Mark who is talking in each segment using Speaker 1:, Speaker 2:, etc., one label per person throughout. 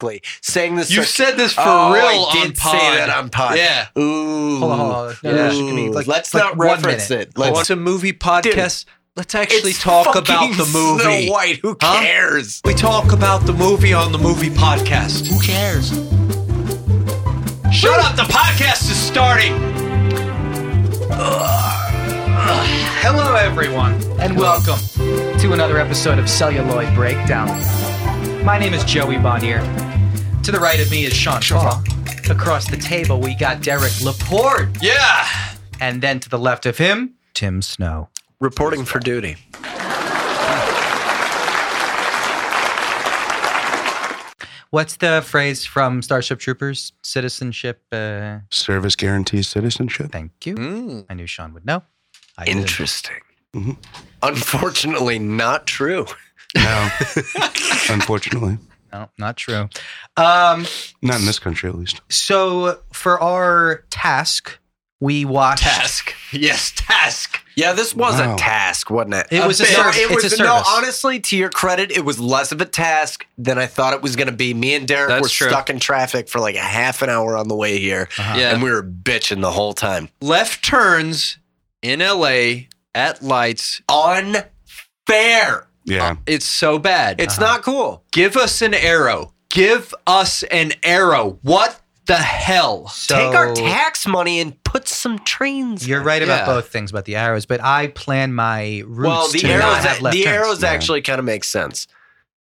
Speaker 1: Exactly. Saying this.
Speaker 2: You
Speaker 1: sarc-
Speaker 2: said this for
Speaker 1: Oh,
Speaker 2: real
Speaker 1: I did
Speaker 2: on pod.
Speaker 1: say that on pod.
Speaker 2: Yeah.
Speaker 1: Ooh.
Speaker 3: Hold on, hold on. No, no, no, I mean,
Speaker 1: Ooh.
Speaker 3: like-
Speaker 1: Let's
Speaker 3: like
Speaker 1: not
Speaker 3: one
Speaker 1: reference
Speaker 3: minute.
Speaker 1: it. Let's
Speaker 2: it's a movie podcast. Let's actually
Speaker 1: It's
Speaker 2: talk
Speaker 1: fucking
Speaker 2: about the movie.
Speaker 1: Snow White. Who
Speaker 2: Huh?
Speaker 1: cares?
Speaker 2: We talk about the movie on the movie podcast.
Speaker 1: Who cares?
Speaker 2: Shut up, the podcast is starting. Hello, everyone.
Speaker 3: And welcome to another episode of Celluloid Breakdown. My name is Joey Bonnier. To the right of me is Sean Shaw. Across the table, we got Derek Laporte.
Speaker 2: Yeah.
Speaker 3: And then to the left of him, Tim Snow.
Speaker 1: Reporting for duty.
Speaker 3: What's the phrase from Starship Troopers? Citizenship. Uh,
Speaker 4: Service guarantees citizenship.
Speaker 3: thank you.
Speaker 2: Mm.
Speaker 3: I knew Sean would know. I did.
Speaker 1: Interesting.
Speaker 3: Mm-hmm.
Speaker 1: Unfortunately, not true.
Speaker 4: No, unfortunately,
Speaker 3: No, not true. Um,
Speaker 4: not in this country, at least.
Speaker 3: so for our task, we watched.
Speaker 2: Task. Yes, task.
Speaker 1: Yeah, this was
Speaker 4: Wow.
Speaker 1: a task, wasn't it?
Speaker 3: It was a
Speaker 1: bit.
Speaker 3: service.
Speaker 1: It was
Speaker 3: it's a
Speaker 1: no.
Speaker 3: service.
Speaker 1: Honestly, to your credit, it was less of a task than I thought it was going to be. Me and Derek
Speaker 2: That's
Speaker 1: were
Speaker 2: true.
Speaker 1: stuck in traffic for like a half an hour on the way here,
Speaker 2: Yeah.
Speaker 1: and we were bitching the whole time.
Speaker 2: Left turns in LA at lights.
Speaker 1: Unfair.
Speaker 4: Yeah,
Speaker 2: It's so
Speaker 3: Uh-huh.
Speaker 2: bad.
Speaker 1: It's not cool.
Speaker 2: Give us an arrow. Give us an arrow. What the hell?
Speaker 3: So-
Speaker 1: Take our tax money and put some trains.
Speaker 3: You're right
Speaker 2: Yeah.
Speaker 3: about both things about the arrows, but I plan my routes.
Speaker 1: Well, the
Speaker 3: to not
Speaker 1: arrows,
Speaker 3: have left
Speaker 1: the
Speaker 3: turns.
Speaker 1: arrows
Speaker 4: Yeah.
Speaker 1: actually kind of makes sense.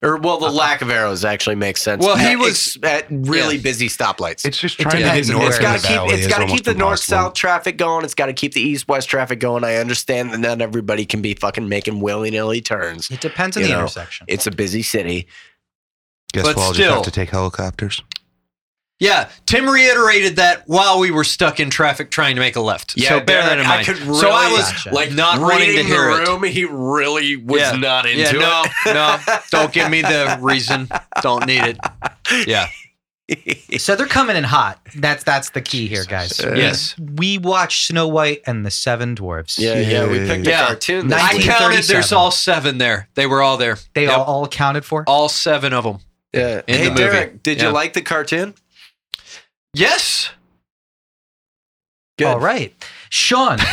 Speaker 1: Or well, the lack of arrows actually makes sense.
Speaker 2: Well, he
Speaker 1: At-
Speaker 2: was-
Speaker 1: at really
Speaker 2: yeah.
Speaker 1: busy stoplights.
Speaker 4: it's just
Speaker 3: It
Speaker 4: trying to
Speaker 3: depends
Speaker 4: get
Speaker 3: on
Speaker 4: north.
Speaker 3: where
Speaker 1: it's
Speaker 4: of
Speaker 3: it
Speaker 1: got
Speaker 3: is.
Speaker 1: to keep
Speaker 4: valley
Speaker 1: it's
Speaker 4: is
Speaker 1: got to
Speaker 4: almost
Speaker 1: keep the north
Speaker 4: impossible.
Speaker 1: south traffic going. It's got to keep the east west traffic going. I understand that not everybody can be fucking making willy nilly turns.
Speaker 3: It depends on
Speaker 1: You
Speaker 3: the
Speaker 1: know,
Speaker 3: intersection.
Speaker 1: It's a busy city.
Speaker 4: Guess
Speaker 2: But
Speaker 4: we'll all just
Speaker 2: still-
Speaker 4: have to take helicopters.
Speaker 2: Yeah, Tim reiterated that while we were stuck in traffic trying to make a left.
Speaker 1: Yeah,
Speaker 2: so bear that in
Speaker 1: I
Speaker 2: mind.
Speaker 1: could
Speaker 2: so I
Speaker 1: really-
Speaker 2: was
Speaker 3: Gotcha.
Speaker 2: like not wanting to
Speaker 1: Reading
Speaker 2: hear
Speaker 1: the
Speaker 2: it.
Speaker 1: room, he really was
Speaker 2: Yeah.
Speaker 1: not into
Speaker 2: yeah, no,
Speaker 1: it.
Speaker 2: no, don't give me the reason. Don't need it. Yeah,
Speaker 3: so they're coming in hot. That's that's the key here, guys.
Speaker 2: yes.
Speaker 3: We watched Snow White and the Seven Dwarfs.
Speaker 1: Yeah, yeah, we picked
Speaker 2: Yeah.
Speaker 1: a cartoon. This
Speaker 2: I
Speaker 1: week.
Speaker 3: count-
Speaker 2: counted. There's
Speaker 3: 1937.
Speaker 2: all seven there. They were all there.
Speaker 3: They
Speaker 2: Yep.
Speaker 3: all, all accounted for.
Speaker 2: all seven of them.
Speaker 1: Yeah.
Speaker 2: in
Speaker 1: hey,
Speaker 2: the movie.
Speaker 1: Derek, did
Speaker 2: Yeah.
Speaker 1: you like the cartoon?
Speaker 2: Yes.
Speaker 1: Good.
Speaker 3: All right, Sean. uh,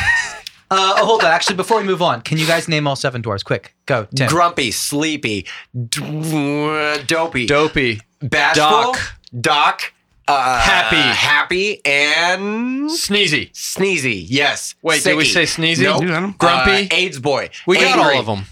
Speaker 3: oh, hold on. Actually, before we move on, can you guys name all seven dwarfs? Quick, go, Tim.
Speaker 1: Grumpy, sleepy, d- dopey,
Speaker 2: Dopey.
Speaker 1: bashful,
Speaker 2: Doc.
Speaker 1: doc, uh,
Speaker 2: Happy.
Speaker 1: happy, and
Speaker 2: Sneezy.
Speaker 1: Sneezy, yes.
Speaker 2: Wait, did we say
Speaker 1: Sicky.
Speaker 2: sneezy?
Speaker 1: Nope.
Speaker 4: Dude, I don't-
Speaker 2: Grumpy?
Speaker 1: Uh, AIDS boy.
Speaker 2: we got
Speaker 1: Angry.
Speaker 2: all of them.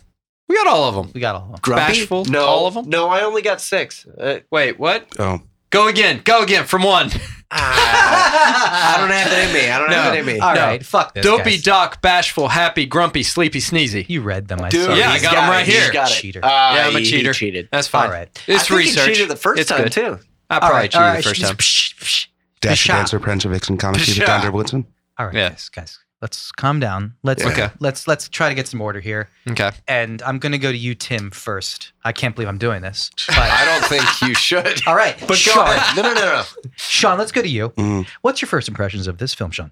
Speaker 2: We got all of them.
Speaker 3: we got all of them.
Speaker 1: Grumpy?
Speaker 2: Bashful?
Speaker 1: No,
Speaker 2: All of 'em?
Speaker 1: No, I only got six. Uh,
Speaker 2: Wait, what?
Speaker 4: Oh,
Speaker 2: Go again. Go again from one.
Speaker 1: I don't have it in me. I don't
Speaker 2: Ah. No.
Speaker 1: have it in me.
Speaker 3: All right,
Speaker 2: No.
Speaker 3: fuck this.
Speaker 2: Dopey,
Speaker 3: guys.
Speaker 2: Doc, Bashful, Happy, Grumpy, Sleepy, Sneezy.
Speaker 3: you read them. I
Speaker 1: Dude,
Speaker 3: saw.
Speaker 2: Yeah, I
Speaker 1: he's
Speaker 2: got 'em
Speaker 1: it.
Speaker 2: right
Speaker 1: He's
Speaker 2: here.
Speaker 1: got it.
Speaker 3: Cheater.
Speaker 1: Uh,
Speaker 2: Yeah, I'm a
Speaker 1: he- he
Speaker 2: cheater.
Speaker 1: cheated.
Speaker 2: That's fine.
Speaker 3: All right.
Speaker 1: I
Speaker 2: It's
Speaker 1: think
Speaker 2: research.
Speaker 1: He cheated the first
Speaker 2: It's
Speaker 1: time
Speaker 2: good.
Speaker 1: too.
Speaker 2: I
Speaker 3: All
Speaker 2: probably
Speaker 3: right,
Speaker 2: cheated
Speaker 3: all right,
Speaker 2: the first
Speaker 3: just-
Speaker 2: time.
Speaker 3: psh, psh, psh.
Speaker 4: Dasher,
Speaker 3: Pshaw.
Speaker 4: Dancer, Prince of Vixen, Comet, Diva,
Speaker 2: Pshaw.
Speaker 4: Donder, Blitzen.
Speaker 3: All right,
Speaker 2: Yeah.
Speaker 3: guys, guys, let's calm down. Let's
Speaker 2: Yeah. Okay.
Speaker 3: let's let's try to get some order here.
Speaker 2: Okay.
Speaker 3: And I'm gonna go to you, Tim, first. I can't believe I'm doing this. But
Speaker 1: I don't think you should.
Speaker 3: all right,
Speaker 1: But go
Speaker 3: Sean,
Speaker 1: ahead. No, no, no, no.
Speaker 3: Sean, let's go to you.
Speaker 4: Mm.
Speaker 3: What's your first impressions of this film, Sean?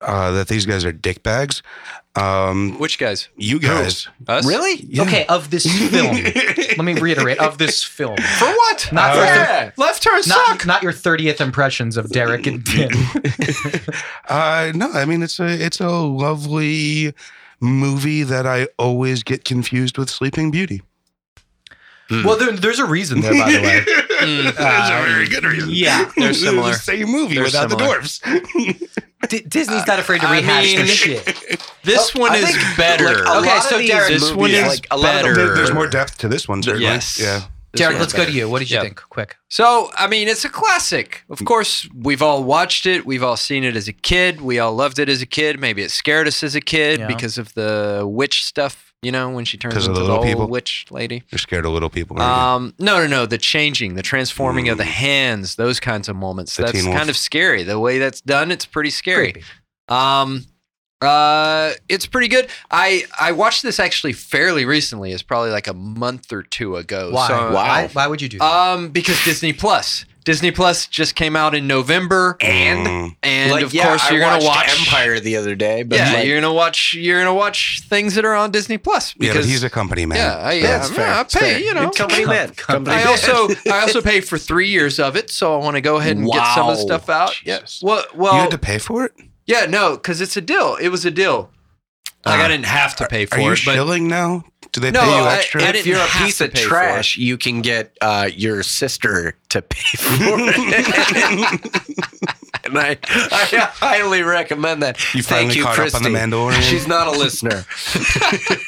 Speaker 4: Uh, that these guys are dickbags. Um,
Speaker 2: Which guys?
Speaker 4: you guys,
Speaker 2: Us?
Speaker 1: Really?
Speaker 4: Yeah.
Speaker 3: Okay, of this film. Let me reiterate of this film.
Speaker 1: For what?
Speaker 3: Not for-
Speaker 1: yeah.
Speaker 2: Left turn
Speaker 3: Not,
Speaker 2: suck.
Speaker 3: not your 30th impressions of Derek and Tim.
Speaker 4: Uh, no, I mean it's a it's a lovely movie that I always get confused with Sleeping Beauty.
Speaker 3: well, there, there's a reason there, by the way.
Speaker 4: That's a very good reason.
Speaker 3: yeah,
Speaker 2: they're
Speaker 4: It's
Speaker 2: similar.
Speaker 4: The same movie
Speaker 2: They're
Speaker 4: without
Speaker 2: similar.
Speaker 4: the dwarfs.
Speaker 3: D- Disney's not afraid to
Speaker 2: Uh, I
Speaker 3: rehash
Speaker 2: mean-
Speaker 3: their shit.
Speaker 2: This one
Speaker 1: Oh, I
Speaker 2: is
Speaker 1: think,
Speaker 2: better.
Speaker 1: like, a
Speaker 3: Okay,
Speaker 1: lot of
Speaker 3: so
Speaker 1: these
Speaker 3: Derek,
Speaker 2: this
Speaker 1: movies,
Speaker 2: one is
Speaker 1: like, a lot of them-
Speaker 2: better.
Speaker 4: There- there's more depth to this one, certainly.
Speaker 2: yes.
Speaker 4: Yeah.
Speaker 2: This
Speaker 3: Derek,
Speaker 2: one's
Speaker 3: let's go to
Speaker 2: better.
Speaker 3: you. What did you
Speaker 2: Yeah.
Speaker 3: think? Quick.
Speaker 2: So, I mean, it's a classic. Of course, we've all watched it. We've all seen it as a kid. We all loved it as a kid. Maybe it scared us as a kid
Speaker 3: Yeah.
Speaker 2: because of the witch stuff, you know, when she turns
Speaker 4: 'Cause
Speaker 2: into the,
Speaker 4: of the little
Speaker 2: old
Speaker 4: people?
Speaker 2: witch lady.
Speaker 4: You're scared of little people. aren't you?
Speaker 2: Um, no, no, no. The changing, the transforming
Speaker 1: Mm.
Speaker 2: of the hands, those kinds of moments.
Speaker 4: The
Speaker 2: that's
Speaker 4: Teen Wolf.
Speaker 2: kind of scary. The way that's done, it's pretty scary.
Speaker 3: Creepy.
Speaker 2: Um, uh, it's pretty good. I I watched this actually fairly recently. It's probably like a month or two ago.
Speaker 3: Why?
Speaker 2: So, Uh,
Speaker 3: Why? Why would you do that?
Speaker 2: Um, because Disney Plus. Disney Plus just came out in November,
Speaker 4: Mm.
Speaker 2: and
Speaker 1: like,
Speaker 2: of
Speaker 1: yeah,
Speaker 2: course
Speaker 1: I
Speaker 2: you're gonna
Speaker 1: watched
Speaker 2: watch
Speaker 1: Empire the other day, but
Speaker 2: yeah,
Speaker 1: like,
Speaker 2: you're gonna watch. You're gonna watch things that are on Disney Plus
Speaker 4: yeah,
Speaker 2: because
Speaker 4: but he's a company man.
Speaker 2: yeah, I,
Speaker 1: that's
Speaker 2: I,
Speaker 1: fair.
Speaker 2: I
Speaker 1: It's fair.
Speaker 2: pay. You know,
Speaker 1: company man. Company
Speaker 2: I
Speaker 1: man.
Speaker 2: also I also pay for three years of it, so I want to go ahead and get some of the
Speaker 1: Wow.
Speaker 2: stuff out.
Speaker 4: Jesus.
Speaker 2: Yeah. Well,
Speaker 4: you
Speaker 2: well,
Speaker 4: had to pay for it.
Speaker 2: yeah, no, because it's a deal. It was a deal. like I
Speaker 4: Uh,
Speaker 2: didn't have to pay for
Speaker 4: Are you
Speaker 2: it, but
Speaker 4: shilling now? Do they
Speaker 2: No,
Speaker 4: pay you
Speaker 2: I-
Speaker 4: extra?
Speaker 2: I
Speaker 1: and if
Speaker 2: didn't
Speaker 1: you're a
Speaker 2: have
Speaker 1: piece
Speaker 2: to
Speaker 1: of
Speaker 2: pay for it.
Speaker 1: trash, you can get uh, your sister to pay for it. and I, I highly recommend that.
Speaker 4: you finally
Speaker 1: Thank you,
Speaker 4: caught
Speaker 1: Christy.
Speaker 4: up on the Mandalorian.
Speaker 1: She's not a listener.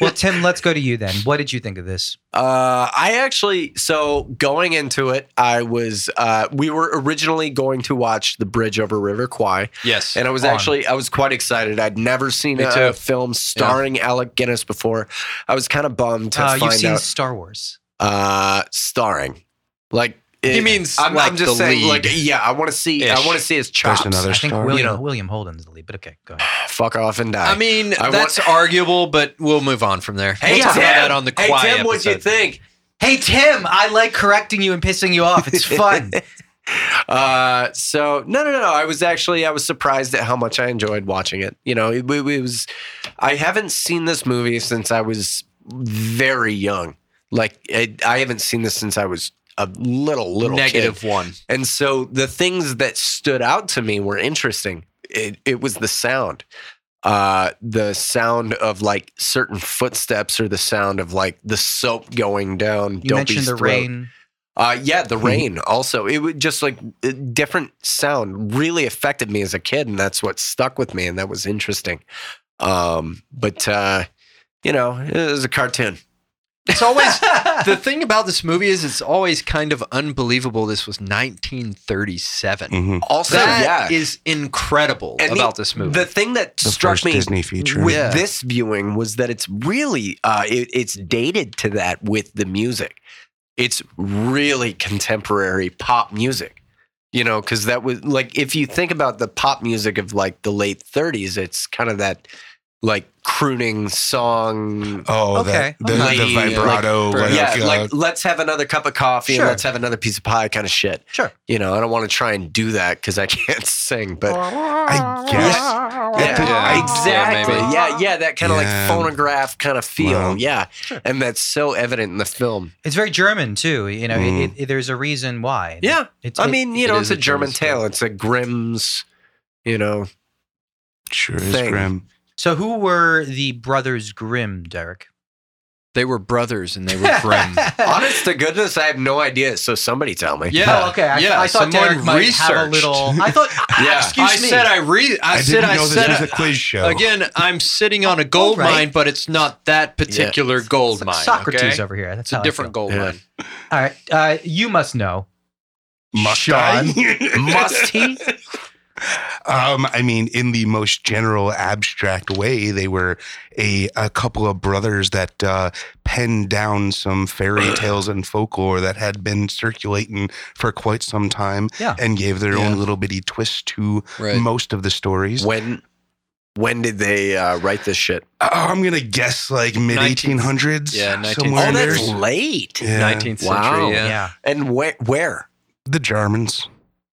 Speaker 3: Well, Tim, let's go to you then. What did you think of this?
Speaker 1: Uh, I actually, so going into it, I was, uh, we were originally going to watch The Bridge Over River Kwai,
Speaker 2: yes,
Speaker 1: and I was
Speaker 3: On.
Speaker 1: actually, I was quite excited. I'd never seen
Speaker 2: Me
Speaker 1: a
Speaker 2: too.
Speaker 1: film starring Alec Guinness before. I was kind of bummed to
Speaker 3: Uh,
Speaker 1: find
Speaker 3: you've seen
Speaker 1: out
Speaker 3: Star Wars.
Speaker 1: uh, starring, like
Speaker 2: he
Speaker 1: it-
Speaker 2: means
Speaker 1: I'm,
Speaker 2: like
Speaker 1: I'm just
Speaker 2: the
Speaker 1: saying,
Speaker 2: lead.
Speaker 1: like, yeah, I want to see,
Speaker 2: Ish.
Speaker 1: I want to see his chops.
Speaker 4: There's another
Speaker 3: I think
Speaker 4: star.
Speaker 3: William,
Speaker 1: know.
Speaker 3: William Holden's the lead, but okay, go ahead.
Speaker 1: Fuck off and die.
Speaker 2: I mean,
Speaker 1: I
Speaker 2: that's arguable, but we'll move on from there.
Speaker 1: hey
Speaker 2: we'll
Speaker 1: Tim,
Speaker 2: talk about that on the
Speaker 1: hey
Speaker 2: quiet
Speaker 1: Tim, what'd you
Speaker 2: episode.
Speaker 1: think?
Speaker 3: Hey, Tim, I like correcting you and pissing you off. It's fun.
Speaker 1: Uh, so no, no, no. I was actually I was surprised at how much I enjoyed watching it. You know, it, it was. I haven't seen this movie since I was very young. Like I, I haven't seen this since I was a little little kid.
Speaker 2: Negative one.
Speaker 1: And so the things that stood out to me were interesting. It, it was the sound, uh, the sound of like certain footsteps or the sound of like the soap going down.
Speaker 3: You
Speaker 1: Dopey's
Speaker 3: mentioned the
Speaker 1: throat.
Speaker 3: rain. Mm-hmm.
Speaker 1: Uh, yeah, the rain also. It would just like uh, different sound really affected me as a kid, and that's what stuck with me, and that was interesting. Um, but uh, you know, it was a cartoon.
Speaker 2: It's always the thing about this movie is it's always kind of unbelievable. This was 1937.
Speaker 4: Mhm.
Speaker 1: Also,
Speaker 2: Mm. That is
Speaker 1: yeah,
Speaker 2: incredible
Speaker 1: And the-
Speaker 2: about this movie.
Speaker 1: the thing that
Speaker 4: The
Speaker 1: struck
Speaker 4: first
Speaker 1: me
Speaker 4: Disney feature.
Speaker 1: with
Speaker 2: Yeah.
Speaker 1: this viewing was that it's really uh, it, it's dated to that with the music. It's really contemporary pop music, you know, because that was like if you think about the pop music of like the late '30s, it's kind of that like crooning song.
Speaker 4: oh,
Speaker 3: Okay.
Speaker 4: that, the,
Speaker 1: Okay.
Speaker 4: the
Speaker 1: Like,
Speaker 4: vibrato.
Speaker 2: for-
Speaker 4: like,
Speaker 1: yeah,
Speaker 4: uh,
Speaker 1: like let's have another cup of coffee
Speaker 3: Sure.
Speaker 1: and let's have another piece of pie kind of shit.
Speaker 3: Sure.
Speaker 1: You know, I don't want to try and do that because I can't sing, but
Speaker 4: I guess.
Speaker 1: Yeah,
Speaker 2: Yeah.
Speaker 1: exactly.
Speaker 2: Yeah,
Speaker 1: Yeah,
Speaker 2: maybe.
Speaker 1: yeah, that kind of
Speaker 4: Yeah.
Speaker 1: like phonograph kind of feel.
Speaker 4: Well.
Speaker 1: yeah, and that's so evident in the film.
Speaker 3: It's very German too. You know,
Speaker 4: Mm.
Speaker 3: it, it, there's a reason why.
Speaker 1: Yeah,
Speaker 3: it's,
Speaker 1: I
Speaker 3: it-
Speaker 1: mean, you
Speaker 2: it
Speaker 1: know, it's
Speaker 2: is a
Speaker 1: a German
Speaker 2: German film.
Speaker 1: tale. It's a Grimm's, you know.
Speaker 4: Sure is
Speaker 1: thing.
Speaker 4: grim.
Speaker 3: So who were the brothers Grimm, Derek?
Speaker 2: they were brothers and they were grim.
Speaker 1: Honest to goodness, I have no idea. So somebody tell me.
Speaker 2: Yeah.
Speaker 3: Oh, okay. I,
Speaker 2: Yeah,
Speaker 3: I thought
Speaker 2: someone
Speaker 3: Derek might have a
Speaker 2: researched.
Speaker 3: little. I thought. ah,
Speaker 1: Yeah.
Speaker 3: Excuse
Speaker 2: I
Speaker 3: me.
Speaker 2: said I re. I,
Speaker 4: I,
Speaker 2: said
Speaker 4: didn't
Speaker 2: I
Speaker 4: know this
Speaker 2: said
Speaker 4: was a quiz show.
Speaker 2: again. I'm sitting on a gold
Speaker 3: right.
Speaker 2: mine, but it's not that particular gold mine.
Speaker 3: Socrates
Speaker 2: okay?
Speaker 3: over here. That's
Speaker 2: It's a
Speaker 3: how I
Speaker 2: different
Speaker 3: feel.
Speaker 2: gold
Speaker 1: Yeah.
Speaker 2: mine.
Speaker 3: All right. Uh, you must know.
Speaker 4: Must
Speaker 3: Sean.
Speaker 4: I?
Speaker 1: Must he?
Speaker 4: Um, I mean, in the most general, abstract way, they were a, a couple of brothers that uh, penned down some fairy tales and folklore that had been circulating for quite some time
Speaker 3: Yeah.
Speaker 4: and gave their
Speaker 2: Yeah.
Speaker 4: own little bitty twist to
Speaker 2: Right.
Speaker 4: most of the stories.
Speaker 1: when when did they uh, write this shit?
Speaker 4: Oh, I'm going to guess like mid
Speaker 2: 19th
Speaker 4: 1800s.
Speaker 2: Yeah, 19th.
Speaker 4: somewhere
Speaker 1: Oh,
Speaker 4: in
Speaker 1: that's
Speaker 4: there.
Speaker 1: late.
Speaker 4: Yeah.
Speaker 2: 19th
Speaker 1: Wow.
Speaker 2: century. Yeah.
Speaker 1: And where? Where?
Speaker 4: The Germans.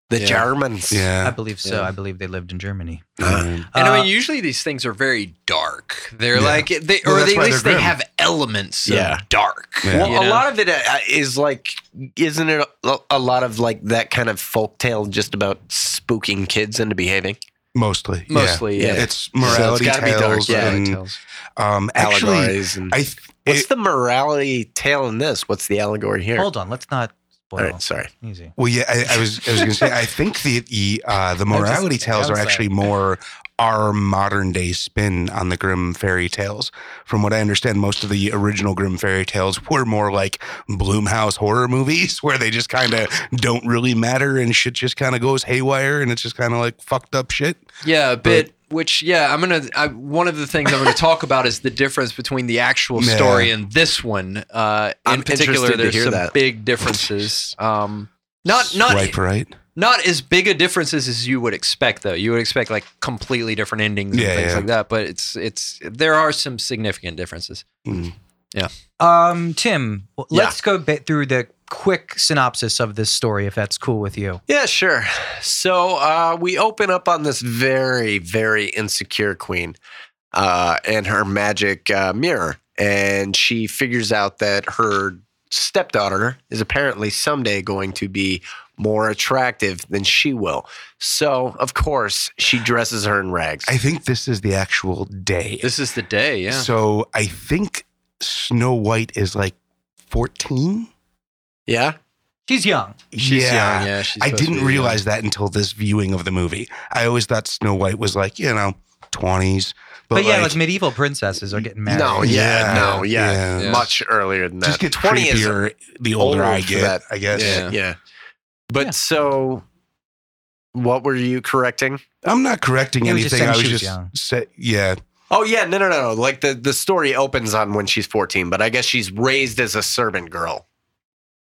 Speaker 1: The
Speaker 2: Yeah.
Speaker 1: Germans.
Speaker 3: I
Speaker 4: Yeah.
Speaker 3: believe so.
Speaker 2: Yeah.
Speaker 3: I believe they lived in Germany.
Speaker 4: Um,
Speaker 2: And I
Speaker 3: Uh,
Speaker 2: mean, usually these things are very dark. They're
Speaker 4: Yeah.
Speaker 2: like they,
Speaker 4: Well,
Speaker 2: or
Speaker 4: that's
Speaker 2: they, at
Speaker 4: why they're
Speaker 2: least they
Speaker 4: grim.
Speaker 2: have elements
Speaker 1: Yeah.
Speaker 2: of dark.
Speaker 4: Yeah.
Speaker 1: Well,
Speaker 2: you
Speaker 1: a
Speaker 2: know?
Speaker 1: lot of it uh, is like, isn't it a, a lot of like that kind of folktale just about spooking kids into behaving?
Speaker 4: mostly. yeah.
Speaker 2: mostly, yeah.
Speaker 4: It's morality
Speaker 1: gotta be dark,
Speaker 4: tales.
Speaker 1: yeah.
Speaker 2: Mm.
Speaker 4: and, um, actually,
Speaker 1: allegories and
Speaker 4: I th-
Speaker 1: what's
Speaker 4: it-
Speaker 1: the morality tale in this? What's the allegory here?
Speaker 3: Hold on. Let's not spoil.
Speaker 1: All right, sorry.
Speaker 3: Easy.
Speaker 4: Well, yeah, I, I was I was going to say I think the the, uh, the morality
Speaker 3: just-
Speaker 4: tales
Speaker 3: I'm
Speaker 4: are
Speaker 3: sorry.
Speaker 4: actually more our modern day spin on the grim fairy tales. From what I understand, most of the original grim fairy tales were more like Bloomhouse horror movies, where they just kind of don't really matter and shit just kind of goes haywire and it's just kind of like fucked up shit.
Speaker 2: Yeah, a bit. which yeah, I'm gonna. I, one of the things I'm gonna talk about is the difference between the actual
Speaker 4: Yeah.
Speaker 2: story and this one. Uh, in
Speaker 1: I'm
Speaker 2: particular,
Speaker 1: interested to
Speaker 2: there's
Speaker 1: hear
Speaker 2: some
Speaker 1: that.
Speaker 2: big differences. Um, not not
Speaker 4: right, right.
Speaker 2: not as big a differences as you would expect, though. You would expect like completely different endings and
Speaker 4: Yeah,
Speaker 2: things
Speaker 4: yeah. Hmm.
Speaker 2: like that. But it's it's there are some significant differences. Yeah.
Speaker 3: Um, Tim, w-
Speaker 1: Yeah.
Speaker 3: let's go ba- through the quick synopsis of this story, if that's cool with you.
Speaker 1: Yeah, sure. So uh, we open up on this very, very insecure queen uh, and her magic uh, mirror. And she figures out that her stepdaughter is apparently someday going to be more attractive than she will. So, of course, she dresses her in rags.
Speaker 4: I think this is the actual day.
Speaker 2: This is the day. Yeah.
Speaker 4: So I think Snow White is like 14.
Speaker 1: yeah?
Speaker 3: She's young.
Speaker 2: She's young. Yeah. She's
Speaker 4: I
Speaker 2: supposed to
Speaker 4: didn't
Speaker 2: be
Speaker 4: realize that until this viewing of the movie. I always thought Snow White was like, you know, 20s. But,
Speaker 3: But, yeah,
Speaker 4: like, oh,
Speaker 3: like medieval princesses are getting married.
Speaker 1: No, yeah,
Speaker 4: Yeah.
Speaker 1: no, yeah,
Speaker 2: Yeah.
Speaker 1: Much earlier than that.
Speaker 4: just gets
Speaker 1: 20 is
Speaker 4: creepier the older
Speaker 1: old
Speaker 4: I
Speaker 1: for
Speaker 4: get,
Speaker 1: that.
Speaker 4: I guess.
Speaker 2: Yeah.
Speaker 1: Yeah. yeah. But so what were you correcting?
Speaker 4: I'm not correcting
Speaker 3: He was just
Speaker 4: anything. I
Speaker 3: saying
Speaker 4: was
Speaker 3: she was
Speaker 4: just,
Speaker 3: young.
Speaker 4: say- yeah.
Speaker 1: Oh yeah, no no no. Like the the story opens on when she's 14, but I guess she's raised as a servant girl.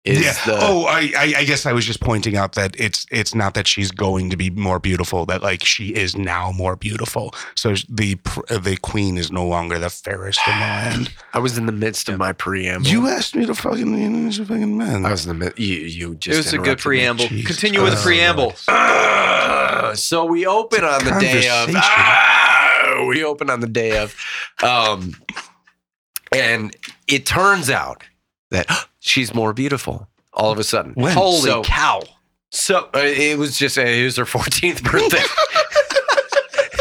Speaker 1: Is
Speaker 4: yeah.
Speaker 1: the
Speaker 4: oh, I, I, I guess I was just pointing out that it's it's not that she's going to be more beautiful, that like she is now more beautiful. So the pr- the queen is no longer the fairest in the land.
Speaker 1: I was in the midst of my preamble.
Speaker 4: You asked me to fucking, you know, it's a fucking man.
Speaker 1: I was in the mid you you just
Speaker 2: It was a good
Speaker 1: interrupted me.
Speaker 2: preamble.
Speaker 4: Jesus
Speaker 2: Continue with the
Speaker 4: Christ.
Speaker 2: preamble.
Speaker 1: Uh, so we open on the day of.
Speaker 4: conversation.
Speaker 1: Ah, we open on the day of, um, and it turns out that she's more beautiful all of a sudden.
Speaker 4: When?
Speaker 1: Holy
Speaker 2: Holy
Speaker 1: cow!
Speaker 2: cow!
Speaker 1: So uh, it was just uh, it was her fourteenth birthday.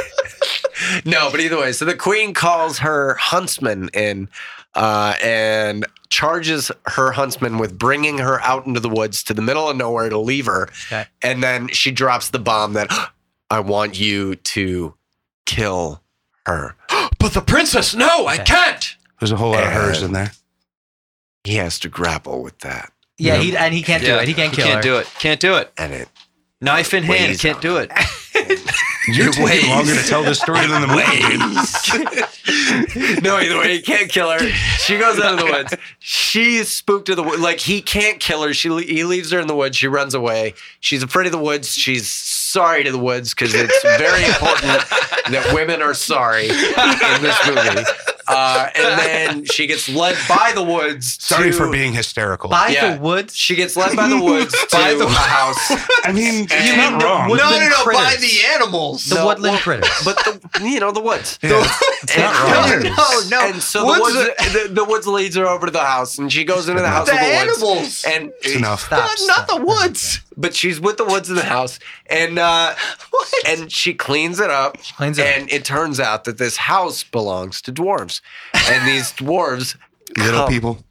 Speaker 1: no, but either way, so the queen calls her huntsman in, uh, and charges her huntsman with bringing her out into the woods to the middle of nowhere to leave her,
Speaker 3: Okay.
Speaker 1: and then she drops the bomb that I want you to kill her.
Speaker 2: But the princess, no, I
Speaker 3: Okay.
Speaker 2: can't.
Speaker 4: There's a whole lot of hers
Speaker 1: And-
Speaker 4: in there.
Speaker 1: He has to grapple with that,
Speaker 3: Yeah, he, and he can't do
Speaker 2: Yeah,
Speaker 3: it. He can't kill her.
Speaker 2: Can't do it. Can't do it.
Speaker 1: and it
Speaker 2: Knife in
Speaker 1: Weighs
Speaker 2: hand. Can't
Speaker 1: on
Speaker 2: do it.
Speaker 4: You're
Speaker 1: It
Speaker 4: taking
Speaker 1: weighs.
Speaker 4: longer to tell this story than the movie.
Speaker 1: no, either way, he can't kill her. She goes out of the woods. She is spooked to the wo- like he can't kill her. She he leaves her in the woods. She runs away. She's afraid of the woods. She's sorry to the woods because it's very important that women are sorry in this movie. Uh, and then she gets led by the woods.
Speaker 4: Sorry
Speaker 1: to-
Speaker 4: for being hysterical.
Speaker 3: By
Speaker 1: Yeah.
Speaker 3: the woods.
Speaker 1: She gets led by the woods by the house.
Speaker 4: I mean, you're
Speaker 1: And-
Speaker 4: not wrong.
Speaker 3: No, no, no, by
Speaker 2: the animals.
Speaker 3: The
Speaker 1: No,
Speaker 3: woodland
Speaker 1: well,
Speaker 3: critters.
Speaker 1: But the, you know the woods.
Speaker 4: Yeah.
Speaker 1: It's
Speaker 4: not wrong.
Speaker 2: No, no,
Speaker 1: And so
Speaker 2: woods
Speaker 1: the woods, the, the woods leads her over to the house, and she goes into the house
Speaker 2: the
Speaker 1: with the woods.
Speaker 2: animals.
Speaker 1: And
Speaker 4: It's enough.
Speaker 3: Stop, stop.
Speaker 2: the woods.
Speaker 1: but she's with the woods in the house, and uh, and she cleans it up,
Speaker 3: Cleans it up.
Speaker 1: and it turns out that this house belongs to dwarves, and these dwarves,
Speaker 4: Little
Speaker 1: come-
Speaker 4: people.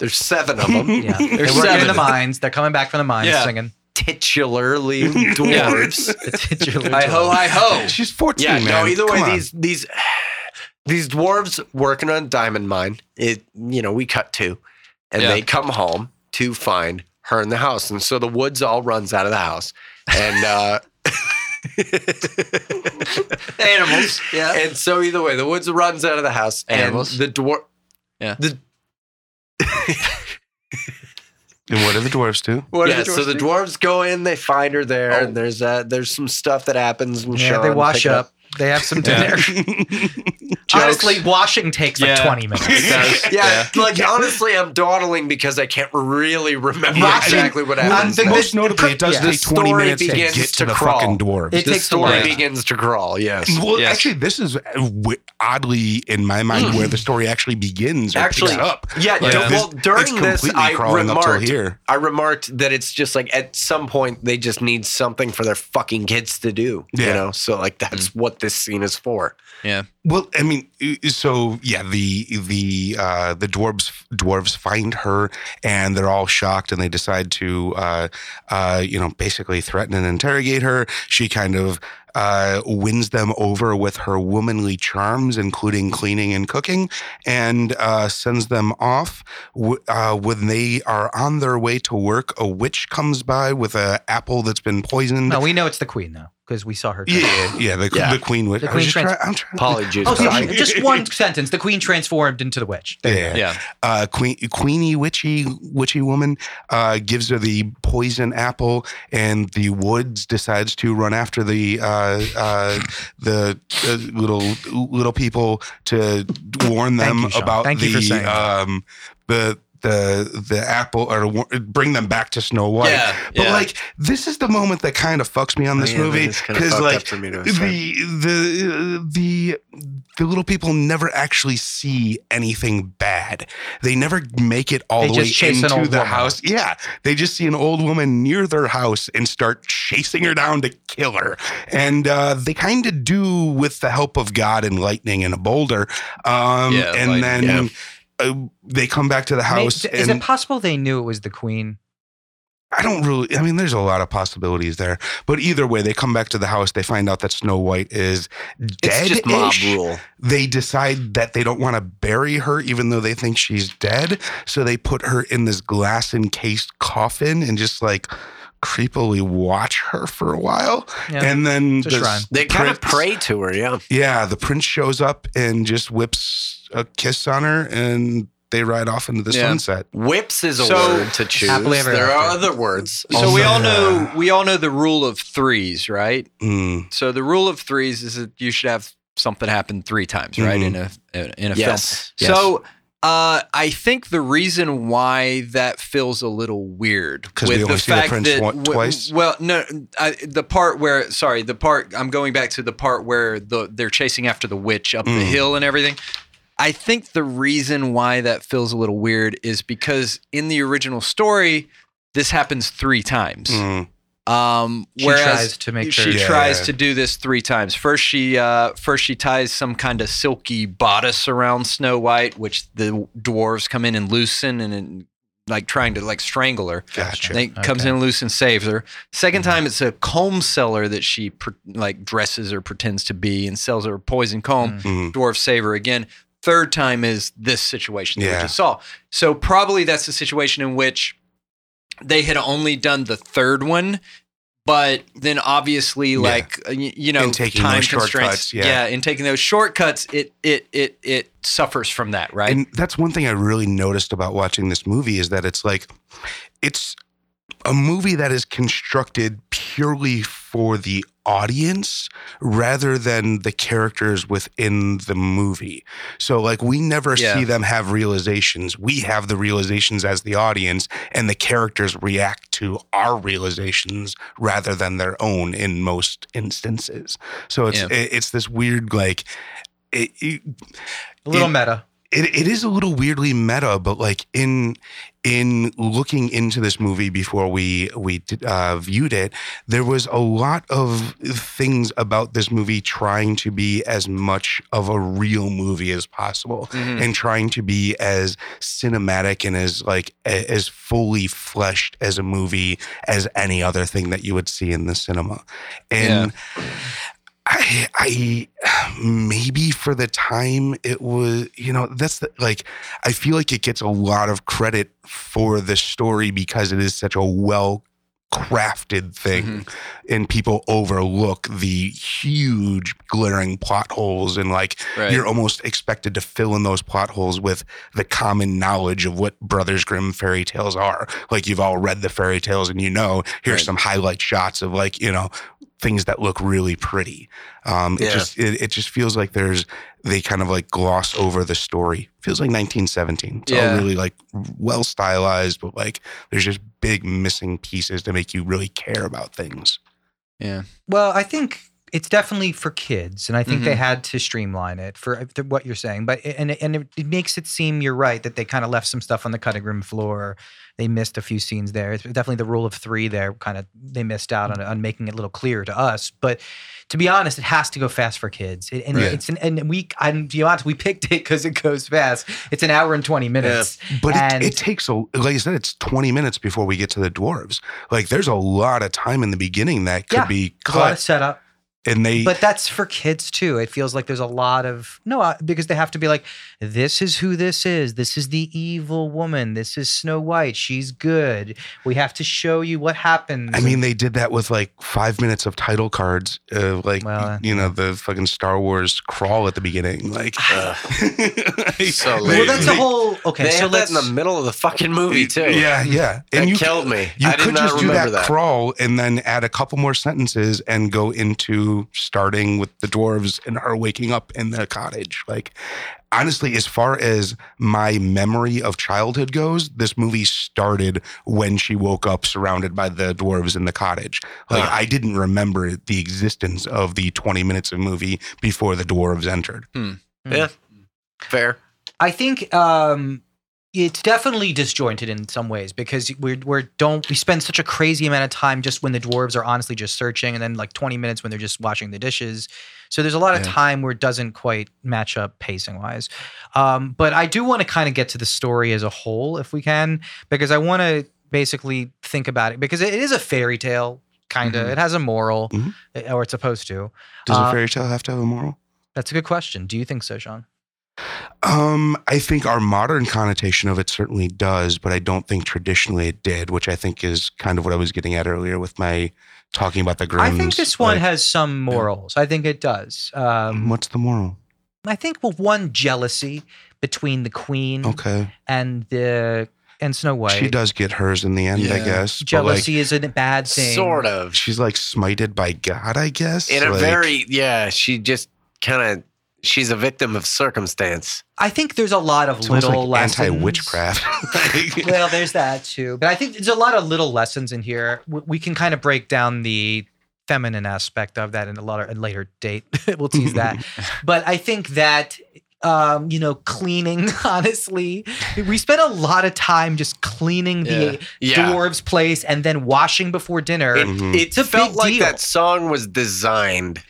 Speaker 1: there's seven of them,
Speaker 3: Yeah, they're
Speaker 2: There's
Speaker 3: working in the
Speaker 2: seven.
Speaker 3: mines. They're coming back from the mines
Speaker 2: Yeah.
Speaker 3: singing.
Speaker 1: titularly dwarves.
Speaker 2: I ho, I ho.
Speaker 4: She's 14,
Speaker 1: Oh. Yeah,
Speaker 4: man.
Speaker 1: no, either way,
Speaker 4: Come on.
Speaker 1: these these these dwarves working on a diamond mine. It you know, we cut two and
Speaker 2: Yeah.
Speaker 1: they come home to find her in the house. And so the woods all runs out of the house. And uh
Speaker 2: Animals. Yeah.
Speaker 1: and so either way, the woods runs out of the house and
Speaker 2: Animals.
Speaker 1: the dwarf
Speaker 2: Yeah.
Speaker 1: The,
Speaker 4: And what do the Oh. dwarves do?
Speaker 2: What
Speaker 1: yeah, so the dwarves go in, they find her there, and there's uh, there's some stuff that happens. And
Speaker 3: Yeah,
Speaker 1: Sharon
Speaker 3: they wash
Speaker 1: pick it
Speaker 3: up. They have some
Speaker 2: Yeah.
Speaker 3: dinner. Honestly, washing takes like
Speaker 2: Yeah.
Speaker 3: 20 minutes.
Speaker 1: Yeah, like honestly, I'm dawdling because I can't really remember
Speaker 3: Yeah, I
Speaker 1: exactly what
Speaker 4: Well,
Speaker 1: happened.
Speaker 3: the-
Speaker 4: most notably, it does
Speaker 3: yeah.
Speaker 4: take
Speaker 1: The
Speaker 4: 20
Speaker 1: story
Speaker 4: minutes to
Speaker 1: begins
Speaker 4: get to,
Speaker 1: to
Speaker 4: the
Speaker 1: crawl.
Speaker 4: fucking dwarves.
Speaker 3: It
Speaker 1: the
Speaker 3: takes a
Speaker 1: story
Speaker 2: while.
Speaker 1: begins to crawl. Yes. Mm.
Speaker 4: well,
Speaker 2: Yes.
Speaker 4: actually, this is uh, wi- oddly, in my mind, where the story actually begins or
Speaker 1: Actually,
Speaker 4: picks up.
Speaker 1: Yeah.
Speaker 4: Like,
Speaker 1: d-
Speaker 4: this-
Speaker 1: well,
Speaker 4: it's
Speaker 1: during this,
Speaker 4: completely
Speaker 1: I
Speaker 4: crawling up till
Speaker 1: remarked.
Speaker 4: here.
Speaker 1: I remarked that it's just like at some point they just need something for their fucking kids to do. You
Speaker 4: Yeah. Mm.
Speaker 1: know, so like that's what this scene is for.
Speaker 4: Well, I mean, i- so yeah, the the uh, the dwarves dwarves find her, and they're all shocked, and they decide to, uh, uh, you know, basically threaten and interrogate her. She kind of uh, wins them over with her womanly charms, including cleaning and cooking, and uh, sends them off. W- Uh, when they are on their way to work, a witch comes by with an apple that's been poisoned.
Speaker 3: Oh. No, we know it's the queen, though. because we saw her.
Speaker 4: Yeah, yeah. The,
Speaker 1: Yeah.
Speaker 4: the Queen witch.
Speaker 3: The
Speaker 4: I was
Speaker 3: Queen
Speaker 4: just try-
Speaker 3: trans-
Speaker 4: I'm trying.
Speaker 1: Polyjuice.
Speaker 3: Oh, yeah,
Speaker 1: guy.
Speaker 4: Sorry.
Speaker 3: just one sentence. The queen transformed into the witch.
Speaker 4: Yeah.
Speaker 2: Yeah.
Speaker 4: Uh, Queen, Queenie Witchy Witchy woman uh, gives her the poison apple, and the woods decides to run after the uh, uh, the uh, little little people to warn them
Speaker 3: you, Sean.
Speaker 4: about
Speaker 3: Thank you for
Speaker 4: the
Speaker 3: saying that.
Speaker 4: um, the the the apple or war- bring them back to Snow White.
Speaker 2: Yeah,
Speaker 4: But
Speaker 2: yeah.
Speaker 4: like this is the moment that kind of fucks me on this
Speaker 1: Yeah, that
Speaker 4: movie
Speaker 1: is kinda
Speaker 4: because
Speaker 1: fucked
Speaker 4: like
Speaker 1: up for me to
Speaker 4: the
Speaker 1: accept.
Speaker 4: the the the little people never actually see anything bad. They never make it all
Speaker 3: They
Speaker 4: the
Speaker 3: just
Speaker 4: way
Speaker 3: chase an
Speaker 4: into
Speaker 3: old
Speaker 4: the
Speaker 3: woman.
Speaker 4: house. Yeah, they just see an old woman near their house and start chasing her down to kill her. And uh, they kind of do with the help of God and lightning and a boulder. Um,
Speaker 2: Yeah, lightning,
Speaker 4: and then.
Speaker 1: yeah.
Speaker 4: Uh, they come back to the
Speaker 3: May-
Speaker 4: house.
Speaker 3: Is it
Speaker 4: and
Speaker 3: possible they knew it was the queen?
Speaker 4: I don't really. I mean, there's a lot of possibilities there. But either way, they come back to the house. They find out that Snow White is dead.
Speaker 1: It's just mob rule.
Speaker 4: They decide that they don't want to bury her, even though they think she's dead. So they put her in this glass encased coffin and just like creepily watch her for a while.
Speaker 3: Yeah.
Speaker 4: And then
Speaker 3: It's a shrine.
Speaker 1: They kind of
Speaker 4: prince-
Speaker 1: pray to her, yeah.
Speaker 4: Yeah, the prince shows up and just whips a kiss on her, and they ride off into the
Speaker 2: Yeah.
Speaker 4: sunset.
Speaker 1: Whips is a
Speaker 2: So-
Speaker 1: word to choose.
Speaker 3: Happily ever
Speaker 1: there are
Speaker 3: after.
Speaker 1: other words.
Speaker 2: So we all
Speaker 4: Yeah.
Speaker 2: know we all know the rule of threes, right?
Speaker 4: Mm,
Speaker 2: So the rule of threes is that you should have something happen three times, right?
Speaker 4: Mm-hmm.
Speaker 2: In a in a
Speaker 1: Yes.
Speaker 2: film. So uh, I think the reason why that feels a little weird
Speaker 4: 'Cause we only see the prints wa- twice?
Speaker 2: well, no, I, the part where sorry, the part I'm going back to the part where the they're chasing after the witch up the
Speaker 4: Mm.
Speaker 2: hill and everything. I think the reason why that feels a little weird is because in the original story, this happens three times.
Speaker 4: mm.
Speaker 2: Um,
Speaker 3: She
Speaker 2: whereas
Speaker 3: tries to make sure. uh,
Speaker 2: she
Speaker 4: Yeah,
Speaker 2: tries
Speaker 4: yeah.
Speaker 2: to do this three times. First, she uh, first she ties some kind of silky bodice around Snow White, which the dwarves come in and loosen and, and like trying to like strangle her.
Speaker 4: Gotcha.
Speaker 2: They comes
Speaker 3: Okay. Mm-hmm.
Speaker 2: in and loose and saves her. 2nd time, it's a comb seller that she pre- like dresses or pretends to be and sells her a poison comb.
Speaker 4: Mm.
Speaker 2: Dwarf Saver again. Third time is this situation that we
Speaker 4: Yeah.
Speaker 2: just saw. So probably that's the situation in which they had only done the third one, but then obviously like uh, y- you know
Speaker 4: And taking
Speaker 2: time
Speaker 4: those
Speaker 2: constraints.
Speaker 4: shortcuts, yeah.
Speaker 2: and taking those shortcuts, it it it it suffers from that, right?
Speaker 4: And that's one thing I really noticed about watching this movie is that it's like, it's a movie that is constructed purely for the audience rather than the characters within the movie. So, like, we never
Speaker 2: Yeah.
Speaker 4: see them have realizations. We have the realizations as the audience, and the characters react to our realizations rather than their own in most instances. So, it's, it- it's this weird, like, it, it,
Speaker 3: A little
Speaker 4: It-
Speaker 3: meta.
Speaker 4: it, it is a little weirdly meta, but like in in looking into this movie before we we uh, viewed it, there was a lot of things about this movie trying to be as much of a real movie as possible
Speaker 2: Mhm.
Speaker 4: and trying to be as cinematic and as like a- as fully fleshed as a movie as any other thing that you would see in the cinema and I, I maybe for the time it was you know that's the, like i feel like it gets a lot of credit for the story because it is such a well crafted thing and people overlook the huge glaring plot holes and like
Speaker 2: Right.
Speaker 4: you're almost expected to fill in those plot holes with the common knowledge of what Brothers Grimm fairy tales are. Like you've all read the fairy tales and you know, here's
Speaker 2: Right.
Speaker 4: some highlight shots of like, you know, things that look really pretty. Um, it
Speaker 1: Yeah.
Speaker 4: just it, it just feels like there's they kind of like gloss over the story. Feels like 1917. It's
Speaker 2: Yeah.
Speaker 4: all really like well stylized, but like there's just big missing pieces to make you really care about things.
Speaker 3: Well, I think it's definitely for kids, and I think
Speaker 2: Mhm.
Speaker 3: they had to streamline it for uh, what you're saying. But and and it, it makes it seem you're right that they kind of left some stuff on the cutting room floor. They missed a few scenes there. It's definitely the rule of three there. Kind of they missed out on, on making it a little clearer to us. But to be honest, it has to go fast for kids. It, and
Speaker 4: Right.
Speaker 3: it's an, and we I'm to be honest, we picked it because it goes fast. It's an hour and twenty minutes.
Speaker 4: But
Speaker 3: And-
Speaker 4: it, it takes a like I said, it's twenty minutes before we get to the dwarves. Like there's a lot of time in the beginning that could
Speaker 3: Yeah.
Speaker 4: be
Speaker 3: A lot of
Speaker 4: cut.
Speaker 3: setup.
Speaker 4: and they
Speaker 3: But that's for kids too. It feels like there's a lot of no, uh, because they have to be like, this is who this is. This is the evil woman. This is Snow White. She's good. We have to show you what happens.
Speaker 4: I mean, they did that with like five minutes of title cards, uh, like
Speaker 3: Well,
Speaker 4: you know the fucking Star Wars crawl at the beginning. Like,
Speaker 1: So
Speaker 3: well,
Speaker 1: they-
Speaker 3: that's
Speaker 1: the
Speaker 3: a whole okay.
Speaker 1: they
Speaker 3: so
Speaker 1: had that
Speaker 3: let's
Speaker 1: in the middle of the fucking movie too.
Speaker 4: Yeah, yeah,
Speaker 1: that
Speaker 4: and you
Speaker 1: killed me.
Speaker 4: you
Speaker 1: I did
Speaker 4: could
Speaker 1: not
Speaker 4: just do
Speaker 1: remember
Speaker 4: that,
Speaker 1: that.
Speaker 4: crawl and then add a couple more sentences and go into starting with the dwarves and her waking up in the cottage. Like, honestly, as far as my memory of childhood goes, this movie started when she woke up surrounded by the dwarves in the cottage. Like,
Speaker 1: Huh.
Speaker 4: I didn't remember the existence of the 20 minutes of movie before the dwarves entered.
Speaker 1: Fair.
Speaker 3: I think um, it's definitely disjointed in some ways because we're, we're don't we spend such a crazy amount of time just when the dwarves are honestly just searching, and then like twenty minutes when they're just washing the dishes. So there's a lot of
Speaker 2: Yeah.
Speaker 3: time where it doesn't quite match up pacing wise. Um, but I do want to kind of get to the story as a whole if we can, because I want to basically think about it because it is a fairy tale kind of.
Speaker 2: Mhm.
Speaker 3: It has a moral, eh,
Speaker 4: Mhm.
Speaker 3: or it's supposed to.
Speaker 4: Does
Speaker 3: Uh,
Speaker 4: a fairy tale have to have a moral?
Speaker 3: That's a good question. Do you think so, Sean?
Speaker 4: Um, I think our modern connotation of it certainly does, but I don't think traditionally it did, which I think is kind of what I was getting at earlier with my talking about the Grimms.
Speaker 3: I think this one
Speaker 4: Like,
Speaker 3: has some morals. I think it does. Um,
Speaker 4: what's the moral?
Speaker 3: I think well, one jealousy between the queen
Speaker 4: Okay,
Speaker 3: and the and Snow White.
Speaker 4: she does get hers in the end, I
Speaker 2: Yeah.
Speaker 4: guess. but, like,
Speaker 3: Jealousy is a bad thing.
Speaker 1: Sort of.
Speaker 4: she's like smited by God, I guess.
Speaker 1: In a
Speaker 4: Like,
Speaker 1: very yeah, she just kind of she's a victim of circumstance.
Speaker 3: I think there's a lot of
Speaker 4: it's almost
Speaker 3: little
Speaker 4: like
Speaker 3: lessons.
Speaker 4: anti witchcraft.
Speaker 3: well, there's that too. But I think there's a lot of little lessons in here. W- We can kind of break down the feminine aspect of that in a lot of a later date. we'll tease that. but I think that um, you know, cleaning, honestly. We spent a lot of time just cleaning the
Speaker 1: Yeah.
Speaker 3: dwarves place and then washing before dinner.
Speaker 1: It,
Speaker 4: Mhm.
Speaker 1: it
Speaker 3: It's a
Speaker 1: felt
Speaker 3: big
Speaker 1: like
Speaker 3: deal.
Speaker 1: that song was designed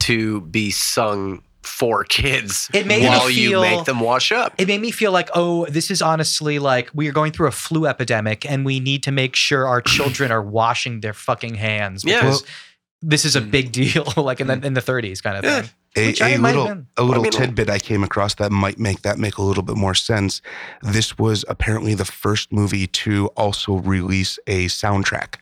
Speaker 1: to be sung for kids
Speaker 3: It made me
Speaker 1: while you
Speaker 3: feel-
Speaker 1: make them wash up.
Speaker 3: it made me feel like, oh, this is honestly like we are going through a flu epidemic and we need to make sure our children are washing their fucking hands
Speaker 1: Yeah.
Speaker 3: because this is a
Speaker 2: Mm.
Speaker 3: big deal, like in the in the 30s kind of
Speaker 1: Mm. Yeah.
Speaker 3: thing.
Speaker 4: a,
Speaker 3: Which I
Speaker 4: a
Speaker 3: might have
Speaker 4: little
Speaker 3: been.
Speaker 4: a little
Speaker 1: I mean-
Speaker 4: tidbit I came across that might make that make a little bit more sense. This was apparently the first movie to also release a soundtrack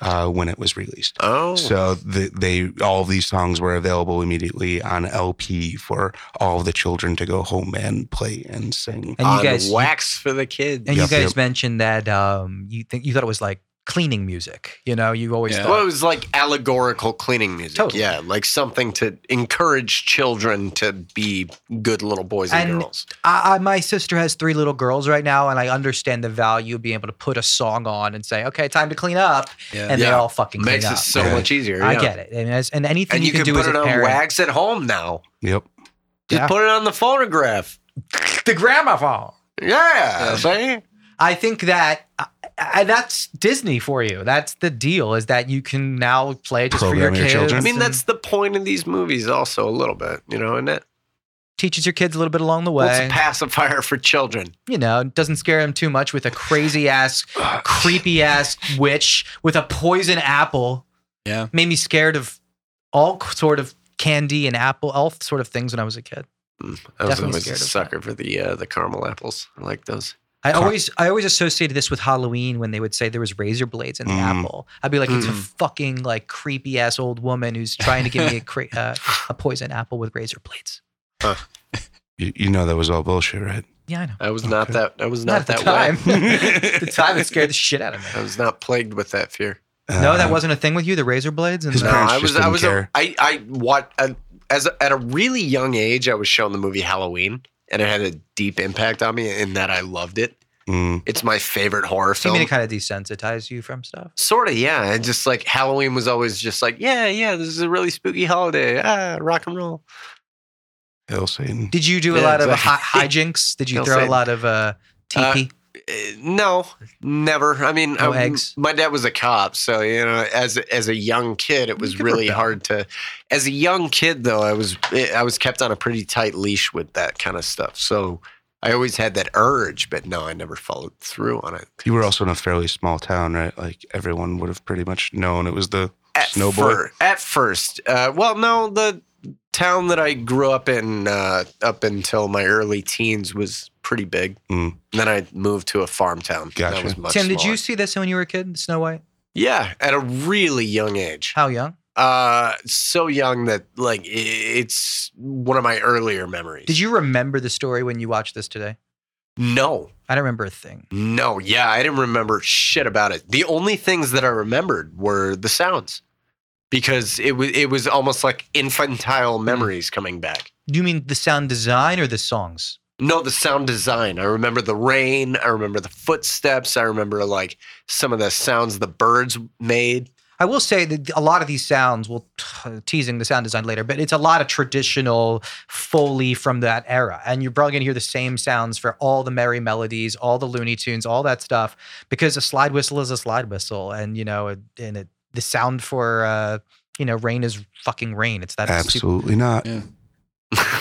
Speaker 4: uh, when it was released.
Speaker 1: Oh,
Speaker 4: So the, they all these songs were available immediately on LP for all the children to go home and play and sing.
Speaker 3: And
Speaker 1: on
Speaker 3: you guys,
Speaker 1: wax for the kids.
Speaker 3: and
Speaker 4: Yep,
Speaker 3: you guys
Speaker 4: yep.
Speaker 3: mentioned that um, you think you thought it was like cleaning music. You know, you always
Speaker 2: Yeah.
Speaker 3: thought.
Speaker 1: Well, it was like allegorical cleaning music.
Speaker 3: Totally.
Speaker 1: Yeah, like something to encourage children to be good little boys and,
Speaker 3: And-
Speaker 1: girls.
Speaker 3: I, I, my sister has three little girls right now, and I understand the value of being able to put a song on and say, "Okay, time to clean up,"
Speaker 2: Yeah.
Speaker 3: and they
Speaker 1: Yeah.
Speaker 3: all fucking
Speaker 1: Makes
Speaker 3: clean
Speaker 1: it
Speaker 3: up.
Speaker 1: so
Speaker 4: Yeah.
Speaker 1: much easier.
Speaker 3: I
Speaker 1: yeah.
Speaker 3: get it, and, as, and anything
Speaker 1: And you, can,
Speaker 3: do
Speaker 1: put
Speaker 3: as
Speaker 1: it
Speaker 3: a
Speaker 1: on
Speaker 3: parent,
Speaker 1: wax at home now.
Speaker 4: Yep.
Speaker 1: Just
Speaker 3: Yeah.
Speaker 1: put it on the phonograph.
Speaker 3: the gramophone.
Speaker 1: Yeah,
Speaker 2: Yeah.
Speaker 1: see?
Speaker 3: I think that I, I, that's Disney for you. That's the deal is that you can now play just for your
Speaker 4: Program your
Speaker 3: kids.
Speaker 4: children.
Speaker 1: I mean,
Speaker 3: and
Speaker 1: that's the point of these movies, also a little bit, you know, and it
Speaker 3: teaches your kids a little bit along the
Speaker 1: well, it's
Speaker 3: way.
Speaker 1: a pacifier for children.
Speaker 3: you know, it doesn't scare them too much with a crazy ass, creepy ass witch with a poison apple.
Speaker 2: Yeah.
Speaker 3: made me scared of all sort of candy and apple, all sort of things when I was a kid.
Speaker 1: I was
Speaker 3: Definitely
Speaker 1: always a
Speaker 3: scared of
Speaker 1: sucker for the uh, the caramel apples. I like those.
Speaker 3: I
Speaker 4: Car-
Speaker 3: always I always associated this with Halloween when they would say there was razor blades in the
Speaker 4: Mm.
Speaker 3: apple. I'd be like, it's a
Speaker 2: Mm.
Speaker 3: fucking like creepy ass old woman who's trying to give me a cra- uh, a poison apple with razor blades.
Speaker 4: You, you know that was all bullshit, right?
Speaker 3: Yeah, I know.
Speaker 1: I was not
Speaker 4: Okay.
Speaker 1: that. I was
Speaker 3: Not
Speaker 1: not,
Speaker 3: at the
Speaker 1: that way.
Speaker 3: time. At the time, it scared the shit out of me.
Speaker 1: I was not plagued with that fear.
Speaker 3: No,
Speaker 4: Uh,
Speaker 3: that wasn't a thing with you. The razor blades and
Speaker 4: His
Speaker 3: the,
Speaker 1: No,
Speaker 4: parents
Speaker 1: I
Speaker 4: just
Speaker 1: was. I
Speaker 4: didn't
Speaker 1: was.
Speaker 4: care.
Speaker 1: A, I. I. What. I, as a, at a really young age, I was shown the movie Halloween, and it had a deep impact on me in that I loved it.
Speaker 4: mm,
Speaker 1: It's my favorite horror
Speaker 3: you
Speaker 1: film.
Speaker 3: mean it kind of desensitize you from stuff?
Speaker 1: Sort of, yeah. And just like Halloween was always just like, yeah, yeah, this is a really spooky holiday. Ah, rock and roll.
Speaker 4: Hail Satan.
Speaker 3: Did you do a
Speaker 1: Yeah,
Speaker 3: lot of
Speaker 1: exactly.
Speaker 3: hi- hijinks? Did you
Speaker 1: Kill
Speaker 3: throw a
Speaker 1: Satan.
Speaker 3: lot of uh, TP?
Speaker 1: Uh, no, never. I mean,
Speaker 3: No
Speaker 1: I-
Speaker 3: eggs?
Speaker 1: My dad was a cop, so you know, as as a young kid, it was
Speaker 3: could
Speaker 1: really
Speaker 3: rebel.
Speaker 1: hard to. As a young kid, though, I was I was kept on a pretty tight leash with that kind of stuff. So I always had that urge, but no, I never followed through on it.
Speaker 4: You were also in a fairly small town, right? Like everyone would have pretty much known it was the
Speaker 1: at
Speaker 4: Snowboard?
Speaker 1: fir- at first, uh, well, no, the town that I grew up in uh, up until my early teens was pretty big.
Speaker 4: Mm.
Speaker 1: Then I moved to a farm town.
Speaker 4: Gotcha.
Speaker 1: That was much
Speaker 3: Tim, did
Speaker 1: smaller.
Speaker 3: you see this when you were a kid, Snow White?
Speaker 1: Yeah, at a really young age.
Speaker 3: How young?
Speaker 1: Uh, so young that like i- it's one of my earlier memories.
Speaker 3: Did you remember the story when you watched this today?
Speaker 1: No,
Speaker 3: I don't remember a thing.
Speaker 1: no, yeah, I didn't remember shit about it. The only things that I remembered were the sounds, because it was it was almost like infantile memories coming back.
Speaker 3: Do you mean the sound design or the songs?
Speaker 1: No, the sound design. I remember the rain. I remember the footsteps. I remember like some of the sounds the birds made.
Speaker 3: I will say that a lot of these sounds, we'll teasing the sound design later, but it's a lot of traditional foley from that era. And you're probably going to hear the same sounds for all the merry melodies, all the Looney Tunes, all that stuff, because a slide whistle is a slide whistle. And, you know, it- and it, the sound for, uh, you know, rain is fucking rain. It's that stupid-
Speaker 4: Absolutely not.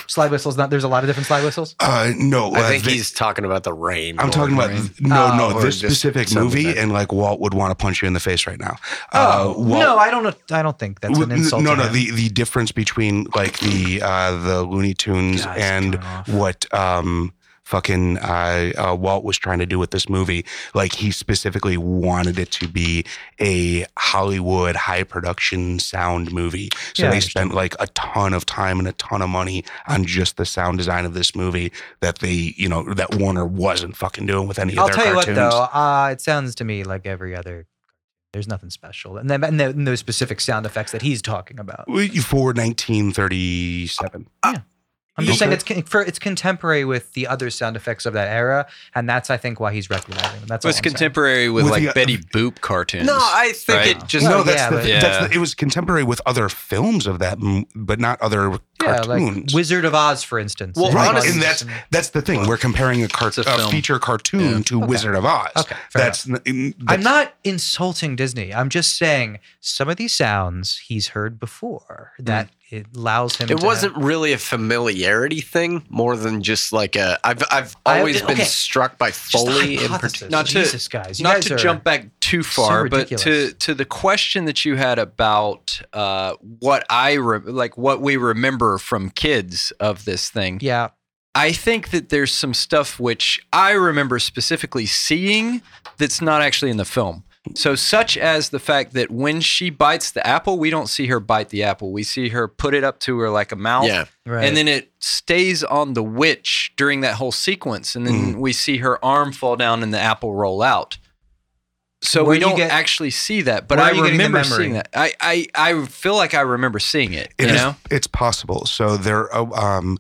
Speaker 3: slide whistles. Not there's a lot of different slide whistles.
Speaker 4: Uh, no,
Speaker 1: I
Speaker 4: uh,
Speaker 1: think
Speaker 4: thi-
Speaker 1: he's talking about the rain.
Speaker 4: I'm
Speaker 1: or-
Speaker 4: talking about
Speaker 2: Wolverine.
Speaker 4: no,
Speaker 3: Oh.
Speaker 4: no,
Speaker 1: Or
Speaker 4: this
Speaker 1: just
Speaker 4: specific
Speaker 1: some
Speaker 4: movie,
Speaker 1: effect.
Speaker 4: and like Walt would want to punch you in the face right now. Uh,
Speaker 3: Oh
Speaker 4: Walt-
Speaker 3: no, I don't. I don't think that's an
Speaker 4: w-
Speaker 3: insult.
Speaker 4: No,
Speaker 3: to
Speaker 4: no,
Speaker 3: him.
Speaker 4: the the difference between like the uh, the Looney Tunes
Speaker 3: Guys,
Speaker 4: and
Speaker 3: turn off.
Speaker 4: what um fucking uh, uh Walt was trying to do with this movie. Like he specifically wanted it to be a Hollywood high production sound movie. So
Speaker 3: Yeah, I
Speaker 4: they
Speaker 3: understand.
Speaker 4: spent like a ton of time and a ton of money on just the sound design of this movie that they, you know, that Warner wasn't fucking doing with any
Speaker 3: I'll
Speaker 4: of
Speaker 3: tell
Speaker 4: their
Speaker 3: you
Speaker 4: cartoons.
Speaker 3: what though, uh, it sounds to me like every other. There's nothing special, and then and, the, and those specific sound effects that he's talking about.
Speaker 4: For 1937.
Speaker 3: I'm just
Speaker 4: Okay.
Speaker 3: saying it's con- for it's contemporary with the other sound effects of that era, and that's I think why he's recognizing them. That's
Speaker 2: It was
Speaker 3: all I'm saying.
Speaker 2: contemporary with,
Speaker 4: With
Speaker 2: like
Speaker 4: the- uh,
Speaker 2: Betty Boop cartoons.
Speaker 1: No, I think
Speaker 2: Right.
Speaker 1: it just
Speaker 3: Well,
Speaker 4: no, that's,
Speaker 3: yeah,
Speaker 4: the,
Speaker 3: but-
Speaker 2: Yeah.
Speaker 4: that's the, it was contemporary with other films of that, m- but not other
Speaker 3: Yeah,
Speaker 4: cartoons.
Speaker 3: like Wizard of Oz, for instance.
Speaker 1: Well,
Speaker 3: It
Speaker 1: Right,
Speaker 3: was-
Speaker 1: honestly-
Speaker 4: and that's- that's the thing. We're comparing a, cart-
Speaker 2: It's a
Speaker 4: a,
Speaker 2: film.
Speaker 4: feature cartoon
Speaker 2: Yeah.
Speaker 4: to Wizard of Oz.
Speaker 3: okay. fair
Speaker 4: That's, n- n- that's
Speaker 3: I'm not insulting Disney. I'm just saying some of these sounds he's heard before that it allows him. to
Speaker 1: It
Speaker 3: have-
Speaker 1: wasn't really a familiarity thing, more than just like a. I've I've
Speaker 3: I-
Speaker 1: always been
Speaker 3: okay.
Speaker 1: struck by
Speaker 3: Just a
Speaker 1: Foley in
Speaker 3: hypothesis.
Speaker 1: particular.
Speaker 2: Not to-
Speaker 3: Jesus, guys. You
Speaker 2: Not
Speaker 3: guys
Speaker 2: to
Speaker 3: are-
Speaker 2: jump back too far, but to
Speaker 3: ridiculous.
Speaker 2: to the question that you had about uh, what I re- like what we remember from kids of this thing.
Speaker 3: Yeah,
Speaker 2: I think that there's some stuff which I remember specifically seeing that's not actually in the film. So, such as the fact that when she bites the apple, we don't see her bite the apple. We see her put it up to her like a mouth.
Speaker 1: Yeah,
Speaker 3: right.
Speaker 2: And then it stays on the witch during that whole sequence. And then
Speaker 3: Mm-hmm.
Speaker 2: we see her arm fall down and the apple roll out. So
Speaker 3: Where
Speaker 2: we
Speaker 3: do you
Speaker 2: don't
Speaker 3: get-
Speaker 2: actually see that, but
Speaker 3: where
Speaker 2: I
Speaker 3: are you getting the
Speaker 2: remember
Speaker 3: memory?
Speaker 2: seeing that. I, I, I feel like I remember seeing it.
Speaker 4: It
Speaker 2: you
Speaker 4: is-
Speaker 2: know?
Speaker 4: it's possible. So there, oh, um,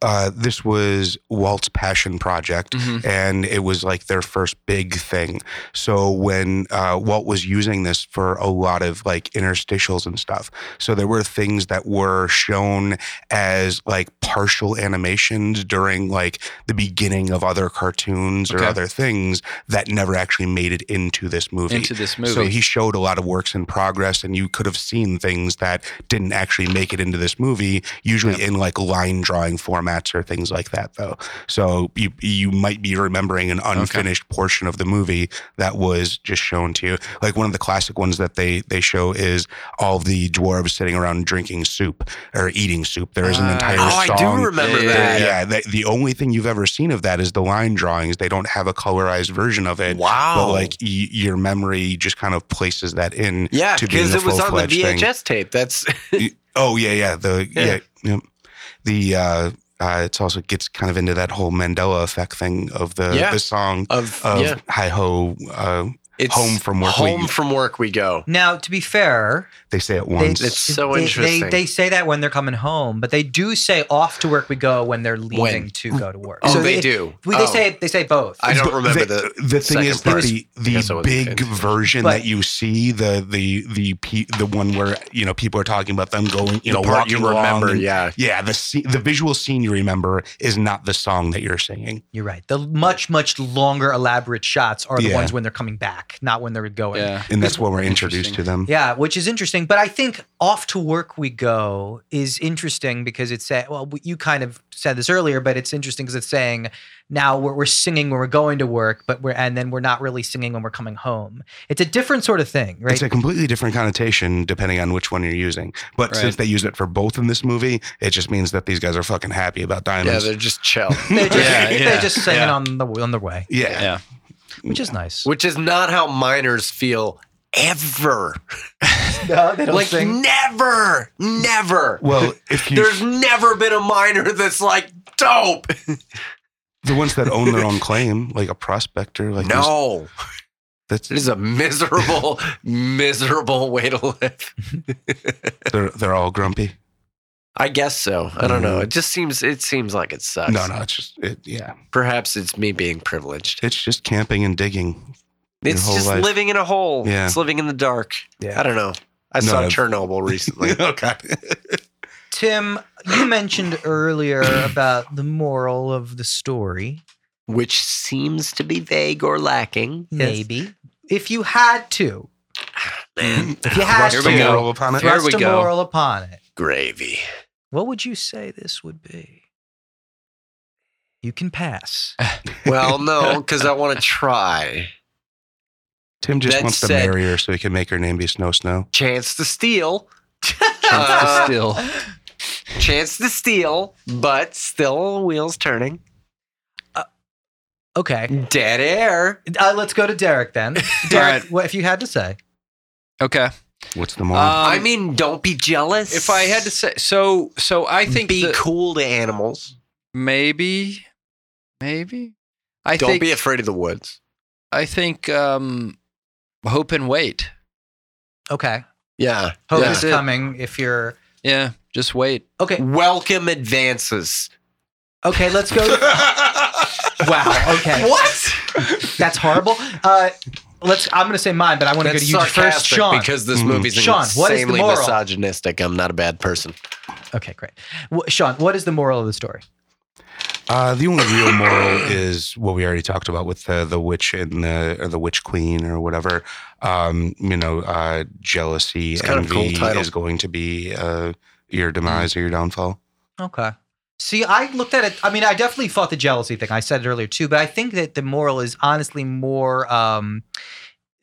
Speaker 4: uh, this was Walt's passion project,
Speaker 2: Mhm.
Speaker 4: and it was like their first big thing. So when uh, Walt was using this for a lot of like interstitials and stuff, so there were things that were shown as like partial animations during like the beginning of other cartoons or
Speaker 2: Okay.
Speaker 4: other things that never actually made it into this movie.
Speaker 2: Into this movie.
Speaker 4: So he showed a lot of works in progress, and you could have seen things that didn't actually make it into this movie, usually in like line drawing formats or things like that, though. So you you might be remembering an unfinished portion of the movie that was just shown to you. Like one of the classic ones that they they show is all the dwarves sitting around drinking soup or eating soup. There is an
Speaker 2: Ah.
Speaker 4: entire
Speaker 1: oh, I
Speaker 4: song.
Speaker 1: do remember
Speaker 2: Yeah,
Speaker 1: that.
Speaker 4: Yeah, the, the only thing you've ever seen of that is the line drawings. They don't have a colorized version of it
Speaker 1: Wow.
Speaker 4: but like y- your memory just kind of places that in.
Speaker 1: yeah,
Speaker 4: to being
Speaker 1: because
Speaker 4: a
Speaker 1: it was on the
Speaker 4: full-fledged thing.
Speaker 1: VHS tape. That's
Speaker 4: Oh yeah, yeah. The
Speaker 1: Yeah.
Speaker 4: yeah, yep. the uh, uh, it's also gets kind of into that whole Mandela effect thing of the
Speaker 1: Yeah.
Speaker 4: the song
Speaker 1: of
Speaker 4: of
Speaker 1: yeah.
Speaker 4: Hi Ho. Uh,
Speaker 1: It's
Speaker 4: home from work we-
Speaker 1: Home from work we go.
Speaker 3: now, to be fair,
Speaker 4: they say it
Speaker 3: they,
Speaker 4: once.
Speaker 1: It's so
Speaker 3: they, They,
Speaker 1: interesting.
Speaker 3: they say that when they're coming home, but they do say off to work we go when they're leaving
Speaker 1: When?
Speaker 3: to go to work.
Speaker 1: Oh,
Speaker 3: So
Speaker 1: they
Speaker 3: it-
Speaker 1: do.
Speaker 3: We, they
Speaker 1: Oh.
Speaker 3: say they say both.
Speaker 1: I don't
Speaker 4: But
Speaker 1: remember
Speaker 4: the
Speaker 1: the
Speaker 4: thing is
Speaker 1: second part.
Speaker 4: that
Speaker 1: I
Speaker 4: the
Speaker 1: guess I
Speaker 4: the
Speaker 1: wasn't paying
Speaker 4: big
Speaker 1: attention.
Speaker 4: version
Speaker 3: But-
Speaker 4: that you see the the the pe- the one where you know people are talking about them going you know
Speaker 1: part
Speaker 4: walking
Speaker 1: you
Speaker 4: along
Speaker 1: remember,
Speaker 4: and-
Speaker 1: yeah.
Speaker 4: yeah the sce- the visual scene you remember is not the song that you're singing
Speaker 3: You're right. The much much longer elaborate shots are the
Speaker 4: Yeah.
Speaker 3: ones when they're coming back. back, not when they're going.
Speaker 2: Yeah.
Speaker 4: And that's when we're introduced
Speaker 2: Interesting.
Speaker 4: to them.
Speaker 3: Yeah, which is interesting. But I think off to work we go is interesting because it's saying, well, you kind of said this earlier, but it's interesting because it's saying now we're, we're singing when we're going to work, but we're, and then we're not really singing when we're coming home. It's a different sort of thing, right?
Speaker 4: It's a completely different connotation depending on which one you're using. But
Speaker 2: Right.
Speaker 4: since they use it for both in this movie, it just means that these guys are fucking happy about
Speaker 1: Yeah,
Speaker 4: diamonds.
Speaker 1: they're just chill,
Speaker 3: they're, just,
Speaker 2: Yeah,
Speaker 3: they're
Speaker 2: yeah,
Speaker 3: just singing
Speaker 2: yeah.
Speaker 3: on the on their way,
Speaker 4: Yeah.
Speaker 2: Yeah.
Speaker 3: which is nice.
Speaker 1: which is not how miners feel ever.
Speaker 3: No, they don't
Speaker 1: Like
Speaker 3: sing.
Speaker 1: never, never.
Speaker 4: Well, if you
Speaker 1: There's never been a miner that's like dope.
Speaker 4: the ones that own their own claim, like a prospector, like these-
Speaker 1: no,
Speaker 4: that's
Speaker 1: it is a miserable, miserable way to live.
Speaker 4: they're they're all grumpy.
Speaker 1: I guess so. I don't know. It just seems it seems like it sucks.
Speaker 4: No, no, it's just it, yeah,
Speaker 1: Perhaps it's me being privileged.
Speaker 4: it's just camping and digging. Your
Speaker 1: It's
Speaker 4: whole
Speaker 1: just
Speaker 4: life.
Speaker 1: living in a hole.
Speaker 4: Yeah.
Speaker 1: It's living in the dark.
Speaker 3: Yeah.
Speaker 1: I don't know. I
Speaker 4: No,
Speaker 1: saw
Speaker 4: no.
Speaker 1: Chernobyl recently.
Speaker 4: oh God,
Speaker 3: Tim, you mentioned earlier about the moral of the story.
Speaker 1: which seems to be vague or lacking.
Speaker 3: Maybe if you had to,
Speaker 1: Man,
Speaker 3: if you had
Speaker 4: Thrust
Speaker 2: we
Speaker 4: a
Speaker 3: to
Speaker 2: go.
Speaker 4: moral upon it.
Speaker 2: Here
Speaker 3: thrust
Speaker 2: we
Speaker 3: a
Speaker 2: go.
Speaker 3: moral upon it.
Speaker 1: gravy.
Speaker 3: What would you say this would be? You can pass.
Speaker 1: Well, no, because I want to try.
Speaker 4: Tim just
Speaker 1: That
Speaker 4: wants to
Speaker 1: said-
Speaker 4: marry her so he can make her name be Snow Snow.
Speaker 1: Chance to steal.
Speaker 2: Chances
Speaker 1: Uh,
Speaker 2: still.
Speaker 1: Chance to steal, but still wheels turning.
Speaker 3: Okay.
Speaker 1: Dead air.
Speaker 3: Uh, let's go to Derek then. Derek,
Speaker 2: right.
Speaker 3: what if you had to say?
Speaker 2: Okay.
Speaker 4: What's the moral?
Speaker 3: Um,
Speaker 1: I mean, don't be jealous.
Speaker 2: if I had to say, so, so I think
Speaker 1: be
Speaker 2: the-
Speaker 1: cool to animals.
Speaker 2: maybe, maybe. I
Speaker 1: don't
Speaker 2: think
Speaker 1: be afraid of the woods.
Speaker 2: I think um, hope and wait.
Speaker 3: Okay.
Speaker 1: Yeah.
Speaker 3: Hope
Speaker 2: Yeah.
Speaker 3: is coming if you're
Speaker 2: Yeah, just wait.
Speaker 3: Okay.
Speaker 1: Welcome advances.
Speaker 3: Okay, let's go. wow. Okay.
Speaker 1: What?
Speaker 3: That's horrible. Uh let's I'm gonna say mine, but I want to go to you first.
Speaker 1: sarcastic
Speaker 3: Sean. Mm-hmm.
Speaker 1: because this
Speaker 4: Mm.
Speaker 1: movie's
Speaker 3: Sean, what is the
Speaker 1: insanely
Speaker 3: moral?
Speaker 1: misogynistic. I'm not a bad person.
Speaker 3: okay, great. Wh- Sean, what is the moral of the story?
Speaker 4: Uh, the only real moral is what we already talked about with the, the witch and the or the witch queen or whatever. Um, you know, uh, jealousy,
Speaker 1: It's kind of a cool
Speaker 4: envy
Speaker 1: title.
Speaker 4: is going to be uh, your demise or your downfall.
Speaker 3: Okay. See, I looked at it. I mean, I definitely fought the jealousy thing. I said it earlier too, but I think that the moral is honestly more um,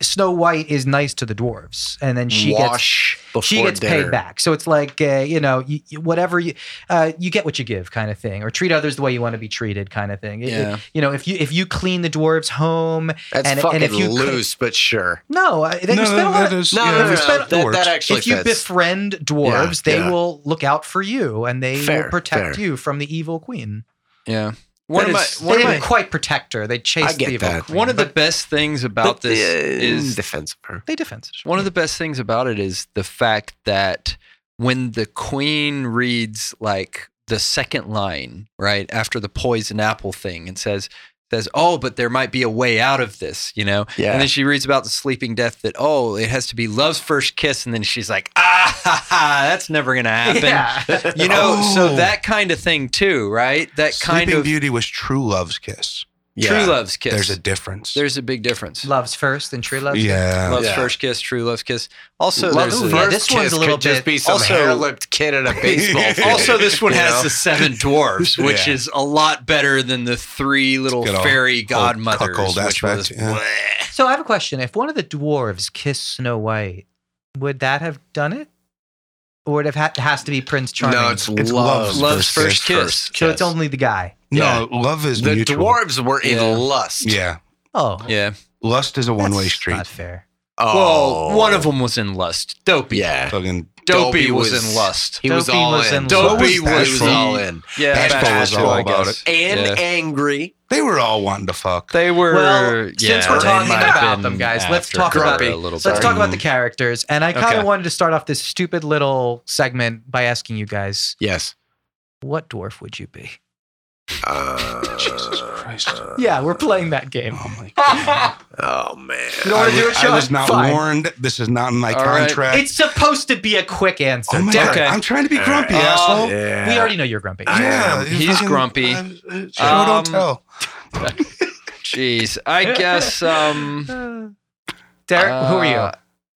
Speaker 3: Snow White is nice to the dwarves, and then she gets
Speaker 1: Wash before
Speaker 3: she gets
Speaker 1: dinner.
Speaker 3: paid back. So it's like uh, you know, you, you- whatever you uh, you get what you give, kind of thing, or treat others the way you want to be treated, kind of thing. It- it-
Speaker 2: Yeah.
Speaker 3: you know, if you if you clean the dwarves' home,
Speaker 1: That's
Speaker 3: And- and
Speaker 1: fucking
Speaker 3: if you could-
Speaker 1: loose, but sure.
Speaker 3: no, I- that you spend a lot of-
Speaker 4: is-
Speaker 1: No,
Speaker 4: yeah,
Speaker 1: no, no,
Speaker 4: that's-
Speaker 1: no,
Speaker 3: spent-
Speaker 1: That, that
Speaker 4: works.
Speaker 1: actually
Speaker 3: if you
Speaker 1: fits.
Speaker 3: befriend dwarves, they
Speaker 4: yeah.
Speaker 3: will look out for you and they
Speaker 1: Fair,
Speaker 3: will protect
Speaker 1: fair.
Speaker 3: you from the evil queen.
Speaker 2: Yeah. One of my
Speaker 1: is-
Speaker 2: one
Speaker 3: they
Speaker 2: of
Speaker 3: didn't
Speaker 2: my
Speaker 3: quite protect her. They
Speaker 1: I
Speaker 3: chased
Speaker 1: get
Speaker 3: the evil
Speaker 1: that.
Speaker 3: queen,
Speaker 2: one of the
Speaker 3: but
Speaker 2: best things about
Speaker 1: But
Speaker 2: this
Speaker 1: the-
Speaker 2: is
Speaker 1: defense of her.
Speaker 3: they defense. it.
Speaker 2: One of the best things about it is the fact that when the queen reads like the second line, right after the poison apple thing, and says says, "Oh, but there might be a way out of this," you know.
Speaker 1: Yeah.
Speaker 2: And then she reads about the sleeping death that oh, it has to be love's first kiss, and then she's like, "Ah, ha, ha, that's never gonna happen."
Speaker 3: Yeah.
Speaker 2: You know, so
Speaker 4: Oh.
Speaker 2: that kind of thing too, right? That kind
Speaker 4: Sleeping
Speaker 2: of
Speaker 4: Beauty was true love's kiss.
Speaker 2: true love's kiss.
Speaker 4: There's a difference.
Speaker 2: There's a big difference.
Speaker 3: loves first and true loves.
Speaker 4: Oh, yeah.
Speaker 2: Love's
Speaker 1: Yeah.
Speaker 2: first kiss, true love's kiss. Also,
Speaker 1: Love's
Speaker 2: there's
Speaker 3: Ooh,
Speaker 2: a-
Speaker 1: first
Speaker 3: yeah, this
Speaker 1: kiss
Speaker 3: one's a little
Speaker 1: could just
Speaker 3: bit-
Speaker 1: be some
Speaker 2: also-
Speaker 1: hair-lipped kid at a baseball field.
Speaker 2: Also, this one
Speaker 1: You
Speaker 2: has
Speaker 1: know?
Speaker 2: the seven dwarves, which
Speaker 4: Yeah.
Speaker 2: is a lot better than the three little
Speaker 4: Good old-
Speaker 2: fairy
Speaker 4: old
Speaker 2: godmothers,
Speaker 4: cuckold
Speaker 2: which was
Speaker 4: aspect, yeah.
Speaker 2: bleh.
Speaker 3: So I have a question: If one of the dwarves kissed Snow White, would that have done it, or would it have had, has to be Prince Charming?
Speaker 1: No, it's,
Speaker 4: It's
Speaker 1: love.
Speaker 4: love's
Speaker 2: love's first,
Speaker 4: First
Speaker 2: kiss.
Speaker 3: so it's only the guy.
Speaker 4: no, love is
Speaker 1: The
Speaker 4: mutual.
Speaker 1: dwarves were in
Speaker 2: Yeah.
Speaker 1: lust.
Speaker 4: Yeah,
Speaker 3: Oh,
Speaker 2: Yeah.
Speaker 4: lust is a
Speaker 3: that's
Speaker 4: one-way street.
Speaker 3: Not fair.
Speaker 1: Oh.
Speaker 2: Well, one of them was in lust. Dopey.
Speaker 1: Yeah.
Speaker 4: Fucking
Speaker 2: Dopey,
Speaker 1: Dopey
Speaker 2: was,
Speaker 1: was-
Speaker 2: in lust.
Speaker 1: He was
Speaker 3: Dopey
Speaker 1: all
Speaker 3: was
Speaker 1: in.
Speaker 3: in
Speaker 2: lust.
Speaker 1: Dopey was,
Speaker 4: Bashful.
Speaker 1: all in.
Speaker 2: Yeah,
Speaker 1: Bashful
Speaker 4: was all
Speaker 2: I
Speaker 4: about
Speaker 2: guess.
Speaker 1: And
Speaker 2: Yeah.
Speaker 1: angry.
Speaker 4: they were all wanting to fuck.
Speaker 2: they were.
Speaker 3: Well, since
Speaker 2: yeah,
Speaker 3: we're
Speaker 2: they
Speaker 1: talking
Speaker 2: might have
Speaker 3: about
Speaker 2: been
Speaker 3: them, guys, let's
Speaker 2: after
Speaker 3: talk
Speaker 2: her
Speaker 1: about-
Speaker 2: a little
Speaker 3: So let's
Speaker 2: bit.
Speaker 3: talk about the characters, and I kind of
Speaker 2: Okay.
Speaker 3: wanted to start off this stupid little segment by asking you guys,
Speaker 1: Yes.
Speaker 3: what dwarf would you be?
Speaker 1: Uh,
Speaker 4: Jesus Christ.
Speaker 3: Yeah, we're playing that game.
Speaker 4: Oh my god.
Speaker 1: Oh man.
Speaker 3: You know what
Speaker 4: I,
Speaker 3: to do
Speaker 4: wa-
Speaker 3: with
Speaker 4: I
Speaker 3: Sean?
Speaker 4: was not
Speaker 3: Fine.
Speaker 4: warned. This is not in my
Speaker 2: All right.
Speaker 4: contract.
Speaker 3: It's supposed to be a quick answer.
Speaker 4: oh my
Speaker 3: Derek,
Speaker 4: god. I'm trying to be grumpy,
Speaker 3: oh,
Speaker 2: Uh,
Speaker 4: asshole.
Speaker 1: Yeah.
Speaker 3: we already know you're grumpy.
Speaker 1: I-
Speaker 4: Yeah,
Speaker 1: am.
Speaker 4: you
Speaker 2: He's grumpy.
Speaker 4: uh, uh, show
Speaker 2: Um,
Speaker 4: don't tell.
Speaker 2: Jeez, I guess. Um,
Speaker 3: Uh, Derek, who are
Speaker 1: Uh,
Speaker 3: you?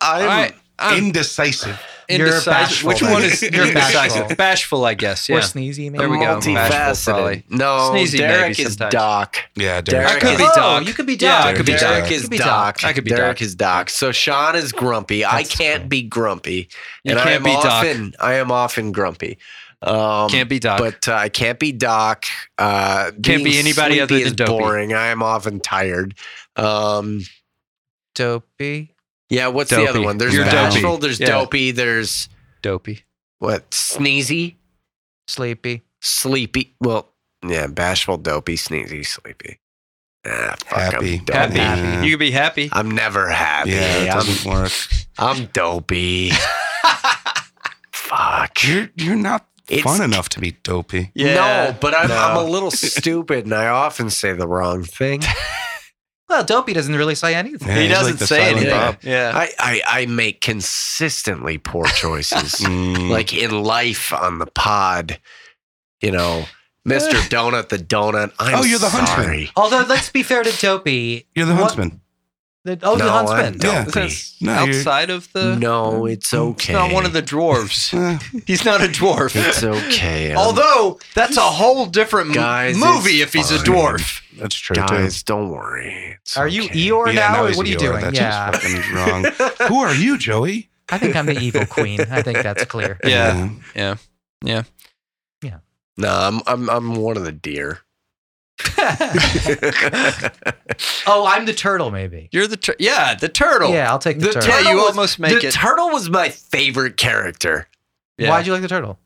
Speaker 2: All right. I'm
Speaker 4: Indecisive.
Speaker 3: you're
Speaker 2: indecisive.
Speaker 3: bashful.
Speaker 2: Which one is
Speaker 4: You're
Speaker 2: indecisive?
Speaker 3: bashful.
Speaker 2: Bashful, I guess. Yeah.
Speaker 3: Or sneezy? Maybe?
Speaker 2: There we go.
Speaker 3: Multi-
Speaker 2: Bashful, probably.
Speaker 1: Multifaceted. No,
Speaker 2: Sneezy
Speaker 1: Derek
Speaker 2: maybe
Speaker 1: is
Speaker 2: sometimes.
Speaker 1: Doc.
Speaker 4: Yeah,
Speaker 1: Derek.
Speaker 2: I could be
Speaker 1: Oh,
Speaker 2: Doc.
Speaker 3: you could be
Speaker 2: Yeah, I
Speaker 3: Doc.
Speaker 2: could be
Speaker 1: Derek
Speaker 2: Doc.
Speaker 1: is
Speaker 3: Could be
Speaker 1: Doc.
Speaker 3: Doc.
Speaker 2: I could be
Speaker 1: Derek
Speaker 2: Doc.
Speaker 1: is Doc. So Sean is grumpy. I
Speaker 3: That's
Speaker 1: can't be grumpy.
Speaker 2: You
Speaker 1: and I
Speaker 2: can't
Speaker 1: am
Speaker 2: be Doc.
Speaker 1: often, I am often grumpy. Um,
Speaker 2: Can't be Doc.
Speaker 1: But uh, I can't be Doc. Uh,
Speaker 2: Can't be anybody other than
Speaker 1: Doc.
Speaker 2: Dopey.
Speaker 1: boring. I am often tired. Um,
Speaker 3: Dopey.
Speaker 1: yeah, what's
Speaker 2: Dopey.
Speaker 1: the other one? There's
Speaker 4: You're
Speaker 1: bashful.
Speaker 2: dopey.
Speaker 1: There's
Speaker 2: Yeah.
Speaker 1: dopey. There's
Speaker 2: Dopey.
Speaker 1: what? Sneezy,
Speaker 3: Sleepy.
Speaker 1: sleepy. Well, yeah, bashful, dopey, sneezy, sleepy. Ah, fuck,
Speaker 4: Happy.
Speaker 1: I'm dopey.
Speaker 2: Happy.
Speaker 4: Yeah.
Speaker 2: You could be happy.
Speaker 1: I'm never happy.
Speaker 4: Yeah, it
Speaker 1: I'm
Speaker 4: doesn't work.
Speaker 1: I'm dopey. Fuck.
Speaker 4: You're you're not
Speaker 1: It's-
Speaker 4: fun enough to be dopey.
Speaker 1: No, but I'm,
Speaker 2: No.
Speaker 1: I'm a little stupid and I often say the wrong thing.
Speaker 3: Well, Dopey doesn't really say anything.
Speaker 4: Yeah,
Speaker 2: he
Speaker 4: he's
Speaker 2: doesn't
Speaker 4: like the
Speaker 2: say
Speaker 4: silent
Speaker 2: anything.
Speaker 1: Bob.
Speaker 2: Yeah.
Speaker 1: I, I, I make consistently poor choices.
Speaker 4: Mm.
Speaker 1: like in life on the pod, you know, Mr. Donut the Donut. I'm
Speaker 4: Oh, you're the huntsman.
Speaker 1: sorry.
Speaker 3: Although, let's be fair to Dopey.
Speaker 4: you're the
Speaker 3: What-
Speaker 4: huntsman.
Speaker 3: The, oh,
Speaker 1: No,
Speaker 3: the
Speaker 1: I'm
Speaker 3: huntsman.
Speaker 1: dopey.
Speaker 4: Yeah.
Speaker 2: That's
Speaker 4: No, you're-
Speaker 2: outside of the.
Speaker 1: No, it's okay.
Speaker 2: He's not one of the dwarves.
Speaker 4: Eh,
Speaker 2: he's not a dwarf.
Speaker 1: It's um, okay. Although,
Speaker 2: Although that's a whole different m-
Speaker 1: Guys,
Speaker 2: movie if
Speaker 1: it's
Speaker 2: he's a
Speaker 1: fine.
Speaker 2: dwarf.
Speaker 4: that's true too.
Speaker 1: guys, don't worry. It's
Speaker 3: Are you
Speaker 1: okay.
Speaker 3: Eeyore
Speaker 4: Yeah,
Speaker 3: now? Or
Speaker 4: he's
Speaker 3: what are you
Speaker 4: Eeyore.
Speaker 3: doing?
Speaker 4: That's
Speaker 3: yeah.
Speaker 4: just fucking wrong. Who are you, Joey? Uh,
Speaker 3: I think I'm the evil queen. I think that's clear.
Speaker 2: Yeah.
Speaker 1: No, I'm, I'm, I'm one of the deer.
Speaker 3: oh, I'm the turtle, maybe.
Speaker 2: You're the tur- yeah the turtle.
Speaker 3: Yeah, I'll take the,
Speaker 1: The
Speaker 3: turtle.
Speaker 2: Yeah,
Speaker 1: turtle
Speaker 2: you
Speaker 1: was-
Speaker 2: almost make
Speaker 1: the
Speaker 2: it.
Speaker 1: turtle was my favorite character.
Speaker 2: Yeah.
Speaker 3: Why'd you like the turtle?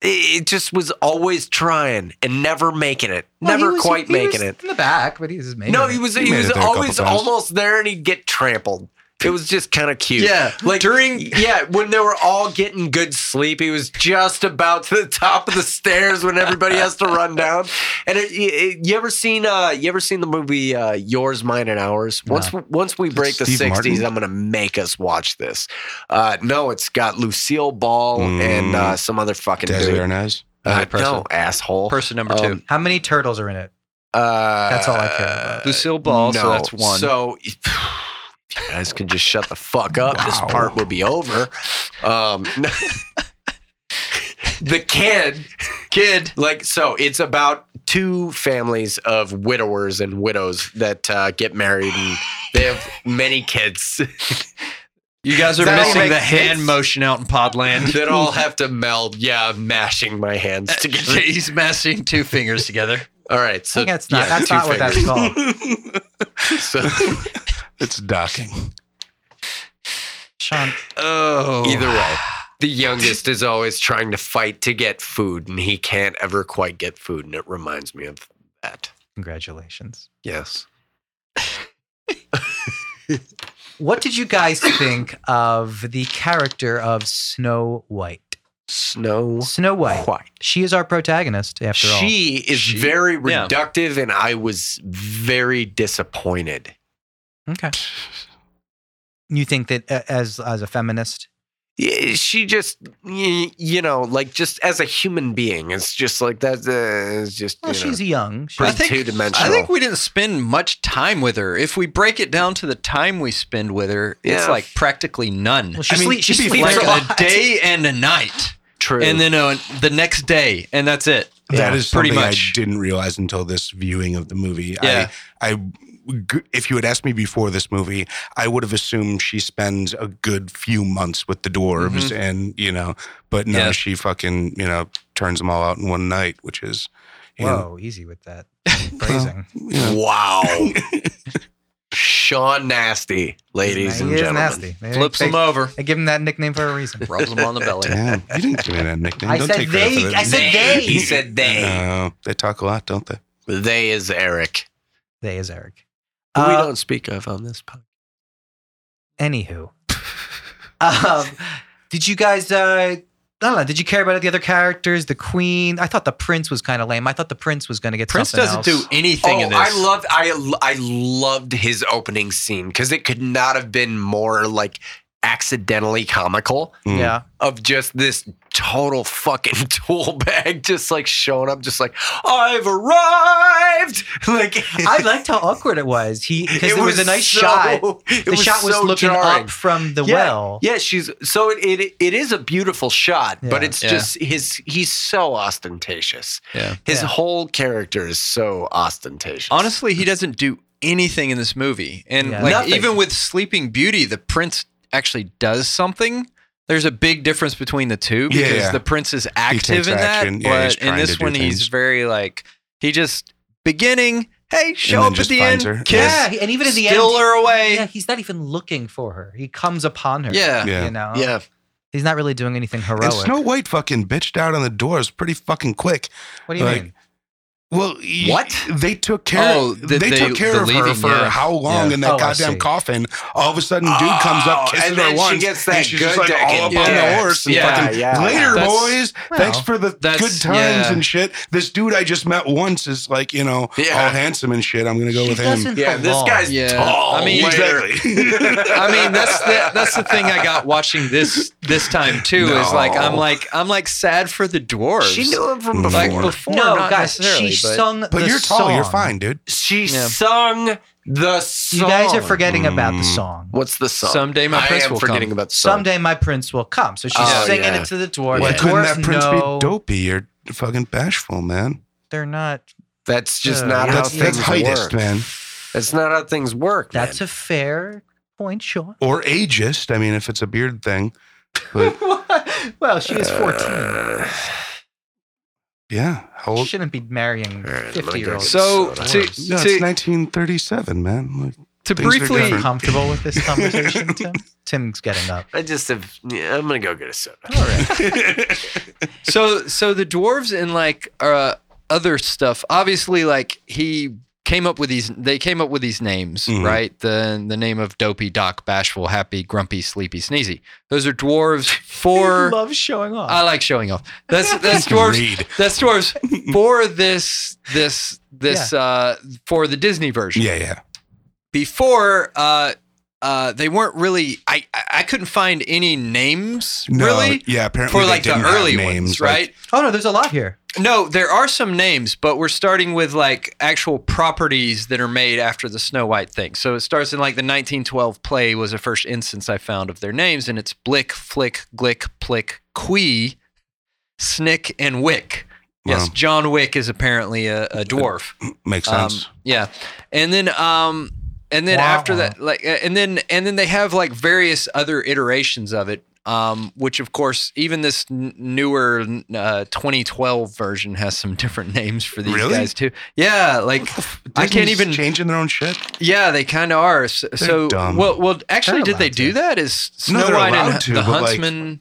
Speaker 1: It, it just was always trying and never making it,
Speaker 3: Well, he
Speaker 1: never
Speaker 3: was-
Speaker 1: quite
Speaker 3: he
Speaker 1: making
Speaker 3: was
Speaker 1: it.
Speaker 3: in the back, but he was making
Speaker 1: No,
Speaker 3: it.
Speaker 1: he was
Speaker 4: He
Speaker 1: he,
Speaker 4: made
Speaker 1: was
Speaker 4: it there a couple
Speaker 1: always
Speaker 4: times.
Speaker 1: almost there, and he'd get trampled. It was just kind of cute.
Speaker 2: Yeah,
Speaker 1: Like
Speaker 2: during
Speaker 1: yeah, when they were all getting good sleep, he was just about to the top of the stairs when everybody has to run down. And it, it- you ever seen uh you ever seen the movie uh Yours, Mine, and Ours?
Speaker 3: No.
Speaker 1: Once once we break the
Speaker 4: Steve
Speaker 1: sixties,
Speaker 4: Martin?
Speaker 1: I'm gonna make us watch this. Uh no, it's got Lucille Ball
Speaker 4: Mm.
Speaker 1: and uh, some other fucking
Speaker 4: Desi
Speaker 1: dude.
Speaker 4: Arnaz.
Speaker 1: Uh,
Speaker 2: Person.
Speaker 1: No asshole.
Speaker 2: person number two,
Speaker 1: Um,
Speaker 3: How many turtles are in it?
Speaker 1: uh,
Speaker 3: That's all I care about.
Speaker 2: Lucille Ball. So
Speaker 1: no.
Speaker 2: that's one.
Speaker 1: So if you guys can just shut the fuck up. This
Speaker 4: Wow.
Speaker 1: part will be over. Um, the kid, kid, like so. It's about two families of widowers and widows that uh, get married, and they have many kids
Speaker 2: you guys are
Speaker 1: That all
Speaker 2: missing
Speaker 1: makes
Speaker 2: the hand
Speaker 1: sense.
Speaker 2: motion out in Podland.
Speaker 1: that all have to meld. Yeah, I'm mashing my hands together.
Speaker 2: He's mashing two fingers together.
Speaker 1: All right,
Speaker 3: I
Speaker 1: so
Speaker 3: think that's not,
Speaker 1: yeah,
Speaker 3: that's
Speaker 1: two
Speaker 3: not what that's
Speaker 1: fingers.
Speaker 3: called.
Speaker 1: So,
Speaker 4: It's docking.
Speaker 3: Sean,
Speaker 2: Oh,
Speaker 1: Either way, the youngest is always trying to fight to get food, and he can't ever quite get food, and it reminds me of that.
Speaker 3: congratulations.
Speaker 1: Yes.
Speaker 3: What did you guys think of the character of Snow White?
Speaker 1: Snow
Speaker 3: Snow White.
Speaker 1: White.
Speaker 3: She is our protagonist, after all.
Speaker 1: She is
Speaker 2: She-
Speaker 1: very
Speaker 2: yeah.
Speaker 1: reductive, and I was very disappointed.
Speaker 3: Okay. You think that uh, as as a feminist,
Speaker 1: Yeah, She just, y- you know, like just as a human being, it's just like that's uh, it's just
Speaker 3: well,
Speaker 1: you
Speaker 3: she's
Speaker 1: know,
Speaker 3: young. She,
Speaker 1: pretty
Speaker 2: I think-
Speaker 1: two dimensional.
Speaker 2: I think we didn't spend much time with her. If we break it down to the time we spend with her, it's
Speaker 1: Yeah.
Speaker 2: like practically none.
Speaker 3: well, she,
Speaker 4: I mean,
Speaker 3: sleep- she
Speaker 4: she'd be
Speaker 3: sleeps
Speaker 2: like
Speaker 3: a lot.
Speaker 2: a day and a night,
Speaker 1: true.
Speaker 2: and then uh, the next day, and that's it.
Speaker 4: That is
Speaker 2: pretty
Speaker 4: something
Speaker 2: much.
Speaker 4: I didn't realize until this viewing of the movie.
Speaker 2: Yeah.
Speaker 4: I, I, if you had asked me before this movie, I would have assumed she spends a good few months with the dwarves, and you know, but no,
Speaker 2: Yeah.
Speaker 4: she fucking you know turns them all out in one night, which is, you know,
Speaker 3: Whoa, easy with that phrasing.
Speaker 4: you know,
Speaker 1: wow. Sean Nasty, ladies
Speaker 3: he
Speaker 1: and
Speaker 3: is
Speaker 1: gentlemen.
Speaker 3: nasty. They,
Speaker 2: Flips
Speaker 3: they,
Speaker 2: them over,
Speaker 3: I give him that nickname for a reason.
Speaker 2: rubs them on the belly.
Speaker 4: damn, you didn't give me that nickname.
Speaker 3: I
Speaker 4: don't
Speaker 3: said
Speaker 4: take credit
Speaker 3: they-
Speaker 4: for that.
Speaker 3: I said they.
Speaker 1: He said they.
Speaker 4: No, they talk a lot, don't they?
Speaker 1: They is Eric.
Speaker 3: They is Eric.
Speaker 1: Who we
Speaker 3: Uh,
Speaker 1: don't speak of on this podcast.
Speaker 3: Anywho, um, did you guys? Uh, I don't know. Did you care about the other characters? The queen. I thought the prince was kind of lame. I thought the prince was going to get
Speaker 2: Prince
Speaker 3: something
Speaker 2: doesn't
Speaker 3: else.
Speaker 2: do anything in this.
Speaker 1: Oh, I loved I I loved his opening scene because it could not have been more like accidentally comical
Speaker 4: Mm.
Speaker 3: Yeah.
Speaker 1: of just this total fucking tool bag just like showing up just like I've arrived like
Speaker 3: I liked how awkward it was. He because it, was, a nice
Speaker 1: Hmm. so-
Speaker 3: shot.
Speaker 1: it
Speaker 3: The shot was
Speaker 1: so
Speaker 3: looking
Speaker 1: jarring.
Speaker 3: up from the
Speaker 1: yeah,
Speaker 3: well.
Speaker 1: Yeah, she's so it it, it is a beautiful shot, but
Speaker 3: Yeah.
Speaker 1: it's
Speaker 2: Yeah.
Speaker 1: just his he's so ostentatious.
Speaker 2: Yeah.
Speaker 1: His
Speaker 3: Yeah.
Speaker 1: whole character is so ostentatious.
Speaker 2: Honestly, he doesn't do anything in this movie. And
Speaker 3: Yeah.
Speaker 2: like
Speaker 1: Nothing.
Speaker 2: even with Sleeping Beauty, the prince actually does something. There's a big difference between the two
Speaker 4: Yeah,
Speaker 2: because
Speaker 4: yeah.
Speaker 2: the prince is active
Speaker 4: takes
Speaker 2: in that,
Speaker 4: action. Yeah, he's
Speaker 2: but in
Speaker 4: trying
Speaker 2: this
Speaker 4: to do
Speaker 2: one he's
Speaker 4: things.
Speaker 2: very like he just beginning, hey, show
Speaker 4: then
Speaker 2: up at
Speaker 4: just
Speaker 2: the end,
Speaker 4: finds her.
Speaker 2: kiss,
Speaker 3: Yeah, he- and even in the
Speaker 2: steal
Speaker 3: end,
Speaker 2: her away.
Speaker 3: yeah, he's not even looking for her. He comes upon her.
Speaker 2: Yeah.
Speaker 4: Yeah.
Speaker 3: you know,
Speaker 1: yeah,
Speaker 3: he's not really doing anything
Speaker 4: And
Speaker 3: heroic.
Speaker 4: Snow White fucking bitched out on the doors pretty fucking quick.
Speaker 3: what do you
Speaker 4: like-
Speaker 3: mean?
Speaker 4: Well, y-
Speaker 1: What?
Speaker 4: they took care?
Speaker 2: Oh,
Speaker 4: they,
Speaker 2: the- they-
Speaker 4: took care
Speaker 2: the
Speaker 4: of her
Speaker 2: leaving,
Speaker 4: for
Speaker 2: yeah.
Speaker 4: how long
Speaker 2: Yeah.
Speaker 4: in that
Speaker 3: Oh, I see.
Speaker 4: goddamn coffin? All of a sudden, dude comes up,
Speaker 1: Oh,
Speaker 4: kisses
Speaker 1: and
Speaker 4: her
Speaker 1: then she
Speaker 4: once,
Speaker 1: gets
Speaker 4: and
Speaker 1: that
Speaker 4: she's just
Speaker 1: good
Speaker 4: like all up
Speaker 1: dick.
Speaker 4: on the
Speaker 1: Yeah.
Speaker 4: horse and
Speaker 2: Yeah,
Speaker 4: fucking
Speaker 1: yeah.
Speaker 4: later,
Speaker 2: That's-
Speaker 4: boys. thanks for the
Speaker 2: that's-
Speaker 4: good times
Speaker 2: yeah.
Speaker 4: and shit. This dude I just met once is like you know
Speaker 1: Yeah.
Speaker 4: all handsome and shit. I'm gonna go
Speaker 3: She
Speaker 4: with him.
Speaker 3: doesn't
Speaker 1: yeah. This
Speaker 3: belong.
Speaker 1: guy's
Speaker 2: Yeah.
Speaker 1: tall.
Speaker 2: I mean,
Speaker 1: later.
Speaker 2: I mean, that's the, that's the thing I got watching this this time too. Is like I'm
Speaker 4: No.
Speaker 2: like I'm like sad for the dwarves.
Speaker 1: she knew him from
Speaker 4: Mm.
Speaker 1: before.
Speaker 2: like before,
Speaker 3: no,
Speaker 2: not
Speaker 3: guys,
Speaker 2: necessarily,
Speaker 3: she
Speaker 2: but-
Speaker 3: sung.
Speaker 4: But
Speaker 3: the
Speaker 4: you're tall. You're
Speaker 3: song.
Speaker 4: fine, dude.
Speaker 1: she
Speaker 2: Yeah.
Speaker 1: sung the song.
Speaker 3: You guys are forgetting about the
Speaker 4: Mm.
Speaker 3: song.
Speaker 1: What's the song?
Speaker 2: Someday my
Speaker 1: I
Speaker 2: prince
Speaker 1: am
Speaker 2: will
Speaker 1: forgetting
Speaker 2: come.
Speaker 1: about the song.
Speaker 3: Someday my prince will come. So she's
Speaker 1: Oh,
Speaker 3: singing
Speaker 1: yeah.
Speaker 3: it to the dwarf.
Speaker 4: Why
Speaker 3: The
Speaker 4: couldn't
Speaker 3: dwarves
Speaker 4: that prince
Speaker 3: know
Speaker 4: be dopey? You're fucking bashful, man.
Speaker 3: They're not.
Speaker 1: That's just
Speaker 3: Uh,
Speaker 1: not how
Speaker 4: That's that's
Speaker 1: things
Speaker 4: heightist,
Speaker 1: work.
Speaker 4: man.
Speaker 1: That's not how things work.
Speaker 3: That's
Speaker 1: man.
Speaker 3: a fair point, Sean.
Speaker 4: Or ageist. I mean, if it's a beard thing, but Uh,
Speaker 3: well, she is 14.
Speaker 4: yeah, how
Speaker 3: She
Speaker 4: old?
Speaker 3: shouldn't be marrying
Speaker 4: uh,
Speaker 1: All right, I'm gonna
Speaker 3: 50 year
Speaker 1: go
Speaker 3: olds.
Speaker 1: get
Speaker 2: So
Speaker 1: Soda.
Speaker 2: to
Speaker 4: No,
Speaker 2: to,
Speaker 4: it's 1937, man. Like,
Speaker 2: to
Speaker 4: things are
Speaker 2: briefly
Speaker 3: Are you
Speaker 4: different.
Speaker 3: comfortable with this conversation, Tim? Tim's getting up.
Speaker 1: I just have. Yeah, I'm gonna go get a soda.
Speaker 3: All right.
Speaker 2: so so the dwarves and like uh, other stuff obviously like he came up with these they came up with these names
Speaker 4: Mhm.
Speaker 2: right the the name of dopey doc bashful happy grumpy sleepy sneezy those are dwarves for
Speaker 3: love showing off.
Speaker 2: i like showing off that's that's
Speaker 4: You can
Speaker 2: dwarves
Speaker 4: read.
Speaker 2: that's dwarves for this this this uh for the disney version
Speaker 4: Yeah, yeah.
Speaker 2: before uh uh, they weren't really. I I I couldn't find any names
Speaker 4: No,
Speaker 2: really
Speaker 4: Yeah, apparently
Speaker 2: for
Speaker 4: they
Speaker 2: like the
Speaker 4: didn't have
Speaker 2: early ones,
Speaker 4: names, like-
Speaker 2: right?
Speaker 3: oh, no, there's a lot here.
Speaker 2: No, there are some names, but we're starting with like actual properties that are made after the Snow White thing. So it starts in like the 1912 play was the first instance I found of their names, and it's Blick, Flick, Glick, Plick, Quee, Snick, and Wick. Yes,
Speaker 4: Wow.
Speaker 2: John Wick is apparently a, a dwarf.
Speaker 4: makes
Speaker 2: Um,
Speaker 4: sense.
Speaker 2: yeah, and then um, and then
Speaker 3: Wah,
Speaker 2: after
Speaker 3: wah.
Speaker 2: that, like, uh, and then and then they have like various other iterations of it. Um, which of course, even this n- newer uh, 2012 version has some different names for these
Speaker 4: Really?
Speaker 2: guys too. Yeah, like I can't
Speaker 4: Disney's
Speaker 2: even.
Speaker 4: changing their own shit.
Speaker 2: Yeah, they kind of are. So, so
Speaker 4: dumb.
Speaker 2: well, well, actually,
Speaker 3: They're
Speaker 2: did they
Speaker 3: allowed
Speaker 2: do
Speaker 3: to.
Speaker 2: that? Is Snow
Speaker 4: No, they're
Speaker 2: White and
Speaker 4: allowed to,
Speaker 2: the
Speaker 4: but, like-
Speaker 2: Huntsman?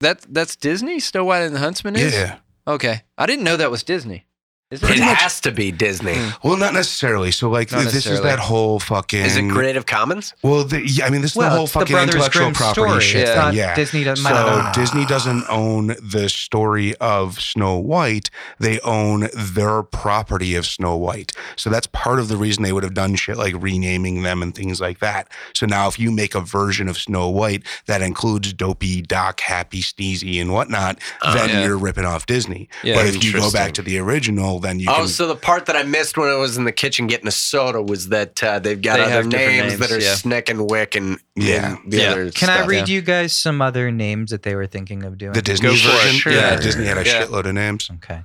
Speaker 2: that that's Disney. Snow White and the Huntsman is.
Speaker 4: Yeah.
Speaker 2: Okay, I didn't know that was Disney. Is
Speaker 1: It
Speaker 2: it?
Speaker 1: has to be Disney.
Speaker 2: Mm.
Speaker 4: Well, not necessarily. So like
Speaker 2: Not
Speaker 4: this is
Speaker 2: necessarily.
Speaker 4: that whole fucking.
Speaker 1: Is it Creative Commons?
Speaker 4: Well, the, yeah, I mean, this is
Speaker 3: Well,
Speaker 4: the whole
Speaker 3: it's the
Speaker 4: fucking
Speaker 3: Brothers
Speaker 4: intellectual
Speaker 3: Grimm
Speaker 4: property
Speaker 3: story.
Speaker 4: shit.
Speaker 3: It's
Speaker 2: Yeah.
Speaker 4: thing,
Speaker 3: not
Speaker 4: yeah.
Speaker 3: Disney doesn't mind.
Speaker 4: So
Speaker 3: So,
Speaker 4: Disney doesn't own the story of Snow White. They own their property of Snow White. So that's part of the reason they would have done shit like renaming them and things like that. So now if you make a version of Snow White that includes Dopey, Doc, Happy, Sneezy, and whatnot,
Speaker 1: Oh,
Speaker 4: then
Speaker 2: yeah.
Speaker 4: you're ripping off Disney.
Speaker 2: Yeah.
Speaker 4: but if you go
Speaker 1: Interesting.
Speaker 4: back to the original, then you
Speaker 1: oh,
Speaker 4: can
Speaker 1: so the part that I missed when I was in the kitchen getting a soda was that uh, they've got
Speaker 2: They
Speaker 1: other
Speaker 2: have different
Speaker 1: names,
Speaker 2: names,
Speaker 1: that are
Speaker 2: yeah.
Speaker 1: Snick and Wick and
Speaker 4: Yeah.
Speaker 1: and the
Speaker 2: Yeah.
Speaker 1: other.
Speaker 3: Can I
Speaker 1: stuff.
Speaker 3: read you guys some other names that they were thinking of doing?
Speaker 4: the Disney
Speaker 2: for it.
Speaker 4: version.
Speaker 2: Sure.
Speaker 4: Yeah, Disney had a
Speaker 2: Yeah.
Speaker 4: shitload of names.
Speaker 3: okay.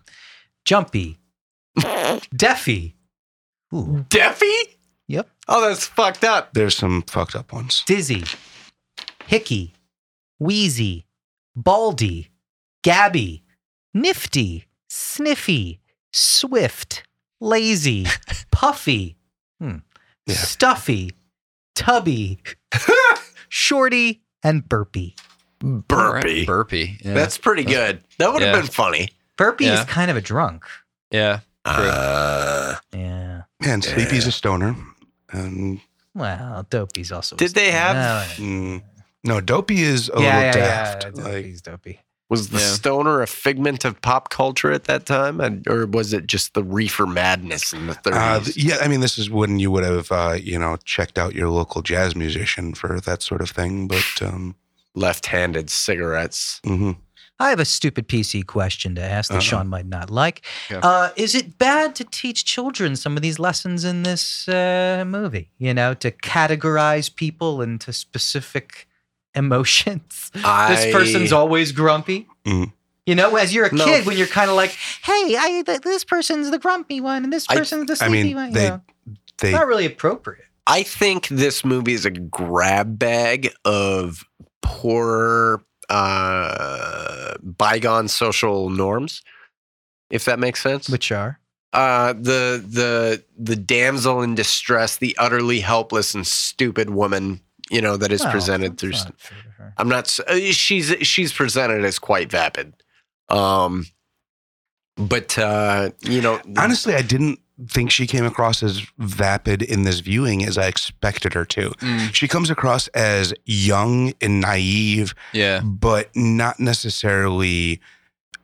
Speaker 3: Jumpy. Deafy. Ooh.
Speaker 1: Deffy?
Speaker 3: Yep.
Speaker 1: Oh, that's fucked up.
Speaker 4: There's some fucked up ones.
Speaker 3: Dizzy, Hickey, Wheezy, Baldy, Gabby, Nifty, Sniffy, Swift, Lazy, Puffy, hmm,
Speaker 4: Yeah.
Speaker 3: Stuffy, Tubby, Shorty, and Burpy.
Speaker 1: Burpee.
Speaker 2: Burpee. Yeah.
Speaker 1: That's pretty good. That would have
Speaker 2: Yeah.
Speaker 1: been funny.
Speaker 3: Burpy
Speaker 2: Yeah.
Speaker 3: is kind of a drunk.
Speaker 2: yeah.
Speaker 1: Uh,
Speaker 3: Yeah.
Speaker 4: Man, Sleepy's
Speaker 1: Yeah.
Speaker 4: a stoner. And
Speaker 3: Well, Dopey's also. a
Speaker 1: Did they have-
Speaker 3: No, no, no.
Speaker 4: mm, no, Dopey is a little daft.
Speaker 3: Yeah,
Speaker 4: like,
Speaker 3: Dopey's dopey.
Speaker 1: Was the
Speaker 2: Yeah.
Speaker 1: stoner a figment of pop culture at that time, and, or was it just the reefer madness in the
Speaker 4: Uh,
Speaker 1: thirties?
Speaker 4: th- yeah, I mean, this is when you would have, uh, you know, checked out your local jazz musician for that sort of thing. But um,
Speaker 1: Left-handed cigarettes.
Speaker 4: mhm.
Speaker 3: I have a stupid PC question to ask that
Speaker 4: Uh-oh.
Speaker 3: Sean might not like.
Speaker 2: Yeah.
Speaker 3: Uh, is it bad to teach children some of these lessons in this uh, movie? You know, to categorize people into specific emotions.
Speaker 1: I-
Speaker 3: this person's always grumpy.
Speaker 4: Mhm.
Speaker 3: You know, as you're a
Speaker 1: No.
Speaker 3: kid, when you're kind of like, "Hey, I th- this person's the grumpy one, and this
Speaker 1: I-
Speaker 3: person's the
Speaker 4: I
Speaker 3: sleepy
Speaker 4: mean,
Speaker 3: one." you
Speaker 4: they-
Speaker 3: know.
Speaker 4: they
Speaker 3: not really appropriate.
Speaker 1: I think this movie is a grab bag of poor uh, bygone social norms, if that makes sense.
Speaker 3: Which are
Speaker 1: uh, the the the damsel in distress, the utterly helpless and stupid woman, you know, that is
Speaker 3: Well,
Speaker 1: presented
Speaker 3: that's
Speaker 1: through.
Speaker 3: not fair to her.
Speaker 1: I'm not. s- uh, She's she's presented as quite vapid, um, but uh, you know,
Speaker 4: honestly, I didn't think she came across as vapid in this viewing as I expected her to.
Speaker 2: Mm,
Speaker 4: She comes across as young and naive,
Speaker 2: yeah.
Speaker 4: but not necessarily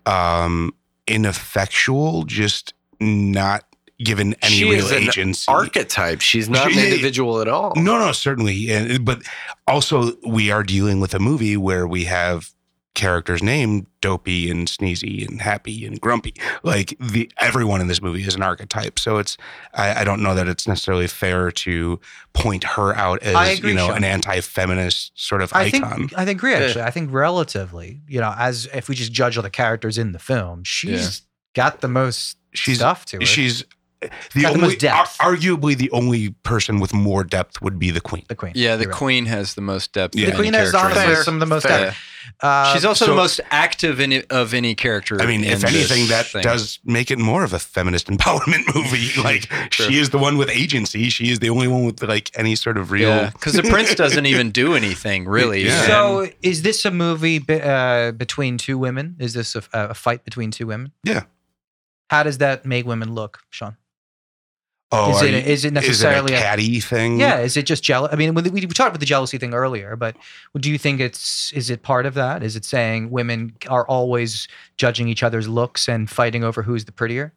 Speaker 4: um, ineffectual. Just not given any
Speaker 1: She
Speaker 4: real
Speaker 1: is an
Speaker 4: agency.
Speaker 1: archetype. She's not an
Speaker 4: Yeah, yeah.
Speaker 1: individual at all.
Speaker 4: No, no, certainly. And, but also, we are dealing with a movie where we have characters named Dopey and Sneezy and Happy and Grumpy. Like the everyone in this movie is an archetype. So it's I, I don't know that it's necessarily fair to point her out as
Speaker 3: I agree,
Speaker 4: you know
Speaker 3: Sean.
Speaker 4: an anti-feminist sort of
Speaker 3: I
Speaker 4: icon.
Speaker 3: think I agree. Actually, I think relatively, you know, as if we just judge all the characters in the film, she's got the most
Speaker 4: She's-
Speaker 3: stuff to her.
Speaker 4: She's uh, the
Speaker 3: got the
Speaker 4: only,
Speaker 3: most depth.
Speaker 4: ar- arguably the only person with more depth would be the queen.
Speaker 3: the queen.
Speaker 2: Yeah, the
Speaker 3: You're right.
Speaker 2: queen has the most depth.
Speaker 4: Yeah.
Speaker 2: of
Speaker 3: The
Speaker 2: any
Speaker 3: queen has
Speaker 2: character in
Speaker 3: honestly
Speaker 2: this.
Speaker 3: some of the most.
Speaker 1: Fair.
Speaker 3: Depth. Uh,
Speaker 2: She's also
Speaker 4: so-
Speaker 2: the most active in it, of any character.
Speaker 4: I mean, if
Speaker 2: in this
Speaker 4: anything, that
Speaker 2: thing.
Speaker 4: does make it more of a feminist empowerment movie. Like
Speaker 2: Sure.
Speaker 4: she is the one with agency. She is the only one with like any sort of real.
Speaker 2: Yeah, because the prince doesn't even do anything really.
Speaker 4: Yeah.
Speaker 2: And-
Speaker 3: So, is this a movie be, uh, between two women? Is this a, a fight between two women?
Speaker 4: Yeah.
Speaker 3: How does that make women look, Sean?
Speaker 4: Oh,
Speaker 3: is,
Speaker 4: are
Speaker 3: it,
Speaker 4: you-
Speaker 3: is it
Speaker 4: is it a
Speaker 3: necessarily a-
Speaker 4: catty thing?
Speaker 3: yeah? Is it just jealous? I mean, when we, we talked about the jealousy thing earlier, but do you think it's is it part of that? Is it saying women are always judging each other's looks and fighting over who's the prettier,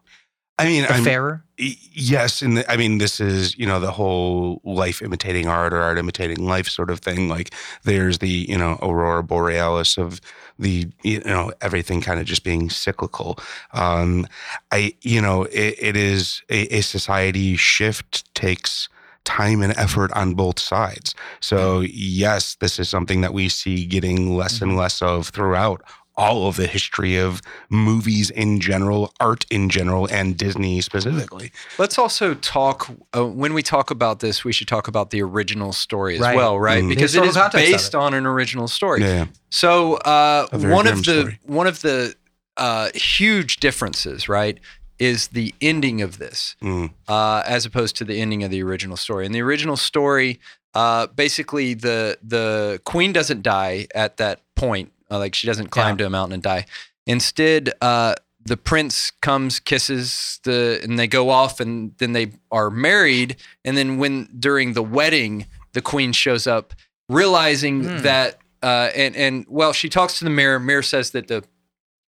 Speaker 4: I mean,
Speaker 3: the
Speaker 4: I'm,
Speaker 3: fairer?
Speaker 4: y- yes, and the, I mean, this is you know the whole life imitating art or art imitating life sort of thing. Like there's the you know aurora borealis of the you know everything kind of just being cyclical. Um, I you know it, it is a, a society shift takes time and effort on both sides. So yes, this is something that we see getting less and less of throughout all of the history of movies in general, art in general, and Disney specifically.
Speaker 2: Let's also talk uh, when we talk about this. We should talk about the original story as
Speaker 3: Right.
Speaker 2: well, right?
Speaker 4: Mhm.
Speaker 2: Because
Speaker 3: The
Speaker 2: it
Speaker 3: historical
Speaker 2: is
Speaker 3: context of
Speaker 2: based on an original story.
Speaker 4: Yeah.
Speaker 2: So uh,
Speaker 4: A very
Speaker 2: one
Speaker 4: grim
Speaker 2: of the
Speaker 4: story.
Speaker 2: one of the uh, huge differences, right, is the ending of this,
Speaker 4: Mm.
Speaker 2: uh, as opposed to the ending of the original story. In the original story, uh, basically the the queen doesn't die at that point. Uh, like she doesn't climb to a mountain and die. Instead, uh, the prince comes, kisses the, and they go off, and then they are married. And then when during the wedding, the queen shows up, realizing
Speaker 3: Hmm.
Speaker 2: that, uh, and and well, she talks to the mirror. Mirror says that the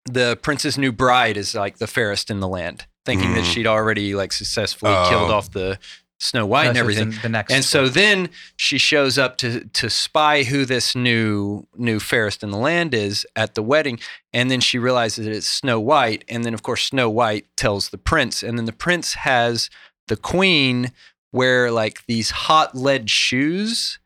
Speaker 2: the prince's new bride is like the fairest in the land, thinking that
Speaker 4: Hmm.
Speaker 2: she'd already like successfully
Speaker 4: Oh.
Speaker 2: killed off the Snow White and
Speaker 3: No, so it's
Speaker 2: everything.
Speaker 3: in The next
Speaker 2: And so then she shows up to to spy who this new new fairest in the land is at the wedding, and then she realizes that it's Snow White, and then of course Snow White tells the prince, and then the prince has the queen wear like these hot lead shoes,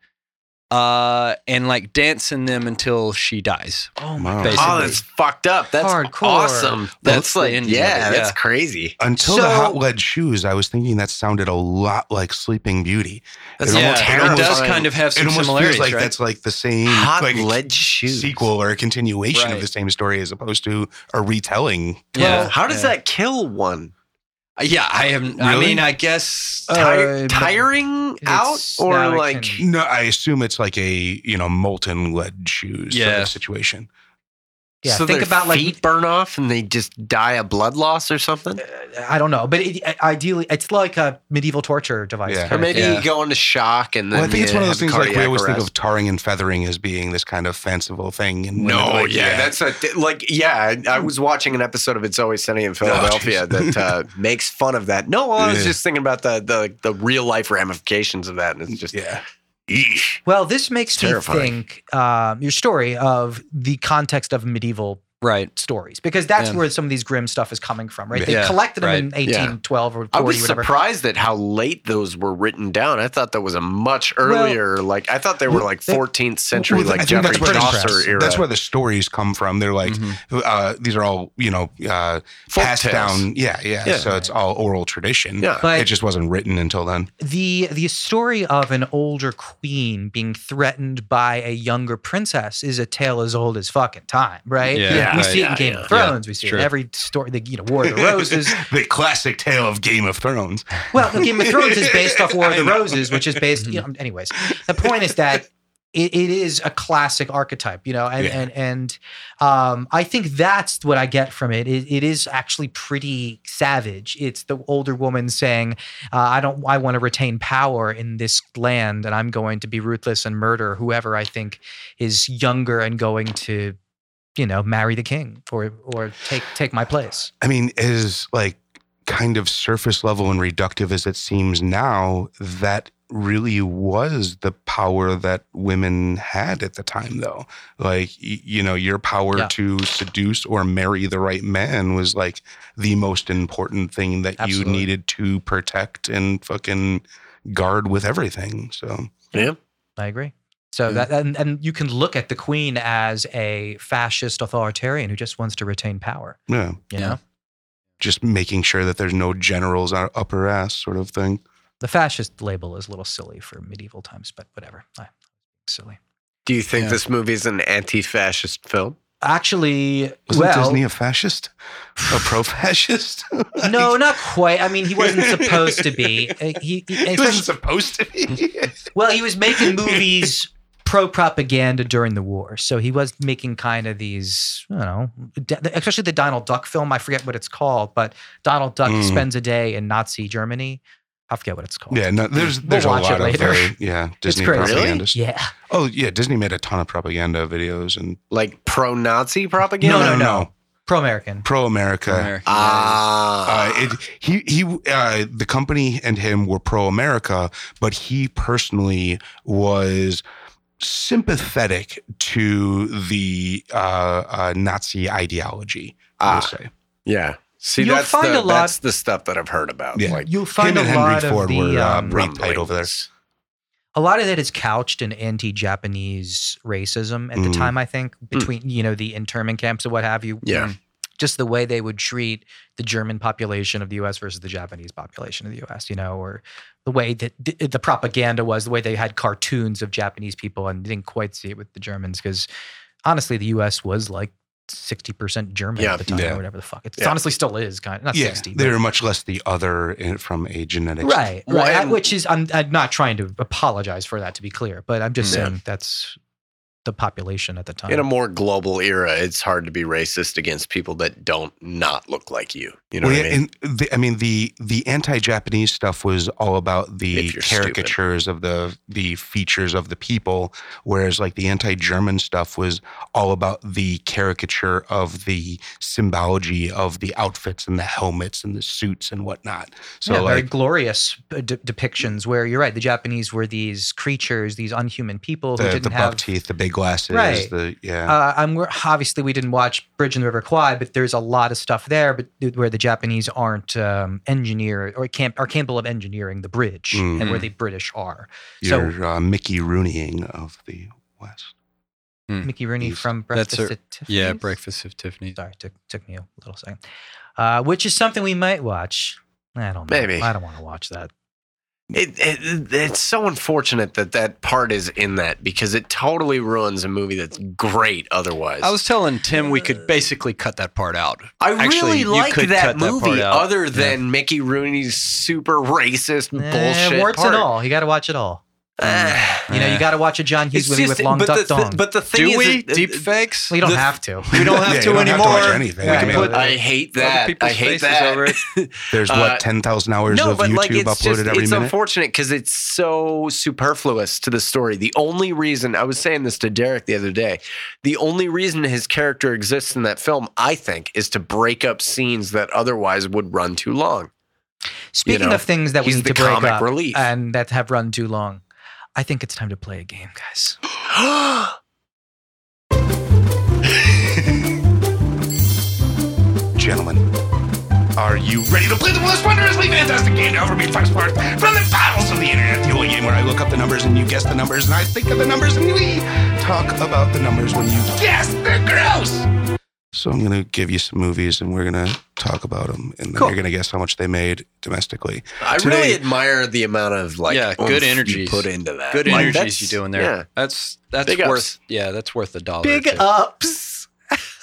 Speaker 2: uh, and like dance in them until she dies.
Speaker 3: oh
Speaker 4: Wow.
Speaker 3: my
Speaker 2: Basically.
Speaker 1: Oh, that's fucked up. That's
Speaker 3: Hardcore.
Speaker 1: awesome. That's
Speaker 2: the
Speaker 1: like,
Speaker 2: ending of
Speaker 1: yeah,
Speaker 2: it,
Speaker 1: that's
Speaker 2: yeah.
Speaker 1: crazy.
Speaker 4: Until
Speaker 3: So-
Speaker 4: the hot lead shoes, I was thinking that sounded a lot like Sleeping Beauty.
Speaker 1: That's
Speaker 4: It
Speaker 2: yeah,
Speaker 4: almost-
Speaker 2: it,
Speaker 4: it almost-
Speaker 2: does kind of have
Speaker 4: It
Speaker 2: some
Speaker 4: almost
Speaker 2: similarities,
Speaker 4: feels like
Speaker 2: right?
Speaker 4: that's like the same
Speaker 1: hot
Speaker 4: like,
Speaker 1: lead shoes
Speaker 4: sequel or a continuation of
Speaker 2: Right.
Speaker 4: the same story as opposed to a retelling.
Speaker 1: Well, how does
Speaker 2: yeah.
Speaker 1: that kill one?
Speaker 2: Yeah, I have. I
Speaker 4: Really?
Speaker 2: mean, I guess.
Speaker 3: Uh,
Speaker 1: Tire
Speaker 3: but
Speaker 1: tiring out
Speaker 3: it's
Speaker 1: or
Speaker 3: not a
Speaker 1: like
Speaker 3: con-
Speaker 4: No, I assume it's like a you know molten lead shoes sort
Speaker 2: Yeah.
Speaker 4: of situation.
Speaker 3: Yeah,
Speaker 1: so
Speaker 3: think
Speaker 1: their
Speaker 3: about, like-
Speaker 1: feet burn off and they just die of blood loss or something.
Speaker 3: uh, I don't know, but it, ideally, it's like a medieval torture device.
Speaker 4: Yeah.
Speaker 3: kind
Speaker 1: Or
Speaker 3: of
Speaker 1: maybe
Speaker 3: thing.
Speaker 1: you go into shock and then
Speaker 4: Well, I think
Speaker 1: you
Speaker 4: it's one of
Speaker 1: have
Speaker 4: those things like we
Speaker 1: cardiac
Speaker 4: always think
Speaker 1: arrest.
Speaker 4: of tarring and feathering as being this kind of fanciful thing. And
Speaker 1: No,
Speaker 4: women, like, Hmm.
Speaker 1: yeah, that's a th- like, yeah. I, I was watching an episode of It's Always Sunny in Philadelphia that uh, makes fun of that. No, I was
Speaker 4: Oh, Yeah.
Speaker 1: just thinking about the the the real life ramifications of that, and it's just
Speaker 4: yeah.
Speaker 1: eesh.
Speaker 3: Well, this makes me
Speaker 1: Terrifying.
Speaker 3: think um, your story of the context of medieval
Speaker 2: Right.
Speaker 3: stories because that's
Speaker 2: Yeah.
Speaker 3: where some of these grim stuff is coming from, right? They
Speaker 2: Yeah,
Speaker 3: collected them
Speaker 2: right.
Speaker 3: in 1812 or 40,
Speaker 1: I was
Speaker 3: whatever.
Speaker 1: surprised at how late those were written down. I thought that was a much earlier, like I thought they were
Speaker 4: Well,
Speaker 1: like
Speaker 4: they-
Speaker 1: 14th century,
Speaker 4: Well, I
Speaker 1: like
Speaker 4: think
Speaker 1: Geoffrey
Speaker 4: that's where the-
Speaker 1: Chaucer era.
Speaker 4: That's where the stories come from. They're like,
Speaker 2: Mhm.
Speaker 4: uh, these are all, you know, uh,
Speaker 1: Folk
Speaker 4: passed
Speaker 1: tales.
Speaker 4: down. Yeah, yeah,
Speaker 1: Yeah.
Speaker 4: So it's all oral tradition.
Speaker 1: Yeah.
Speaker 3: But-
Speaker 4: it just wasn't written until then.
Speaker 3: The the story of an older queen being threatened by a younger princess is a tale as old as fucking time, right?
Speaker 2: Yeah,
Speaker 1: Yeah,
Speaker 3: we
Speaker 1: right.
Speaker 3: see it
Speaker 1: yeah,
Speaker 3: in Game
Speaker 1: yeah.
Speaker 3: of Thrones. we see
Speaker 2: sure.
Speaker 3: it in every story, the you know War of the Roses.
Speaker 4: the classic tale of Game of Thrones.
Speaker 3: Well, the Game of Thrones is based off War of
Speaker 4: I
Speaker 3: the
Speaker 4: know.
Speaker 3: Roses, which is based. You know, anyways, the point is that it, it is a classic archetype, you know, and
Speaker 4: Yeah.
Speaker 3: and and um, I think that's what I get from it. It, it is actually pretty savage. It's the older woman saying, uh, "I don't. I want to retain power in this land, and I'm going to be ruthless and murder whoever I think is younger and going to." You know, marry the king or or take take my place.
Speaker 4: I mean, as like kind of surface level and reductive as it seems now, that really was the power that women had at the time though like y- you know your power
Speaker 3: Yeah.
Speaker 4: to seduce or marry the right man was like the most important thing that
Speaker 3: Absolutely.
Speaker 4: you needed to protect and fucking guard with everything so
Speaker 3: I agree. So
Speaker 2: Yeah.
Speaker 3: that and, and you can look at the queen as a fascist authoritarian who just wants to retain power.
Speaker 4: yeah
Speaker 3: You
Speaker 2: Yeah.
Speaker 3: know,
Speaker 4: just making sure that there's no generals out- up her ass sort of thing
Speaker 3: the fascist label is a little silly for medieval times, but whatever. I, silly.
Speaker 1: Do you think
Speaker 2: Yeah.
Speaker 1: this movie is an anti-fascist film?
Speaker 3: Actually,
Speaker 4: Wasn't
Speaker 3: well,
Speaker 4: Disney a fascist? A pro fascist?
Speaker 3: no, not quite. I mean, he wasn't supposed to be. Uh, He, he-
Speaker 4: he
Speaker 3: especially-
Speaker 4: wasn't supposed to be.
Speaker 3: well, he was making movies pro propaganda during the war, so he was making kind of these, you know, d- especially the Donald Duck film. I forget what it's called, but Donald Duck
Speaker 4: Mm.
Speaker 3: spends a day in Nazi Germany. I forget what it's called.
Speaker 4: yeah, no, there's
Speaker 3: We'll
Speaker 4: there's a
Speaker 3: watch it
Speaker 4: lot of
Speaker 3: later.
Speaker 4: very, yeah Disney
Speaker 3: crazy. Really?
Speaker 4: propagandists.
Speaker 3: Yeah.
Speaker 4: Oh yeah, Disney made a ton of propaganda videos and
Speaker 1: Like pro-Nazi propaganda?
Speaker 3: No, no, no. Pro American.
Speaker 4: pro America.
Speaker 2: American.
Speaker 1: Ah,
Speaker 4: Uh, it, he he uh, the company and him were pro America, but he personally was sympathetic to the uh, uh, Nazi ideology. I would
Speaker 1: ah,
Speaker 4: say.
Speaker 1: yeah. See,
Speaker 3: You'll
Speaker 1: that's
Speaker 3: find
Speaker 1: the,
Speaker 3: a lot-
Speaker 1: that's the stuff that I've heard about.
Speaker 4: Yeah.
Speaker 1: Like
Speaker 3: You'll find
Speaker 4: him
Speaker 3: a
Speaker 4: and Henry
Speaker 3: lot of
Speaker 4: Ford
Speaker 3: the
Speaker 4: were, uh,
Speaker 3: um,
Speaker 4: pretty tight over there.
Speaker 1: rumblings.
Speaker 3: a lot of that is couched in anti-Japanese racism at the
Speaker 4: Mm.
Speaker 3: time. I think between you know the internment camps and what have you.
Speaker 1: Yeah.
Speaker 3: Mm. Just the way they would treat the German population of the U.S. versus the Japanese population of the U.S. You know, or the way that the, the propaganda was, the way they had cartoons of Japanese people, and didn't quite see it with the Germans because honestly, the U.S. was like. 60% German
Speaker 1: Yeah.
Speaker 3: at the time,
Speaker 4: Yeah.
Speaker 3: or whatever the fuck. It
Speaker 1: Yeah.
Speaker 3: honestly still is kind of not
Speaker 4: yeah,
Speaker 3: 60. but-
Speaker 4: they were much less the other in, from a genetic
Speaker 3: right
Speaker 1: Well,
Speaker 3: right I-
Speaker 1: and-
Speaker 3: which is I'm, I'm not trying to apologize for that to be clear but i'm just
Speaker 1: Yeah.
Speaker 3: saying that's the population at the time
Speaker 1: In a more global era, it's hard to be racist against people that don't not look like you. You know
Speaker 4: Well,
Speaker 1: what I
Speaker 4: yeah,
Speaker 1: mean?
Speaker 4: and the, I mean the the anti-Japanese stuff was all about the
Speaker 1: If you're stupid.
Speaker 4: caricatures of the the features of the people, whereas like the anti-German stuff was all about the caricature of the symbology of the outfits and the helmets and the suits and whatnot. So
Speaker 3: yeah, very
Speaker 4: like
Speaker 3: glorious uh, de- depictions where you're right the japanese were these creatures these unhuman people who
Speaker 4: the,
Speaker 3: didn't
Speaker 4: the
Speaker 3: have
Speaker 4: buck teeth, the big glasses,
Speaker 3: Right.
Speaker 4: the yeah.
Speaker 3: uh, I'm we're- obviously we didn't watch Bridge and the River Kwai, but there's a lot of stuff there, but th- where the Japanese aren't um, engineer or camp are capable of engineering the bridge, and where
Speaker 2: Mm.
Speaker 3: the British are. So
Speaker 4: your uh, Mickey Rooneying of the West.
Speaker 3: Mickey Rooney
Speaker 4: East.
Speaker 3: from
Speaker 2: That's
Speaker 3: Breakfast
Speaker 2: a-
Speaker 3: at Tiffany's.
Speaker 2: Yeah, Breakfast of Tiffany's.
Speaker 3: Sorry, took took me a little second. Uh, which is something we might watch. I don't know.
Speaker 1: Maybe.
Speaker 3: I don't want to watch that.
Speaker 1: It, it, it's so unfortunate that that part is in that because it totally ruins a movie that's great otherwise.
Speaker 2: I was telling Tim we could basically cut that part out.
Speaker 1: I
Speaker 2: actually,
Speaker 1: really
Speaker 2: you
Speaker 1: like
Speaker 2: could
Speaker 1: that
Speaker 2: cut that part
Speaker 1: movie
Speaker 2: out.
Speaker 1: other than Mickey Rooney's super racist
Speaker 3: Eh,
Speaker 1: bullshit
Speaker 3: warts Mm.
Speaker 1: part. Eh,
Speaker 3: and all. You got to watch it all. You know, you got to watch a John Hughes
Speaker 1: It's
Speaker 3: movie
Speaker 1: just-
Speaker 3: with long
Speaker 1: but the,
Speaker 3: duck dong.
Speaker 1: thi- but the thing
Speaker 2: Do
Speaker 1: is, uh,
Speaker 2: we
Speaker 1: it- it-
Speaker 2: deep fakes?
Speaker 3: well, you don't
Speaker 1: the-
Speaker 3: have to.
Speaker 1: we don't have
Speaker 4: Yeah,
Speaker 1: to
Speaker 4: you don't have to
Speaker 1: anymore.
Speaker 4: watch anything.
Speaker 3: Yeah,
Speaker 4: I mean,
Speaker 3: you put-
Speaker 1: I hate
Speaker 2: Other
Speaker 1: that.
Speaker 2: people's
Speaker 1: I hate
Speaker 2: faces
Speaker 1: that.
Speaker 2: over it.
Speaker 4: there's
Speaker 1: uh,
Speaker 4: what ten thousand hours
Speaker 1: no,
Speaker 4: of
Speaker 1: but
Speaker 4: YouTube
Speaker 1: like it's
Speaker 4: uploaded
Speaker 1: just
Speaker 4: every
Speaker 1: it's
Speaker 4: minute.
Speaker 1: unfortunate because it's so superfluous to the story. The only reason I was saying this to Derek the other day, the only reason his character exists in that film, I think, is to break up scenes that otherwise would run too long.
Speaker 3: Speaking
Speaker 1: know,
Speaker 3: of things that we
Speaker 1: he's
Speaker 3: need
Speaker 1: the
Speaker 3: to break
Speaker 1: comic
Speaker 3: up
Speaker 1: relief.
Speaker 3: and that have run too long, I think it's time to play a game, guys.
Speaker 1: Oh,
Speaker 4: Gentlemen, are you ready to play the most wondrously fantastic game to ever be first part from the battles of the internet? The only game where I look up the numbers and you guess the numbers, and I think of the numbers and we talk about the numbers when you guess they're gross. So I'm gonna give you some movies, and we're gonna talk about them, and then
Speaker 3: Cool.
Speaker 4: you're gonna guess how much they made domestically.
Speaker 1: I really
Speaker 4: Today-
Speaker 1: admire the amount of like
Speaker 2: Yeah, good
Speaker 1: oomph you
Speaker 2: energies.
Speaker 1: put into that.
Speaker 2: Good
Speaker 1: Like,
Speaker 2: energies
Speaker 1: that's-
Speaker 2: you doing there.
Speaker 1: yeah.
Speaker 2: That's that's
Speaker 1: Big ups.
Speaker 2: worth yeah, that's worth a dollar.
Speaker 1: Big
Speaker 2: or two.
Speaker 1: ups.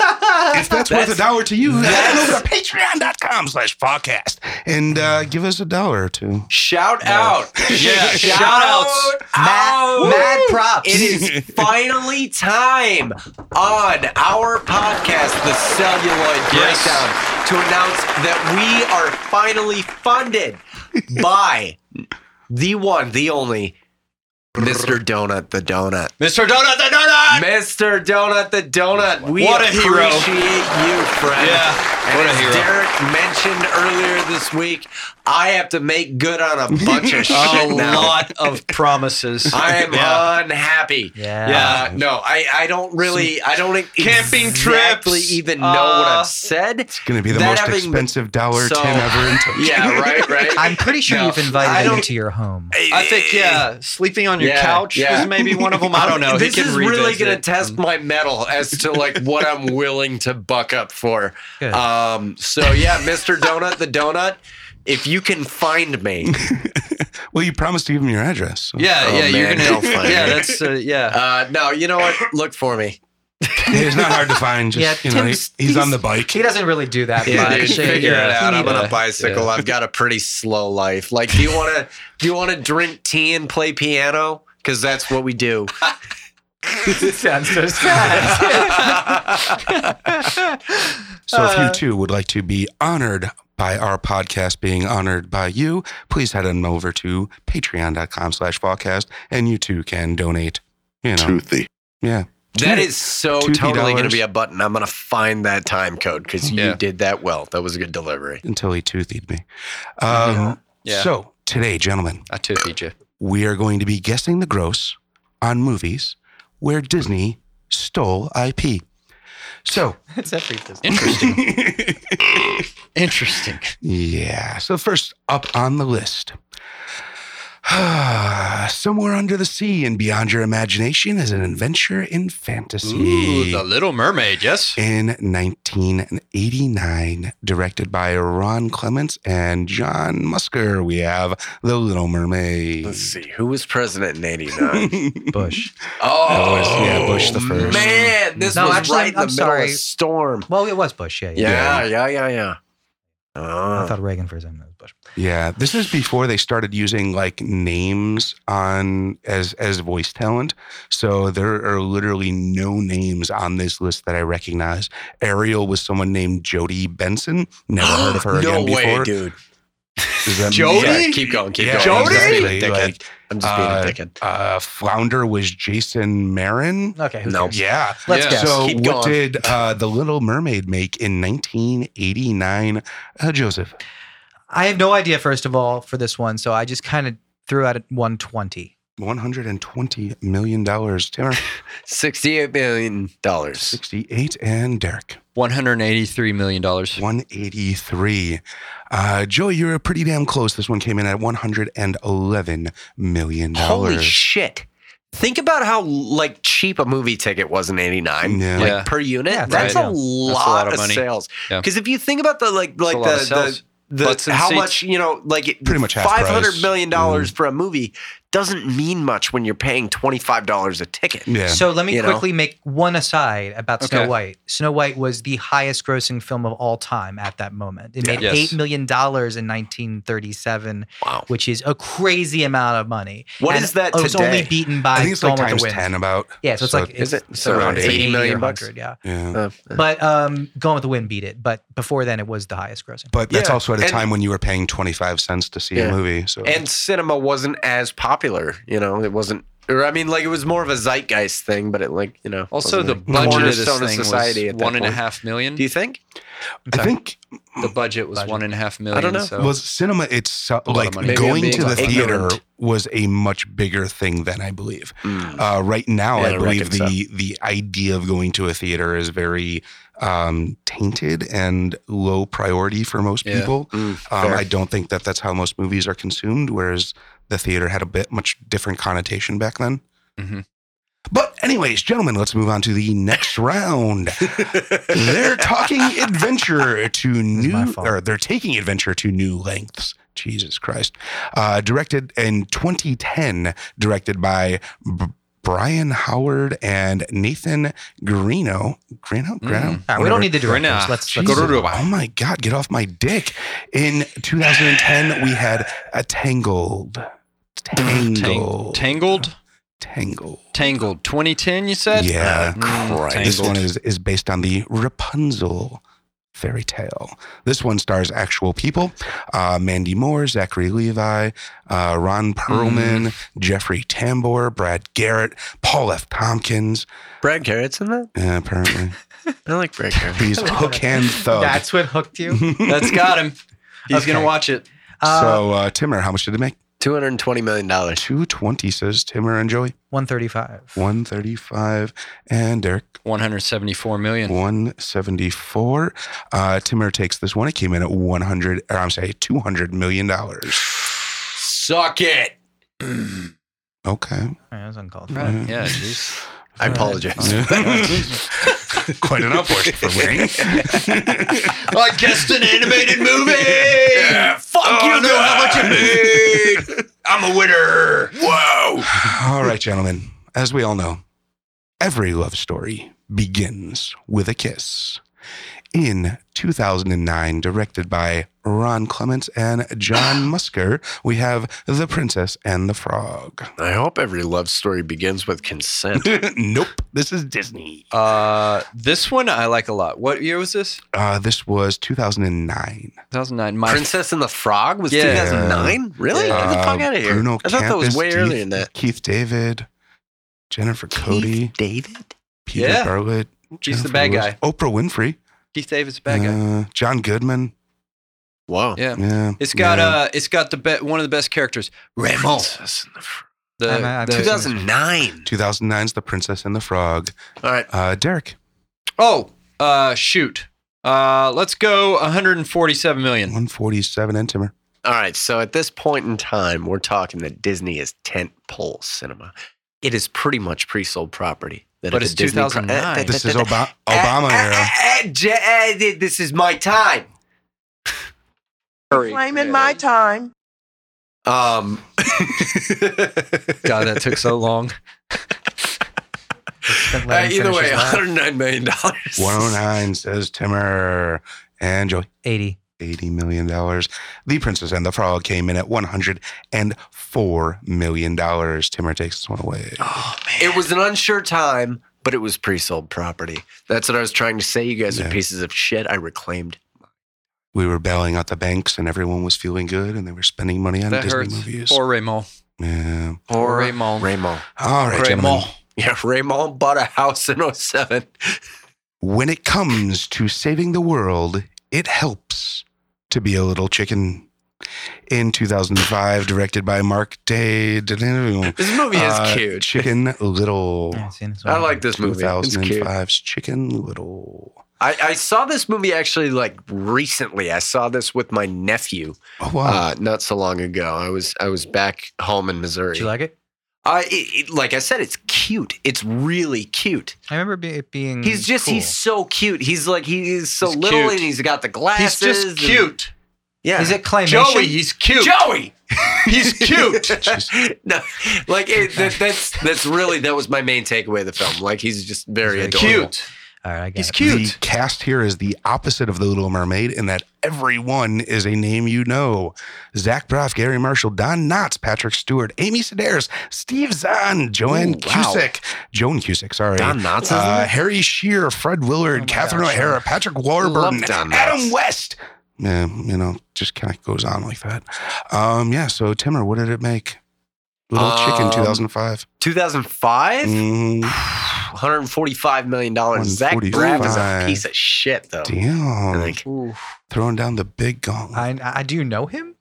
Speaker 4: If that's, worth a dollar to you, head on over to Patreon.com/slash podcast and uh, give us a dollar or two.
Speaker 1: Shout out.
Speaker 2: Yeah, shout outs.
Speaker 1: out.
Speaker 3: Mad, mad props.
Speaker 1: Oh! It is finally time on our podcast, The Celluloid
Speaker 2: Yes.
Speaker 1: Breakdown, to announce that we are finally funded by the one, the only, Mr. Donut the Donut.
Speaker 2: Mr. Donut the Donut.
Speaker 1: Mr. Donut the Donut. We
Speaker 2: What a
Speaker 1: appreciate
Speaker 2: hero.
Speaker 1: you, friend.
Speaker 2: Yeah,
Speaker 1: And
Speaker 2: what a
Speaker 1: as
Speaker 2: hero.
Speaker 1: Derek mentioned earlier this week, I have to make good on a bunch of shit
Speaker 2: A
Speaker 1: now.
Speaker 2: lot of promises.
Speaker 1: I am
Speaker 2: Yeah.
Speaker 1: unhappy.
Speaker 3: Yeah.
Speaker 1: Uh, no, I, I don't really, I don't ex-
Speaker 2: Camping
Speaker 1: exactly
Speaker 2: trips,
Speaker 1: even know what
Speaker 2: uh,
Speaker 1: I've said.
Speaker 4: Gonna be the
Speaker 1: That
Speaker 4: most
Speaker 1: having-
Speaker 4: expensive dollar
Speaker 1: So-
Speaker 4: Tim ever into.
Speaker 1: Yeah, right, right.
Speaker 3: I'm pretty sure
Speaker 2: No,
Speaker 3: you've
Speaker 1: I
Speaker 3: invited him
Speaker 1: don't-
Speaker 3: to your home.
Speaker 2: I think yeah, sleeping on your
Speaker 1: Yeah,
Speaker 2: couch
Speaker 1: yeah.
Speaker 2: was maybe one of them. I don't know. He
Speaker 1: This
Speaker 2: can
Speaker 1: is really
Speaker 2: revisit
Speaker 1: going to
Speaker 2: it.
Speaker 1: test my metal as to like what I'm willing to buck up for.
Speaker 3: Good.
Speaker 1: Um, so yeah, Mr. Donut, the donut. If you can find me,
Speaker 4: Well, you promised to give him your address. so-
Speaker 2: Yeah,
Speaker 1: Oh,
Speaker 2: yeah, you're
Speaker 1: man,
Speaker 2: gonna.
Speaker 1: don't find
Speaker 2: Yeah,
Speaker 1: me.
Speaker 2: that's uh, yeah.
Speaker 1: uh, no, you know what? Look for me.
Speaker 4: it's not hard to find. Just,
Speaker 3: Yeah,
Speaker 4: you know, he-
Speaker 3: Tim's-
Speaker 4: he's,
Speaker 3: he's-
Speaker 4: on the bike.
Speaker 3: He doesn't really do that
Speaker 1: Yeah,
Speaker 3: much.
Speaker 1: dude,
Speaker 3: Yeah,
Speaker 1: figure it
Speaker 3: yeah.
Speaker 1: out. I'm
Speaker 3: He-
Speaker 1: on a bicycle. I've got a pretty slow life. Like, do you want to do you want to drink tea and play piano? Because that's what we do.
Speaker 3: sounds so sad.
Speaker 4: So, if you too would like to be honored by our podcast being honored by you, please head on over to patreon.com/slash podcast, and you too can donate. You know,
Speaker 5: Toothy.
Speaker 4: yeah.
Speaker 1: That is so
Speaker 4: Two
Speaker 1: totally going to
Speaker 4: dollars.
Speaker 1: be a button. I'm going to find that time code because you
Speaker 2: Yeah.
Speaker 1: did that well. That was a good delivery.
Speaker 4: Until he toothied me. Um,
Speaker 2: Yeah.
Speaker 4: So today, gentlemen,
Speaker 2: I too feed you.
Speaker 4: we are going to be guessing the gross on movies where Disney stole IP. So
Speaker 3: it's every business.
Speaker 2: Interesting. Interesting.
Speaker 4: Yeah. So first up on the list. Somewhere under the sea and beyond your imagination is an adventure in fantasy.
Speaker 2: Little Mermaid. Yes.
Speaker 4: in 1989, directed by Ron Clements and John Musker, we have The Little Mermaid.
Speaker 1: Let's see. Who was president in 89?
Speaker 3: Bush.
Speaker 1: oh,
Speaker 4: was- yeah, Bush the first.
Speaker 1: Man, this
Speaker 3: No,
Speaker 1: was
Speaker 3: actually,
Speaker 1: right in the
Speaker 3: I'm
Speaker 1: middle
Speaker 3: sorry.
Speaker 1: of a storm.
Speaker 3: Well, it was Bush. Yeah, yeah.
Speaker 1: Yeah, yeah, yeah, yeah.
Speaker 3: I
Speaker 1: Oh.
Speaker 3: thought Reagan for a second. That was Bush.
Speaker 4: yeah, this is before they started using like names on as as voice talent. So there are literally no names on this list that I recognize. Ariel was someone named Jody Benson. Never heard of her
Speaker 1: no
Speaker 4: again
Speaker 1: way,
Speaker 4: before.
Speaker 1: dude.
Speaker 4: Is that-
Speaker 2: Jody?
Speaker 1: Yeah, keep going, keep
Speaker 4: Yeah,
Speaker 1: going. I'm just
Speaker 4: exactly.
Speaker 1: being a dickhead.
Speaker 4: Like,
Speaker 1: I'm just being
Speaker 4: uh,
Speaker 1: a dickhead.
Speaker 4: uh, Flounder was Jason Marin.
Speaker 3: Okay. Who
Speaker 1: No.
Speaker 3: cares?
Speaker 4: Yeah.
Speaker 3: Let's
Speaker 2: Yeah.
Speaker 3: guess.
Speaker 4: So
Speaker 1: Oh, Keep
Speaker 4: what
Speaker 1: going.
Speaker 4: did uh, the Little Mermaid make in 1989? Uh, Joseph,
Speaker 3: I have no idea, first of all, for this one. So I just kind of threw out at 120.
Speaker 4: 120 million dollars. Timmer,
Speaker 1: 68 million dollars.
Speaker 4: 68, and Derek.
Speaker 2: One hundred eighty-three million dollars.
Speaker 4: 183. Uh, Joey, you were pretty damn close. This one came in at 111 million
Speaker 1: Holy
Speaker 4: dollars.
Speaker 1: shit. Think about how like cheap a movie ticket was in 89.
Speaker 4: Yeah.
Speaker 1: Like
Speaker 2: Yeah.
Speaker 1: per unit.
Speaker 3: Yeah,
Speaker 1: that's,
Speaker 3: right.
Speaker 1: a
Speaker 3: Yeah.
Speaker 1: lot
Speaker 2: lot of
Speaker 1: of,
Speaker 2: money.
Speaker 1: sales.
Speaker 2: Yeah.
Speaker 1: Because if you think about the like like
Speaker 2: a lot of
Speaker 1: the,
Speaker 2: sales.
Speaker 1: the the
Speaker 2: Butts and
Speaker 1: how
Speaker 2: seats.
Speaker 1: much, you know, like it-
Speaker 4: Pretty much half
Speaker 1: five hundred
Speaker 4: price. Mm-hmm.
Speaker 1: million dollars for a movie, doesn't mean much when you're paying $25 a ticket.
Speaker 4: Yeah.
Speaker 3: So let me
Speaker 1: You know?
Speaker 3: quickly make one aside about Snow
Speaker 2: Okay.
Speaker 3: White. Snow White was the highest grossing film of all time at that moment. It made
Speaker 2: Yes.
Speaker 3: $8 million in 1937,
Speaker 1: Wow.
Speaker 3: which is a crazy amount of money.
Speaker 1: What
Speaker 3: and
Speaker 1: is that
Speaker 3: It was only
Speaker 1: today?
Speaker 3: beaten
Speaker 4: I
Speaker 3: by
Speaker 4: think it's like
Speaker 3: Gone with
Speaker 4: times
Speaker 3: the Wind.
Speaker 4: 10 about.
Speaker 3: Yeah, so it's
Speaker 4: So
Speaker 3: like
Speaker 1: is it-
Speaker 3: it's
Speaker 1: so
Speaker 3: around
Speaker 1: around 80
Speaker 3: 80
Speaker 1: million
Speaker 3: million
Speaker 1: bucks?
Speaker 3: bucks. Yeah.
Speaker 4: Yeah.
Speaker 1: Uh,
Speaker 3: But um, Gone with the Wind beat it. But before then, it was the highest grossing.
Speaker 4: But that's
Speaker 1: Yeah,
Speaker 4: also at a
Speaker 1: and-
Speaker 4: time when you were paying 25 cents to see
Speaker 1: Yeah.
Speaker 4: a movie. So
Speaker 1: and cinema wasn't as popular, you know, it wasn't or I mean like it was more of a zeitgeist thing, but it like, you know,
Speaker 2: Also,
Speaker 1: wasn't
Speaker 2: the
Speaker 1: like
Speaker 2: budget of this
Speaker 1: cornerstone
Speaker 2: thing was
Speaker 1: that
Speaker 2: one and a
Speaker 1: point.
Speaker 2: half million.
Speaker 1: Do you think?
Speaker 4: I think
Speaker 2: The budget was
Speaker 3: Budget.
Speaker 2: one and a half million.
Speaker 1: don't know.
Speaker 2: So.
Speaker 4: was cinema itself
Speaker 2: A lot of
Speaker 4: like
Speaker 2: money. Maybe
Speaker 1: I'm
Speaker 4: going
Speaker 1: being
Speaker 4: to the theater
Speaker 1: ignorant.
Speaker 4: was a much bigger thing than I believe.
Speaker 1: Mm.
Speaker 4: Uh, right now,
Speaker 1: Yeah,
Speaker 4: I
Speaker 1: I
Speaker 4: believe
Speaker 1: reckon
Speaker 4: the the idea of going to a theater is very um, tainted and low priority for most
Speaker 2: Yeah.
Speaker 4: people.
Speaker 1: Mm,
Speaker 4: Um,
Speaker 1: fair.
Speaker 4: I don't think that that's how most movies are consumed. Whereas the theater had a bit much different connotation back then.
Speaker 2: Mhm.
Speaker 4: But anyways, gentlemen, let's move on to the next round. they're talking adventure to
Speaker 3: my
Speaker 4: new,
Speaker 3: fault.
Speaker 4: or they're taking adventure to new lengths. Jesus Christ! Uh, directed in 2010, directed by B- Brian Howard and Nathan Greeno. Greeno, Greeno.
Speaker 3: All right, Mm. we
Speaker 4: Whatever.
Speaker 3: don't need the
Speaker 2: Right now.
Speaker 3: directors. Let's, let's
Speaker 4: Jesus. Oh my God, get off my dick. In 2010, we had a Tangled.
Speaker 2: Tang-
Speaker 4: Tangled.
Speaker 2: Tangled?
Speaker 4: Tangled.
Speaker 2: Tangled. 2010, you said?
Speaker 4: Yeah.
Speaker 2: Mm,
Speaker 1: Christ.
Speaker 4: This
Speaker 2: Tangled.
Speaker 4: one is, is based on the Rapunzel fairy tale. This one stars actual people uh, Mandy Moore, Zachary Levi, uh, Ron Perlman,
Speaker 3: Mm.
Speaker 4: Jeffrey Tambor, Brad Garrett, Paul F. Tompkins.
Speaker 1: Brad Garrett's in that?
Speaker 4: Yeah, apparently,
Speaker 1: I like Brad Garrett.
Speaker 4: he's hook hand thug.
Speaker 3: That's what hooked you.
Speaker 2: That's got him. He's going
Speaker 3: Okay.
Speaker 2: to watch it.
Speaker 3: Uh,
Speaker 4: so, uh, Timmer, how much did it make?
Speaker 1: Two hundred and twenty million dollars.
Speaker 4: 220 says Timmer and Joey.
Speaker 3: 135.
Speaker 4: 135 and Derek
Speaker 2: 174 million.
Speaker 4: 174. Uh, Timmer takes this one. It came in at 100 or I'm sorry, 200 million dollars.
Speaker 1: Suck it.
Speaker 4: Okay.
Speaker 3: All right, that was uncalled for.
Speaker 1: Mm-hmm.
Speaker 2: Right. Yeah, jeez.
Speaker 1: I apologize.
Speaker 4: Quite an upward for winning.
Speaker 2: I guessed an animated movie.
Speaker 1: fuck
Speaker 4: you, no.
Speaker 1: it made. I'm a winner. Whoa.
Speaker 4: All right, gentlemen. As we all know, every love story begins with a kiss. In 2009, directed by Ron Clements and John Musker, we have The Princess and the Frog.
Speaker 1: I hope every love story begins with consent.
Speaker 4: nope, this is Disney.
Speaker 2: Uh, this one I like a lot. What year was this?
Speaker 4: Uh, this was 2009.
Speaker 2: 2009. My
Speaker 1: Princess and the Frog was
Speaker 2: Yeah.
Speaker 1: 2009? Really? Get the
Speaker 4: Uh,
Speaker 1: fuck out of here.
Speaker 4: Bruno
Speaker 1: I thought that was
Speaker 4: Campos,
Speaker 1: way
Speaker 4: Keith-
Speaker 1: earlier than that.
Speaker 4: Keith David, Jennifer Cody,
Speaker 1: Keith David?
Speaker 4: Peter
Speaker 2: Yeah.
Speaker 4: Bartlett.
Speaker 2: He's the
Speaker 4: Jennifer
Speaker 2: bad
Speaker 4: Lewis,
Speaker 2: guy.
Speaker 4: Oprah Winfrey.
Speaker 2: Keith Davis, bad guy.
Speaker 4: Uh, John Goodman.
Speaker 1: Whoa.
Speaker 2: Yeah.
Speaker 4: Yeah.
Speaker 2: It's got
Speaker 4: yeah.
Speaker 2: uh, it's got the be- one of the best characters, Ramon.
Speaker 1: Princess and the Frog.
Speaker 2: The,
Speaker 3: I'm- I'm-
Speaker 2: the-
Speaker 1: 2009.
Speaker 4: 2009's The Princess and the Frog.
Speaker 1: All right.
Speaker 4: Uh, Derek,
Speaker 2: oh, uh, shoot. Uh, let's go 147 million.
Speaker 4: 147 and Timmer.
Speaker 1: All right. So at this point in time, we're talking that Disney is tent pole cinema. It is pretty much pre sold property. That
Speaker 2: But
Speaker 1: if a
Speaker 2: it's
Speaker 1: Disney pro-
Speaker 2: 2009.
Speaker 4: This is Oba- Obama
Speaker 1: Eh,
Speaker 4: era.
Speaker 1: eh, eh, J- eh, this is my time.
Speaker 5: Claiming my time.
Speaker 1: Um,
Speaker 2: Oh, God, that took so long.
Speaker 3: Spent
Speaker 1: Uh,
Speaker 3: letting him
Speaker 1: either way,
Speaker 3: finish his lap.
Speaker 1: 109 million dollars.
Speaker 4: 109 says Timmer. And Joey.
Speaker 3: 80.
Speaker 4: $80 million. The Princess and the Frog came in at $104 million. Timmer takes this one away.
Speaker 2: Oh.
Speaker 1: It was an unsure time, but it was pre-sold property. That's what I was trying to say. You guys
Speaker 4: Yeah.
Speaker 1: are pieces of shit. I reclaimed.
Speaker 4: we were bailing out the banks and everyone was feeling good and they were spending money on
Speaker 2: that
Speaker 4: Disney
Speaker 2: hurts.
Speaker 4: movies.
Speaker 2: Poor Ramon.
Speaker 4: yeah.
Speaker 2: Poor Raymond.
Speaker 1: Raymond.
Speaker 4: All right,
Speaker 2: Great
Speaker 4: gentlemen.
Speaker 2: mall.
Speaker 1: Yeah, Raymond bought a house in 07.
Speaker 4: When it comes to saving the world, it helps to be a little chicken. In 2005, directed by Mark Day.
Speaker 1: This movie is
Speaker 4: uh,
Speaker 1: cute.
Speaker 4: Chicken Little.
Speaker 3: Yeah, I've seen this
Speaker 1: I
Speaker 3: one.
Speaker 1: like this movie. It's cute.
Speaker 4: 2005's Chicken Little.
Speaker 1: I, I saw this movie actually like recently. I saw this with my nephew
Speaker 4: Oh, wow.
Speaker 1: uh, not so long ago. I was I was back home in Missouri.
Speaker 3: Did you like it?
Speaker 1: I it, it, like I said, it's cute. It's really cute.
Speaker 3: I remember be- it being.
Speaker 1: He's just
Speaker 3: Mm, cool.
Speaker 1: he's so cute. He's like he is so
Speaker 2: He's
Speaker 1: little
Speaker 2: cute.
Speaker 1: and he's got the
Speaker 2: He's
Speaker 1: glasses.
Speaker 2: just
Speaker 1: and-
Speaker 2: cute.
Speaker 1: Yeah.
Speaker 3: Is it claymation?
Speaker 2: Joey, he's cute.
Speaker 1: Joey?
Speaker 2: He's cute.
Speaker 1: no, like it, that, that's that's really that was my main takeaway of the film. Like he's just very
Speaker 3: He's
Speaker 1: adorable.
Speaker 3: very
Speaker 2: cute.
Speaker 3: All right, I got
Speaker 2: He's
Speaker 3: it.
Speaker 4: The
Speaker 2: cute.
Speaker 4: cast here is the opposite of The Little Mermaid in that everyone is a name you know. Zach Braff, Gary Marshall, Don Knotts, Patrick Stewart, Amy Sedaris, Steve Zahn, Joanne
Speaker 1: Ooh, wow.
Speaker 4: Cusick, Joan Cusick, sorry.
Speaker 1: Don Knotts is in
Speaker 4: Uh,
Speaker 1: it?
Speaker 4: Harry Shearer, Fred Willard,
Speaker 3: my
Speaker 4: Catherine
Speaker 3: gosh,
Speaker 4: O'Hara,
Speaker 3: yeah.
Speaker 4: Patrick Warburton,
Speaker 1: Love Don Knotts.
Speaker 4: Adam West. Yeah, you know, just kind of goes on like that. Um, yeah, so Timmer, what did it make? Little Chicken
Speaker 1: Um,
Speaker 4: 2005.
Speaker 1: 2005,
Speaker 4: Mhm.
Speaker 1: 145 million dollars. Zach Braff is a
Speaker 4: 145.
Speaker 1: piece of shit though.
Speaker 4: Damn.
Speaker 1: Like,
Speaker 4: Throwing down the big gauntlet.
Speaker 3: I, I do you know him.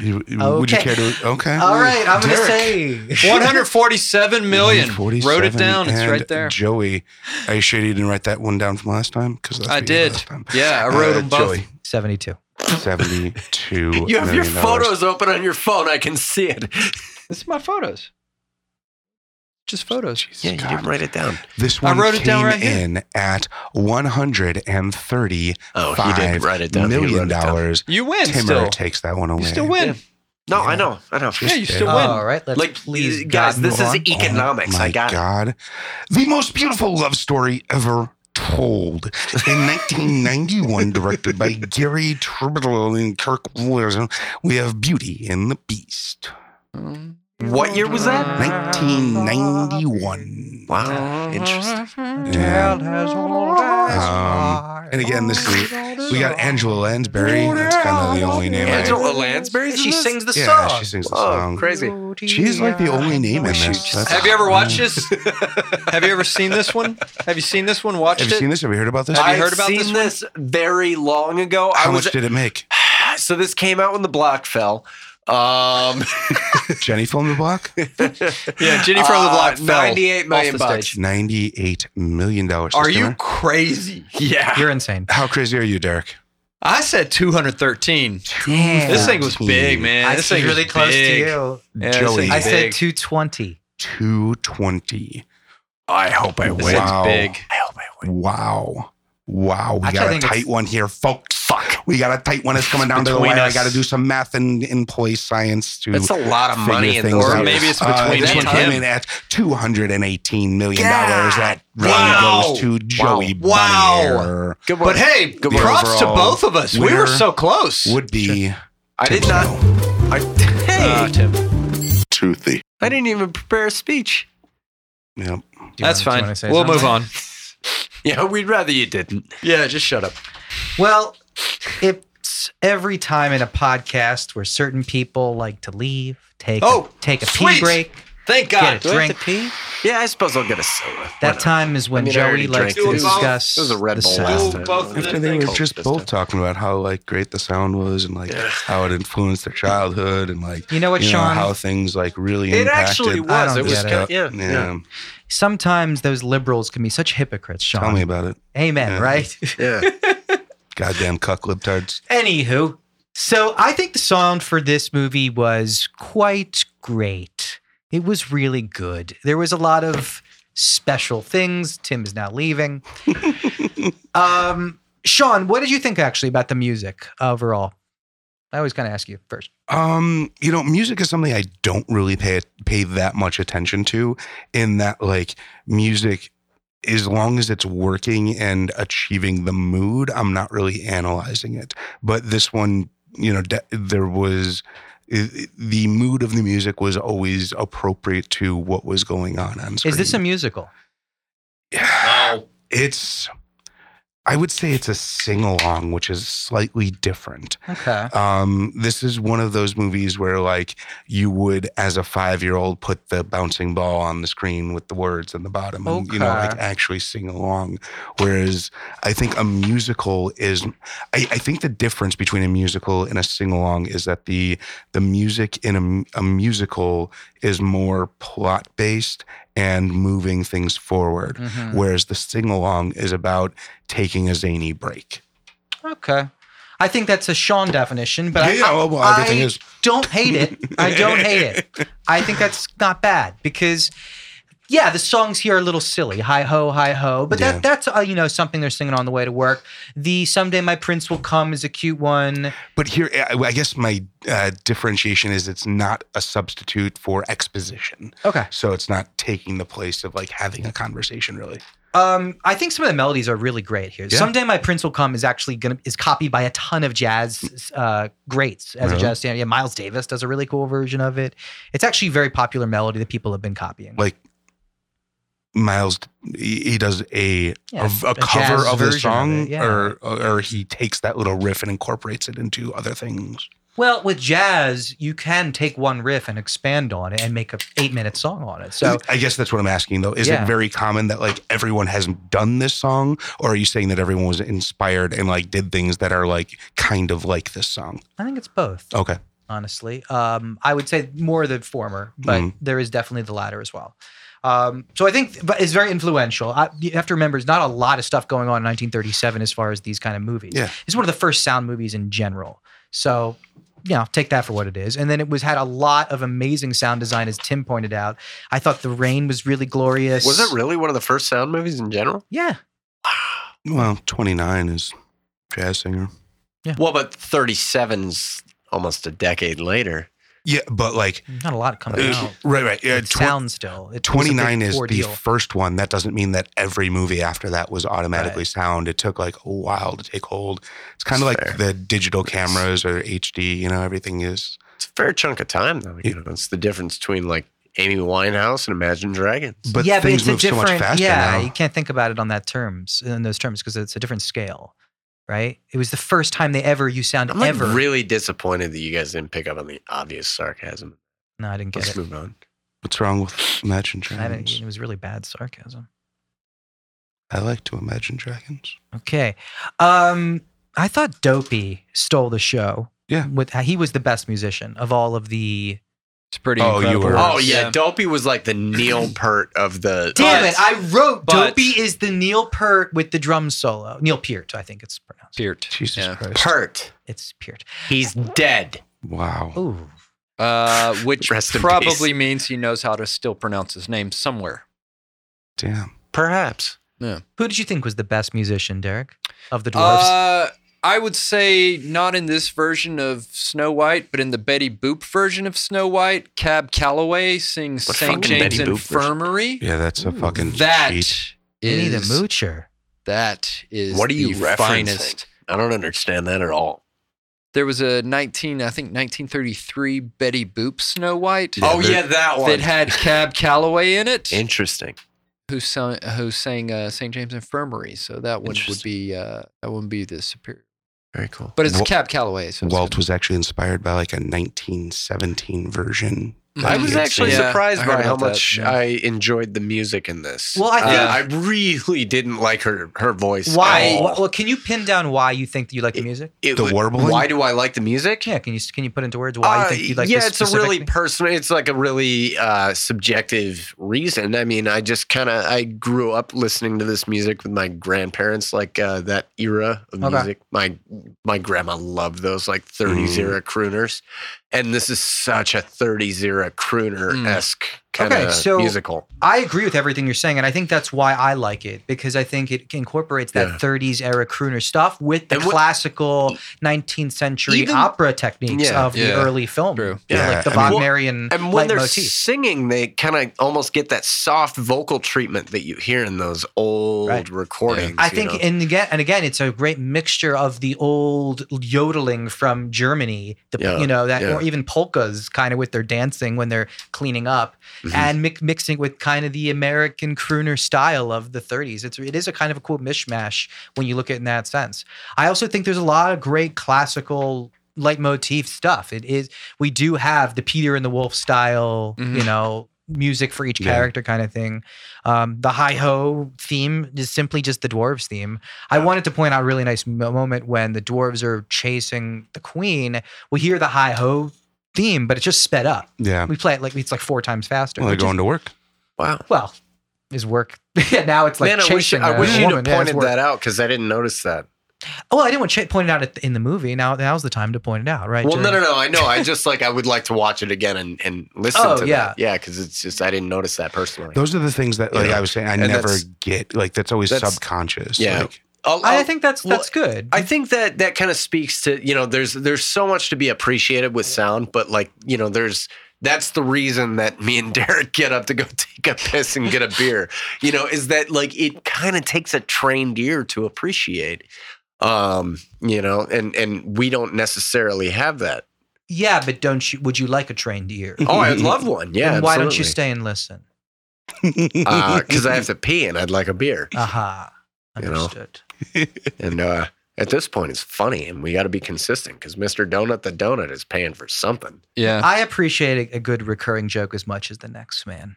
Speaker 4: You- Would you
Speaker 3: Okay.
Speaker 4: care to? Okay.
Speaker 3: All right, I'm
Speaker 4: Derek.
Speaker 3: gonna say
Speaker 2: 147 million.
Speaker 4: 147
Speaker 2: Wrote it down. It's
Speaker 4: and
Speaker 2: right there.
Speaker 4: Joey, are you sure you didn't write that one down from last time? Because
Speaker 2: I did. Yeah, I wrote them both.
Speaker 4: Joey,
Speaker 3: 72.
Speaker 4: seventy-two.
Speaker 1: you have your
Speaker 4: million dollars.
Speaker 1: photos open on your phone. I can see it.
Speaker 2: This is my photos. Just photos.
Speaker 1: Yeah, you didn't write it down.
Speaker 4: This
Speaker 2: I
Speaker 4: one
Speaker 2: wrote it
Speaker 4: came
Speaker 2: down right here.
Speaker 4: in at one hundred and thirty
Speaker 1: Oh,
Speaker 4: Five
Speaker 1: he did write it down.
Speaker 4: million
Speaker 1: He wrote it down.
Speaker 4: dollars.
Speaker 2: You win
Speaker 4: Timmer
Speaker 2: still.
Speaker 4: takes that one away.
Speaker 2: You still win.
Speaker 1: No, I know. I know.
Speaker 2: Yeah, you
Speaker 4: Just
Speaker 2: still
Speaker 4: did.
Speaker 2: win.
Speaker 3: All right, let's
Speaker 1: Like,
Speaker 3: please,
Speaker 1: guys,
Speaker 3: God,
Speaker 1: this is
Speaker 3: move on.
Speaker 1: economics.
Speaker 4: Oh, my
Speaker 1: I got it.
Speaker 4: God. The most beautiful love story ever told. In 1991, directed by Gary Tribbital and Kirk Wilson, we have Beauty and the Beast.
Speaker 1: What year was that?
Speaker 4: 1991.
Speaker 1: Wow, interesting.
Speaker 4: Yeah. Um, and again, this is we got Angela Lansbury. That's kind of the only name.
Speaker 1: Angela Lansbury's
Speaker 3: She
Speaker 1: in this?
Speaker 3: sings the
Speaker 4: I, yeah,
Speaker 3: song.
Speaker 4: she sings the
Speaker 1: Oh,
Speaker 4: song.
Speaker 1: crazy.
Speaker 4: She's like the only name in this. That's-
Speaker 2: Have you ever watched this? Have you ever seen this one? Have you seen this one? Watched
Speaker 4: Have you
Speaker 2: it?
Speaker 4: seen this? Have you heard about this?
Speaker 2: Have you
Speaker 1: I've
Speaker 2: heard about
Speaker 1: seen
Speaker 2: this one?
Speaker 1: this very long ago. I
Speaker 4: How
Speaker 1: was
Speaker 4: much did it make?
Speaker 1: so this came out when the block fell. Um,
Speaker 4: Jenny filmed the block.
Speaker 2: Yeah, Jenny from the
Speaker 1: uh,
Speaker 2: Block. fell
Speaker 1: Ninety-eight million
Speaker 2: off the
Speaker 1: bucks.
Speaker 2: stage.
Speaker 4: Ninety-eight million dollars.
Speaker 2: Are you crazy?
Speaker 1: Yeah,
Speaker 3: You're insane.
Speaker 4: How crazy are you, Derek?
Speaker 2: I said 213.
Speaker 3: Damn.
Speaker 2: This thing was big, man.
Speaker 3: I
Speaker 2: this
Speaker 3: see
Speaker 2: thing
Speaker 3: really
Speaker 2: was
Speaker 3: close
Speaker 2: big.
Speaker 3: to you.
Speaker 2: Yeah, this
Speaker 4: Joey.
Speaker 2: thing's
Speaker 3: I said
Speaker 2: big.
Speaker 3: 220.
Speaker 4: Two twenty.
Speaker 1: I hope I
Speaker 2: This
Speaker 4: Wow.
Speaker 2: thing's big.
Speaker 1: I hope I win.
Speaker 4: Wow. Wow. We
Speaker 3: Actually, I
Speaker 4: got a
Speaker 3: think it's-
Speaker 4: tight one here, folks. Fuck. We got a tight one. It's coming down to the
Speaker 1: Between
Speaker 4: wire. I
Speaker 1: us.
Speaker 4: got to do some math and employ science to.
Speaker 1: That's a lot of
Speaker 4: figure
Speaker 1: money in
Speaker 4: things
Speaker 1: those
Speaker 2: Or
Speaker 4: out.
Speaker 1: years.
Speaker 2: maybe it's
Speaker 4: Uh,
Speaker 2: between
Speaker 4: this
Speaker 2: me
Speaker 4: one
Speaker 2: and
Speaker 4: came
Speaker 2: him.
Speaker 4: in at two hundred and eighteen million dollars. That really
Speaker 2: Wow.
Speaker 4: goes to Joey.
Speaker 2: Wow.
Speaker 4: Bonnier.
Speaker 1: Good
Speaker 2: But
Speaker 1: work.
Speaker 2: hey,
Speaker 1: Good
Speaker 4: work.
Speaker 2: props to
Speaker 4: Overall
Speaker 2: both of us. We
Speaker 4: winner Uh,
Speaker 2: were so close.
Speaker 4: would be
Speaker 1: I did not. I, hey,
Speaker 2: Ah, Tim.
Speaker 4: truthy.
Speaker 1: I didn't even prepare a speech.
Speaker 4: Yep.
Speaker 3: Do you
Speaker 2: That's
Speaker 3: wanna- do you
Speaker 2: fine.
Speaker 3: wanna say
Speaker 2: We'll
Speaker 3: something?
Speaker 2: move on.
Speaker 1: Yeah, we'd rather you didn't.
Speaker 2: Yeah, just shut up.
Speaker 3: Well, it's every time in a podcast where certain people like to leave, take
Speaker 2: Oh,
Speaker 3: a, take a
Speaker 2: sweet.
Speaker 3: pee break,
Speaker 2: Thank God.
Speaker 3: get a drink.
Speaker 1: Yeah, I suppose I'll get a soda. Why
Speaker 3: That
Speaker 1: not?
Speaker 3: time is
Speaker 1: I
Speaker 3: when
Speaker 1: mean, I
Speaker 3: Joey
Speaker 1: already
Speaker 3: likes
Speaker 1: drank
Speaker 3: to
Speaker 1: this.
Speaker 3: discuss
Speaker 1: It was a Red
Speaker 3: the
Speaker 1: Bull
Speaker 3: sound.
Speaker 1: last
Speaker 2: Ooh,
Speaker 1: time.
Speaker 2: both of
Speaker 4: After
Speaker 2: them.
Speaker 4: they were
Speaker 1: Coke
Speaker 4: just
Speaker 1: this time.
Speaker 4: both talking about how like great the sound was and like how it influenced their childhood and like
Speaker 3: You know what,
Speaker 4: you know,
Speaker 3: Sean?
Speaker 4: how things like really
Speaker 1: It
Speaker 4: impacted
Speaker 1: actually
Speaker 3: I
Speaker 1: was.
Speaker 3: don't
Speaker 1: It was.
Speaker 3: get it.
Speaker 1: good. Yeah,
Speaker 4: yeah.
Speaker 1: yeah,
Speaker 3: Sometimes those liberals can be such hypocrites, Sean.
Speaker 4: Tell me about it.
Speaker 3: Amen,
Speaker 4: Yeah.
Speaker 3: right?
Speaker 1: yeah.
Speaker 4: Goddamn cuck libtards.
Speaker 3: Anywho, so I think the sound for this movie was quite great. It was really good. There was a lot of special things. Tim is now leaving. um, Sean, what did you think actually about the music overall? I always kind of ask you first.
Speaker 4: Um, you know, music is something I don't really pay pay that much attention to. In that, like, music, as long as it's working and achieving the mood, I'm not really analyzing it. But this one, you know, de- there was i- i- the mood of the music was always appropriate to what was going on on screen.
Speaker 3: Is this a musical?
Speaker 4: It's. I would say it's a sing along, which is slightly different.
Speaker 3: Okay.
Speaker 4: Um, this is one of those movies where, like, you would, as a five year old, put the bouncing ball on the screen with the words on the bottom and, you know,
Speaker 3: Okay.
Speaker 4: like actually sing along. Whereas I think a musical is, I, I think the difference between a musical and a sing along is that the, the music in a m- a, musical is more plot based and moving things forward.
Speaker 3: Mhm.
Speaker 4: Whereas the sing along is about taking a zany break.
Speaker 3: Okay. I think that's a Sean definition, but I-
Speaker 4: yeah, well, well,
Speaker 3: I-
Speaker 4: everything is.
Speaker 3: don't hate it. I don't hate it. I think that's not bad because yeah, the songs here are a little silly. Hi ho, hi ho. But
Speaker 4: Yeah.
Speaker 3: that that's uh, you know something they're singing on the way to work. The someday my prince will come is a cute one.
Speaker 4: But here, I I guess my uh, differentiation is it's not a substitute for exposition.
Speaker 3: Okay.
Speaker 4: So it's not taking the place of like having a conversation, really.
Speaker 3: Um, I think some of the melodies are really great here.
Speaker 4: Yeah.
Speaker 3: Someday my prince will come is actually gonna is copied by a ton of jazz uh, greats as a
Speaker 4: Really?
Speaker 3: jazz standard. Yeah, Miles Davis does a really cool version of it. It's actually a very popular melody that people have been copying.
Speaker 4: Like Miles, he he does a
Speaker 3: Yeah,
Speaker 4: a, a
Speaker 3: a jazz
Speaker 4: cover of
Speaker 3: version
Speaker 4: the
Speaker 3: of
Speaker 4: song,
Speaker 3: it, yeah.
Speaker 4: or or he takes that little riff and incorporates it into other things.
Speaker 3: Well, with jazz, you can take one riff and expand on it and make a eight minute song on it. So
Speaker 4: I guess that's what I'm asking though. Is
Speaker 3: Yeah.
Speaker 4: it very common that like everyone has done this song, or are you saying that everyone was inspired and like did things that are like kind of like this song?
Speaker 1: Mm-hmm.
Speaker 3: I think it's both.
Speaker 1: Oh.
Speaker 4: Okay,
Speaker 3: honestly. Um, I would say more the former, but
Speaker 1: Mm-hmm.
Speaker 4: Mhm.
Speaker 3: there is definitely the latter as well. Um, so I think but it's very influential. I, you have to remember, there's not a lot of stuff going on in 1937 as far as these kind of movies.
Speaker 4: Yeah.
Speaker 3: It's one of the first sound movies in general. So, you know, take that for what it is. And then it was had a lot of amazing sound design, as Tim pointed out. I thought the rain was really glorious.
Speaker 1: Was it really one of the first sound movies in general?
Speaker 3: Yeah.
Speaker 4: well, 29 is jazz singer.
Speaker 1: Well, but 37's almost a decade later.
Speaker 4: Yeah, but like
Speaker 3: Not a lot coming out.
Speaker 4: right, right. Yeah,
Speaker 3: It
Speaker 4: tw-
Speaker 3: sounds still. It was a big
Speaker 4: 29 is the
Speaker 3: ordeal.
Speaker 4: first one. That doesn't mean that every movie after that was automatically
Speaker 3: Right.
Speaker 4: sound. It took like a while to take hold. It's kind of
Speaker 1: That's
Speaker 4: like the digital cameras or HD, you know, everything is.
Speaker 1: It's a fair chunk of time, though. You know, it's the difference between like Amy Winehouse and Imagine Dragons.
Speaker 4: But
Speaker 3: yeah,
Speaker 4: things
Speaker 3: but
Speaker 4: move
Speaker 3: it's a
Speaker 4: so
Speaker 3: different.
Speaker 4: much faster
Speaker 3: yeah,
Speaker 4: now.
Speaker 3: you can't think about it on that terms in those terms because it's a different scale, right? It was the first time they ever you sound
Speaker 1: I'm like,
Speaker 3: ever.
Speaker 1: really disappointed that you guys didn't pick up on the obvious sarcasm.
Speaker 3: no, I didn't get
Speaker 1: Let's
Speaker 3: it.
Speaker 1: move on.
Speaker 4: What's wrong with Imagine
Speaker 3: I haven't,
Speaker 4: Dragons?
Speaker 3: it was really bad sarcasm.
Speaker 4: I like to imagine dragons.
Speaker 3: Okay, um, I thought Dopey stole the show.
Speaker 4: Yeah.
Speaker 3: with he was the best musician of all of the.
Speaker 2: It's pretty.
Speaker 4: Oh, you
Speaker 2: incredible.
Speaker 4: were-
Speaker 1: Oh yeah, Dopey was like the Neil Pert of the.
Speaker 3: Damn
Speaker 2: But-
Speaker 3: it! I wrote
Speaker 2: but-
Speaker 3: Dopey is the Neil Peart with the drum solo. Neil Peart, I think it's pronounced.
Speaker 2: Peart.
Speaker 4: Jesus
Speaker 2: Yeah.
Speaker 4: Christ.
Speaker 1: Pert.
Speaker 3: It's Peart.
Speaker 1: He's dead.
Speaker 4: Wow.
Speaker 3: Ooh,
Speaker 2: Uh, which
Speaker 1: Rest in
Speaker 2: probably means he knows how to still pronounce his name somewhere.
Speaker 4: Damn.
Speaker 1: Perhaps.
Speaker 3: who did you think was the best musician, Derek, of the dwarves?
Speaker 2: Uh, I would say not in this version of Snow White, but in the Betty Boop version of Snow White, Cab Calloway sings
Speaker 1: What
Speaker 2: St.
Speaker 1: fucking
Speaker 2: James
Speaker 1: Betty Boop version?
Speaker 2: Infirmary.
Speaker 4: Yeah, that's a fucking
Speaker 2: That
Speaker 4: cheat.
Speaker 2: is
Speaker 3: You need a moocher.
Speaker 2: that is
Speaker 1: What are you
Speaker 2: the
Speaker 1: referencing?
Speaker 2: finest.
Speaker 1: I don't understand that at all.
Speaker 2: There was a 19, I think 1933 Betty Boop Snow White.
Speaker 1: oh yeah, that one.
Speaker 2: that had Cab Calloway in it,
Speaker 1: Interesting.
Speaker 2: who sang, who sang uh, St. James Infirmary. So that one would
Speaker 1: Interesting.
Speaker 2: be uh, that would be the superior.
Speaker 1: Very cool.
Speaker 2: But it's
Speaker 4: Wal-
Speaker 2: Cab Calloway. So it's
Speaker 4: Walt
Speaker 2: gonna-
Speaker 4: was actually inspired by like a 1917 version. that
Speaker 1: I was
Speaker 4: he had
Speaker 1: actually
Speaker 4: seen.
Speaker 2: Yeah, I
Speaker 1: surprised
Speaker 2: heard
Speaker 1: by how
Speaker 2: about that,
Speaker 1: much
Speaker 2: yeah.
Speaker 1: I enjoyed the music in this.
Speaker 3: Well, I
Speaker 1: Uh, I
Speaker 3: think-
Speaker 1: really didn't like her her voice.
Speaker 3: Why?
Speaker 1: at all.
Speaker 3: Wh- well, can you pin down why you think that you like the
Speaker 1: It-
Speaker 3: music?
Speaker 1: It
Speaker 4: The
Speaker 1: wa-
Speaker 4: warbling?
Speaker 1: Why do I like the music?
Speaker 3: Yeah, can you can you put into words why
Speaker 1: Uh,
Speaker 3: you think you like?
Speaker 1: yeah, it's
Speaker 3: this
Speaker 1: a really
Speaker 3: specifically?
Speaker 1: personal. It's like a really uh, subjective reason. I mean, I just kind of I grew up listening to this music with my grandparents, like uh, that era of
Speaker 3: Okay.
Speaker 1: music. My my grandma loved those like 30s
Speaker 4: Mm.
Speaker 1: era crooners, and this is such a 30s era crooner esque kind of
Speaker 3: Mm. Okay, so-
Speaker 1: musical.
Speaker 3: I agree with everything you're saying, and I think that's why I like it because I think it incorporates that
Speaker 1: Yeah.
Speaker 3: 30s era crooner stuff with the
Speaker 1: And what-
Speaker 3: classical 19th century
Speaker 1: Even-
Speaker 3: opera techniques
Speaker 1: Yeah.
Speaker 3: of the
Speaker 2: Yeah.
Speaker 3: early film,
Speaker 2: True.
Speaker 3: You know,
Speaker 4: Yeah,
Speaker 3: like the
Speaker 4: I mean-
Speaker 3: Wagnerian
Speaker 1: And when they're
Speaker 3: leitmotif.
Speaker 1: singing, they kind of almost get that soft vocal treatment that you hear in those old
Speaker 3: Right.
Speaker 1: recordings.
Speaker 3: I
Speaker 1: you
Speaker 3: think,
Speaker 1: know?
Speaker 3: and again, and again, it's a great mixture of the old yodeling from Germany, the,
Speaker 1: Yeah,
Speaker 3: you know, that
Speaker 1: yeah.
Speaker 3: or even polkas, kind of with their dancing when they're cleaning up,
Speaker 1: Mhm.
Speaker 3: and mi- mixing with kind of the American crooner style of the 30s. It's it is a kind of a cool mishmash when you look at it in that sense. I also think there's a lot of great classical leitmotif stuff. It is we do have the Peter and the Wolf style,
Speaker 2: Mhm.
Speaker 1: Mm-hmm.
Speaker 3: you know, music for each
Speaker 4: Yeah.
Speaker 3: character kind of thing. Um, the hi ho theme is simply just the dwarves theme. I wanted to point out a really nice mo- moment when the dwarves are chasing the queen. We hear the hi ho theme, but it's just sped up.
Speaker 4: Yeah.
Speaker 3: We play it like it's like four times faster.
Speaker 4: Well, they're
Speaker 3: which is-
Speaker 4: going to work.
Speaker 1: wow.
Speaker 3: well, is work. yeah, now it's like
Speaker 1: Man, I wish,
Speaker 3: chasing.
Speaker 1: I
Speaker 3: a
Speaker 1: wish you'd
Speaker 3: woman.
Speaker 1: have
Speaker 3: Yeah, it's
Speaker 1: pointed
Speaker 3: work.
Speaker 1: that out because I didn't notice that.
Speaker 3: Oh, I didn't want Chet pointed out at- in the movie. Now now's the time to point it out, right?
Speaker 1: Well,
Speaker 3: Jerry?
Speaker 1: no, no, no. I know. I just like I would like to watch it again and, and listen
Speaker 3: Oh,
Speaker 1: to
Speaker 3: yeah.
Speaker 1: that. Yeah, because it's just I didn't notice that personally.
Speaker 4: Those are the things that, like
Speaker 1: Yeah.
Speaker 4: I was saying, I
Speaker 1: And
Speaker 4: never
Speaker 1: that's-
Speaker 4: get. Like that's always
Speaker 1: that's-
Speaker 4: subconscious.
Speaker 1: Yeah.
Speaker 4: Like,
Speaker 1: I'll-
Speaker 3: I, I
Speaker 1: I'll-
Speaker 3: think that's
Speaker 1: well,
Speaker 3: that's good.
Speaker 1: I think that that kind of speaks to you know there's there's so much to be appreciated with sound, but like you know there's that's the reason that me and Derek get up to go take a piss and get a beer. You know, is that like it kind of takes a trained ear to appreciate. Um, you know, and and we don't necessarily have that.
Speaker 3: yeah, but don't you? Would you like a trained ear?
Speaker 1: Oh, I'd love one. Yeah,
Speaker 3: Then why don't you
Speaker 1: absolutely.
Speaker 3: stay and listen?
Speaker 1: because I have to pee and I'd like a beer.
Speaker 3: Aha.
Speaker 1: You know.
Speaker 3: Understood.
Speaker 1: And uh, at this point, it's funny, and we got to be consistent because Mr. Donut the Donut is paying for something.
Speaker 2: Yeah.
Speaker 3: I appreciate a, a good recurring joke as much as the next man.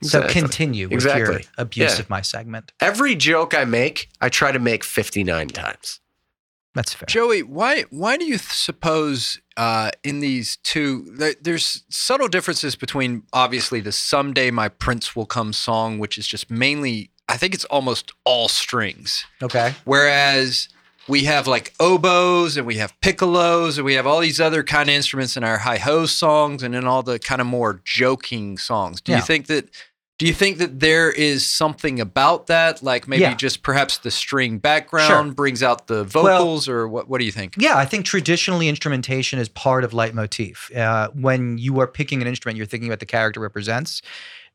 Speaker 3: So
Speaker 1: Exactly.
Speaker 3: continue with your
Speaker 1: Exactly.
Speaker 3: abuse
Speaker 1: Yeah.
Speaker 3: of my segment.
Speaker 1: Every joke I make, I try to make 59 times.
Speaker 3: That's fair.
Speaker 2: Joey, why why do you th- suppose uh, in these two there, there's subtle differences between obviously the "Someday My Prince Will Come" song, which is just mainly I think it's almost all strings,
Speaker 3: Okay.
Speaker 2: whereas we have like oboes and we have piccolos and we have all these other kind of instruments in our hi ho songs and in all the kind of more joking songs. Do
Speaker 3: Yeah.
Speaker 2: you think that? Do you think that there is something about that, like maybe
Speaker 3: Yeah.
Speaker 2: just perhaps the string background brings out the vocals, or what? What do you think?
Speaker 3: Yeah, I think traditionally instrumentation is part of leitmotif. Uh, when you are picking an instrument, you're thinking about the character represents.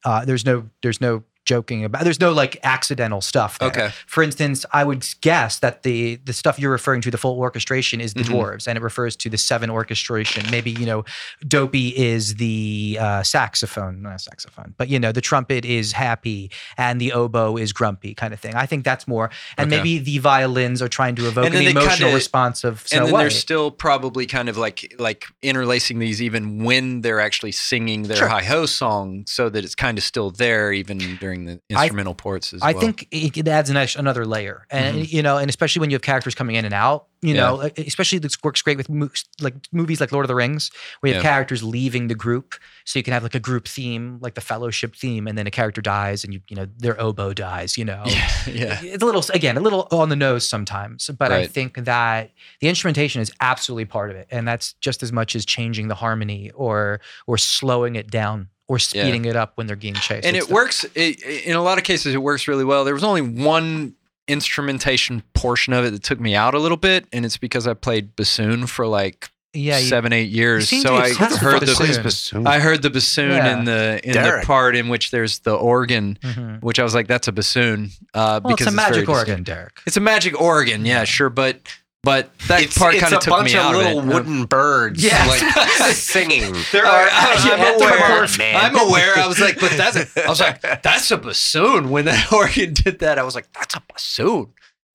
Speaker 3: Uh, there's no, there's no joking about. There's no like accidental stuff. there.
Speaker 2: Okay.
Speaker 3: For instance, I would guess that the the stuff you're referring to, the full orchestration, is the
Speaker 2: Mhm.
Speaker 3: dwarves, and it refers to the seven orchestration. Maybe you know, Dopey is the uh, saxophone, not saxophone, but you know, the trumpet is happy, and the oboe is grumpy, kind of thing. I think that's more, and
Speaker 2: Okay.
Speaker 3: maybe the violins are trying to evoke
Speaker 2: And then
Speaker 3: an
Speaker 2: they
Speaker 3: emotional
Speaker 2: kinda-
Speaker 3: response of Snow
Speaker 2: and then
Speaker 3: White.
Speaker 2: they're still probably kind of like like interlacing these even when they're actually singing their
Speaker 3: Sure.
Speaker 2: hi ho song, so that it's kind of still there even during the
Speaker 3: I-
Speaker 2: instrumental parts as
Speaker 3: I
Speaker 2: well. Mm-hmm.
Speaker 3: think it, it adds an ex- another layer, and you know, and especially when you have characters coming in and out, you know, like, especially this works great with mo- like movies like Lord of the Rings, where you have
Speaker 2: Yeah.
Speaker 3: characters leaving the group, so you can have like a group theme, like the Fellowship theme, and then a character dies, and you you know their oboe dies, you know.
Speaker 2: yeah, yeah.
Speaker 3: It's a little again, a little on the nose sometimes, but I
Speaker 2: Right.
Speaker 3: think that the instrumentation is absolutely part of it, and that's just as much as changing the harmony or or slowing it down or speeding it up when they're getting chased.
Speaker 2: and
Speaker 3: It's
Speaker 2: it
Speaker 3: the-
Speaker 2: works it, in a lot of cases. It works really well. There was only one instrumentation portion of it that took me out a little bit, and it's because I played bassoon for like
Speaker 3: Yeah, you-
Speaker 2: seven eight years.
Speaker 3: seem to
Speaker 2: So
Speaker 3: be
Speaker 2: I
Speaker 3: obsessed with
Speaker 2: heard
Speaker 3: the
Speaker 2: the
Speaker 3: bassoon.
Speaker 4: Plays bassoon.
Speaker 2: I heard the bassoon
Speaker 3: Yeah.
Speaker 2: in the in
Speaker 1: Derek.
Speaker 2: the part in which there's the organ,
Speaker 3: Mhm.
Speaker 2: which I was like, that's a bassoon uh,
Speaker 3: Well,
Speaker 2: because
Speaker 3: it's
Speaker 2: very
Speaker 3: a magic
Speaker 2: distinct.
Speaker 3: organ, Derek.
Speaker 2: It's a magic organ, yeah, sure, but but that part kind of
Speaker 1: a
Speaker 2: took
Speaker 1: bunch
Speaker 2: me out
Speaker 1: of little
Speaker 2: of it.
Speaker 1: wooden birds
Speaker 2: Yes.
Speaker 1: like singing.
Speaker 2: There are- I-
Speaker 1: Yeah,
Speaker 2: I'm aware.
Speaker 1: come on, man.
Speaker 2: I'm aware. I was like, but that's. A, I was like, that's a bassoon. When that organ did that, I was like, that's a bassoon.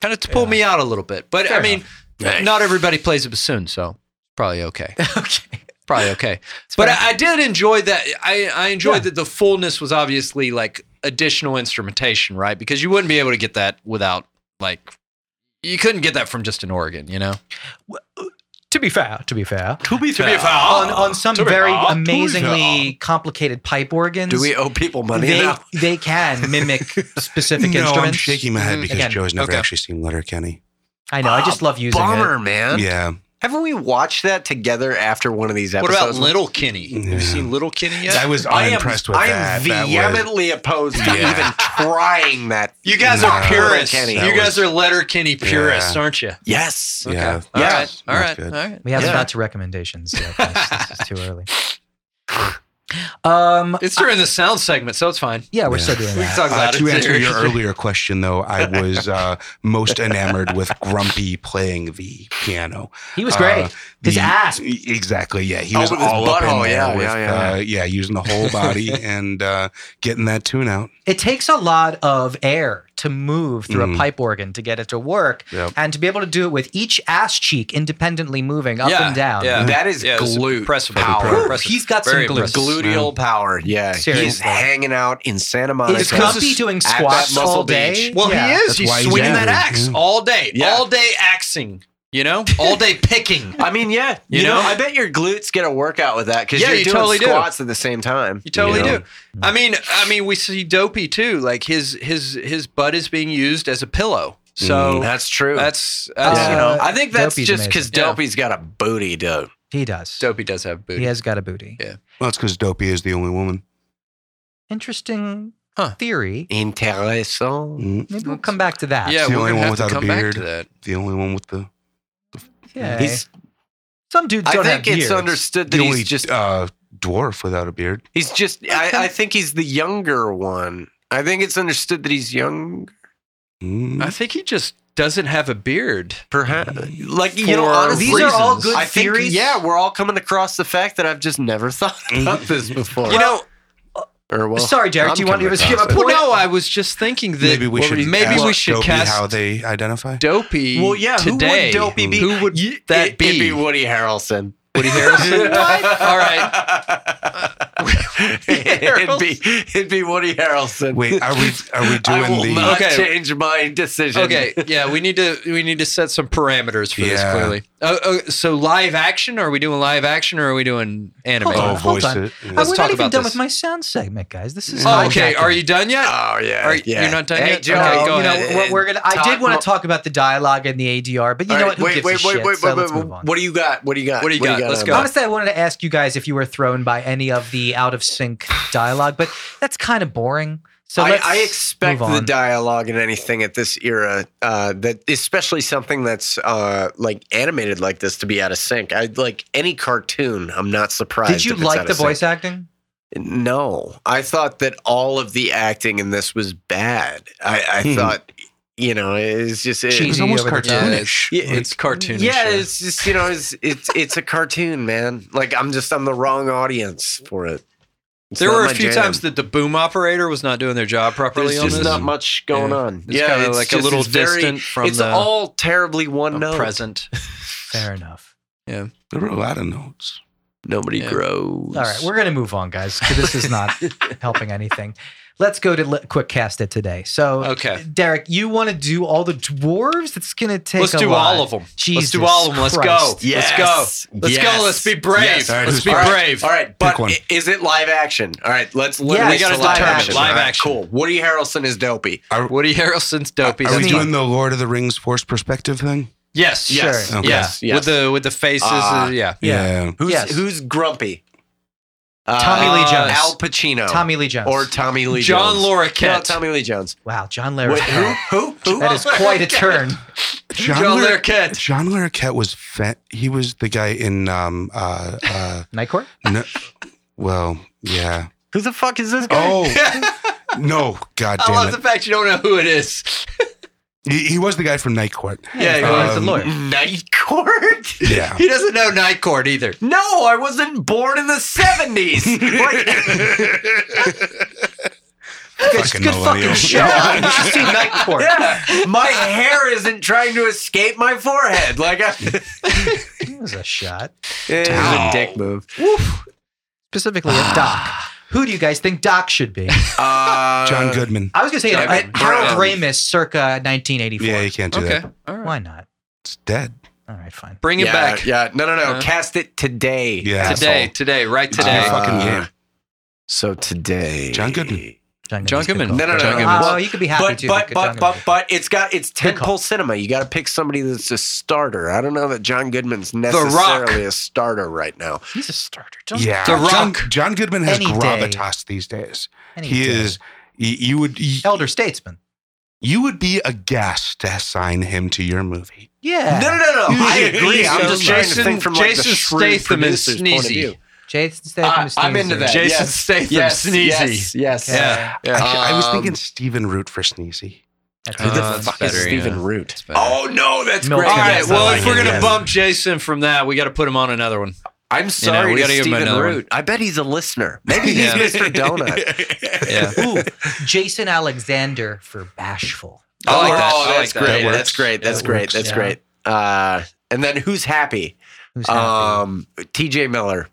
Speaker 2: Kind of pulled me out a little bit, but
Speaker 3: Fair
Speaker 2: I mean,
Speaker 1: Hey.
Speaker 2: not everybody plays a bassoon, so probably okay.
Speaker 3: okay.
Speaker 2: Probably okay. but
Speaker 3: fair.
Speaker 2: I, I did enjoy that. I, I enjoyed
Speaker 3: Yeah.
Speaker 2: that the fullness was obviously like additional instrumentation, right? Because you wouldn't be able to get that without like. You couldn't get that from just an organ, you know.
Speaker 3: To be fair, to be fair,
Speaker 1: to be
Speaker 2: fair.
Speaker 3: on on some
Speaker 2: to be
Speaker 3: very
Speaker 2: fair, to be
Speaker 3: amazingly complicated pipe organs,
Speaker 1: Do we owe people money
Speaker 3: they
Speaker 1: now?
Speaker 3: they can mimic specific
Speaker 4: no, I'm
Speaker 3: instruments.
Speaker 4: shaking my head
Speaker 2: Mhm.
Speaker 4: because
Speaker 3: Again.
Speaker 4: Joe's never
Speaker 2: Okay.
Speaker 4: actually seen Letterkenny.
Speaker 3: I know. I just love using
Speaker 1: Bummer,
Speaker 3: it.
Speaker 1: man.
Speaker 4: Yeah,
Speaker 1: Haven't we watched that together after one of these
Speaker 2: What
Speaker 1: episodes?
Speaker 2: about Little Kenny? Have
Speaker 4: Yeah.
Speaker 2: you seen Little Kenny yet?
Speaker 4: I was
Speaker 1: I am,
Speaker 4: unimpressed with
Speaker 1: I am
Speaker 4: that. That was-
Speaker 1: vehemently opposed to
Speaker 4: Yeah.
Speaker 1: even trying that.
Speaker 2: You guys are
Speaker 4: No.
Speaker 2: purists.
Speaker 1: Letterkenny.
Speaker 2: You
Speaker 1: That
Speaker 2: guys are letter Kenny purists,
Speaker 4: Yeah.
Speaker 2: aren't you?
Speaker 1: Yes.
Speaker 4: Yeah.
Speaker 2: All
Speaker 1: Yeah.
Speaker 2: right. All
Speaker 4: That's
Speaker 2: right.
Speaker 4: good.
Speaker 2: All right.
Speaker 3: We haven't
Speaker 1: Yeah.
Speaker 3: got to recommendations yet. guys. this is too early. Um.
Speaker 2: It's during the sound segment, so it's fine.
Speaker 3: Yeah, we're still
Speaker 4: Yeah.
Speaker 3: doing
Speaker 2: We can
Speaker 3: that.
Speaker 2: talk
Speaker 4: Uh,
Speaker 2: about
Speaker 4: to
Speaker 2: it.
Speaker 4: answer your earlier question, though, I was uh, most enamored with Grumpy playing the piano.
Speaker 3: He was great.
Speaker 4: Uh,
Speaker 3: His
Speaker 4: the-
Speaker 3: asp.
Speaker 4: Exactly. Yeah, he
Speaker 1: Oh,
Speaker 4: was
Speaker 1: with his
Speaker 4: all up in
Speaker 1: butthole,
Speaker 4: there
Speaker 1: yeah,
Speaker 4: with,
Speaker 1: yeah, yeah,
Speaker 4: Uh, yeah, using the whole body and uh, getting that tune out.
Speaker 3: It takes a lot of air to move through
Speaker 4: Mhm.
Speaker 3: a pipe organ to get it to work,
Speaker 4: Yep.
Speaker 3: and to be able to do it with each ass cheek independently moving up
Speaker 2: Yeah,
Speaker 3: and down.
Speaker 2: yeah.
Speaker 1: That is
Speaker 2: Yeah, it's
Speaker 1: glute
Speaker 2: impressive.
Speaker 1: power.
Speaker 3: Whew,
Speaker 2: Impressive.
Speaker 3: he's got
Speaker 2: Very
Speaker 3: some glutes.
Speaker 2: impressive.
Speaker 1: Gluteal power. Yeah. He's
Speaker 3: Seriously.
Speaker 1: hanging out in Santa Monica.
Speaker 3: Is
Speaker 2: It's 'cause
Speaker 3: Grumpy doing
Speaker 1: that
Speaker 3: squats
Speaker 1: muscle
Speaker 3: all day?
Speaker 1: beach.
Speaker 2: Well,
Speaker 3: Yeah.
Speaker 2: he is.
Speaker 4: That's
Speaker 2: he's
Speaker 4: why he's
Speaker 2: swinging
Speaker 4: angry.
Speaker 2: that axe
Speaker 4: Yeah.
Speaker 2: all day,
Speaker 1: Yeah.
Speaker 2: all day axing. You know, all day picking.
Speaker 1: I mean, yeah,
Speaker 2: You
Speaker 1: you, know?
Speaker 2: know?
Speaker 1: I bet your glutes get a workout with that because
Speaker 2: Yeah,
Speaker 1: you're
Speaker 2: you
Speaker 1: doing
Speaker 2: totally do.
Speaker 1: squats at the same time.
Speaker 2: You totally
Speaker 1: know?
Speaker 2: do. I mean, I mean, we see Dopey too. Like his his his butt is being used as a pillow.
Speaker 4: Mm-hmm.
Speaker 2: So
Speaker 1: that's true.
Speaker 2: that's, that's
Speaker 1: That's,
Speaker 2: you
Speaker 1: know,
Speaker 3: Uh,
Speaker 1: I think that's
Speaker 3: Dopey's
Speaker 1: just because
Speaker 2: amazing. Yeah.
Speaker 1: Dopey's got a booty, dude.
Speaker 3: He does.
Speaker 2: Dopey does have booty.
Speaker 3: He has got a booty.
Speaker 2: Yeah.
Speaker 4: Well, it's because Dopey is the only woman.
Speaker 3: Interesting
Speaker 2: Huh.
Speaker 3: theory.
Speaker 1: Interessant.
Speaker 4: Mm,
Speaker 3: Maybe we'll come back to that.
Speaker 2: Yeah,
Speaker 4: It's the
Speaker 2: we're
Speaker 4: only
Speaker 2: gonna
Speaker 4: one
Speaker 2: have to
Speaker 4: without a
Speaker 2: come back
Speaker 4: beard.
Speaker 2: to that.
Speaker 4: The only one with the
Speaker 3: Okay.
Speaker 1: He's,
Speaker 3: Some dudes
Speaker 1: I
Speaker 3: don't
Speaker 1: think
Speaker 3: have
Speaker 1: it's
Speaker 3: beards.
Speaker 1: understood that
Speaker 4: the only
Speaker 1: he's just
Speaker 4: uh, dwarf without a beard.
Speaker 1: he's just I, I think he's the younger one. I think it's understood that he's young,
Speaker 3: Mm-hmm.
Speaker 4: Mm.
Speaker 2: I think he just doesn't have a beard.
Speaker 1: perhaps. Like you know,
Speaker 2: For
Speaker 1: honestly,
Speaker 3: These are all
Speaker 2: reasons.
Speaker 3: good
Speaker 1: I think,
Speaker 3: theories.
Speaker 1: yeah, we're all coming across the fact that I've just never thought about this before.
Speaker 2: You know,
Speaker 1: or well,
Speaker 3: Sorry, Jared.
Speaker 1: I'm
Speaker 3: do you want to
Speaker 1: coming
Speaker 3: give us give a
Speaker 1: across
Speaker 3: point?
Speaker 2: well, no, I was just thinking that
Speaker 4: maybe we should
Speaker 2: maybe
Speaker 4: ask
Speaker 2: we should
Speaker 4: Dopey
Speaker 2: cast
Speaker 4: how they identify.
Speaker 2: Dopey.
Speaker 1: well, yeah,
Speaker 2: today.
Speaker 1: who would Dopey be?
Speaker 2: Who would
Speaker 1: Y-
Speaker 2: that
Speaker 1: it- it'd
Speaker 2: be?
Speaker 1: be Woody Harrelson.
Speaker 2: Woody Harrison? All right.
Speaker 1: right. it'd be it'd be Woody Harrelson.
Speaker 4: Wait, are we are we
Speaker 1: I will
Speaker 4: doing the?
Speaker 1: not
Speaker 2: Okay.
Speaker 1: change my decision.
Speaker 2: Okay, yeah, we need to we need to set some parameters for this
Speaker 4: Yeah.
Speaker 2: clearly. Uh, uh, so live action? Are we doing live action or are we doing anime?
Speaker 3: Hold
Speaker 4: Oh,
Speaker 3: on,
Speaker 4: voice
Speaker 3: hold on.
Speaker 4: it.
Speaker 3: Oh,
Speaker 4: Yeah.
Speaker 2: Let's
Speaker 3: we're
Speaker 2: talk
Speaker 3: not even
Speaker 2: about
Speaker 3: done
Speaker 2: this.
Speaker 3: with my sound segment, guys. This is
Speaker 2: Oh, okay,
Speaker 3: hijacking.
Speaker 2: are you done yet?
Speaker 1: Oh yeah.
Speaker 2: Are you,
Speaker 1: yeah.
Speaker 2: You're not done
Speaker 1: Hey,
Speaker 2: yet.
Speaker 1: Joe,
Speaker 2: okay, go
Speaker 3: you know,
Speaker 2: ahead.
Speaker 3: we're, we're gonna. I
Speaker 1: Talk
Speaker 3: did want
Speaker 1: mo-
Speaker 3: to talk about the dialogue and the ADR, but you
Speaker 1: All
Speaker 3: know
Speaker 1: right,
Speaker 3: what? Who gives a shit? so let's move on.
Speaker 1: What do you got? What do you got?
Speaker 2: What do you got? Let's
Speaker 1: on
Speaker 2: go.
Speaker 1: that?
Speaker 3: Honestly, I wanted to ask you guys if you were thrown by any of the out of sync dialogue, but that's kind of boring. So
Speaker 1: I,
Speaker 3: let's
Speaker 1: I expect
Speaker 3: move
Speaker 1: the
Speaker 3: on.
Speaker 1: dialogue in anything at this era uh, that, especially something that's uh, like animated like this, to be out of sync. I like any cartoon. I'm not surprised.
Speaker 3: Did you
Speaker 1: if it's out
Speaker 3: like the
Speaker 1: of sync.
Speaker 3: voice acting?
Speaker 1: No, I thought that all of the acting in this was bad. I, I
Speaker 4: Hmm.
Speaker 1: thought, you know, it's just it,
Speaker 4: She was
Speaker 3: Cheesy
Speaker 4: almost
Speaker 3: over the top.
Speaker 4: cartoonish.
Speaker 1: Yeah,
Speaker 2: it's cartoonish.
Speaker 1: Yeah, it's just you know, it's it's it's a cartoon, man. Like I'm just I'm the wrong audience for it. It's
Speaker 2: there
Speaker 1: not
Speaker 2: were a
Speaker 1: my
Speaker 2: few
Speaker 1: jam.
Speaker 2: times that the boom operator was not doing their job properly
Speaker 1: there's
Speaker 2: on
Speaker 1: just
Speaker 2: this.
Speaker 1: not much going
Speaker 2: Yeah.
Speaker 1: on.
Speaker 2: It's kinda
Speaker 1: it's
Speaker 2: like a
Speaker 1: just-
Speaker 2: little
Speaker 1: it's very-
Speaker 2: distant from
Speaker 1: it's
Speaker 2: the
Speaker 1: all terribly one
Speaker 2: the
Speaker 1: note.
Speaker 2: present.
Speaker 3: Fair enough.
Speaker 4: There were a lot of notes.
Speaker 1: Nobody
Speaker 2: Yeah.
Speaker 1: grows.
Speaker 3: All right, we're going to move on, guys. 'cause This is not helping anything. Let's go to li- quick cast it today. So,
Speaker 2: Okay.
Speaker 3: Derek, you want to do all the dwarves? It's going to take.
Speaker 2: Let's
Speaker 3: a
Speaker 2: do
Speaker 3: lot.
Speaker 2: all of them.
Speaker 3: Jesus
Speaker 2: Let's do all of them. Let's go.
Speaker 3: Christ.
Speaker 1: Yes.
Speaker 2: Let's go. Let's
Speaker 1: Yes.
Speaker 2: go. Let's be brave.
Speaker 4: Yes. All right,
Speaker 2: Let's
Speaker 4: who's
Speaker 2: be
Speaker 1: All right,
Speaker 2: brave.
Speaker 1: All right, but
Speaker 4: one.
Speaker 1: i- is it live action? All right, let's let
Speaker 3: Yes,
Speaker 1: we gotta
Speaker 3: it's live
Speaker 1: determine.
Speaker 3: action.
Speaker 2: Live
Speaker 1: All right,
Speaker 2: action.
Speaker 1: Cool. Woody Harrelson is dopey.
Speaker 2: Woody Harrelson's dopey.
Speaker 4: Are
Speaker 2: That's fine.
Speaker 4: we doing the Lord of the Rings forced perspective thing?
Speaker 2: Yes.
Speaker 3: Yeah.
Speaker 1: Yes.
Speaker 4: Okay.
Speaker 1: Yes.
Speaker 2: Yeah.
Speaker 1: Yes.
Speaker 2: With the with the faces.
Speaker 1: Ah.
Speaker 2: uh, yeah.
Speaker 3: Yeah.
Speaker 1: who's
Speaker 3: Yes.
Speaker 1: who's grumpy? Uh,
Speaker 3: Tommy Lee Jones.
Speaker 1: Al Pacino.
Speaker 3: Tommy Lee Jones.
Speaker 1: or Tommy Lee
Speaker 2: John
Speaker 1: Jones. No,
Speaker 2: Lorroquette.
Speaker 1: Tommy Lee Jones.
Speaker 3: wow, John Larry.
Speaker 1: Wait, who? Who? Who?
Speaker 3: That is quite a turn.
Speaker 4: John,
Speaker 2: John
Speaker 4: Lar-
Speaker 2: Larroquette.
Speaker 4: John Larroquette was fa- he was the guy in um uh uh
Speaker 3: Night Court?
Speaker 4: no, well yeah
Speaker 1: Who the fuck is this guy?
Speaker 4: oh no god
Speaker 2: I
Speaker 4: damn
Speaker 2: love
Speaker 4: it
Speaker 2: the fact you don't know who it is.
Speaker 4: he, he was the guy from Night Court
Speaker 2: Yeah, he
Speaker 3: he's
Speaker 2: was.
Speaker 3: a
Speaker 4: Um,
Speaker 3: lawyer.
Speaker 1: Night Court.
Speaker 4: yeah
Speaker 2: He doesn't know Night Court either.
Speaker 1: No, I wasn't born in the seventies.
Speaker 3: It's a good fucking
Speaker 4: millennial.
Speaker 3: show. You should see Night Court.
Speaker 1: yeah, my hair isn't trying to escape my forehead. Like I,
Speaker 3: It was a shot.
Speaker 1: it
Speaker 4: Ow.
Speaker 1: move.
Speaker 3: Specifically at Doc.
Speaker 1: Ah.
Speaker 3: Who do you guys think Doc should be?
Speaker 1: Uh,
Speaker 4: John Goodman
Speaker 3: I was going to say
Speaker 1: Yeah,
Speaker 3: uh,
Speaker 1: Emmett
Speaker 3: Harold
Speaker 1: Brown.
Speaker 3: Ramis circa 1984.
Speaker 4: yeah you can't do
Speaker 2: okay.
Speaker 4: that
Speaker 2: All right.
Speaker 3: Why not?
Speaker 4: it's dead
Speaker 3: All right, fine.
Speaker 2: Bring it
Speaker 1: yeah,
Speaker 2: back.
Speaker 1: Yeah, no, no, no.
Speaker 2: Uh,
Speaker 1: Cast it today.
Speaker 4: Yeah.
Speaker 2: Today.
Speaker 1: asshole. Uh,
Speaker 2: Today. Right
Speaker 4: It's
Speaker 2: today. Uh,
Speaker 4: your fucking game
Speaker 1: So today,
Speaker 4: John Goodman.
Speaker 3: John,
Speaker 2: John
Speaker 3: Goodman's good
Speaker 1: No,
Speaker 2: Goodman.
Speaker 3: call.
Speaker 1: no, no.
Speaker 2: John
Speaker 1: no.
Speaker 2: Goodman.
Speaker 3: Oh, you could be happy
Speaker 1: but
Speaker 3: too.
Speaker 1: but
Speaker 3: good
Speaker 1: but
Speaker 3: John
Speaker 1: but
Speaker 3: Goodman.
Speaker 1: but it's got it's
Speaker 3: Good
Speaker 1: tentpole
Speaker 3: call.
Speaker 1: cinema. You got to pick somebody that's a starter. I don't know that John Goodman's
Speaker 2: Rock.
Speaker 1: necessarily a starter right now.
Speaker 3: he's a starter. Don't
Speaker 4: yeah
Speaker 2: The
Speaker 4: John,
Speaker 2: Rock.
Speaker 4: John Goodman has
Speaker 3: Any day.
Speaker 4: gravitas these days
Speaker 3: any
Speaker 4: he
Speaker 3: day.
Speaker 4: is you, you would you,
Speaker 3: elder statesman.
Speaker 4: you would be aghast to assign him to your movie
Speaker 3: Yeah.
Speaker 1: No, no, no, no.
Speaker 4: You
Speaker 1: Oh, I
Speaker 4: should
Speaker 1: agree.
Speaker 4: be
Speaker 1: I'm
Speaker 4: so
Speaker 1: just trying to
Speaker 2: Jason-
Speaker 1: think from like the
Speaker 2: Jason
Speaker 1: shrewd
Speaker 2: Statham is
Speaker 1: producer's point of
Speaker 2: sneezy.
Speaker 1: view.
Speaker 3: Jason Statham is
Speaker 1: Uh, I'm into
Speaker 3: sneezy.
Speaker 1: that.
Speaker 2: Jason
Speaker 1: Yes.
Speaker 2: Statham.
Speaker 1: Yes,
Speaker 2: sneezy.
Speaker 1: yes, yes.
Speaker 3: Okay.
Speaker 2: Yeah.
Speaker 4: I, I was thinking
Speaker 1: Um,
Speaker 4: Steven Root for Sneezy
Speaker 3: That's
Speaker 1: Who
Speaker 3: a
Speaker 1: the
Speaker 3: different-
Speaker 2: it's
Speaker 1: Uh, fuck
Speaker 2: better,
Speaker 1: is Steven
Speaker 2: yeah.
Speaker 1: Root?
Speaker 2: better.
Speaker 1: Oh no, that's
Speaker 3: Milk
Speaker 1: great.
Speaker 2: All
Speaker 3: Yeah,
Speaker 2: right.
Speaker 3: that's
Speaker 2: Well,
Speaker 3: not
Speaker 2: if
Speaker 3: like
Speaker 2: we're
Speaker 3: it,
Speaker 2: gonna
Speaker 4: yeah.
Speaker 2: bump Jason from that, we got to put him on another one.
Speaker 1: I'm sorry,
Speaker 2: we
Speaker 1: to
Speaker 2: gotta give him
Speaker 1: Steven
Speaker 2: another one.
Speaker 1: Root. I bet he's a listener. Maybe he's
Speaker 2: Yeah.
Speaker 1: Mr. Donut.
Speaker 2: Yeah.
Speaker 3: Ooh, Jason Alexander for bashful.
Speaker 2: I like that.
Speaker 1: Oh,
Speaker 2: I like
Speaker 1: that's
Speaker 2: that.
Speaker 1: great.
Speaker 4: That works.
Speaker 1: that's great. That's
Speaker 4: That
Speaker 1: great.
Speaker 4: works.
Speaker 1: That's
Speaker 3: Yeah.
Speaker 1: great. Uh, and then who's happy?
Speaker 3: Who's happy?
Speaker 1: Um, TJ Miller.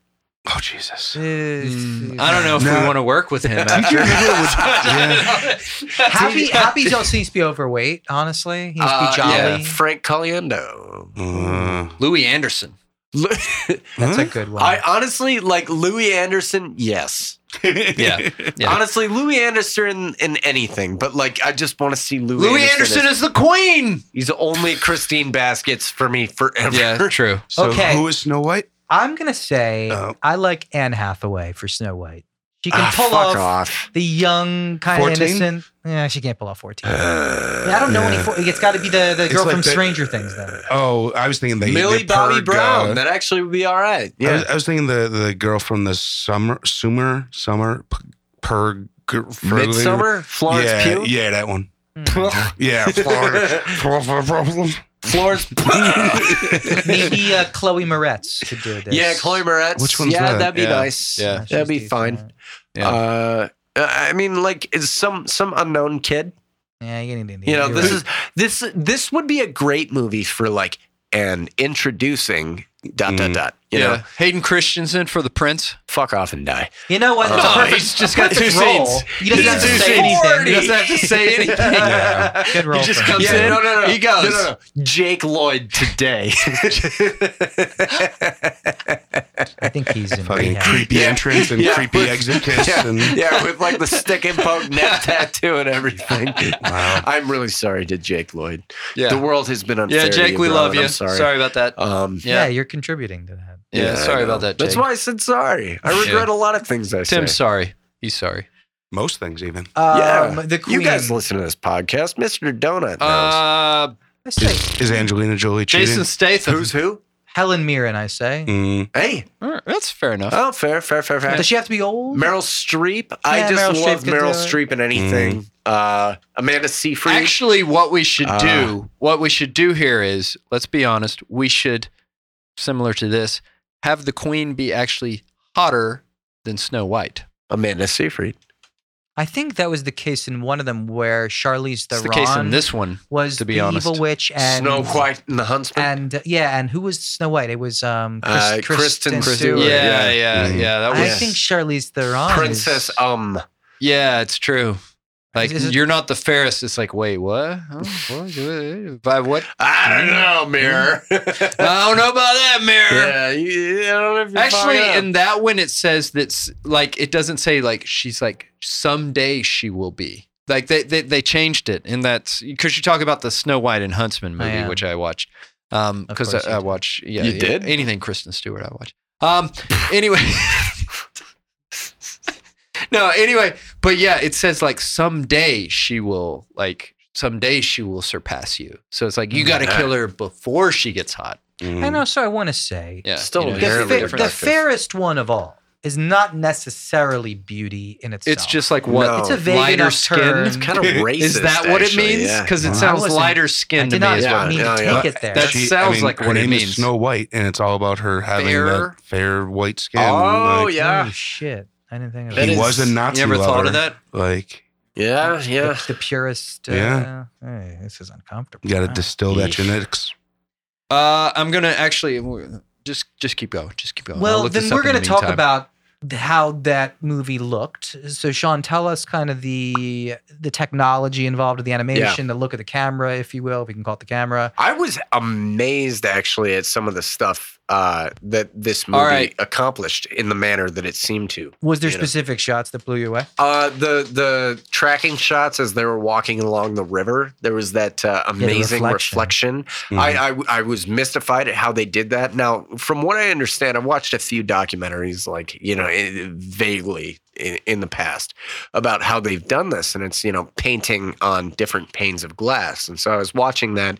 Speaker 4: oh Jesus
Speaker 2: Mm, I don't know if we
Speaker 4: No.
Speaker 2: want to work with him.
Speaker 4: Peter
Speaker 2: After.
Speaker 4: Hill would-
Speaker 3: Happy, happy don't seem to be overweight. Honestly, he needs to
Speaker 1: Uh,
Speaker 3: be jolly.
Speaker 1: Frank Caliendo.
Speaker 4: Uh,
Speaker 2: Louis Anderson.
Speaker 1: Lu-
Speaker 3: That's a
Speaker 4: huh?
Speaker 1: Hmm?
Speaker 3: good one.
Speaker 1: I honestly like Louis Anderson. Yes,
Speaker 2: Yeah. Yeah.
Speaker 1: Honestly, Louis Anderson in anything, but like I just want to see Louis.
Speaker 2: Louis
Speaker 1: Anderson.
Speaker 2: Anderson,
Speaker 1: as-
Speaker 2: is the queen.
Speaker 1: he's only Christine Baskets for me forever.
Speaker 2: Yeah, true.
Speaker 4: So
Speaker 3: Okay.
Speaker 4: who is Snow White?
Speaker 3: I'm gonna say
Speaker 4: Oh.
Speaker 3: I like Anne Hathaway for Snow White. She can
Speaker 1: Ah,
Speaker 3: pull
Speaker 1: fuck
Speaker 3: off,
Speaker 1: off.
Speaker 3: the young kind of
Speaker 4: 14?
Speaker 3: innocent. Yeah, she can't pull off 14.
Speaker 1: Uh,
Speaker 3: Yeah, I don't know any.
Speaker 4: yeah.
Speaker 3: Four, it's got to be the, the
Speaker 4: It's
Speaker 3: girl
Speaker 4: like
Speaker 3: from
Speaker 4: the-
Speaker 3: Stranger Things then.
Speaker 4: Uh, Oh, I was thinking the
Speaker 1: Millie
Speaker 4: the
Speaker 1: Bobby
Speaker 4: Purg,
Speaker 1: Brown.
Speaker 4: uh,
Speaker 1: that actually would be all right.
Speaker 4: I,
Speaker 1: Yeah.
Speaker 4: was, I was thinking the the girl from the summer summer summer P- Purg.
Speaker 1: Midsummer, Florence
Speaker 4: yeah,
Speaker 1: Pugh.
Speaker 4: Yeah, that one.
Speaker 2: Hmm.
Speaker 1: Yeah.
Speaker 4: Yeah. Florence.
Speaker 1: Florence.
Speaker 3: Maybe uh, Chloe Moretz could do this.
Speaker 1: yeah, Chloe Moretz.
Speaker 4: Which one's
Speaker 1: yeah,
Speaker 4: that?
Speaker 1: would be
Speaker 2: Yeah.
Speaker 1: nice.
Speaker 2: Yeah.
Speaker 3: she's
Speaker 1: That'd be
Speaker 3: decent,
Speaker 1: fine.
Speaker 3: yeah.
Speaker 2: Yeah.
Speaker 1: Uh, I mean, like it's some some unknown kid.
Speaker 3: Yeah, you need
Speaker 1: You know, this is this this would be a great movie for like an introducing dot dot
Speaker 4: Mm.
Speaker 1: dot. You
Speaker 2: yeah.
Speaker 1: know,
Speaker 2: Hayden Christensen for the prince.
Speaker 1: fuck off and die.
Speaker 3: You know what?
Speaker 1: No,
Speaker 3: It's a perfect,
Speaker 2: he's just got
Speaker 3: perfect
Speaker 2: two
Speaker 3: role.
Speaker 2: scenes.
Speaker 3: He doesn't
Speaker 2: He's
Speaker 3: have to
Speaker 2: two
Speaker 3: say
Speaker 2: scenes.
Speaker 3: anything.
Speaker 2: He doesn't have to say anything.
Speaker 3: Yeah. Good role.
Speaker 2: He just
Speaker 3: for
Speaker 2: comes
Speaker 3: him.
Speaker 2: in.
Speaker 1: no, no, no.
Speaker 2: He goes.
Speaker 1: No, no, no. Jake Lloyd today.
Speaker 3: I think he's in
Speaker 4: Fucking
Speaker 3: rehab.
Speaker 4: creepy
Speaker 1: Yeah.
Speaker 4: entrance and
Speaker 1: Yeah.
Speaker 4: creepy exit kiss.
Speaker 1: yeah,
Speaker 4: And,
Speaker 1: yeah, with like the stick and poke neck tattoo and everything.
Speaker 4: Wow.
Speaker 1: I'm really sorry to Jake Lloyd.
Speaker 2: Yeah.
Speaker 1: The world has been unfair.
Speaker 2: yeah,
Speaker 1: to
Speaker 2: Jake,
Speaker 1: you,
Speaker 2: we
Speaker 1: bro,
Speaker 2: love
Speaker 1: and
Speaker 2: you.
Speaker 1: I'm sorry.
Speaker 2: about that.
Speaker 1: Um,
Speaker 3: Yeah.
Speaker 2: Yeah.
Speaker 3: you're contributing to that.
Speaker 2: Yeah, sorry
Speaker 1: I
Speaker 2: about
Speaker 1: know.
Speaker 2: that,
Speaker 1: That's
Speaker 2: Jake.
Speaker 1: why I said sorry. I regret a lot of things I said.
Speaker 2: Tim's sorry. He's sorry.
Speaker 4: Most things, even.
Speaker 1: Yeah.
Speaker 3: Um, the queen.
Speaker 1: You guys listen to this podcast, Mr. Donut knows.
Speaker 2: Uh,
Speaker 3: I say
Speaker 4: Is, is Angelina Jolie cheating?
Speaker 2: Jason Statham.
Speaker 1: Who's who?
Speaker 3: Helen Mirren. I say.
Speaker 4: Mm,
Speaker 1: Hey,
Speaker 2: All right, that's fair enough.
Speaker 1: oh, fair, fair, fair, fair.
Speaker 3: Does she have to be old?
Speaker 1: Meryl Streep. I
Speaker 3: Yeah,
Speaker 1: just
Speaker 3: Meryl Streep
Speaker 1: love
Speaker 3: could
Speaker 1: Meryl
Speaker 3: do it.
Speaker 1: Streep in anything.
Speaker 2: Mm.
Speaker 1: Uh, Amanda Seyfried.
Speaker 2: Actually, what we should
Speaker 1: Uh.
Speaker 2: do, what we should do here is, let's be honest, we should, similar to this, have the queen be actually hotter than Snow White.
Speaker 1: Amanda Seyfried.
Speaker 3: I think that was the case in one of them where Charlize
Speaker 2: That's
Speaker 3: Theron
Speaker 2: the case in this one.
Speaker 3: was
Speaker 2: to be
Speaker 3: the
Speaker 2: honest.
Speaker 3: evil witch and
Speaker 1: Snow White and the Huntsman.
Speaker 3: and uh, yeah, and who was Snow White? It was um Chris,
Speaker 1: Uh, Kristen Stewart.
Speaker 2: Yeah,
Speaker 1: Stewart.
Speaker 2: yeah,
Speaker 1: Yeah.
Speaker 2: yeah.
Speaker 4: Mhm.
Speaker 2: that was.
Speaker 3: I think Charlize Theron, is-
Speaker 1: Princess Um.
Speaker 2: Yeah, it's true. Like
Speaker 3: Is it-
Speaker 2: you're not the fairest. It's like, wait, what? Oh, what? By what?
Speaker 1: I don't know, Mirror.
Speaker 2: Mm. I don't know about that mirror.
Speaker 1: yeah, you, you don't know if you
Speaker 2: Actually,
Speaker 1: find out.
Speaker 2: in that one, it says that's like it doesn't say like she's like someday she will be. Like they they, they changed it, and that's because you talk about the Snow White and Huntsman
Speaker 3: I
Speaker 2: movie,
Speaker 3: am.
Speaker 2: which I watched. Um,
Speaker 3: Of
Speaker 2: because
Speaker 3: course you
Speaker 2: I, I
Speaker 3: did.
Speaker 2: watch. Yeah,
Speaker 1: You
Speaker 2: yeah,
Speaker 1: did?
Speaker 2: anything Kristen Stewart I watch. Um, anyway. no, anyway, but yeah, it says like someday she will like someday she will surpass you. So it's like you got to kill her before she gets hot.
Speaker 4: mm.
Speaker 3: And also, I want to say
Speaker 2: Yeah,
Speaker 1: Still
Speaker 3: the,
Speaker 1: Inherently
Speaker 3: fa-
Speaker 1: different.
Speaker 3: the fairest one of all is not necessarily beauty in itself.
Speaker 2: It's just like what
Speaker 1: No.
Speaker 3: it's a vague
Speaker 2: lighter
Speaker 3: enough
Speaker 2: skin.
Speaker 3: term.
Speaker 1: it's kind of racist.
Speaker 2: is that what
Speaker 1: actually,
Speaker 2: it means?
Speaker 1: yeah.
Speaker 2: Because
Speaker 3: Wow.
Speaker 2: it sounds
Speaker 3: I wasn't-
Speaker 2: lighter
Speaker 3: I
Speaker 2: skinned to
Speaker 3: did
Speaker 2: me
Speaker 3: not
Speaker 2: as well.
Speaker 3: mean
Speaker 1: Yeah,
Speaker 3: to
Speaker 1: yeah.
Speaker 3: take it there.
Speaker 2: That's- That sounds like
Speaker 4: her
Speaker 2: what it
Speaker 4: name
Speaker 2: means.
Speaker 4: Is Snow White, and it's all about her having
Speaker 2: Fair.
Speaker 4: that fair white skin.
Speaker 1: Oh,
Speaker 4: like,
Speaker 1: yeah.
Speaker 3: Holy shit! I didn't think of
Speaker 1: That
Speaker 4: he
Speaker 1: is-
Speaker 4: was a Nazi.
Speaker 2: You ever
Speaker 4: lover.
Speaker 2: thought of that?
Speaker 4: Like,
Speaker 1: Yeah,
Speaker 3: The-
Speaker 1: yeah.
Speaker 3: The, purest. Uh,
Speaker 4: Yeah.
Speaker 3: hey, this is uncomfortable.
Speaker 4: you got to
Speaker 3: Wow.
Speaker 4: distill that
Speaker 1: Eesh.
Speaker 4: genetics.
Speaker 2: Uh, I'm gonna actually just just keep going. Just keep going. I'll
Speaker 3: Well,
Speaker 2: look
Speaker 3: then
Speaker 2: this up
Speaker 3: we're
Speaker 2: in
Speaker 3: going to
Speaker 2: the
Speaker 3: talk
Speaker 2: meantime.
Speaker 3: about th- how that movie looked. So, Sean, tell us kind of the the technology involved with the animation, the look of the camera, if you will, if we can call it the camera.
Speaker 1: I was amazed actually at some of the stuff uh, that this movie
Speaker 2: All right.
Speaker 1: accomplished in the manner that it seemed to.
Speaker 3: Was there
Speaker 1: You know.
Speaker 3: specific shots that blew you away?
Speaker 1: Uh, the the tracking shots as they were walking along the river, there was that uh, amazing
Speaker 3: reflection. Mm-hmm.
Speaker 1: reflection. I, I I was mystified at how they did that. Now, from what I understand, I watched a few documentaries, like you know, i- vaguely in, in the past about how they've done this, and it's you know, painting on different panes of glass. And so I was watching that,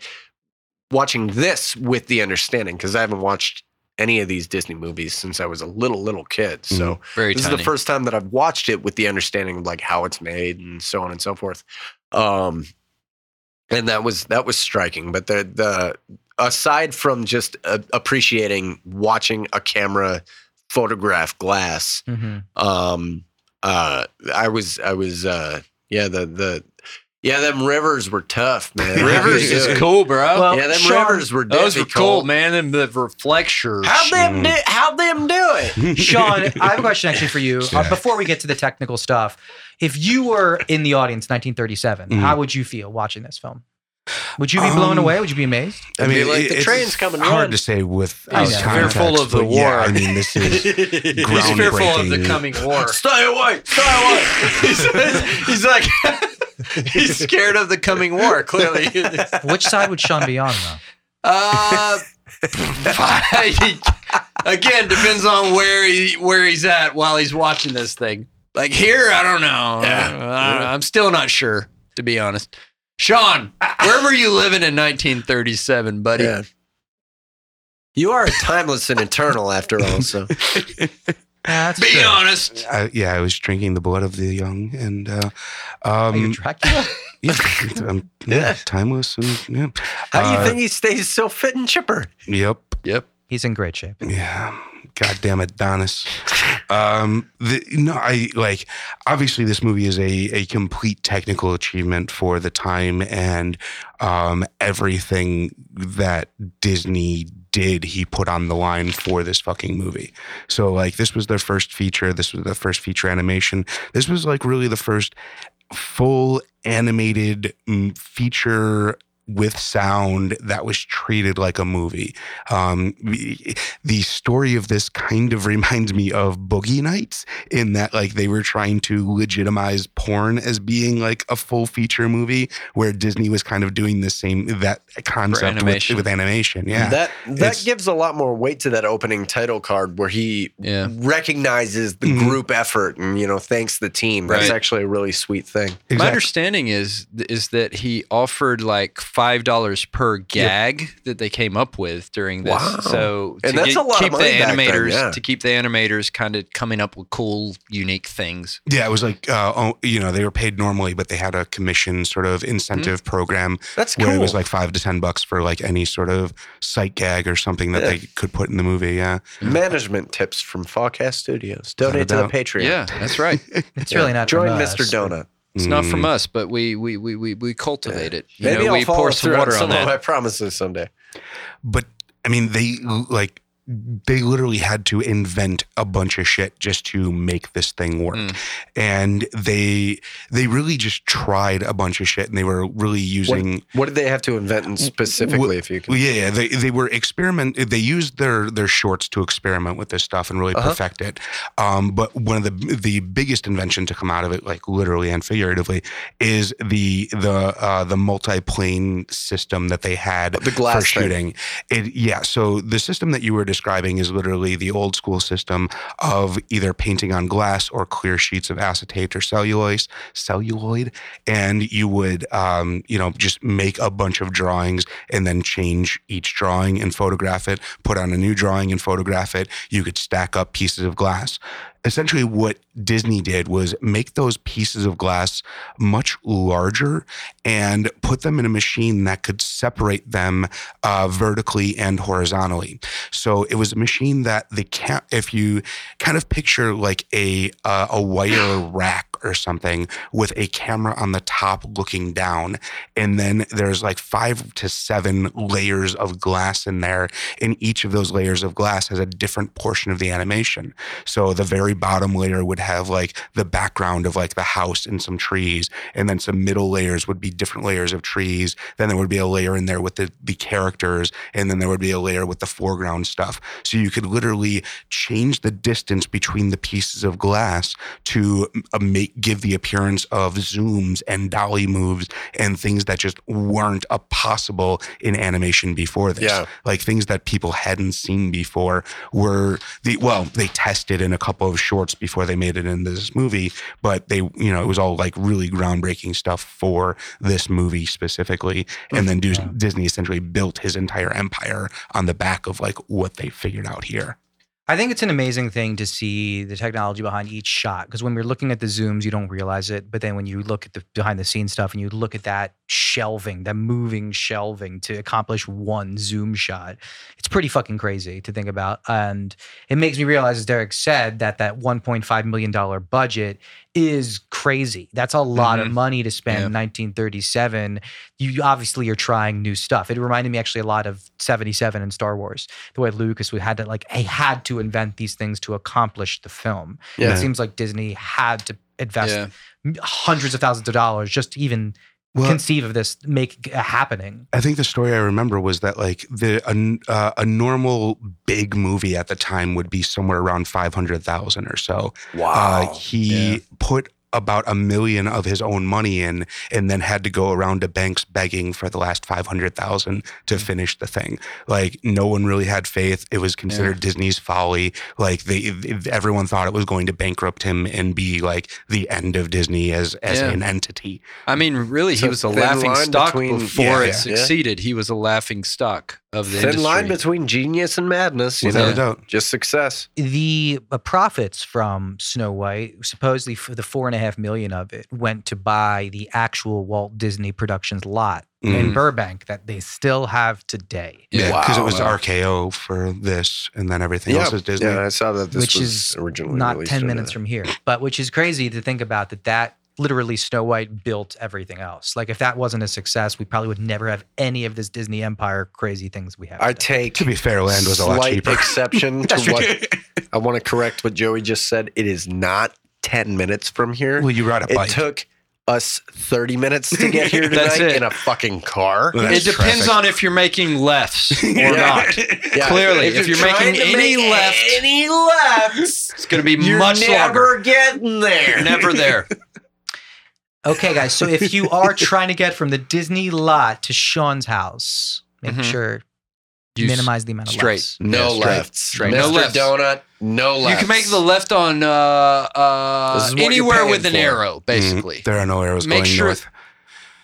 Speaker 1: watching this with the understanding because I haven't watched any of these Disney movies since I was a little little kid. So
Speaker 2: very
Speaker 1: this
Speaker 2: tiny.
Speaker 1: is the first time that I've watched it with the understanding of like how it's made and so on and so forth. Um, and that was that was striking. But the the aside from just uh, appreciating watching a camera photograph glass,
Speaker 3: Mm-hmm.
Speaker 1: um, uh, I was I was uh, yeah the the yeah them rivers were tough man.
Speaker 2: Rivers is cool, bro.
Speaker 3: Well,
Speaker 1: Yeah, them
Speaker 3: Sean,
Speaker 1: rivers were
Speaker 2: Those were
Speaker 1: difficult.
Speaker 2: cool, man. Mm. And the reflectors.
Speaker 1: How them do how them do it?
Speaker 3: Sean, I have a question actually for you. Uh,
Speaker 4: Yeah.
Speaker 3: before we get to the technical stuff, if you were in the audience 1937,
Speaker 4: Mhm.
Speaker 3: how would you feel watching this film? Would you be
Speaker 4: Um,
Speaker 3: blown away? Would you be amazed?
Speaker 1: It'd be like, "The
Speaker 4: it's
Speaker 1: train's coming
Speaker 4: Hard
Speaker 1: on."
Speaker 4: to say with
Speaker 2: He's
Speaker 4: out
Speaker 2: fearful of the
Speaker 4: but yeah,
Speaker 2: war.
Speaker 4: I mean, this is
Speaker 2: He's fearful of the
Speaker 4: groundbreaking.
Speaker 2: coming war.
Speaker 1: Stay away! Stay away!
Speaker 2: he's, he's like, he's scared of the coming war, clearly.
Speaker 3: Which side would Sean be on though?
Speaker 2: Uh, again, depends on where he where he's at while he's watching this thing. Like here, I don't know. I, am still not sure, to be honest. Sean, where were you living in 1937, buddy?
Speaker 1: Yeah. You are timeless and eternal after all, so
Speaker 3: Yeah, that's
Speaker 2: Be
Speaker 3: true.
Speaker 2: honest.
Speaker 4: I, yeah, I was drinking the blood of the young, and uh,
Speaker 3: Are you
Speaker 4: um,
Speaker 3: Dracula?
Speaker 4: yeah, um, yeah, timeless, and yeah,
Speaker 1: how do you
Speaker 4: Uh,
Speaker 1: think he stays so fit and chipper?
Speaker 4: yep,
Speaker 2: Yep.
Speaker 3: He's in great shape.
Speaker 4: Yeah. God damn it, Donis. Um, the, no, I like. Obviously, this movie is a a complete technical achievement for the time and um, everything that Disney did. He put on the line for this fucking movie. So, like, this was their first feature. This was their first feature animation. This was like really the first full animated mm, feature with sound that was treated like a movie. Um, the story of this kind of reminds me of Boogie Nights in that like they were trying to legitimize porn as being like a full feature movie where Disney was kind of doing the same that concept with,
Speaker 2: animation.
Speaker 4: with animation. Yeah.
Speaker 1: That that
Speaker 4: It's-
Speaker 1: gives a lot more weight to that opening title card where he
Speaker 2: Yeah.
Speaker 1: recognizes the
Speaker 4: Mhm.
Speaker 1: group effort and you know thanks the team. That's
Speaker 2: Right.
Speaker 1: actually a really sweet thing.
Speaker 2: My
Speaker 4: Exactly.
Speaker 2: understanding is is that he offered like five dollars per gag that they came up with during this.
Speaker 1: Wow.
Speaker 2: So
Speaker 1: And that's a lot of
Speaker 2: keep
Speaker 1: money
Speaker 2: the
Speaker 1: back then,
Speaker 2: animators
Speaker 1: yeah.
Speaker 2: to keep the animators kind of coming up with cool, unique things.
Speaker 4: Yeah, it was like uh, oh, you know they were paid normally, but they had a commission sort of incentive program
Speaker 1: That's
Speaker 4: where
Speaker 1: cool.
Speaker 4: it was like five to ten bucks for like any sort of sight gag or something that
Speaker 1: Yeah.
Speaker 4: they could put in the movie. Yeah,
Speaker 1: Management tips from Fallcast Studios. Donate to the
Speaker 4: Without
Speaker 1: Patreon.
Speaker 2: Yeah, that's right.
Speaker 3: It's really not
Speaker 1: Join
Speaker 3: from
Speaker 1: Mr.
Speaker 3: us.
Speaker 1: Donut.
Speaker 2: It's not from
Speaker 4: Mm.
Speaker 2: us, but we we we we, we cultivate it. You
Speaker 1: Maybe
Speaker 2: know,
Speaker 1: I'll
Speaker 2: we
Speaker 1: follow
Speaker 2: pour
Speaker 1: through
Speaker 2: some water
Speaker 1: on
Speaker 2: on
Speaker 1: some of my
Speaker 2: that.
Speaker 1: promises someday.
Speaker 4: But I mean, they like they literally had to invent a bunch of shit just to make this thing work,
Speaker 2: Mm.
Speaker 4: and they they really just tried a bunch of shit, and they were really using
Speaker 1: What did they have to invent in specifically? If you can,
Speaker 4: Well, yeah, yeah, they they were experiment. They used their their shorts to experiment with this stuff and really
Speaker 1: Uh-huh.
Speaker 4: perfect it. Um, but one of the the biggest invention to come out of it, like literally and figuratively, is the the uh, the multi plane system that they had
Speaker 1: the glass
Speaker 4: for
Speaker 1: thing.
Speaker 4: shooting. It, yeah, so the system that you were describing is literally the old school system of either painting on glass or clear sheets of acetate or celluloid, celluloid, and you would, um, you know, just make a bunch of drawings and then change each drawing and photograph it, put on a new drawing and photograph it. You could stack up pieces of glass. Essentially, what Disney did was make those pieces of glass much larger and put them in a machine that could separate them uh, vertically and horizontally. So it was a machine that the ca- if you kind of picture like a uh, a wire rack or something with a camera on the top looking down, and then there's like five to seven layers of glass in there, and each of those layers of glass has a different portion of the animation. So the very bottom layer would have like the background of like the house and some trees, and then some middle layers would be different layers of trees. Then there would be a layer in there with the, the characters, and then there would be a layer with the foreground stuff. So you could literally change the distance between the pieces of glass to uh, make give the appearance of zooms and dolly moves and things that just weren't uh, possible in animation before this
Speaker 1: Yeah.
Speaker 4: like things that people hadn't seen before were the well they tested in a couple of shorts before they made it into this movie but they you know it was all like really groundbreaking stuff for this movie specifically and then Dis- disney essentially built his entire empire on the back of like what they figured out here
Speaker 3: I think it's an amazing thing to see the technology behind each shot because when we're looking at the zooms, you don't realize it. But then when you look at the behind the scenes stuff and you look at that shelving, that moving shelving to accomplish one zoom shot, it's pretty fucking crazy to think about. And it makes me realize, as Derek said, that that $1.5 million budget is crazy. That's a lot
Speaker 2: Mhm.
Speaker 3: of money to spend
Speaker 2: Yeah.
Speaker 3: in 1937. You obviously are trying new stuff. It reminded me actually a lot of 77 and Star Wars the way Lucas we had to like he had to invent these things to accomplish the film.
Speaker 1: Yeah.
Speaker 3: It seems like Disney had to invest
Speaker 2: Yeah.
Speaker 3: m- hundreds of thousands of dollars just to even
Speaker 4: Well,
Speaker 3: conceive of this make a happening.
Speaker 4: I think the story I remember was that like the a, uh, a normal big movie at the time would be somewhere around five hundred thousand or so. Uh, he
Speaker 2: Oh, Yeah.
Speaker 4: put about a million of his own money in, and then had to go around to banks begging for the last five hundred thousand
Speaker 2: Hmm.
Speaker 4: to finish the thing. Like no one really had faith. It was considered Disney's folly. Like they, everyone thought it was going to bankrupt him and be like the end of Disney as as
Speaker 2: Yeah.
Speaker 4: an entity.
Speaker 2: I mean, really, he
Speaker 1: So
Speaker 2: was a
Speaker 1: thin
Speaker 2: laughing
Speaker 1: line
Speaker 2: stock
Speaker 1: between-
Speaker 2: before
Speaker 4: Yeah,
Speaker 2: it
Speaker 4: yeah.
Speaker 2: succeeded. He was a laughing stock of the
Speaker 1: Thin
Speaker 2: industry.
Speaker 1: line between genius and madness. You
Speaker 4: Without
Speaker 1: know,
Speaker 4: a doubt.
Speaker 1: just success.
Speaker 3: The uh, profits from Snow White, supposedly f- the four and a half million of it, went to buy the actual Walt Disney Productions lot in
Speaker 2: Mhm.
Speaker 3: Burbank that they still have today.
Speaker 4: Yeah, because
Speaker 1: Wow.
Speaker 4: it was
Speaker 2: Wow.
Speaker 4: RKO for this, and then everything else is Disney.
Speaker 1: yeah, I saw that this
Speaker 3: Which
Speaker 1: was
Speaker 3: is
Speaker 1: originally
Speaker 3: Not
Speaker 1: released
Speaker 3: 10
Speaker 1: under
Speaker 3: minutes
Speaker 1: that.
Speaker 3: from here, but which is crazy to think about that that literally Snow White built everything else. Like if that wasn't a success, we probably would never have any of this Disney Empire crazy things we have.
Speaker 1: I
Speaker 3: today.
Speaker 1: take
Speaker 4: To be fair, land was a lot
Speaker 1: slight
Speaker 4: cheaper.
Speaker 1: exception to what I want to correct what Joey just said. It is not ten minutes from here.
Speaker 4: well, you ride a
Speaker 1: it
Speaker 4: bike.
Speaker 1: took us thirty minutes to get here tonight
Speaker 2: That's it.
Speaker 1: in a fucking car.
Speaker 4: Well,
Speaker 2: It
Speaker 4: that's
Speaker 2: depends
Speaker 4: traffic.
Speaker 2: on if you're making lefts or not.
Speaker 1: Yeah,
Speaker 2: Clearly, if you're
Speaker 1: trying
Speaker 2: making
Speaker 1: to
Speaker 2: any left-
Speaker 1: any lefts,
Speaker 2: It's going to be
Speaker 1: you're
Speaker 2: much
Speaker 1: never
Speaker 2: longer.
Speaker 1: getting there.
Speaker 2: Never there.
Speaker 3: Okay, guys. So if you are trying to get from the Disney lot to Sean's house, make
Speaker 2: Mhm.
Speaker 3: sure you
Speaker 2: You s-
Speaker 3: minimize the amount of
Speaker 2: straight.
Speaker 3: lefts.
Speaker 1: No
Speaker 2: Yeah, straight,
Speaker 1: lefts.
Speaker 2: straight.
Speaker 1: Mr.
Speaker 2: No lefts.
Speaker 1: Donut. No
Speaker 2: You
Speaker 1: lefts.
Speaker 2: can make the left on uh,
Speaker 1: This
Speaker 2: uh,
Speaker 1: is what you're
Speaker 2: anywhere
Speaker 1: paying
Speaker 2: with an
Speaker 1: for.
Speaker 2: arrow, basically.
Speaker 4: Mm, there are no arrows
Speaker 2: Make
Speaker 4: going
Speaker 2: sure
Speaker 4: north.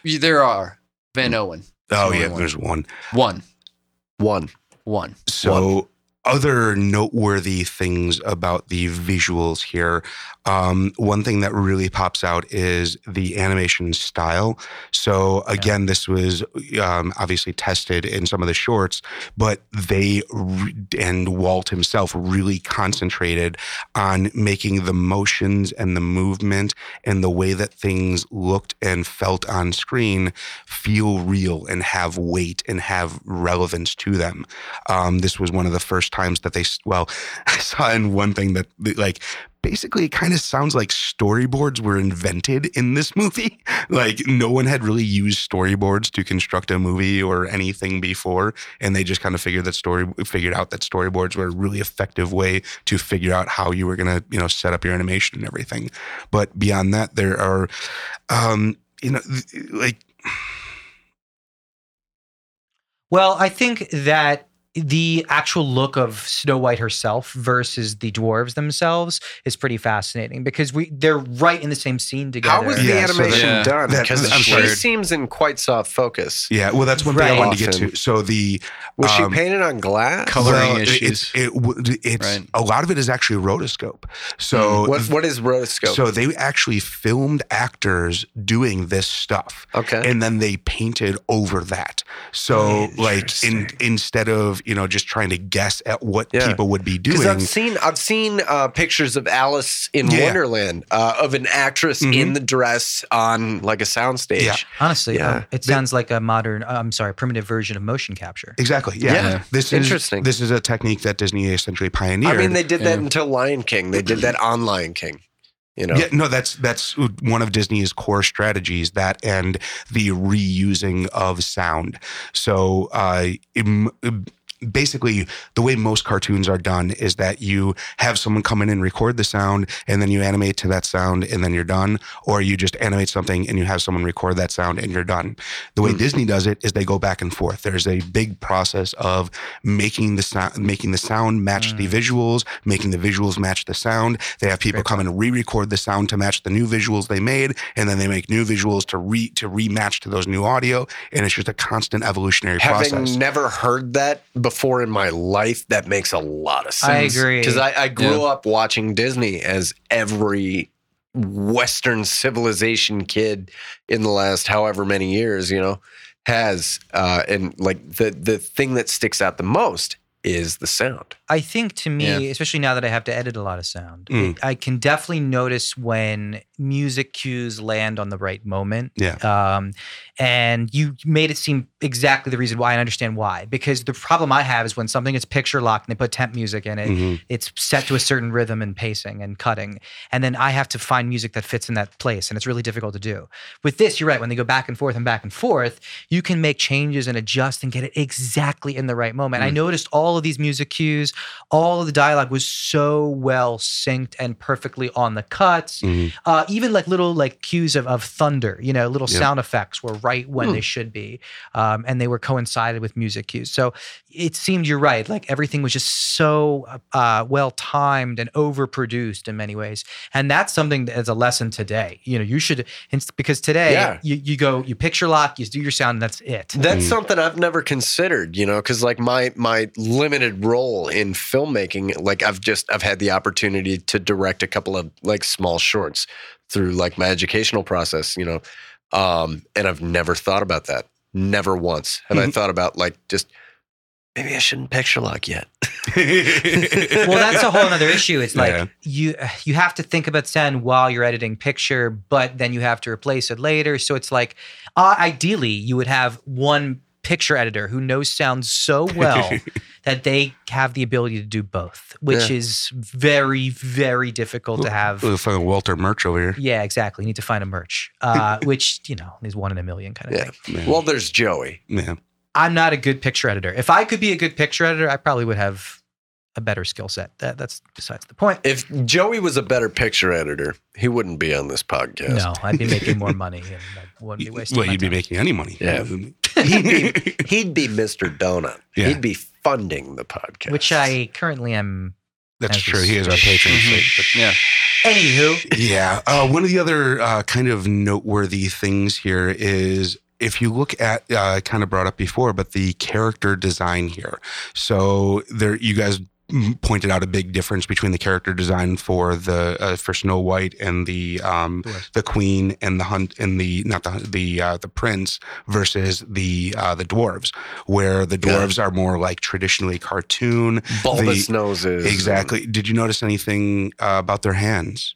Speaker 2: You- There are Van Owen.
Speaker 4: Oh
Speaker 2: only
Speaker 4: yeah,
Speaker 2: one.
Speaker 4: there's one.
Speaker 2: One.
Speaker 1: one.
Speaker 2: One.
Speaker 4: So other noteworthy things about the visuals here. Um, one thing that really pops out is the animation style. So again, this was um, obviously tested in some of the shorts, but they re- and Walt himself really concentrated on making the motions and the movement and the way that things looked and felt on screen feel real and have weight and have relevance to them. Um, this was one of the first times that they, well, I saw in one thing that, like, basically it kind of sounds like storyboards were invented in this movie. Like, no one had really used storyboards to construct a movie or anything before. And they just kind of figured that story, figured out that storyboards were a really effective way to figure out how you were going to, you know, set up your animation and everything. But beyond that, there are, um, you know, th- like,
Speaker 3: Well, I think that the actual look of Snow White herself versus the dwarves themselves is pretty fascinating because we they're right in the same scene together.
Speaker 1: How was
Speaker 4: Yeah,
Speaker 1: the
Speaker 4: so that-
Speaker 1: animation
Speaker 2: Yeah.
Speaker 1: done?
Speaker 4: that-
Speaker 1: Because
Speaker 4: I'm
Speaker 1: she
Speaker 4: sorry.
Speaker 1: seems in quite soft focus.
Speaker 4: yeah, well, that's one thing
Speaker 3: Right.
Speaker 4: I wanted to get
Speaker 1: Often.
Speaker 4: to. So the,
Speaker 1: Was
Speaker 4: Um,
Speaker 1: she painted on glass?
Speaker 2: Color- coloring
Speaker 4: it-
Speaker 2: issues.
Speaker 4: It, it, w- it's
Speaker 2: Right.
Speaker 4: a lot of it is actually rotoscope. So
Speaker 1: Mm-hmm. What, what is rotoscope?
Speaker 4: so they actually filmed actors doing this stuff.
Speaker 1: okay.
Speaker 4: And then they painted over that. So, like, in,
Speaker 1: Interesting.
Speaker 4: instead of you know just trying to guess at what
Speaker 1: Yeah.
Speaker 4: people would be
Speaker 1: Because
Speaker 4: doing,
Speaker 1: I've seen I've seen uh, pictures of Alice in
Speaker 4: Yeah.
Speaker 1: Wonderland uh, of an actress
Speaker 4: Mhm.
Speaker 1: in the dress on like a soundstage.
Speaker 4: Yeah.
Speaker 3: Honestly,
Speaker 1: Yeah.
Speaker 3: um, it sounds like a modern, uh, I'm sorry, primitive version of motion capture.
Speaker 4: exactly, yeah.
Speaker 2: Yeah.
Speaker 4: This
Speaker 1: Interesting.
Speaker 4: is this is a technique that Disney essentially pioneered.
Speaker 1: I mean, they did that
Speaker 2: Yeah.
Speaker 1: until Lion King. They did that on Lion King. You know,
Speaker 4: Yeah, no, that's that's one of Disney's core strategies. That and the reusing of sound. So, uh, im- basically, the way most cartoons are done is that you have someone come in and record the sound, and then you animate to that sound, and then you're done. Or you just animate something and you have someone record that sound, and you're done. The way
Speaker 1: Hmm.
Speaker 4: Disney does it is they go back and forth. There's a big process of making the sound making the sound match the
Speaker 1: Hmm.
Speaker 3: Mm.
Speaker 4: visuals, making the visuals match the sound. They have people
Speaker 3: Great
Speaker 4: come and re-record the sound to match the new visuals they made, and then they make new visuals to re to rematch to those new audio. And it's just a constant evolutionary
Speaker 1: having
Speaker 4: process.
Speaker 1: never heard that before in my life, that makes a lot of
Speaker 3: I
Speaker 1: sense.
Speaker 3: agree.
Speaker 1: Because I, I grew up watching Disney as every Western civilization kid in the last however many years, you know, has. Uh, and like the the thing that sticks out the most is the sound.
Speaker 3: I think to me, especially now that I have to edit a lot of sound,
Speaker 1: Hmm.
Speaker 4: Mm.
Speaker 3: I can definitely notice when music cues land on the right moment.
Speaker 4: Yeah.
Speaker 3: Um, and you made it seem exactly the reason why I understand why. Because the problem I have is when something is picture locked and they put temp music in it,
Speaker 4: Mhm.
Speaker 3: it's set to a certain rhythm and pacing and cutting. And then I have to find music that fits in that place. And it's really difficult to do. With this, you're right. When they go back and forth and back and forth, you can make changes and adjust and get it exactly in the right moment. I noticed all of these music cues, all of the dialogue was so well synced and perfectly on the cuts.
Speaker 4: Mhm.
Speaker 3: Uh, even like little like cues of, of thunder, you know, little
Speaker 4: Yeah.
Speaker 3: sound effects were right when they should be. Um, and they were coincided with music cues. So it seemed you're right. Like everything was just so uh, well timed and overproduced in many ways. And that's something that is a lesson today. You know, you should, ins- because today
Speaker 1: Yeah.
Speaker 3: you, you go, you picture lock, you do your sound, and that's it.
Speaker 1: That's
Speaker 4: Mm.
Speaker 1: something I've never considered, you know, because like my my limited role in filmmaking, like I've just I've had the opportunity to direct a couple of like small shorts through like my educational process, you know, um, and I've never thought about that, never once have I
Speaker 4: Mm-hmm.
Speaker 1: thought about like just maybe I shouldn't picture lock yet.
Speaker 3: well, that's a whole other issue. It's like
Speaker 4: Yeah.
Speaker 3: you you have to think about sound while you're editing picture, but then you have to replace it later. So it's like uh, ideally you would have one picture editor who knows sound so well that they have the ability to do both, which is very very difficult to have.
Speaker 4: Ooh, fucking Walter Murch over here.
Speaker 3: Yeah, exactly. You need to find a merch, uh, which you know is one in a million kind of
Speaker 1: Yeah.
Speaker 3: thing.
Speaker 4: Yeah.
Speaker 1: Well, there's Joey.
Speaker 4: yeah.
Speaker 3: I'm not a good picture editor. If I could be a good picture editor, I probably would have a better skill set. That, that's besides the point.
Speaker 1: If Joey was a better picture editor, he wouldn't be on this podcast.
Speaker 3: No, I'd be making more money and I wouldn't be
Speaker 4: Well,
Speaker 3: wasting my
Speaker 4: you'd be
Speaker 3: time.
Speaker 4: making any money.
Speaker 1: Yeah. He'd be Mr. Donut.
Speaker 4: Yeah.
Speaker 1: He'd be funding the podcast.
Speaker 3: Which I currently am.
Speaker 4: That's
Speaker 3: As
Speaker 4: true.
Speaker 3: a
Speaker 4: He is our patron.
Speaker 2: Mhm. Yeah.
Speaker 3: Anywho,
Speaker 4: yeah. Uh, one of the other uh, kind of noteworthy things here is if you look at uh, kind of brought up before, but the character design here. So there, you guys mm, pointed out a big difference between the character design for the uh, for Snow White and the um, the Queen and the Hunt and the not the hun- the uh, the Prince versus the uh, the dwarves, where the
Speaker 1: Yeah. Mm-hmm.
Speaker 4: dwarves are more like traditionally cartoon.
Speaker 1: bulbous
Speaker 4: the-
Speaker 1: noses.
Speaker 4: Exactly. Did you notice anything uh, about their hands?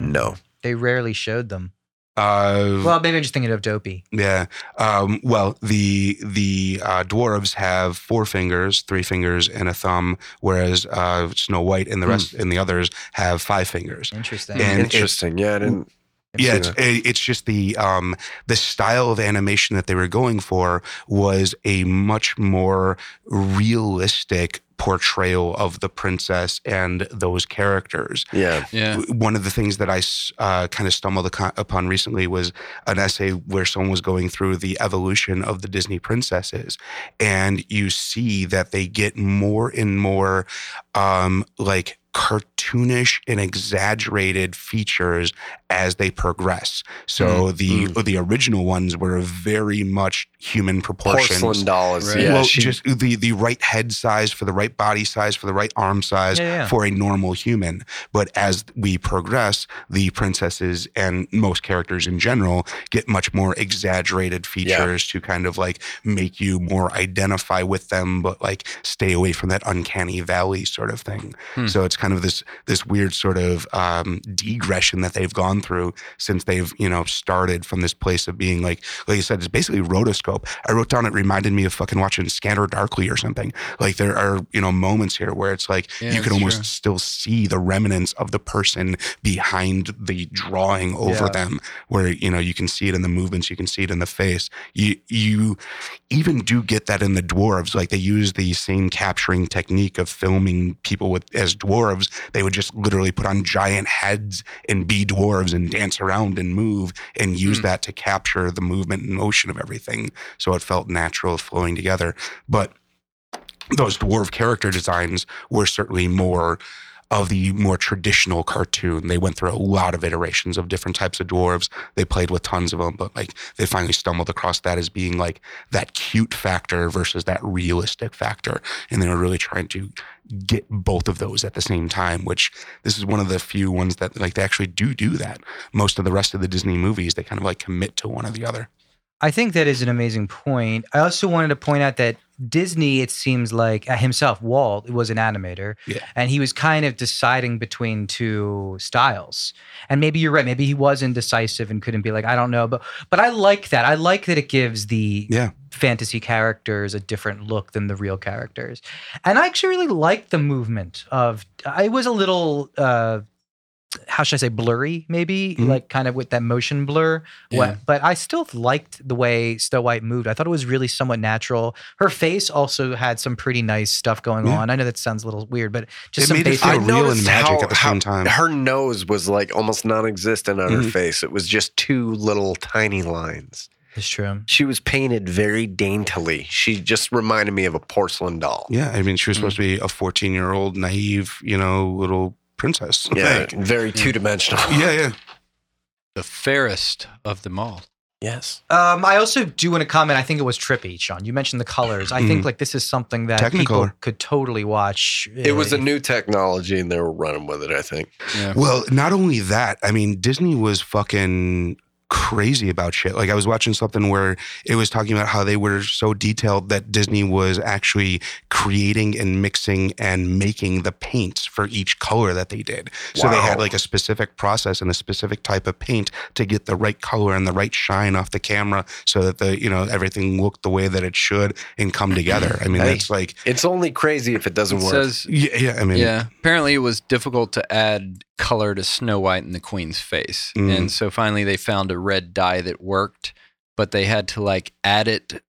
Speaker 1: No.
Speaker 3: they rarely showed them.
Speaker 4: Uh,
Speaker 3: Well, maybe I'm just thinking of Dopey.
Speaker 4: yeah. Um, well, the the uh, dwarves have four fingers, three fingers, and a thumb, whereas uh, Snow White and the rest
Speaker 1: Hmm.
Speaker 4: and the others have five fingers.
Speaker 3: Interesting.
Speaker 4: And it's-
Speaker 1: Interesting. yeah, I didn't.
Speaker 4: Yeah,
Speaker 1: see
Speaker 4: it's, it- it's just the um, the style of animation that they were going for was a much more realistic portrayal of the princess and those characters.
Speaker 1: Yeah.
Speaker 2: Yeah.
Speaker 4: one of the things that I s- uh, kind of stumbled aco- upon recently was an essay where someone was going through the evolution of the Disney princesses, and you see that they get more and more um, like cartoonish and exaggerated features as they progress. So
Speaker 1: Mm,
Speaker 4: the the original ones were very much human proportions.
Speaker 1: Porcelain dolls.
Speaker 2: Right.
Speaker 1: Yeah.
Speaker 4: well,
Speaker 1: she-
Speaker 4: just the the right head size for the right body size for the right arm size
Speaker 3: Yeah, yeah.
Speaker 4: for a normal human. But as we progress, the princesses and most characters in general get much more exaggerated features to kind of like make you more identify with them, but like stay away from that uncanny valley sort of thing.
Speaker 2: Hmm.
Speaker 4: So it's kind of this this weird sort of um, degression that they've gone through since they've you know started from this place of being like like I said, it's basically rotoscope. I wrote down it reminded me of fucking watching Scanner Darkly or something. Like there are you know moments here where it's like
Speaker 2: Yeah,
Speaker 4: you
Speaker 2: that's
Speaker 4: can almost
Speaker 2: true.
Speaker 4: still see the remnants of the person behind the drawing over
Speaker 3: Yeah.
Speaker 4: them, where you know you can see it in the movements, you can see it in the face. You you even do get that in the dwarves. Like they use the same capturing technique of filming people with as dwarves. They would just literally put on giant heads and be dwarves and dance around and move and use
Speaker 2: Mm.
Speaker 4: that to capture the movement and motion of everything. So it felt natural flowing together. But those dwarf character designs were certainly more of the more traditional cartoon. They went through a lot of iterations of different types of dwarves. They played with tons of them, but like they finally stumbled across that as being like that cute factor versus that realistic factor. And they were really trying to get both of those at the same time, which this is one of the few ones that like they actually do do that. Most of the rest of the Disney movies, they kind of like commit to one or the other.
Speaker 3: I think that is an amazing point. I also wanted to point out that Disney, it seems like uh, himself, Walt, was an animator.
Speaker 4: Yeah.
Speaker 3: And he was kind of deciding between two styles. And maybe you're right. Maybe he was indecisive and couldn't be like, I don't know. But but I like that. I like that it gives the
Speaker 4: Yeah.
Speaker 3: fantasy characters a different look than the real characters. And I actually really liked the movement of. I was a little. Uh, how should I say blurry, maybe
Speaker 4: Mhm.
Speaker 3: like kind of with that motion blur. What-
Speaker 2: Yeah.
Speaker 3: but I still liked the way Snow White moved. I thought it was really somewhat natural. Her face also had some pretty nice stuff going
Speaker 4: Yeah.
Speaker 3: on. I know that sounds a little weird, but just
Speaker 4: It
Speaker 3: some
Speaker 4: made it
Speaker 3: basic.
Speaker 4: feel
Speaker 1: I
Speaker 4: real and
Speaker 1: noticed
Speaker 4: magic
Speaker 1: how-
Speaker 4: at the same
Speaker 1: how-
Speaker 2: Um,
Speaker 4: time.
Speaker 1: Her nose was like almost non-existent on her
Speaker 4: Mhm.
Speaker 1: face. It was just two little tiny lines.
Speaker 3: It's true.
Speaker 1: She was painted very daintily. She just reminded me of a porcelain doll.
Speaker 4: Yeah, I mean, she was supposed to
Speaker 1: Mm.
Speaker 4: be a 14 year old, naive, you know, little princess.
Speaker 1: Yeah,
Speaker 4: Like,
Speaker 1: very two-dimensional.
Speaker 4: Hmm. yeah, yeah.
Speaker 2: The fairest of them all.
Speaker 1: Yes.
Speaker 3: Um, I also do want to comment. I think it was trippy, Sean. You mentioned the colors. I think
Speaker 4: Mhm.
Speaker 3: like this is something that people
Speaker 4: Technicolor.
Speaker 3: could totally watch.
Speaker 1: It was a new technology and they were running with it, I think.
Speaker 2: Yeah.
Speaker 4: Well, not only that, I mean, Disney was fucking crazy about shit. Like, I was watching something where it was talking about how they were so detailed that Disney was actually creating and mixing and making the paints for each color that they did. So they had
Speaker 1: Wow.
Speaker 4: like a specific process and a specific type of paint to get the right color and the right shine off the camera so that the, you know, everything looked the way that it should and come together. I mean,
Speaker 1: Hey.
Speaker 4: that's like,
Speaker 1: It's only crazy if it doesn't
Speaker 2: It
Speaker 1: work.
Speaker 2: says,
Speaker 4: yeah, yeah I mean,
Speaker 2: yeah. Apparently, it was difficult to add color to Snow White and the Queen's face,
Speaker 1: Mm-hmm.
Speaker 4: Mm.
Speaker 2: and so finally they found a red dye that worked, but they had to like add it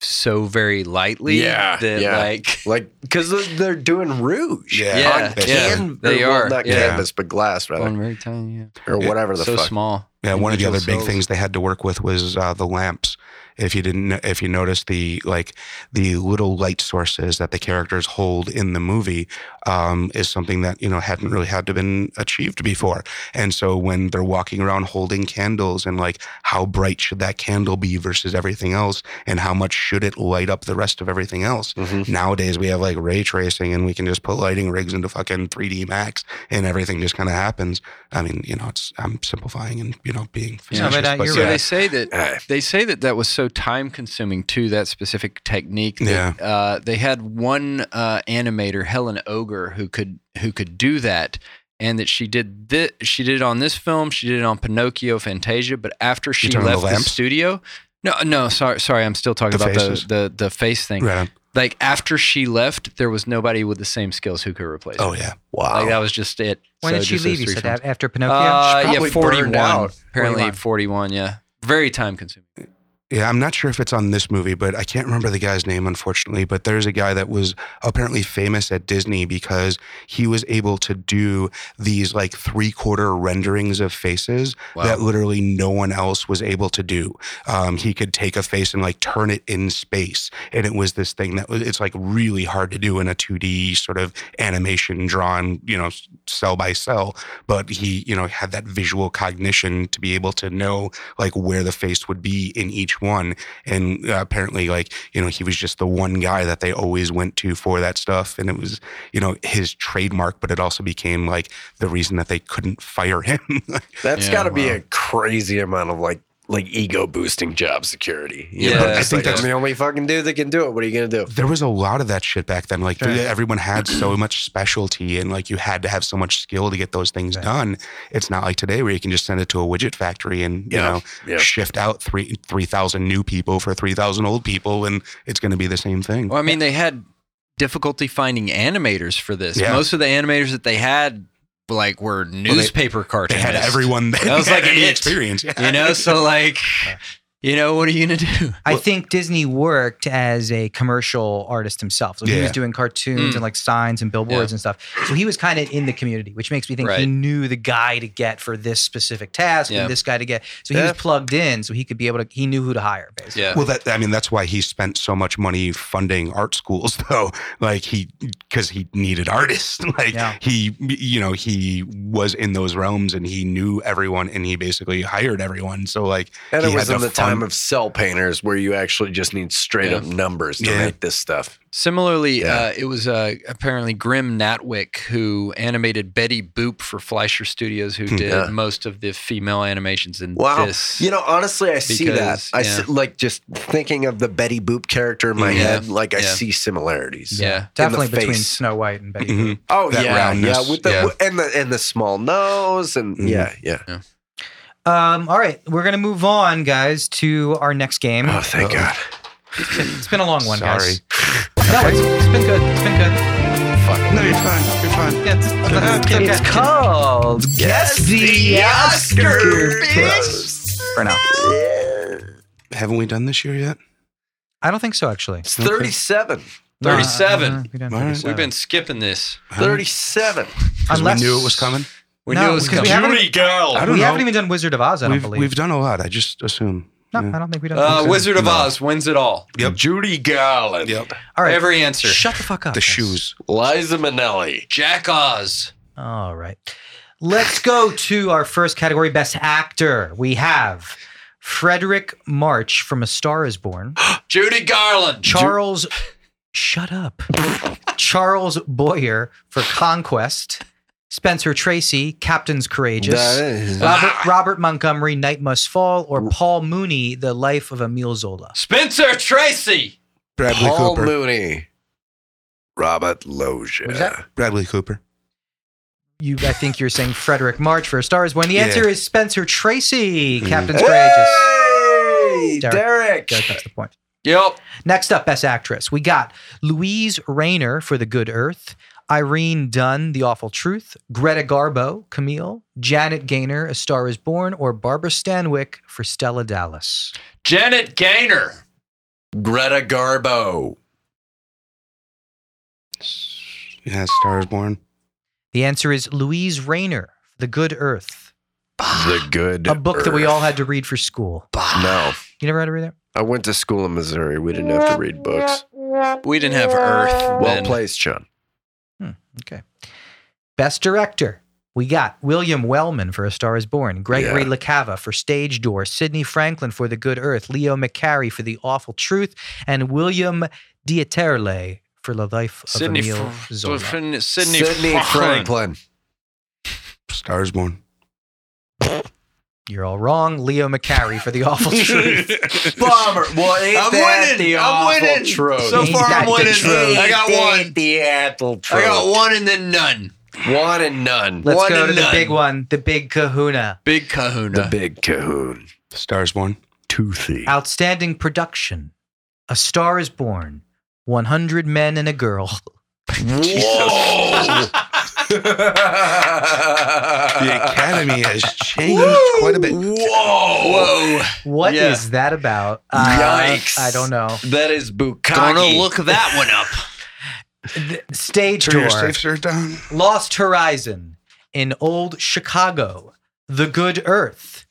Speaker 2: so very lightly
Speaker 1: Yeah,
Speaker 2: that
Speaker 1: yeah.
Speaker 2: like
Speaker 1: like, because they're doing rouge.
Speaker 4: Yeah.
Speaker 1: On
Speaker 4: Yeah,
Speaker 1: can,
Speaker 2: yeah, they
Speaker 1: or, well,
Speaker 2: are,
Speaker 1: Not
Speaker 2: yeah.
Speaker 1: canvas, but glass, rather.
Speaker 2: one very tiny, yeah.
Speaker 1: Or whatever the
Speaker 2: so
Speaker 1: fuck.
Speaker 2: small.
Speaker 4: Yeah, one of the other
Speaker 2: Individual
Speaker 4: big
Speaker 2: cells.
Speaker 4: things they had to work with was uh, the lamps. If you didn't, if you noticed the like the little light sources that the characters hold in the movie um, is something that you know hadn't really had to been achieved before. And so when they're walking around holding candles and like how bright should that candle be versus everything else, and how much should it light up the rest of everything else.
Speaker 1: Mhm.
Speaker 2: Mm-hmm.
Speaker 4: Nowadays we have like ray tracing and we can just put lighting rigs into fucking 3D Max and everything just kind of happens. I mean, you know, it's I'm simplifying and you know being
Speaker 2: Yeah,
Speaker 4: facetious,
Speaker 3: but, uh, you're
Speaker 2: So
Speaker 4: yeah.
Speaker 2: they say that
Speaker 4: Uh,
Speaker 1: Ah,
Speaker 2: they say that that was so time consuming too that specific technique that, uh, they had one uh, animator helen ogre who could who could do that and that she did this she did it on this film she did it on pinocchio fantasia but after she
Speaker 4: talking about
Speaker 2: left the,
Speaker 4: lamps?
Speaker 2: studio no no sorry sorry i'm still talking
Speaker 4: The
Speaker 2: about
Speaker 4: faces?
Speaker 2: the the the face thing
Speaker 4: Right on.
Speaker 2: like after she left there was nobody with the same skills who could replace
Speaker 4: Oh
Speaker 2: her
Speaker 4: yeah.
Speaker 1: wow.
Speaker 2: like that was just it
Speaker 3: When
Speaker 2: So
Speaker 3: did she
Speaker 2: just those
Speaker 3: leave? You
Speaker 2: three
Speaker 3: said
Speaker 2: films.
Speaker 3: that after Pinocchio.
Speaker 2: uh, yeah
Speaker 1: probably
Speaker 2: 41
Speaker 1: burned out.
Speaker 2: apparently
Speaker 3: 41.
Speaker 2: 41 yeah very time consuming
Speaker 4: Yeah, I'm not sure if it's on this movie, but I can't remember the guy's name, unfortunately. But there's a guy that was apparently famous at Disney because he was able to do these like three quarter renderings of faces
Speaker 2: Wow.
Speaker 4: that literally no one else was able to do. Um, he could take a face and like turn it in space. And it was this thing that was, it's like really hard to do in a 2D sort of animation drawn, you know, s- cell by cell. But he, you know, had that visual cognition to be able to know like where the face would be in each one. And uh, apparently, like, you know, he was just the one guy that they always went to for that stuff. And it was, you know, his trademark, but it also became like the reason that they couldn't fire him.
Speaker 1: That's
Speaker 2: Yeah,
Speaker 1: got to be
Speaker 4: wow.
Speaker 1: a crazy amount of like like ego boosting job security. You
Speaker 2: Yeah,
Speaker 1: know,
Speaker 2: I
Speaker 1: It's
Speaker 4: think
Speaker 1: like,
Speaker 4: that's-
Speaker 1: I'm the only fucking dude that can do it. What are you gonna do?
Speaker 4: there was a lot of that shit back then. Like
Speaker 3: Sure.
Speaker 4: everyone had so much specialty, and like you had to have so much skill to get those things
Speaker 3: Right.
Speaker 4: done. It's not like today where you can just send it to a widget factory and you
Speaker 1: Yeah.
Speaker 4: know
Speaker 1: Yeah.
Speaker 4: shift out three three thousand new people for three thousand old people, and it's going to be the same thing.
Speaker 2: Well, I mean, they had difficulty finding animators for this.
Speaker 4: Yeah.
Speaker 2: Most of the animators that they had, like, were newspaper
Speaker 4: they
Speaker 2: cartoonists.
Speaker 4: had everyone that,
Speaker 2: That was
Speaker 4: had
Speaker 2: like
Speaker 4: any
Speaker 2: it.
Speaker 4: experience. Yeah.
Speaker 2: you know. So, like, you know, what are you gonna do?
Speaker 3: I think Disney worked as a commercial artist himself. So he
Speaker 4: Yeah.
Speaker 3: was doing cartoons
Speaker 2: Mm.
Speaker 3: and like signs and billboards and stuff. So he was kind of in the community, which makes me think he
Speaker 2: Right.
Speaker 3: knew the guy to get for this specific task
Speaker 2: Yeah.
Speaker 3: and this guy to get. So he
Speaker 1: Yeah.
Speaker 3: was plugged in, so he could be able to. He knew who to hire. Basically.
Speaker 2: Yeah.
Speaker 4: Well, that I mean, that's why he spent so much money funding art schools, though. Like he, because he needed artists. Like
Speaker 3: Yeah.
Speaker 4: he, you know, he was in those realms and he knew everyone, and he basically hired everyone. So like,
Speaker 1: And
Speaker 4: He
Speaker 1: it was
Speaker 4: had
Speaker 1: in
Speaker 4: to
Speaker 1: the time
Speaker 4: fund-
Speaker 1: of cell painters where you actually just need straight
Speaker 2: Yeah.
Speaker 1: up numbers to
Speaker 4: Yeah.
Speaker 1: make this stuff.
Speaker 2: Similarly,
Speaker 1: Yeah.
Speaker 2: uh, it was uh, apparently Grim Natwick who animated Betty Boop for Fleischer Studios, who
Speaker 4: Hmm.
Speaker 2: did
Speaker 1: Yeah.
Speaker 2: most of the female animations in
Speaker 1: Wow.
Speaker 2: this.
Speaker 1: You know, honestly, I see that.
Speaker 2: Because-
Speaker 1: I
Speaker 2: yeah.
Speaker 1: see, like just thinking of the Betty Boop character in my
Speaker 2: Yeah.
Speaker 1: head. Like I
Speaker 2: Yeah.
Speaker 1: see similarities.
Speaker 2: yeah.
Speaker 3: Definitely
Speaker 1: In the
Speaker 3: between
Speaker 1: face.
Speaker 3: Snow White and Betty.
Speaker 2: Mm-hmm.
Speaker 3: Boop.
Speaker 4: mhm.
Speaker 1: Oh
Speaker 4: That
Speaker 1: yeah,
Speaker 4: roundness,
Speaker 1: yeah, with the
Speaker 4: yeah.
Speaker 1: and the and the small nose and
Speaker 4: Mhm.
Speaker 1: yeah, yeah.
Speaker 3: Um, all right, we're gonna move on, guys, to our next game.
Speaker 1: Oh, thank
Speaker 4: Uh-oh.
Speaker 1: God.
Speaker 3: It's been, it's been a long one,
Speaker 4: Sorry.
Speaker 3: guys. No, it's, it's been good. It's been good.
Speaker 4: No, you're fine. You're fine.
Speaker 3: It's, it's okay.
Speaker 1: It's called Guess the Oscar Bros.
Speaker 3: for now.
Speaker 4: Haven't we done this year yet?
Speaker 3: I don't think so, actually.
Speaker 1: It's 37.
Speaker 3: No, uh,
Speaker 2: 37.
Speaker 3: uh, we done
Speaker 4: All right.
Speaker 3: 37.
Speaker 2: We've been skipping this.
Speaker 1: 37.
Speaker 4: 'Cause
Speaker 3: Unless-
Speaker 4: we knew it was coming.
Speaker 2: We
Speaker 3: No,
Speaker 2: knew it was
Speaker 3: because
Speaker 2: coming.
Speaker 3: we haven't- Judy
Speaker 4: I
Speaker 2: Girl.
Speaker 4: don't
Speaker 3: we
Speaker 4: know.
Speaker 3: haven't even done Wizard of Oz, I don't
Speaker 4: We've,
Speaker 3: believe.
Speaker 4: we've done a lot. I just assume.
Speaker 3: no,
Speaker 4: yeah.
Speaker 3: I don't think we've done
Speaker 2: Uh,
Speaker 3: okay.
Speaker 2: Wizard of
Speaker 4: No.
Speaker 2: Oz wins it all.
Speaker 4: Yep.
Speaker 2: Judy Garland.
Speaker 4: Yep.
Speaker 3: All right.
Speaker 2: Every answer.
Speaker 3: Shut the fuck up.
Speaker 4: The
Speaker 3: guys.
Speaker 4: shoes.
Speaker 1: Liza Minnelli.
Speaker 2: Jack Oz.
Speaker 3: All right. Let's go to our first category Best Actor. We have Frederick March from A Star is Born.
Speaker 2: Judy Garland.
Speaker 3: Charles, shut up. Charles Boyer for Conquest. Spencer Tracy, Captain's Courageous.
Speaker 2: Ah.
Speaker 3: Robert, Robert Montgomery, Night Must Fall, or Paul Mooney, The Life of Emile Zola.
Speaker 2: Spencer Tracy.
Speaker 4: Bradley
Speaker 1: Paul
Speaker 4: Cooper.
Speaker 1: Mooney. Robert Loggia.
Speaker 3: What is that?
Speaker 4: Bradley Cooper.
Speaker 3: You, I think you're saying Frederick March for A Star Is Born. The answer is Spencer Tracy,
Speaker 4: Mm.
Speaker 3: Captain's Courageous.
Speaker 1: Hey,
Speaker 3: Derek.
Speaker 1: Derek.
Speaker 3: Derek, that's the point.
Speaker 2: Yep.
Speaker 3: Next up, Best Actress, we got Louise Rayner for The Good Earth, Irene Dunn, The Awful Truth, Greta Garbo, Camille, Janet Gaynor, A Star Is Born, or Barbara Stanwyck for Stella Dallas.
Speaker 2: Janet Gaynor.
Speaker 1: Greta Garbo.
Speaker 4: Yeah, Star is Born.
Speaker 3: The answer is Louise Rayner, The Good Earth,
Speaker 1: The good.
Speaker 3: a book that we
Speaker 1: Earth.
Speaker 3: all had to read for school.
Speaker 1: No,
Speaker 3: You never had to read that?
Speaker 1: I went to school in Missouri. We didn't have to read books.
Speaker 2: We didn't have Earth.
Speaker 1: Well
Speaker 2: then.
Speaker 1: placed, Sean.
Speaker 3: Best Director. We got William Wellman for A Star Is Born, Gregory LaCava for Stage Door, Sidney Franklin for The Good Earth, Leo McCarey for The Awful Truth, and William Dieterle for The Life of
Speaker 2: Sydney,
Speaker 3: Emile
Speaker 2: Fr-
Speaker 3: Zola.
Speaker 2: Sydney,
Speaker 1: Franklin.
Speaker 4: Star is Born.
Speaker 3: You're all wrong. Leo McCarey for The Awful Truth.
Speaker 1: Bomber. Well, ain't
Speaker 2: I'm
Speaker 1: that
Speaker 2: winning.
Speaker 1: the
Speaker 2: I'm
Speaker 1: awful
Speaker 2: winning.
Speaker 1: truth?
Speaker 2: So
Speaker 3: Ain't far, I'm that the winning. truth?
Speaker 2: I got
Speaker 1: Ain't
Speaker 2: one.
Speaker 1: The apple truth.
Speaker 2: I got one and then none.
Speaker 1: one. One and none.
Speaker 3: Let's
Speaker 2: One
Speaker 3: go to
Speaker 2: and
Speaker 3: the
Speaker 2: none.
Speaker 3: big one, the big kahuna.
Speaker 2: Big kahuna.
Speaker 1: The big Cahoon.
Speaker 4: Star is Born.
Speaker 1: Toothy.
Speaker 3: Outstanding production. A Star Is Born. 100 Men and a Girl.
Speaker 1: Whoa.
Speaker 4: The
Speaker 1: the
Speaker 4: Academy has changed quite a bit.
Speaker 1: Whoa. Whoa.
Speaker 3: What is
Speaker 2: Yeah.
Speaker 3: that about? Uh,
Speaker 1: Yikes.
Speaker 3: I don't know.
Speaker 1: That is bukkake.
Speaker 2: Gonna look that one up.
Speaker 3: The stage
Speaker 4: Turn
Speaker 3: Door.
Speaker 4: your safe shirt down.
Speaker 3: Lost Horizon, In Old Chicago, The Good Earth,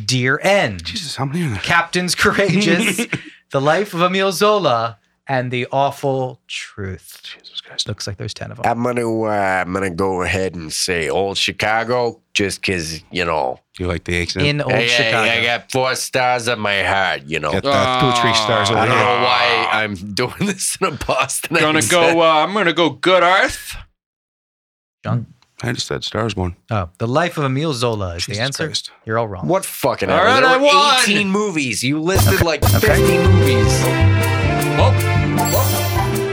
Speaker 3: Dear End,
Speaker 4: Jesus, how many are there?
Speaker 3: Captain's Courageous, The Life of Emile Zola, and The Awful Truth.
Speaker 4: Jesus Christ.
Speaker 3: Looks like there's 10 of them.
Speaker 1: I'm gonna uh, I'm gonna go ahead and say old Chicago just because you know
Speaker 4: You like the accent?
Speaker 3: In Old
Speaker 1: I, I-
Speaker 3: Chicago.
Speaker 1: I got four stars on my heart you know
Speaker 4: Got the two, three stars over
Speaker 1: I don't
Speaker 4: here.
Speaker 1: know why I'm doing this in a Boston
Speaker 2: Gonna
Speaker 1: accent.
Speaker 2: go. Uh, I'm gonna go. Good Earth.
Speaker 3: John?
Speaker 4: I just said Star is Born.
Speaker 3: Oh, The Life of Emile Zola is
Speaker 4: Jesus
Speaker 3: the answer.
Speaker 4: Christ.
Speaker 3: You're all wrong.
Speaker 1: what fucking
Speaker 2: All
Speaker 1: hell?
Speaker 2: right,
Speaker 1: there
Speaker 2: I
Speaker 1: were
Speaker 2: won.
Speaker 1: 18 movies you listed like 50 movies
Speaker 2: Oh,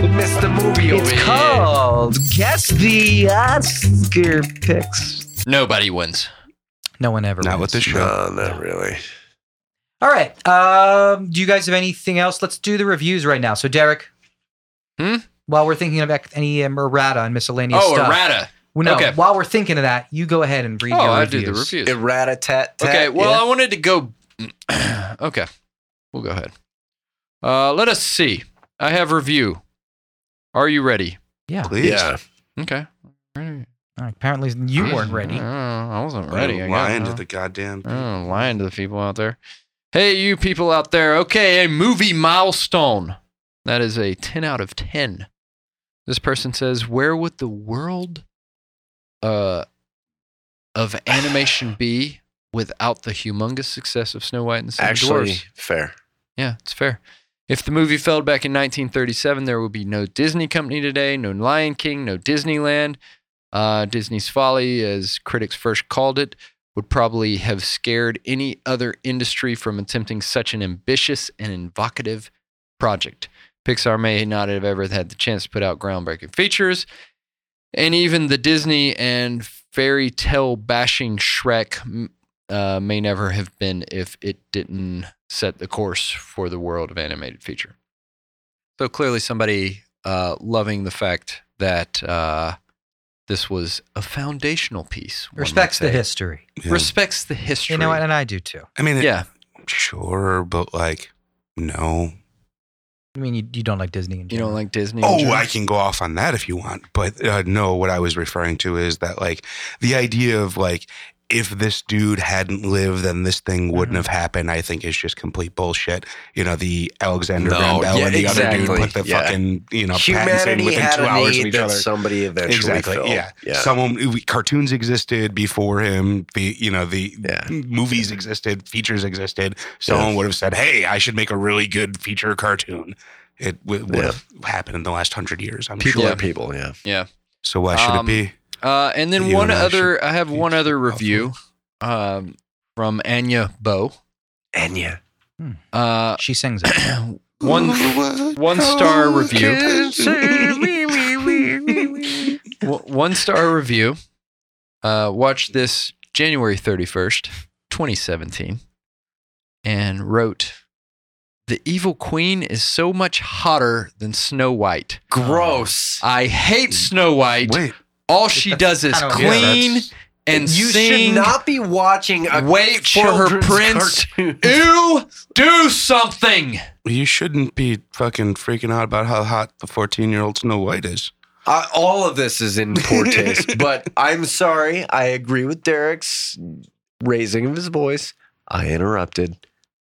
Speaker 1: we missed a movie over here.
Speaker 3: called Guess the Oscar Picks.
Speaker 2: nobody wins.
Speaker 3: No one ever.
Speaker 4: Not
Speaker 3: wins.
Speaker 4: with this show.
Speaker 1: no Uh, not really
Speaker 3: All right. Um, do you guys have anything else? Let's do the reviews right now. So, Derek,
Speaker 2: Hmm?
Speaker 3: while we're thinking of ec- any um, errata and miscellaneous
Speaker 2: oh,
Speaker 3: stuff,
Speaker 2: errata.
Speaker 3: Well, no,
Speaker 2: Okay.
Speaker 3: while we're thinking of that, you go ahead and read
Speaker 2: Oh,
Speaker 3: your
Speaker 2: I
Speaker 3: reviews.
Speaker 2: do the reviews.
Speaker 1: errata tat tat
Speaker 2: Okay, well, I wanted to go. okay, we'll go ahead. Uh, let us see. I have review. Are you ready?
Speaker 3: Yeah.
Speaker 4: Please.
Speaker 1: yeah,
Speaker 2: Okay. Ready.
Speaker 3: All right, apparently, you weren't ready.
Speaker 2: Uh, I wasn't
Speaker 4: I'm
Speaker 2: ready. I got-
Speaker 4: lying to the goddamn.
Speaker 2: Oh, lying to the people out there. Hey, you people out there. Okay, a movie milestone. That is a 10 out of 10. This person says, Where would the world uh, of animation be without the humongous success of Snow White and the Seven
Speaker 1: actually
Speaker 2: Dwarfs?
Speaker 1: fair
Speaker 2: Yeah, it's fair. If the movie failed back in 1937, there would be no Disney Company today, no Lion King, no Disneyland. Uh, Disney's folly, as critics first called it, would probably have scared any other industry from attempting such an ambitious and invocative project. Pixar may not have ever had the chance to put out groundbreaking features. And even the Disney and fairy tale bashing Shrek m- uh, may never have been if it didn't set the course for the world of animated feature. So clearly, somebody uh, loving the fact that uh, this was a foundational piece. one might
Speaker 3: Respects the
Speaker 2: say.
Speaker 3: history.
Speaker 4: Yeah.
Speaker 2: Respects the history.
Speaker 3: You know, and I do too.
Speaker 4: I mean, it-
Speaker 2: Yeah.
Speaker 4: sure, but like, no.
Speaker 3: I mean, you, you don't like Disney in
Speaker 2: You
Speaker 3: general.
Speaker 2: don't like Disney? in
Speaker 4: Oh,
Speaker 2: general?
Speaker 4: I can go off on that if you want, but uh, no. What I was referring to is that like the idea of like if this dude hadn't lived, then this thing
Speaker 1: Mm-hmm.
Speaker 4: wouldn't have happened. I think is just complete bullshit. You know, the Alexander
Speaker 1: No,
Speaker 4: Graham Bell
Speaker 1: yeah,
Speaker 4: and the other
Speaker 1: exactly,
Speaker 4: dude put the
Speaker 1: yeah.
Speaker 4: fucking you know patents in
Speaker 1: Humanity
Speaker 4: within
Speaker 1: had
Speaker 4: two
Speaker 1: a
Speaker 4: hours of
Speaker 1: need
Speaker 4: each
Speaker 1: that
Speaker 4: other.
Speaker 1: somebody eventually
Speaker 4: Exactly.
Speaker 1: filled.
Speaker 4: Yeah. Someone we, cartoons existed before him. The you know the
Speaker 1: Yeah.
Speaker 4: movies existed, features existed. Someone
Speaker 1: Yeah.
Speaker 4: would have said, "Hey, I should make a really good feature cartoon." It w- would have happened in the last hundred years. I'm
Speaker 1: People
Speaker 4: sure.
Speaker 1: are people. Yeah.
Speaker 4: So why should
Speaker 2: Um,
Speaker 4: it be?
Speaker 2: Uh, and then
Speaker 4: You
Speaker 2: one
Speaker 4: and I
Speaker 2: other, I have
Speaker 4: you
Speaker 2: one
Speaker 4: should
Speaker 2: other
Speaker 4: probably-
Speaker 2: review um, from Anya Bo.
Speaker 1: And yeah.
Speaker 2: Uh,
Speaker 3: She sings it.
Speaker 2: one one star
Speaker 4: Oh,
Speaker 2: review. w- one star review. Uh, watch this January 31st, 2017, and wrote The Evil Queen is so much hotter than Snow White.
Speaker 1: Gross.
Speaker 2: I hate Snow White.
Speaker 4: Wait,
Speaker 2: All she does is
Speaker 3: I don't-
Speaker 4: yeah,
Speaker 2: clean
Speaker 4: that's-
Speaker 2: and
Speaker 1: you
Speaker 2: sing.
Speaker 1: should not be watching a
Speaker 2: Wait for her
Speaker 1: children's
Speaker 2: prince.
Speaker 1: cartoon.
Speaker 2: Ew, do something.
Speaker 4: you shouldn't be fucking freaking out about how hot the 14 year old Snow White is.
Speaker 1: Uh, all of this is in poor taste, but I'm sorry. I agree with Derek's raising of his voice. I interrupted.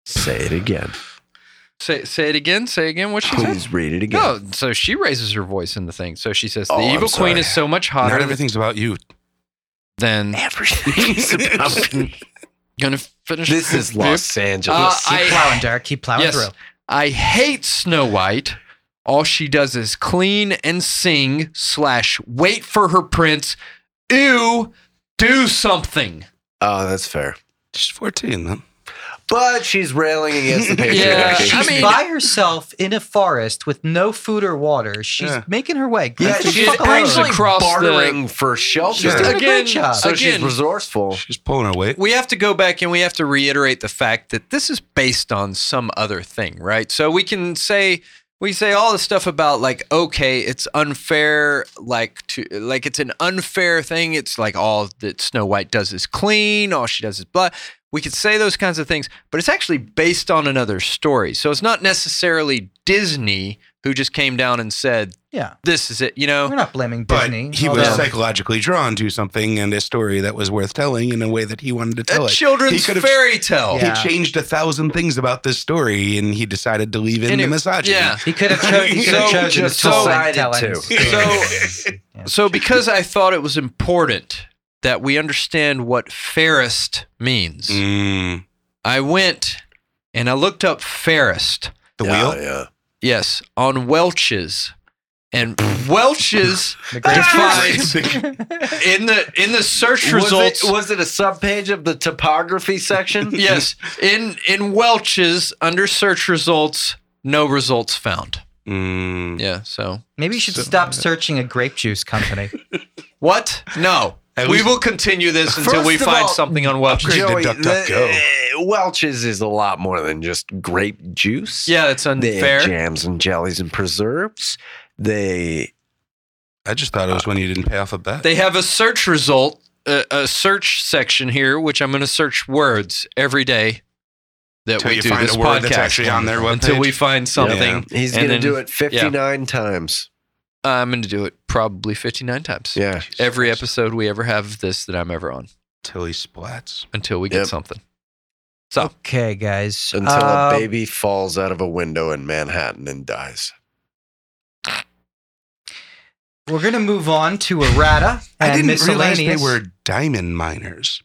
Speaker 1: Say it again.
Speaker 2: Say, say it again. Say again what she said.
Speaker 1: Please read it again.
Speaker 2: No, so she raises her voice in the thing. So she says, The
Speaker 1: Oh, I'm
Speaker 2: evil queen
Speaker 1: sorry.
Speaker 2: is so much
Speaker 4: Not
Speaker 2: hotter
Speaker 4: everything's about you.
Speaker 2: than.
Speaker 1: Everything's about me.
Speaker 2: Gonna finish
Speaker 1: This is Los
Speaker 2: Uh,
Speaker 1: Angeles.
Speaker 3: Keep
Speaker 2: I-
Speaker 3: plowing, Derek. Keep plowing
Speaker 2: Yes.
Speaker 3: through.
Speaker 2: I hate Snow White. All she does is clean and sing, slash, wait for her prince. Ew, do something.
Speaker 1: oh, that's fair.
Speaker 4: She's 14, then.
Speaker 1: But she's railing against the patriarchy.
Speaker 2: Yeah,
Speaker 3: She's
Speaker 2: I mean-
Speaker 3: by herself in a forest with no food or water. She's
Speaker 4: Yeah.
Speaker 3: making her way.
Speaker 1: Yeah,
Speaker 3: Leave the
Speaker 1: she's
Speaker 3: fuck alone.
Speaker 1: actually
Speaker 2: Across the-
Speaker 1: bartering for shelter.
Speaker 4: She's doing
Speaker 3: a great job.
Speaker 1: so she's
Speaker 2: Again,
Speaker 1: resourceful.
Speaker 4: She's pulling her weight.
Speaker 2: we have to go back and we have to reiterate the fact that this is based on some other thing, right? So we can say we say all the stuff about like okay, it's unfair, like to like it's an unfair thing. It's like all that Snow White does is clean, all she does is blah. We could say those kinds of things, but it's actually based on another story. So it's not necessarily Disney who just came down and said
Speaker 3: Yeah,
Speaker 2: this is it, you know.
Speaker 3: we're not blaming
Speaker 4: But
Speaker 3: Disney.
Speaker 4: he was
Speaker 3: although-
Speaker 4: psychologically drawn to something and a story that was worth telling in a way that he wanted to tell
Speaker 2: A
Speaker 4: it. He
Speaker 2: children's
Speaker 4: could've-
Speaker 2: fairy tale.
Speaker 3: Yeah.
Speaker 4: He changed a thousand things about this story and he decided to leave in
Speaker 2: And
Speaker 4: the
Speaker 2: it-
Speaker 4: misogyny.
Speaker 2: yeah.
Speaker 3: he could have cho- he could have
Speaker 1: So
Speaker 3: chosen
Speaker 1: just
Speaker 3: to tell-
Speaker 1: decided
Speaker 3: tell
Speaker 1: to.
Speaker 3: his
Speaker 2: So-
Speaker 3: story. Yeah.
Speaker 2: So, because I thought it was important that we understand what fairest means,
Speaker 4: Mm,
Speaker 2: I went and I looked up fairest,
Speaker 4: the
Speaker 1: yeah,
Speaker 4: wheel?
Speaker 1: yeah.
Speaker 2: yes, on Welch's. And Welch's
Speaker 3: The great-
Speaker 2: defines in the in the search results.
Speaker 1: Was it, was it a subpage of the topography section?
Speaker 2: yes, in in Welch's under search results, no results found.
Speaker 4: Mm.
Speaker 2: Yeah, so
Speaker 3: Maybe you should
Speaker 4: So-
Speaker 3: stop searching a grape juice company.
Speaker 2: what? No,
Speaker 4: At
Speaker 2: we
Speaker 4: least-
Speaker 2: will continue this until
Speaker 1: First
Speaker 2: we
Speaker 1: of
Speaker 2: find
Speaker 1: all,
Speaker 2: something on Welch's.
Speaker 4: upgrade- Duck, duck,
Speaker 1: uh, Welch's is a lot more than just grape juice.
Speaker 2: Yeah, that's
Speaker 1: they
Speaker 2: unfair.
Speaker 1: have jams and jellies and preserves. They
Speaker 4: I just thought it was when you didn't pay off a bet.
Speaker 2: they have a search result, a, a search section here, which I'm going to search words every day that
Speaker 4: Till
Speaker 2: we
Speaker 4: you
Speaker 2: do
Speaker 4: find
Speaker 2: this
Speaker 4: a word
Speaker 2: podcast
Speaker 4: that's actually on their
Speaker 2: until
Speaker 4: webpage.
Speaker 2: we find something.
Speaker 1: he's
Speaker 2: And
Speaker 1: going to
Speaker 2: then-
Speaker 1: do it 59 times.
Speaker 2: I'm going to do it probably 59 times.
Speaker 1: Yeah.
Speaker 2: Every episode we ever have of this that I'm ever on
Speaker 4: Till he splats.
Speaker 2: until we get
Speaker 1: Yep.
Speaker 2: something.
Speaker 3: okay, guys.
Speaker 1: Until
Speaker 3: Uh,
Speaker 1: a baby falls out of a window in Manhattan and dies.
Speaker 3: We're gonna move on to errata
Speaker 4: I
Speaker 3: and
Speaker 4: didn't realize they
Speaker 3: miscellaneous.
Speaker 4: were diamond miners.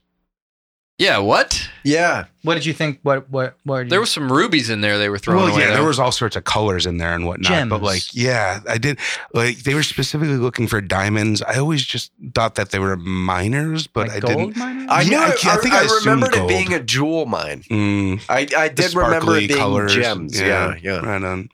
Speaker 2: Yeah, what?
Speaker 1: Yeah.
Speaker 3: What did you think? What what what? did
Speaker 2: There
Speaker 3: you-
Speaker 2: was some rubies in there they were throwing
Speaker 4: well,
Speaker 2: away.
Speaker 4: yeah, there
Speaker 2: though.
Speaker 4: was all sorts of colors in there and whatnot. But
Speaker 3: Gems.
Speaker 4: like, yeah, I did. Like, they were specifically looking for diamonds. I always just thought that they were miners, but
Speaker 3: like
Speaker 4: I
Speaker 3: gold
Speaker 4: didn't.
Speaker 3: miners?
Speaker 1: I,
Speaker 4: Yeah,
Speaker 1: know,
Speaker 4: I-
Speaker 1: I,
Speaker 4: I think I
Speaker 1: I,
Speaker 4: assumed
Speaker 1: remembered it
Speaker 4: gold.
Speaker 1: being a jewel mine.
Speaker 4: Mm,
Speaker 1: I, I did remember
Speaker 4: sparkly
Speaker 1: it being
Speaker 4: colors.
Speaker 1: gems.
Speaker 4: Yeah.
Speaker 1: Yeah. yeah,
Speaker 4: right on.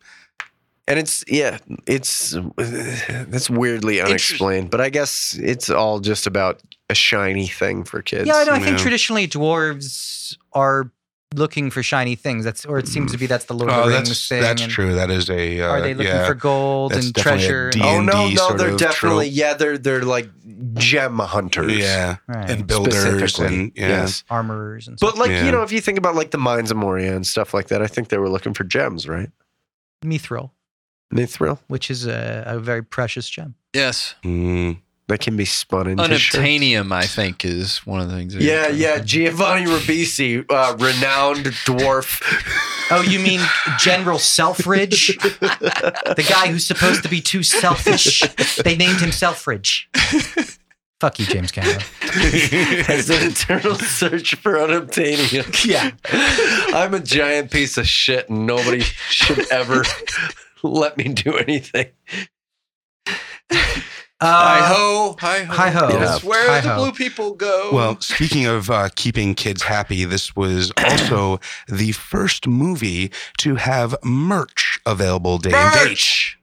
Speaker 1: And it's yeah, it's that's weirdly unexplained, but I guess it's all just about a shiny thing for kids.
Speaker 3: yeah, I, know, I
Speaker 4: yeah.
Speaker 3: think traditionally dwarves are looking for shiny things. That's or it seems to be that's the Lord of
Speaker 4: Oh,
Speaker 3: the Rings
Speaker 4: that's
Speaker 3: thing.
Speaker 4: that's
Speaker 3: and
Speaker 4: true. That is a. Uh,
Speaker 3: Are they looking
Speaker 4: yeah.
Speaker 3: for gold
Speaker 4: That's
Speaker 3: and
Speaker 4: definitely a
Speaker 3: treasure? and-
Speaker 4: D-
Speaker 1: Oh no,
Speaker 4: D&D
Speaker 1: no,
Speaker 4: sort
Speaker 1: they're
Speaker 4: of
Speaker 1: definitely
Speaker 4: trope.
Speaker 1: yeah, they're they're like gem hunters.
Speaker 4: Yeah,
Speaker 3: right.
Speaker 4: and builders
Speaker 1: specifically.
Speaker 4: and yeah.
Speaker 1: Yes.
Speaker 3: armorers and stuff.
Speaker 1: But like
Speaker 4: Yeah.
Speaker 1: you know, if you think about like the mines of Moria and stuff like that, I think they were looking for gems, right?
Speaker 3: Mithril,
Speaker 1: Mithril
Speaker 3: which is a, a very precious gem.
Speaker 2: Yes.
Speaker 4: Mm.
Speaker 1: that can be spun into shirts.
Speaker 2: Unobtainium, I think, is one of the things. that-
Speaker 1: Yeah, yeah. Giovanni Ribisi, uh, renowned dwarf.
Speaker 3: Oh, you mean General Selfridge, the guy who's supposed to be too selfish? They named him Selfridge. Fuck you, James Cameron.
Speaker 1: It's an eternal search for unobtainium. Yeah. I'm a giant piece of shit and nobody should ever let me do anything.
Speaker 3: Uh,
Speaker 2: Hi ho, hi ho.
Speaker 3: Hi ho.
Speaker 1: Yeah.
Speaker 2: It's where
Speaker 3: Hi
Speaker 2: the
Speaker 3: ho.
Speaker 2: blue people
Speaker 3: Oh.
Speaker 2: go.
Speaker 4: Well, speaking of uh, keeping kids happy, this was also the first movie to have merch available day and date.
Speaker 2: merch.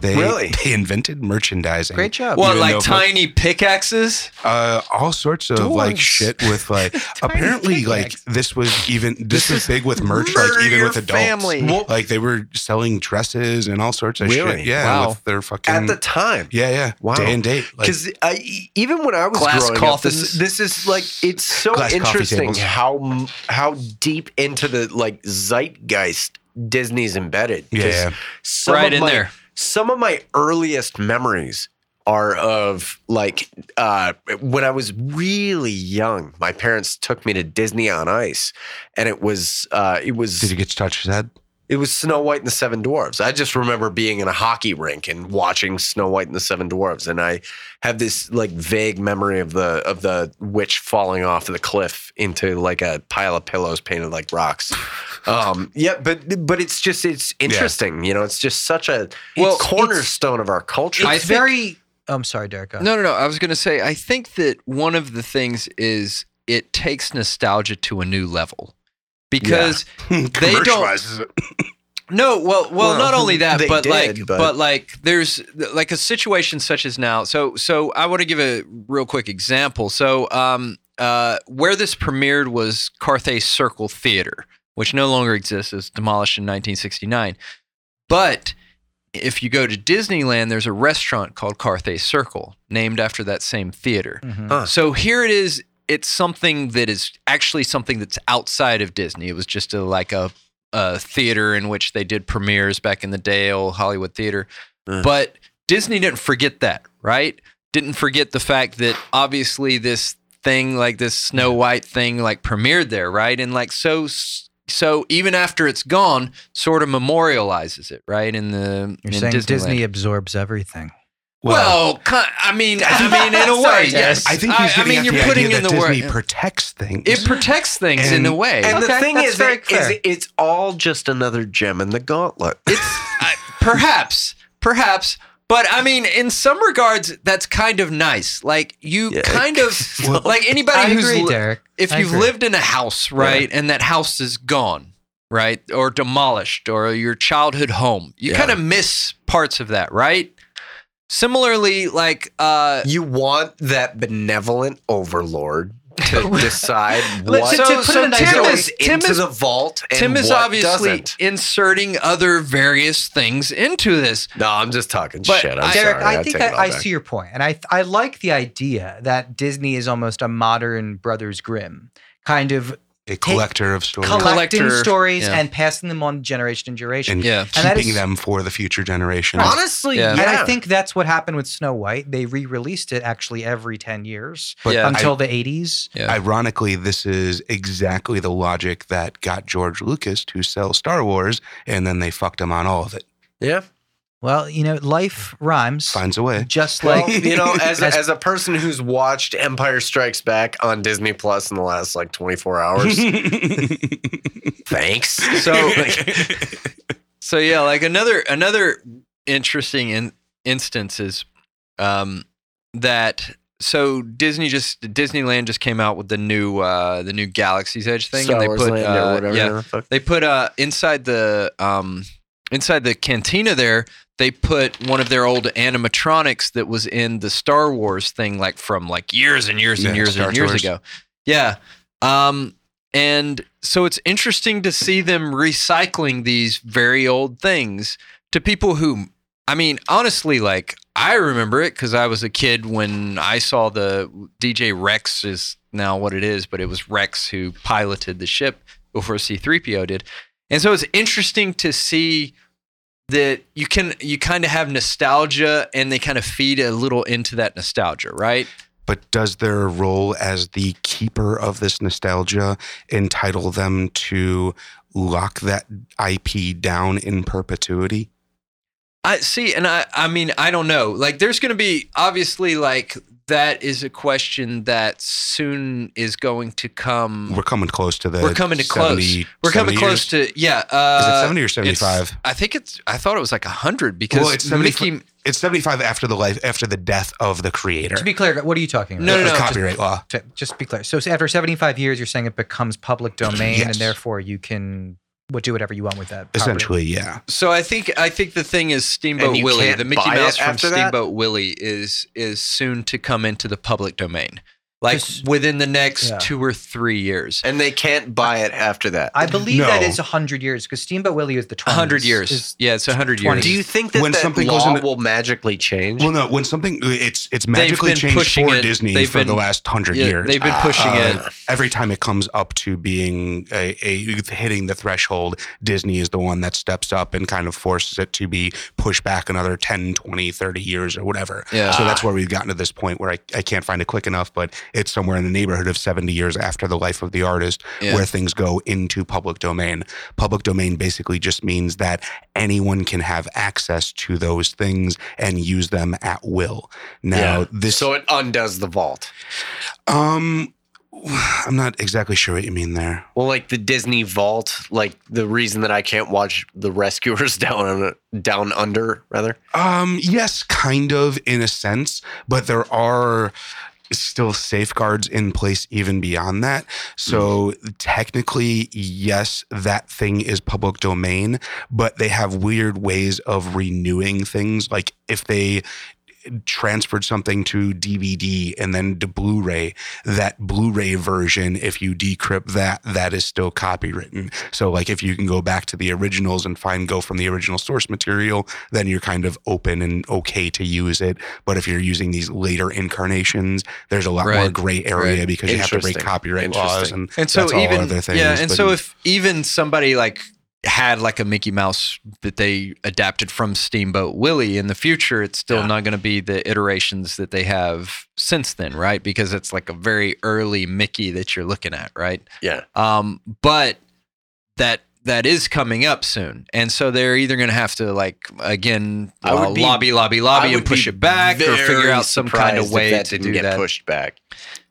Speaker 4: They,
Speaker 1: Really?
Speaker 4: they invented merchandising.
Speaker 3: Great job.
Speaker 2: What,
Speaker 4: Even though
Speaker 2: like
Speaker 4: for-
Speaker 2: tiny pickaxes?
Speaker 4: Uh, all sorts of like
Speaker 1: Dorks.
Speaker 4: shit with like. apparently, like
Speaker 3: pickaxe.
Speaker 4: this was even this, was big with merch,
Speaker 1: Murder
Speaker 4: like even
Speaker 1: your
Speaker 4: with adults.
Speaker 1: family.
Speaker 4: Like they were selling dresses and all sorts of
Speaker 1: Really?
Speaker 4: shit. Yeah,
Speaker 2: Wow.
Speaker 4: with their fucking.
Speaker 1: At the time.
Speaker 4: yeah, yeah.
Speaker 1: Wow.
Speaker 4: Day and date. Like,
Speaker 1: Because even when I was
Speaker 2: Glass
Speaker 1: growing up, this,
Speaker 2: coffins.
Speaker 1: this is like it's so
Speaker 4: Glass coffee
Speaker 1: interesting
Speaker 4: tables.
Speaker 1: how m- how deep into the like zeitgeist Disney's embedded. 'Cause
Speaker 4: yeah.
Speaker 1: some of
Speaker 2: right in
Speaker 1: my-
Speaker 2: there.
Speaker 1: Some of my earliest memories are of like uh, when I was really young. My parents took me to Disney on Ice, and it was uh, it was
Speaker 4: Did you get to touch his head?
Speaker 1: it was Snow White and the Seven Dwarves. I just remember being in a hockey rink and watching Snow White and the Seven Dwarves, and I have this like vague memory of the of the witch falling off the cliff into like a pile of pillows painted like rocks. Um, yeah, but but it's just it's interesting, you know. It's just such a
Speaker 2: Well,
Speaker 1: it's cornerstone of our culture.
Speaker 2: I
Speaker 3: It's
Speaker 2: think-
Speaker 3: very. Oh, I'm sorry, Derek. go ahead.
Speaker 2: No, no, no. I was going to say, I think that one of the things is it takes nostalgia to a new level because
Speaker 4: Commercializes it.
Speaker 2: No, well, well,
Speaker 1: Well,
Speaker 2: not only that,
Speaker 1: they
Speaker 2: but
Speaker 1: did,
Speaker 2: like, but,
Speaker 1: but-
Speaker 2: like, there's like a situation such as now. So, so I want to give a real quick example. So, um, uh, where this premiered was Carthay Circle Theater, which no longer exists. It was demolished in 1969. But if you go to Disneyland, there's a restaurant called Carthay Circle, named after that same theater.
Speaker 3: Mhm.
Speaker 1: Huh.
Speaker 2: So here it is. It's something that is actually something that's outside of Disney. It was just a, like a, a theater in which they did premieres back in the day, old Hollywood theater.
Speaker 1: Mm.
Speaker 2: But Disney didn't forget that, right? Didn't forget the fact that obviously this thing, like this Snow White thing, like premiered there, right? And like so, so even after it's gone, sort of memorializes it, right? In the
Speaker 3: You're
Speaker 2: in
Speaker 3: saying
Speaker 2: Disneyland.
Speaker 3: Disney absorbs everything.
Speaker 2: Well, ki- I mean, I mean, in a way,
Speaker 3: Sorry,
Speaker 2: yes.
Speaker 4: I think
Speaker 2: I,
Speaker 4: he's
Speaker 2: I
Speaker 4: getting
Speaker 2: mean,
Speaker 4: at
Speaker 2: you're
Speaker 4: the
Speaker 2: putting
Speaker 4: idea
Speaker 2: in the
Speaker 4: that Disney
Speaker 2: work.
Speaker 4: protects things.
Speaker 2: It protects things in
Speaker 4: And-
Speaker 2: a way.
Speaker 1: and the
Speaker 3: Okay,
Speaker 1: thing
Speaker 3: that's
Speaker 1: is,
Speaker 3: very
Speaker 1: it, is,
Speaker 3: clear.
Speaker 1: it's all just another gem in the gauntlet.
Speaker 2: it's I, perhaps, perhaps, but I mean, in some regards, that's kind of nice. Like you
Speaker 1: Yeah.
Speaker 2: kind of like anybody
Speaker 3: I
Speaker 2: who's
Speaker 3: agree,
Speaker 2: li-
Speaker 3: Derek.
Speaker 2: if
Speaker 3: I
Speaker 2: you've
Speaker 3: agree.
Speaker 2: lived in a house, right, and that house is gone, right, or demolished, or your childhood home, you
Speaker 1: Yeah.
Speaker 2: kind of miss parts of that, right? Similarly, like uh,
Speaker 1: You want that benevolent overlord to decide what
Speaker 3: Let's just-
Speaker 2: so,
Speaker 3: to put it
Speaker 2: so
Speaker 3: in a
Speaker 2: Tim
Speaker 3: nice
Speaker 1: goes
Speaker 2: is Tim
Speaker 1: into
Speaker 2: is
Speaker 1: the vault and
Speaker 2: Tim is
Speaker 1: what
Speaker 2: obviously
Speaker 1: doesn't.
Speaker 2: inserting other various things into this.
Speaker 1: No, I'm just talking
Speaker 2: But
Speaker 1: shit. I'm
Speaker 2: I-
Speaker 3: Derek,
Speaker 1: sorry.
Speaker 3: I think
Speaker 1: take it all
Speaker 3: I, I
Speaker 1: back.
Speaker 3: see your point, and I I like the idea that Disney is almost a modern Brothers Grimm kind of
Speaker 4: a collector of stories
Speaker 3: collecting
Speaker 2: Collector,
Speaker 3: stories
Speaker 2: yeah.
Speaker 3: and passing them on generation to generation.
Speaker 4: and
Speaker 2: Yeah.
Speaker 3: And that
Speaker 4: keeping
Speaker 3: is-
Speaker 4: them for the future generations.
Speaker 1: Honestly,
Speaker 2: Yeah.
Speaker 1: yeah.
Speaker 3: And I think that's what happened with Snow White. They re-released it actually every ten years
Speaker 4: But
Speaker 2: Yeah.
Speaker 3: until the eighties.
Speaker 2: Yeah.
Speaker 4: Ironically, this is exactly the logic that got George Lucas to sell Star Wars, and then they fucked him on all of it.
Speaker 1: yeah.
Speaker 3: Well, you know, life rhymes,
Speaker 4: Finds a way.
Speaker 3: just
Speaker 1: Like
Speaker 3: like
Speaker 1: you know, as a,
Speaker 3: As-
Speaker 1: as a person who's watched Empire Strikes Back on Disney Plus in the last like 24 hours, thanks.
Speaker 2: So, so yeah, like another another interesting in, instance is um, that so Disney just Disneyland just came out with the new uh, the new Galaxy's Edge thing,
Speaker 1: Star
Speaker 2: and they
Speaker 1: Wars
Speaker 2: put
Speaker 1: Land
Speaker 2: uh,
Speaker 1: or whatever.
Speaker 2: yeah,
Speaker 1: the fuck.
Speaker 2: they put uh inside the um inside the cantina there they put one of their old animatronics that was in the Star Wars thing like from like years and years and
Speaker 4: Yeah,
Speaker 2: years
Speaker 4: Star
Speaker 2: and years
Speaker 4: Tours.
Speaker 2: ago. Yeah. Um and so it's interesting to see them recycling these very old things to people who I mean, honestly, like I remember it because I was a kid when I saw the DJ Rex is now what it is, but it was Rex who piloted the ship before C3PO did. And so it's interesting to see that you can you kind of have nostalgia and they kind of feed a little into that nostalgia, right?
Speaker 4: But does their role as the keeper of this nostalgia entitle them to lock that IP down in perpetuity?
Speaker 2: I see, and I I mean I don't know. Like there's going to be obviously like that is a question that soon is going to come.
Speaker 4: We're coming close to the.
Speaker 2: We're coming to close.
Speaker 4: 70
Speaker 2: We're coming
Speaker 4: 70
Speaker 2: close
Speaker 4: years.
Speaker 2: to yeah. Uh,
Speaker 4: Is it seventy or
Speaker 2: it's-
Speaker 4: seventy-five?
Speaker 2: I think it's. I thought it was like hundred because
Speaker 4: Well, it's 75
Speaker 2: Mickey.
Speaker 4: It's seventy-five after the life after the death of the creator.
Speaker 3: To be clear, what are you talking about?
Speaker 2: No, no,
Speaker 4: Uh,
Speaker 2: no, just-
Speaker 4: copyright law.
Speaker 3: To- just be clear. So after 75 years, you're saying it becomes public domain, and
Speaker 4: Yes.
Speaker 3: therefore you can well, do whatever you want with that. property.
Speaker 4: Essentially, yeah.
Speaker 2: So I think I think the thing is
Speaker 1: And
Speaker 2: Steamboat
Speaker 1: you
Speaker 2: Willie,
Speaker 1: can't
Speaker 2: the Mickey
Speaker 1: buy it
Speaker 2: Mouse from
Speaker 1: after that?
Speaker 2: Steamboat Willie is is soon to come into the public domain, like
Speaker 3: Just-
Speaker 2: within the next
Speaker 3: Yeah.
Speaker 2: two or three years.
Speaker 1: and they can't buy it after that.
Speaker 3: I believe that
Speaker 4: No.
Speaker 3: is 100 years because Steamboat Willie is the 20s.
Speaker 2: hundred years.
Speaker 3: Is-
Speaker 2: yeah, it's hundred years.
Speaker 3: 20.
Speaker 1: Do you think that
Speaker 4: When
Speaker 1: that
Speaker 4: something goes
Speaker 1: law
Speaker 4: into-
Speaker 1: will magically change?
Speaker 4: Well, no. When something it's it's magically
Speaker 2: been
Speaker 4: changed
Speaker 2: pushing
Speaker 4: for
Speaker 2: it.
Speaker 4: Disney
Speaker 2: They've
Speaker 4: for
Speaker 2: been-
Speaker 4: the last hundred
Speaker 2: Yeah,
Speaker 4: years.
Speaker 2: They've been pushing
Speaker 4: Uh,
Speaker 2: it.
Speaker 4: every time it comes up to being a, a hitting the threshold disney is the one that steps up and kind of forces it to be pushed back another 10 20 30 years or whatever
Speaker 2: Yeah.
Speaker 4: so that's where we've gotten to this point where I, I can't find it quick enough but it's somewhere in the neighborhood of 70 years after the life of the artist
Speaker 2: Yeah.
Speaker 4: where things go into public domain public domain basically just means that anyone can have access to those things and use them at will now this
Speaker 1: so it undoes the vault.
Speaker 4: um i'm not exactly sure what you mean there
Speaker 1: Well, like the Disney vault, like the reason that I can't watch The Rescuers down down under, rather.
Speaker 4: Um, yes, kind of in a sense, but there are still safeguards in place even beyond that. So technically, yes, that thing is public domain, but they have weird ways of renewing things. Like if they transferred something to DVD and then to Blu-ray, that Blu-ray version, if you decrypt that, that is still copywritten. So like if you can go back to the originals and find go from the original source material, then you're kind of open and okay to use it. But if you're using these later incarnations, there's a lot more
Speaker 2: Right.
Speaker 4: gray area
Speaker 2: Right.
Speaker 4: because you have to break
Speaker 1: Interesting.
Speaker 4: copyright laws
Speaker 1: Interesting.
Speaker 4: and,
Speaker 2: and so
Speaker 4: that's all
Speaker 2: even
Speaker 4: other things,
Speaker 2: yeah, and
Speaker 4: but-
Speaker 2: so if even somebody like had like a Mickey Mouse that they adapted from Steamboat Willie in the future, it's still
Speaker 1: Yeah.
Speaker 2: not going to be the iterations that they have since then, right? Because it's like a very early Mickey that you're looking at, right?
Speaker 1: Yeah.
Speaker 2: Um, but that that is coming up soon, and so they're either going to have to like again
Speaker 1: I would
Speaker 2: uh,
Speaker 1: be-
Speaker 2: lobby, lobby, lobby,
Speaker 1: I
Speaker 2: and
Speaker 1: would
Speaker 2: push
Speaker 1: be
Speaker 2: it back, or figure
Speaker 1: very
Speaker 2: out some kind
Speaker 1: surprised
Speaker 2: of
Speaker 1: if
Speaker 2: way
Speaker 1: that
Speaker 2: to
Speaker 1: didn't
Speaker 2: do
Speaker 1: get
Speaker 2: that.
Speaker 1: pushed back.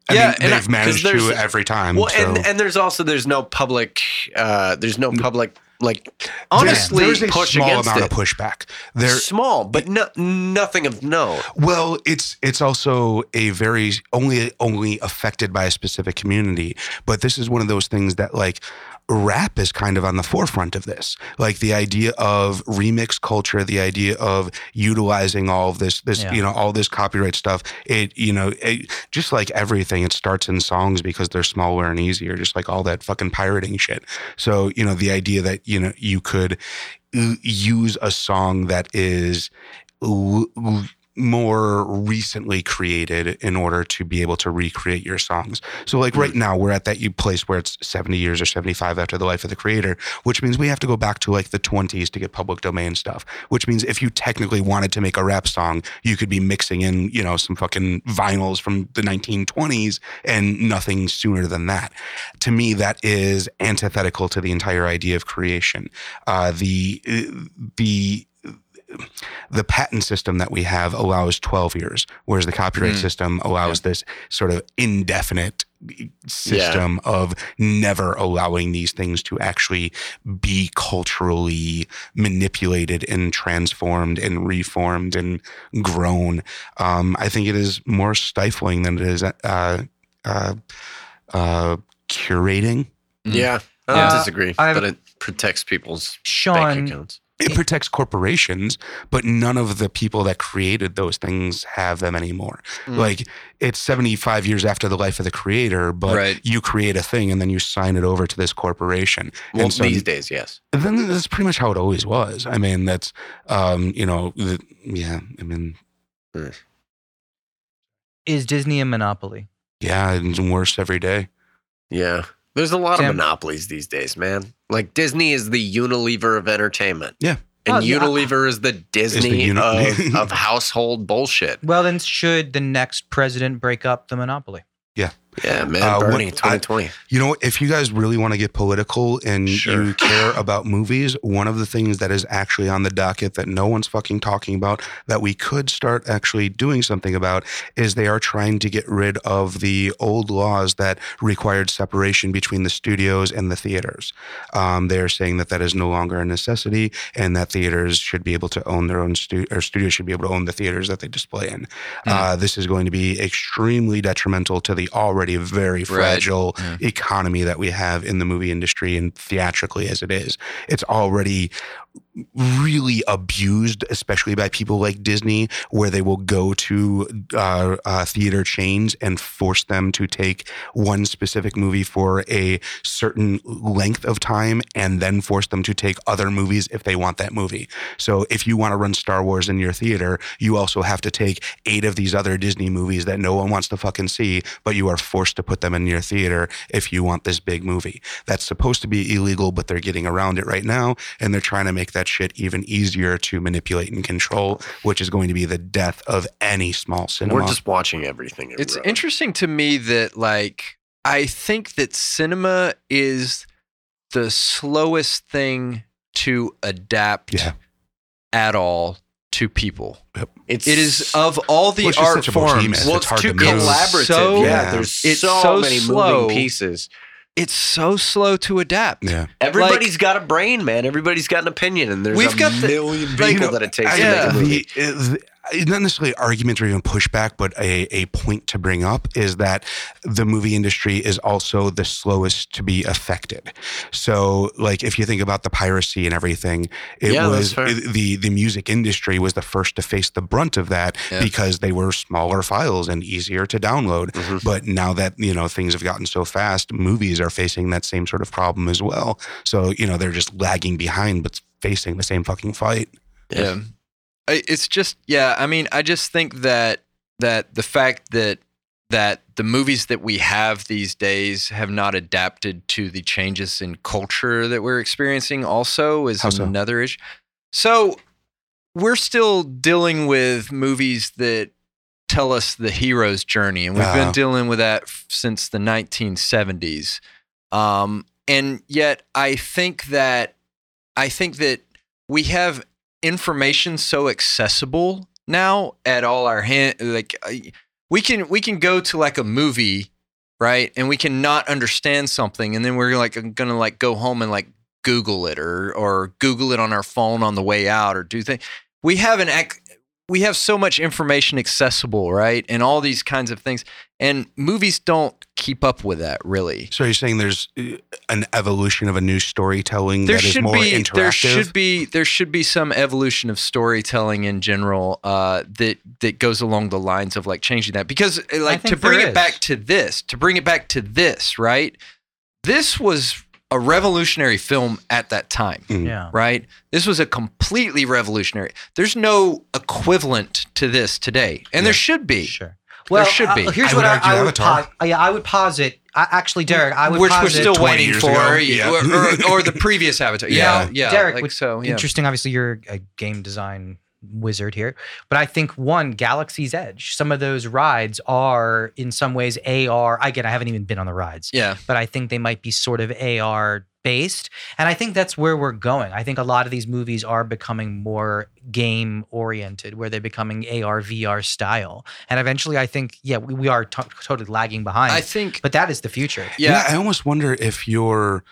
Speaker 4: I
Speaker 2: yeah,
Speaker 4: mean,
Speaker 2: and I-
Speaker 4: they've managed
Speaker 1: 'cause
Speaker 4: to
Speaker 1: there's-
Speaker 4: every time.
Speaker 1: Well,
Speaker 4: so.
Speaker 1: and and there's also there's no public, uh, there's no public like honestly
Speaker 4: there's a
Speaker 1: push
Speaker 4: small
Speaker 1: against
Speaker 4: amount
Speaker 1: it.
Speaker 4: of pushback. There,
Speaker 1: small, but no, nothing of no.
Speaker 4: Well, it's it's also a very only only affected by a specific community, but this is one of those things that like rap is kind of on the forefront of this. Like the idea of remix culture, the idea of utilizing all of this this
Speaker 3: Yeah.
Speaker 4: you know all this copyright stuff. It you know it, just like everything, it starts in songs because they're smaller and easier. Just like all that fucking pirating shit. So you know the idea that you know you could uh, use a song that is l- l- more recently created in order to be able to recreate your songs. So like right now we're at that you- place where it's 70 years or 75 after the life of the creator, which means we have to go back to like the 20s to get public domain stuff, which means if you technically wanted to make a rap song, you could be mixing in, you know, some fucking vinyls from the 1920s and nothing sooner than that. To me that is antithetical to the entire idea of creation. Uh the the the patent system that we have allows 12 years, whereas the copyright
Speaker 2: Hmm.
Speaker 4: system allows this sort of indefinite system of never allowing these things to actually be culturally manipulated and transformed and reformed and grown. Um, I think it is more stifling than it is uh, uh, uh, curating.
Speaker 2: Mm.
Speaker 1: Yeah, I don't
Speaker 4: Hmm.
Speaker 3: Yeah.
Speaker 1: disagree,
Speaker 3: I have-
Speaker 1: but it protects people's bank
Speaker 3: Sean,
Speaker 1: accounts.
Speaker 4: It protects corporations, but none of the people that created those things have them anymore.
Speaker 2: Mm.
Speaker 4: Like it's 75 years after the life of the creator, but
Speaker 2: Right.
Speaker 4: you create a thing and then you sign it over to this corporation.
Speaker 1: Well,
Speaker 4: and so
Speaker 1: these days, yes.
Speaker 4: then that's pretty much how it always was. I mean, that's, um, you know, the, yeah, I mean, Hmm.
Speaker 3: Is Disney a monopoly?
Speaker 4: yeah, it's worse every day.
Speaker 1: Yeah. There's a lot
Speaker 3: Tim?
Speaker 1: of monopolies these days, man. Like Disney is the Unilever of entertainment.
Speaker 4: Yeah.
Speaker 1: And
Speaker 3: Oh, yeah.
Speaker 1: Unilever is the Disney
Speaker 4: uni-
Speaker 1: of, of household bullshit.
Speaker 3: Well, then should the next president break up the monopoly?
Speaker 1: Yeah, man.
Speaker 4: Uh,
Speaker 1: Bernie,
Speaker 4: what-
Speaker 1: 2020.
Speaker 4: You know, if you guys really want to get political and
Speaker 1: Sure.
Speaker 4: you care about movies, one of the things that is actually on the docket that no one's fucking talking about that we could start actually doing something about is they are trying to get rid of the old laws that required separation between the studios and the theaters. Um, they are saying that that is no longer a necessity and that theaters should be able to own their own stu- or studios should be able to own the theaters that they display in. Uh, this is going to be extremely detrimental to the already very fragile
Speaker 2: Yeah.
Speaker 4: economy that we have in the movie industry and theatrically as it is. It's already really abused, especially by people like Disney, where they will go to uh, uh, theater chains and force them to take one specific movie for a certain length of time and then force them to take other movies if they want that movie. So if you want to run Star Wars in your theater, you also have to take eight of these other Disney movies that no one wants to fucking see, but you are forced to put them in your theater if you want this big movie. That's supposed to be illegal, but they're getting around it right now. And they're trying to make that shit even easier to manipulate and control, which is going to be the death of any small cinema.
Speaker 1: We're just watching everything.
Speaker 2: It's
Speaker 1: erode.
Speaker 2: interesting to me that like I think that cinema is the slowest thing to adapt
Speaker 4: Yeah.
Speaker 2: at all to people.
Speaker 1: It's,
Speaker 2: It is of all the
Speaker 4: Well, it's just
Speaker 2: art
Speaker 4: such a behemoth.
Speaker 2: forms.
Speaker 4: Well,
Speaker 2: Well,
Speaker 4: it's hard
Speaker 2: too
Speaker 4: to move.
Speaker 2: collaborative.
Speaker 4: so-
Speaker 1: yeah,
Speaker 4: Yeah.
Speaker 1: there's
Speaker 2: It's
Speaker 1: so,
Speaker 2: so
Speaker 1: many
Speaker 2: slow.
Speaker 1: moving pieces.
Speaker 2: It's so slow to adapt.
Speaker 4: yeah.
Speaker 1: Everybody's got a brain, man. Everybody's got an opinion, and there's
Speaker 2: We've
Speaker 1: a
Speaker 2: got the-
Speaker 1: million people
Speaker 2: like,
Speaker 4: you know,
Speaker 1: that it takes
Speaker 4: I-
Speaker 1: to make
Speaker 2: yeah.
Speaker 1: a movie.
Speaker 4: The, uh, the- it's not necessarily argument or even pushback, but a, a point to bring up is that the movie industry is also the slowest to be affected. So, like, if you think about the piracy and everything, it
Speaker 1: Yeah, that's
Speaker 4: was
Speaker 1: fair.
Speaker 4: it- the, the music industry was the first to face the brunt of that
Speaker 2: Yeah.
Speaker 4: because they were smaller files and easier to download.
Speaker 1: Mhm.
Speaker 4: But now that, you know, things have gotten so fast, movies are facing that same sort of problem as well. So, you know, they're just lagging behind, but facing the same fucking fight.
Speaker 2: Yeah. I, it's just yeah, I mean, I just think that that the fact that that the movies that we have these days have not adapted to the changes in culture that we're experiencing also is
Speaker 4: How so?
Speaker 2: another issue. So we're still dealing with movies that tell us the hero's journey and we've
Speaker 4: Ah.
Speaker 2: been dealing with that f- since the 1970s. Um and yet I think that I think that we have information so accessible now at all our hand like uh, I- we can we can go to like a movie right and we can not understand something and then we're like gonna like go home and like google it or or google it on our phone on the way out or do things we have an ac- we have so much information accessible right and all these kinds of things and movies don't keep up with that really
Speaker 4: So you're saying there's uh, an evolution of a new storytelling
Speaker 2: there
Speaker 4: that is
Speaker 2: should
Speaker 4: more
Speaker 2: be
Speaker 4: interactive.
Speaker 2: there should be there should be some evolution of storytelling in general uh, that that goes along the lines of like changing that because uh, like to
Speaker 3: think
Speaker 2: bring
Speaker 3: there
Speaker 2: it back
Speaker 3: is.
Speaker 2: to this to bring it back to this right this was a revolutionary film at that time
Speaker 4: Mm.
Speaker 3: Yeah.
Speaker 2: right this was a completely revolutionary there's no equivalent to this today and there should be
Speaker 3: Sure.
Speaker 2: There
Speaker 3: Well,
Speaker 2: should
Speaker 3: uh,
Speaker 2: be.
Speaker 3: here's
Speaker 4: I
Speaker 3: what
Speaker 4: would
Speaker 3: I,
Speaker 4: argue
Speaker 3: I would
Speaker 4: Avatar.
Speaker 3: pos- yeah, I would posit. I, actually, Derek, I would
Speaker 2: which we're
Speaker 3: posit.
Speaker 2: still
Speaker 4: 20
Speaker 2: waiting
Speaker 4: years
Speaker 2: for
Speaker 4: ago.
Speaker 2: or-
Speaker 4: Yeah.
Speaker 2: or, or the previous avatar yeah
Speaker 4: Yeah.
Speaker 2: yeah,
Speaker 3: Derek,
Speaker 2: like,
Speaker 3: would-
Speaker 2: so yeah
Speaker 3: Interesting. Obviously, you're a game design wizard here, but I think one Galaxy's Edge. Some of those rides are, in some ways, AR. Again, I haven't even been on the rides,
Speaker 2: yeah
Speaker 3: but I think they might be sort of AR based, and I think that's where we're going. I think a lot of these movies are becoming more game oriented, where they're becoming AR VR style, and eventually, I think, yeah, we, we are to- totally lagging behind.
Speaker 2: i think
Speaker 3: but that is the future.
Speaker 4: Yeah.
Speaker 2: yeah
Speaker 4: I almost wonder if you're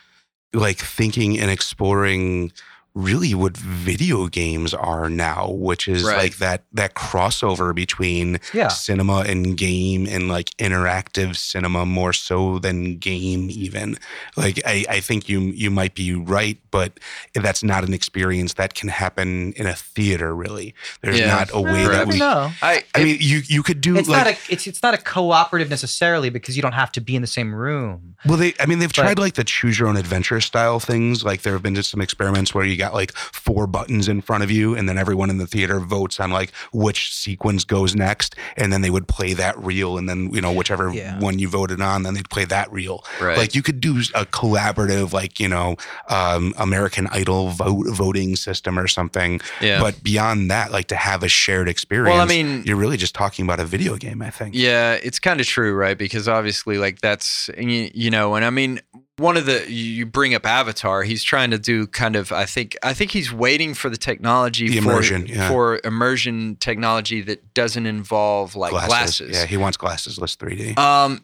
Speaker 4: like thinking and exploring really what video games are now, which is
Speaker 2: Right.
Speaker 4: like that that crossover between
Speaker 3: Yeah.
Speaker 4: cinema and game and like interactive cinema more so than game even. Like I, I think you you might be right, but that's not an experience that can happen in a theater really. There's
Speaker 2: Yeah.
Speaker 4: not a way that
Speaker 2: Correct.
Speaker 4: we
Speaker 3: No.
Speaker 2: I,
Speaker 4: I mean you you could do
Speaker 3: It's
Speaker 4: like
Speaker 3: not a it's it's not a cooperative necessarily because you don't have to be in the same room.
Speaker 4: Well, they, I mean, they've
Speaker 3: But-
Speaker 4: tried like the choose your own adventure style things. Like there have been just some experiments where you got like four buttons in front of you, and then everyone in the theater votes on like which sequence goes next, and then they would play that reel, and then you know whichever
Speaker 3: Yeah.
Speaker 4: one you voted on, then they'd play that reel.
Speaker 2: right.
Speaker 4: Like you could do a collaborative, like you know, um, American Idol vote voting system or something.
Speaker 2: yeah.
Speaker 4: But beyond that, like to have a shared experience.
Speaker 2: well, I mean,
Speaker 4: you're really just talking about a video game, I think.
Speaker 2: Yeah, it's kind of true, right? Because obviously, like that's you, you know, and I mean, one of the you you bring up Avatar. He's trying to do kind of, I think, I think he's waiting for the technology
Speaker 4: The
Speaker 2: for
Speaker 4: immersion, yeah.
Speaker 2: for immersion technology that doesn't involve like glasses.
Speaker 4: Yeah, he wants glasses less 3D.
Speaker 2: Um,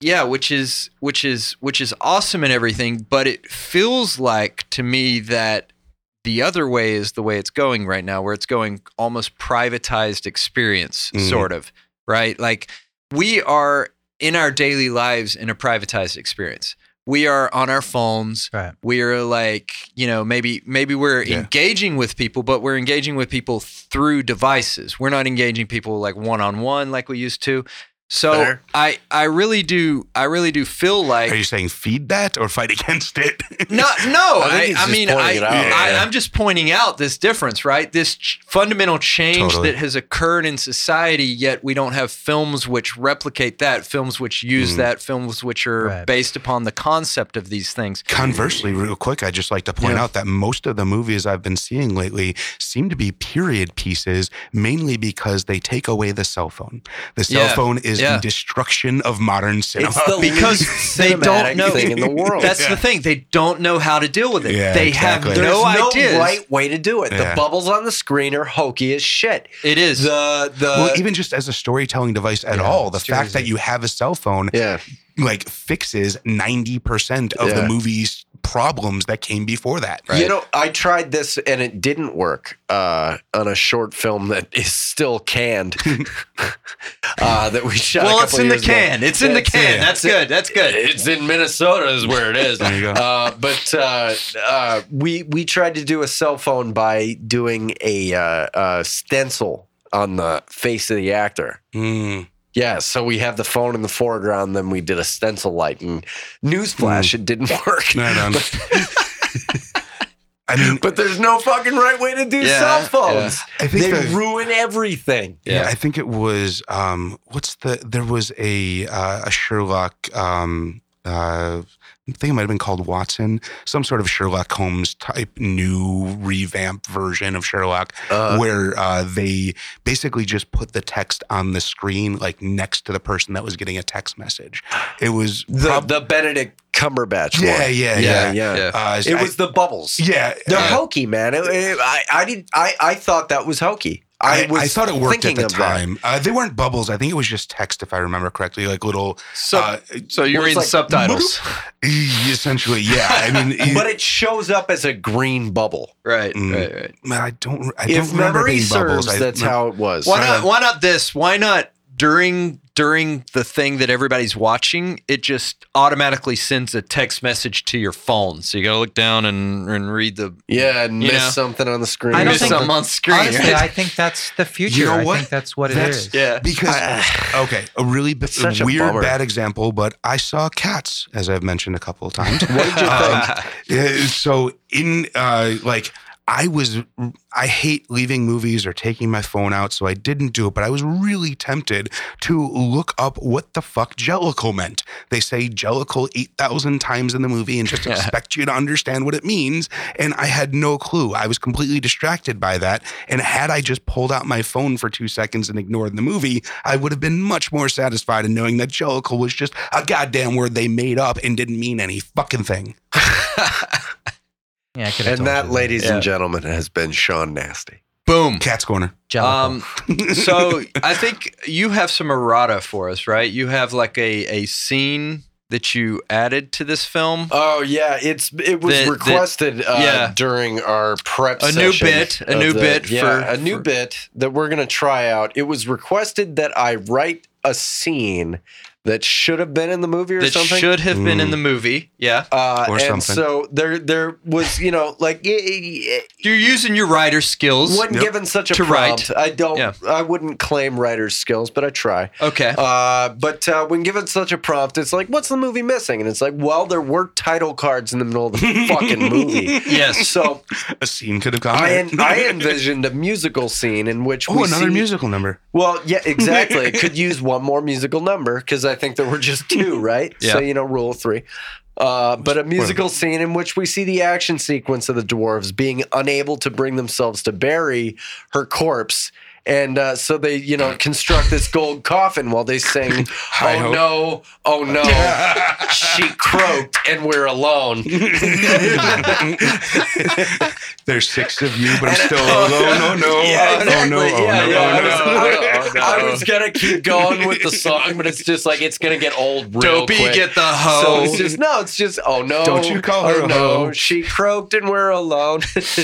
Speaker 2: yeah, which is which is which is awesome and everything, but it feels like to me that the other way is the way it's going right now, where it's going almost privatized experience,
Speaker 4: Mhm.
Speaker 2: sort of, right? Like we are in our daily lives in a privatized experience. We are on our phones.
Speaker 3: Right.
Speaker 2: We are like, you know, maybe maybe we're
Speaker 4: Yeah.
Speaker 2: engaging with people, but we're engaging with people through devices. We're not engaging people like one on one like we used to. So
Speaker 1: Fair.
Speaker 2: I I really do I really do feel like
Speaker 4: Are you saying feed that or fight against it?
Speaker 2: no no
Speaker 1: I think
Speaker 2: I,
Speaker 1: he's
Speaker 2: I
Speaker 1: just
Speaker 2: mean
Speaker 1: pointing
Speaker 2: I,
Speaker 1: it out,
Speaker 2: I
Speaker 1: yeah.
Speaker 2: I'm just pointing out this difference right this ch- fundamental change
Speaker 4: Totally.
Speaker 2: that has occurred in society yet we don't have films which replicate that films which use
Speaker 1: Mm.
Speaker 4: Mhm.
Speaker 2: that films which are
Speaker 3: Right.
Speaker 2: based upon the concept of these things
Speaker 4: Conversely, real quick, I just like to point
Speaker 2: Yeah.
Speaker 4: out that most of the movies I've been seeing lately seem to be period pieces, mainly because they take away the cell phone. The cell
Speaker 2: Yeah.
Speaker 4: phone is
Speaker 2: Yeah.
Speaker 4: the destruction of modern cinema.
Speaker 1: It's the
Speaker 2: Because
Speaker 1: least
Speaker 2: they don't
Speaker 1: cinematic
Speaker 2: know-
Speaker 1: thing in the world.
Speaker 2: that's the thing they don't know how to deal with it
Speaker 4: Yeah,
Speaker 2: they
Speaker 4: exactly.
Speaker 2: have
Speaker 1: There's
Speaker 2: no,
Speaker 1: no
Speaker 2: ideas
Speaker 1: right way to do it.
Speaker 4: Yeah.
Speaker 1: The bubbles on the screen are hokey as shit.
Speaker 2: it is
Speaker 1: The the
Speaker 4: well, even just as a storytelling device at
Speaker 3: Yeah,
Speaker 4: all, the
Speaker 3: it's
Speaker 4: fact that
Speaker 3: cheesy.
Speaker 4: you have a cell phone
Speaker 1: yeah,
Speaker 4: like fixes 90% of the
Speaker 1: Yeah.
Speaker 4: movie's problems that came before that.
Speaker 1: you know, I tried this and it didn't work uh, on a short film that is still canned uh, that we shot. a
Speaker 2: well, it's
Speaker 1: couple
Speaker 2: in the
Speaker 1: years ago.
Speaker 2: can. It's in the
Speaker 1: That's
Speaker 2: can.
Speaker 1: it.
Speaker 2: That's good. That's good.
Speaker 1: It's in Minnesota, is where it is.
Speaker 4: There you go.
Speaker 1: Uh, but uh, uh, we we tried to do a cell phone by doing a uh, uh, stencil on the face of the actor.
Speaker 4: Mm.
Speaker 1: Yeah, so we have the phone in the foreground, then we did a stencil light, and newsflash,
Speaker 4: Hmm.
Speaker 1: it didn't work.
Speaker 4: No, no. I mean,
Speaker 1: But there's no fucking right way to do
Speaker 2: Yeah,
Speaker 1: cell phones.
Speaker 4: I think
Speaker 1: They
Speaker 4: the-
Speaker 1: ruin everything.
Speaker 4: Yeah. I think it was um, what's the there was a uh, a Sherlock um, uh, I think it might have been called Watson, some sort of Sherlock Holmes type new revamp version of Sherlock,
Speaker 1: Uh,
Speaker 4: where uh, they basically just put the text on the screen like next to the person that was getting a text message. It was
Speaker 1: the
Speaker 4: prob-
Speaker 1: the Benedict Cumberbatch
Speaker 4: yeah,
Speaker 1: one. yeah,
Speaker 4: yeah, yeah,
Speaker 1: yeah.
Speaker 2: yeah.
Speaker 4: Uh,
Speaker 1: It was the bubbles.
Speaker 4: yeah.
Speaker 1: They're
Speaker 2: Yeah.
Speaker 1: hokey, man. It- it- I I did I I thought that was hokey. I,
Speaker 4: I,
Speaker 1: was
Speaker 4: I thought it worked at
Speaker 1: thinking
Speaker 4: the
Speaker 1: of that.
Speaker 4: time. Uh, they weren't bubbles. I think it was just text, if I remember correctly, like little
Speaker 2: So,
Speaker 4: uh, E,
Speaker 2: so you're
Speaker 1: well, it's
Speaker 2: reading
Speaker 1: like,
Speaker 2: subtitles,
Speaker 4: Essentially, yeah. I mean,
Speaker 1: But it shows up as a green bubble.
Speaker 2: right?
Speaker 4: Mm.
Speaker 2: Right. Right.
Speaker 4: man, I don't. I
Speaker 1: If
Speaker 4: don't remember
Speaker 1: memory
Speaker 4: being
Speaker 1: serves,
Speaker 4: bubbles. I
Speaker 1: that's
Speaker 4: remem-
Speaker 1: how it was.
Speaker 2: Why not? Why not this? Why not during during the thing that everybody's watching? It just automatically sends a text message to your phone, so you gotta look down and and read the
Speaker 1: Yeah, and
Speaker 2: You
Speaker 1: miss
Speaker 2: know?
Speaker 1: something on the screen.
Speaker 3: I
Speaker 2: I
Speaker 3: don't
Speaker 2: miss
Speaker 3: think-
Speaker 2: something on screen.
Speaker 3: Honestly, I think that's the future.
Speaker 4: know
Speaker 3: I
Speaker 4: what?
Speaker 3: think that's what it is.
Speaker 4: That's-
Speaker 2: yeah.
Speaker 4: Because okay, a really b-
Speaker 1: It's such a
Speaker 4: weird
Speaker 1: bummer.
Speaker 4: bad example, but I saw cats as I've mentioned a couple of times. what did
Speaker 1: you
Speaker 4: so in uh, like. I was, I hate leaving movies or taking my phone out, so I didn't do it, but I was really tempted to look up what the fuck Jellicle meant. They say Jellicle 8,000 times in the movie and just expect you to understand what it means. And I had no clue. I was completely distracted by that. And had I just pulled out my phone for two seconds and ignored the movie, I would have been much more satisfied in knowing that Jellicle was just a goddamn word they made up and didn't mean any fucking thing.
Speaker 3: Yeah, I could've
Speaker 1: And
Speaker 3: told
Speaker 1: that,
Speaker 3: you
Speaker 1: ladies
Speaker 2: Yeah.
Speaker 1: and gentlemen, has been Sean Nasty.
Speaker 2: Boom.
Speaker 4: Cat's Corner.
Speaker 3: Jellicle.
Speaker 2: Um, so I think you have some errata for us, right? You have like a a scene that you added to this film.
Speaker 5: Oh yeah, it's it was
Speaker 2: That- that-
Speaker 5: requested uh,
Speaker 2: yeah.
Speaker 5: during our prep.
Speaker 2: A new
Speaker 5: session
Speaker 2: bit, a
Speaker 5: of
Speaker 2: new
Speaker 5: the-
Speaker 2: bit
Speaker 5: yeah,
Speaker 2: for-
Speaker 5: a new
Speaker 2: for-
Speaker 5: bit that we're gonna try out. It was requested that I write a scene that should have been in the movie or
Speaker 2: that
Speaker 5: something.
Speaker 2: should have been in
Speaker 4: Mm.
Speaker 2: the movie. Yeah.
Speaker 5: uh,
Speaker 4: Or
Speaker 5: and
Speaker 4: something.
Speaker 5: so there, there was, you know, like i-
Speaker 2: You're using your writer
Speaker 5: i-
Speaker 2: skills.
Speaker 5: i- wasn't
Speaker 4: Yep.
Speaker 5: given such a
Speaker 2: To
Speaker 5: prompt. I don't,
Speaker 2: Yeah.
Speaker 5: I wouldn't claim writer's skills, but I try.
Speaker 2: Okay.
Speaker 5: Uh, but uh, when given such a prompt, it's like, what's the movie missing? And it's like, well, there were title cards in the middle of the fucking movie.
Speaker 2: yes.
Speaker 5: So
Speaker 4: A scene could have gone.
Speaker 5: I,
Speaker 4: there.
Speaker 5: en- I envisioned a musical scene in which
Speaker 4: oh,
Speaker 5: we
Speaker 4: another
Speaker 5: see-
Speaker 4: musical number.
Speaker 5: Well, yeah, exactly. It could use one more musical number because I think there were just two, right?
Speaker 2: Yeah.
Speaker 5: So you know, rule of three. Uh, but a musical scene in which we see the action sequence of the dwarves being unable to bring themselves to bury her corpse. And uh, so they, you know, construct this gold coffin while they sing,
Speaker 4: Hi
Speaker 5: "Oh
Speaker 4: ho.
Speaker 5: no, oh no, she croaked, and we're alone."
Speaker 4: Oh, There's six of you, but I'm still alone. Oh no!
Speaker 5: Yeah,
Speaker 4: Oh no!
Speaker 5: exactly.
Speaker 4: Oh
Speaker 5: yeah,
Speaker 4: no!
Speaker 5: yeah.
Speaker 4: oh,
Speaker 5: I,
Speaker 4: no.
Speaker 5: was, I- I was gonna keep going with the song, but it's just like it's gonna get old real
Speaker 2: Dopey,
Speaker 5: quick.
Speaker 2: get the
Speaker 5: so
Speaker 2: hoe.
Speaker 5: it's just no, it's just oh no,
Speaker 4: Oh. Don't you call her
Speaker 5: oh,
Speaker 4: a
Speaker 5: no.
Speaker 4: hoe.
Speaker 5: She croaked and we're alone.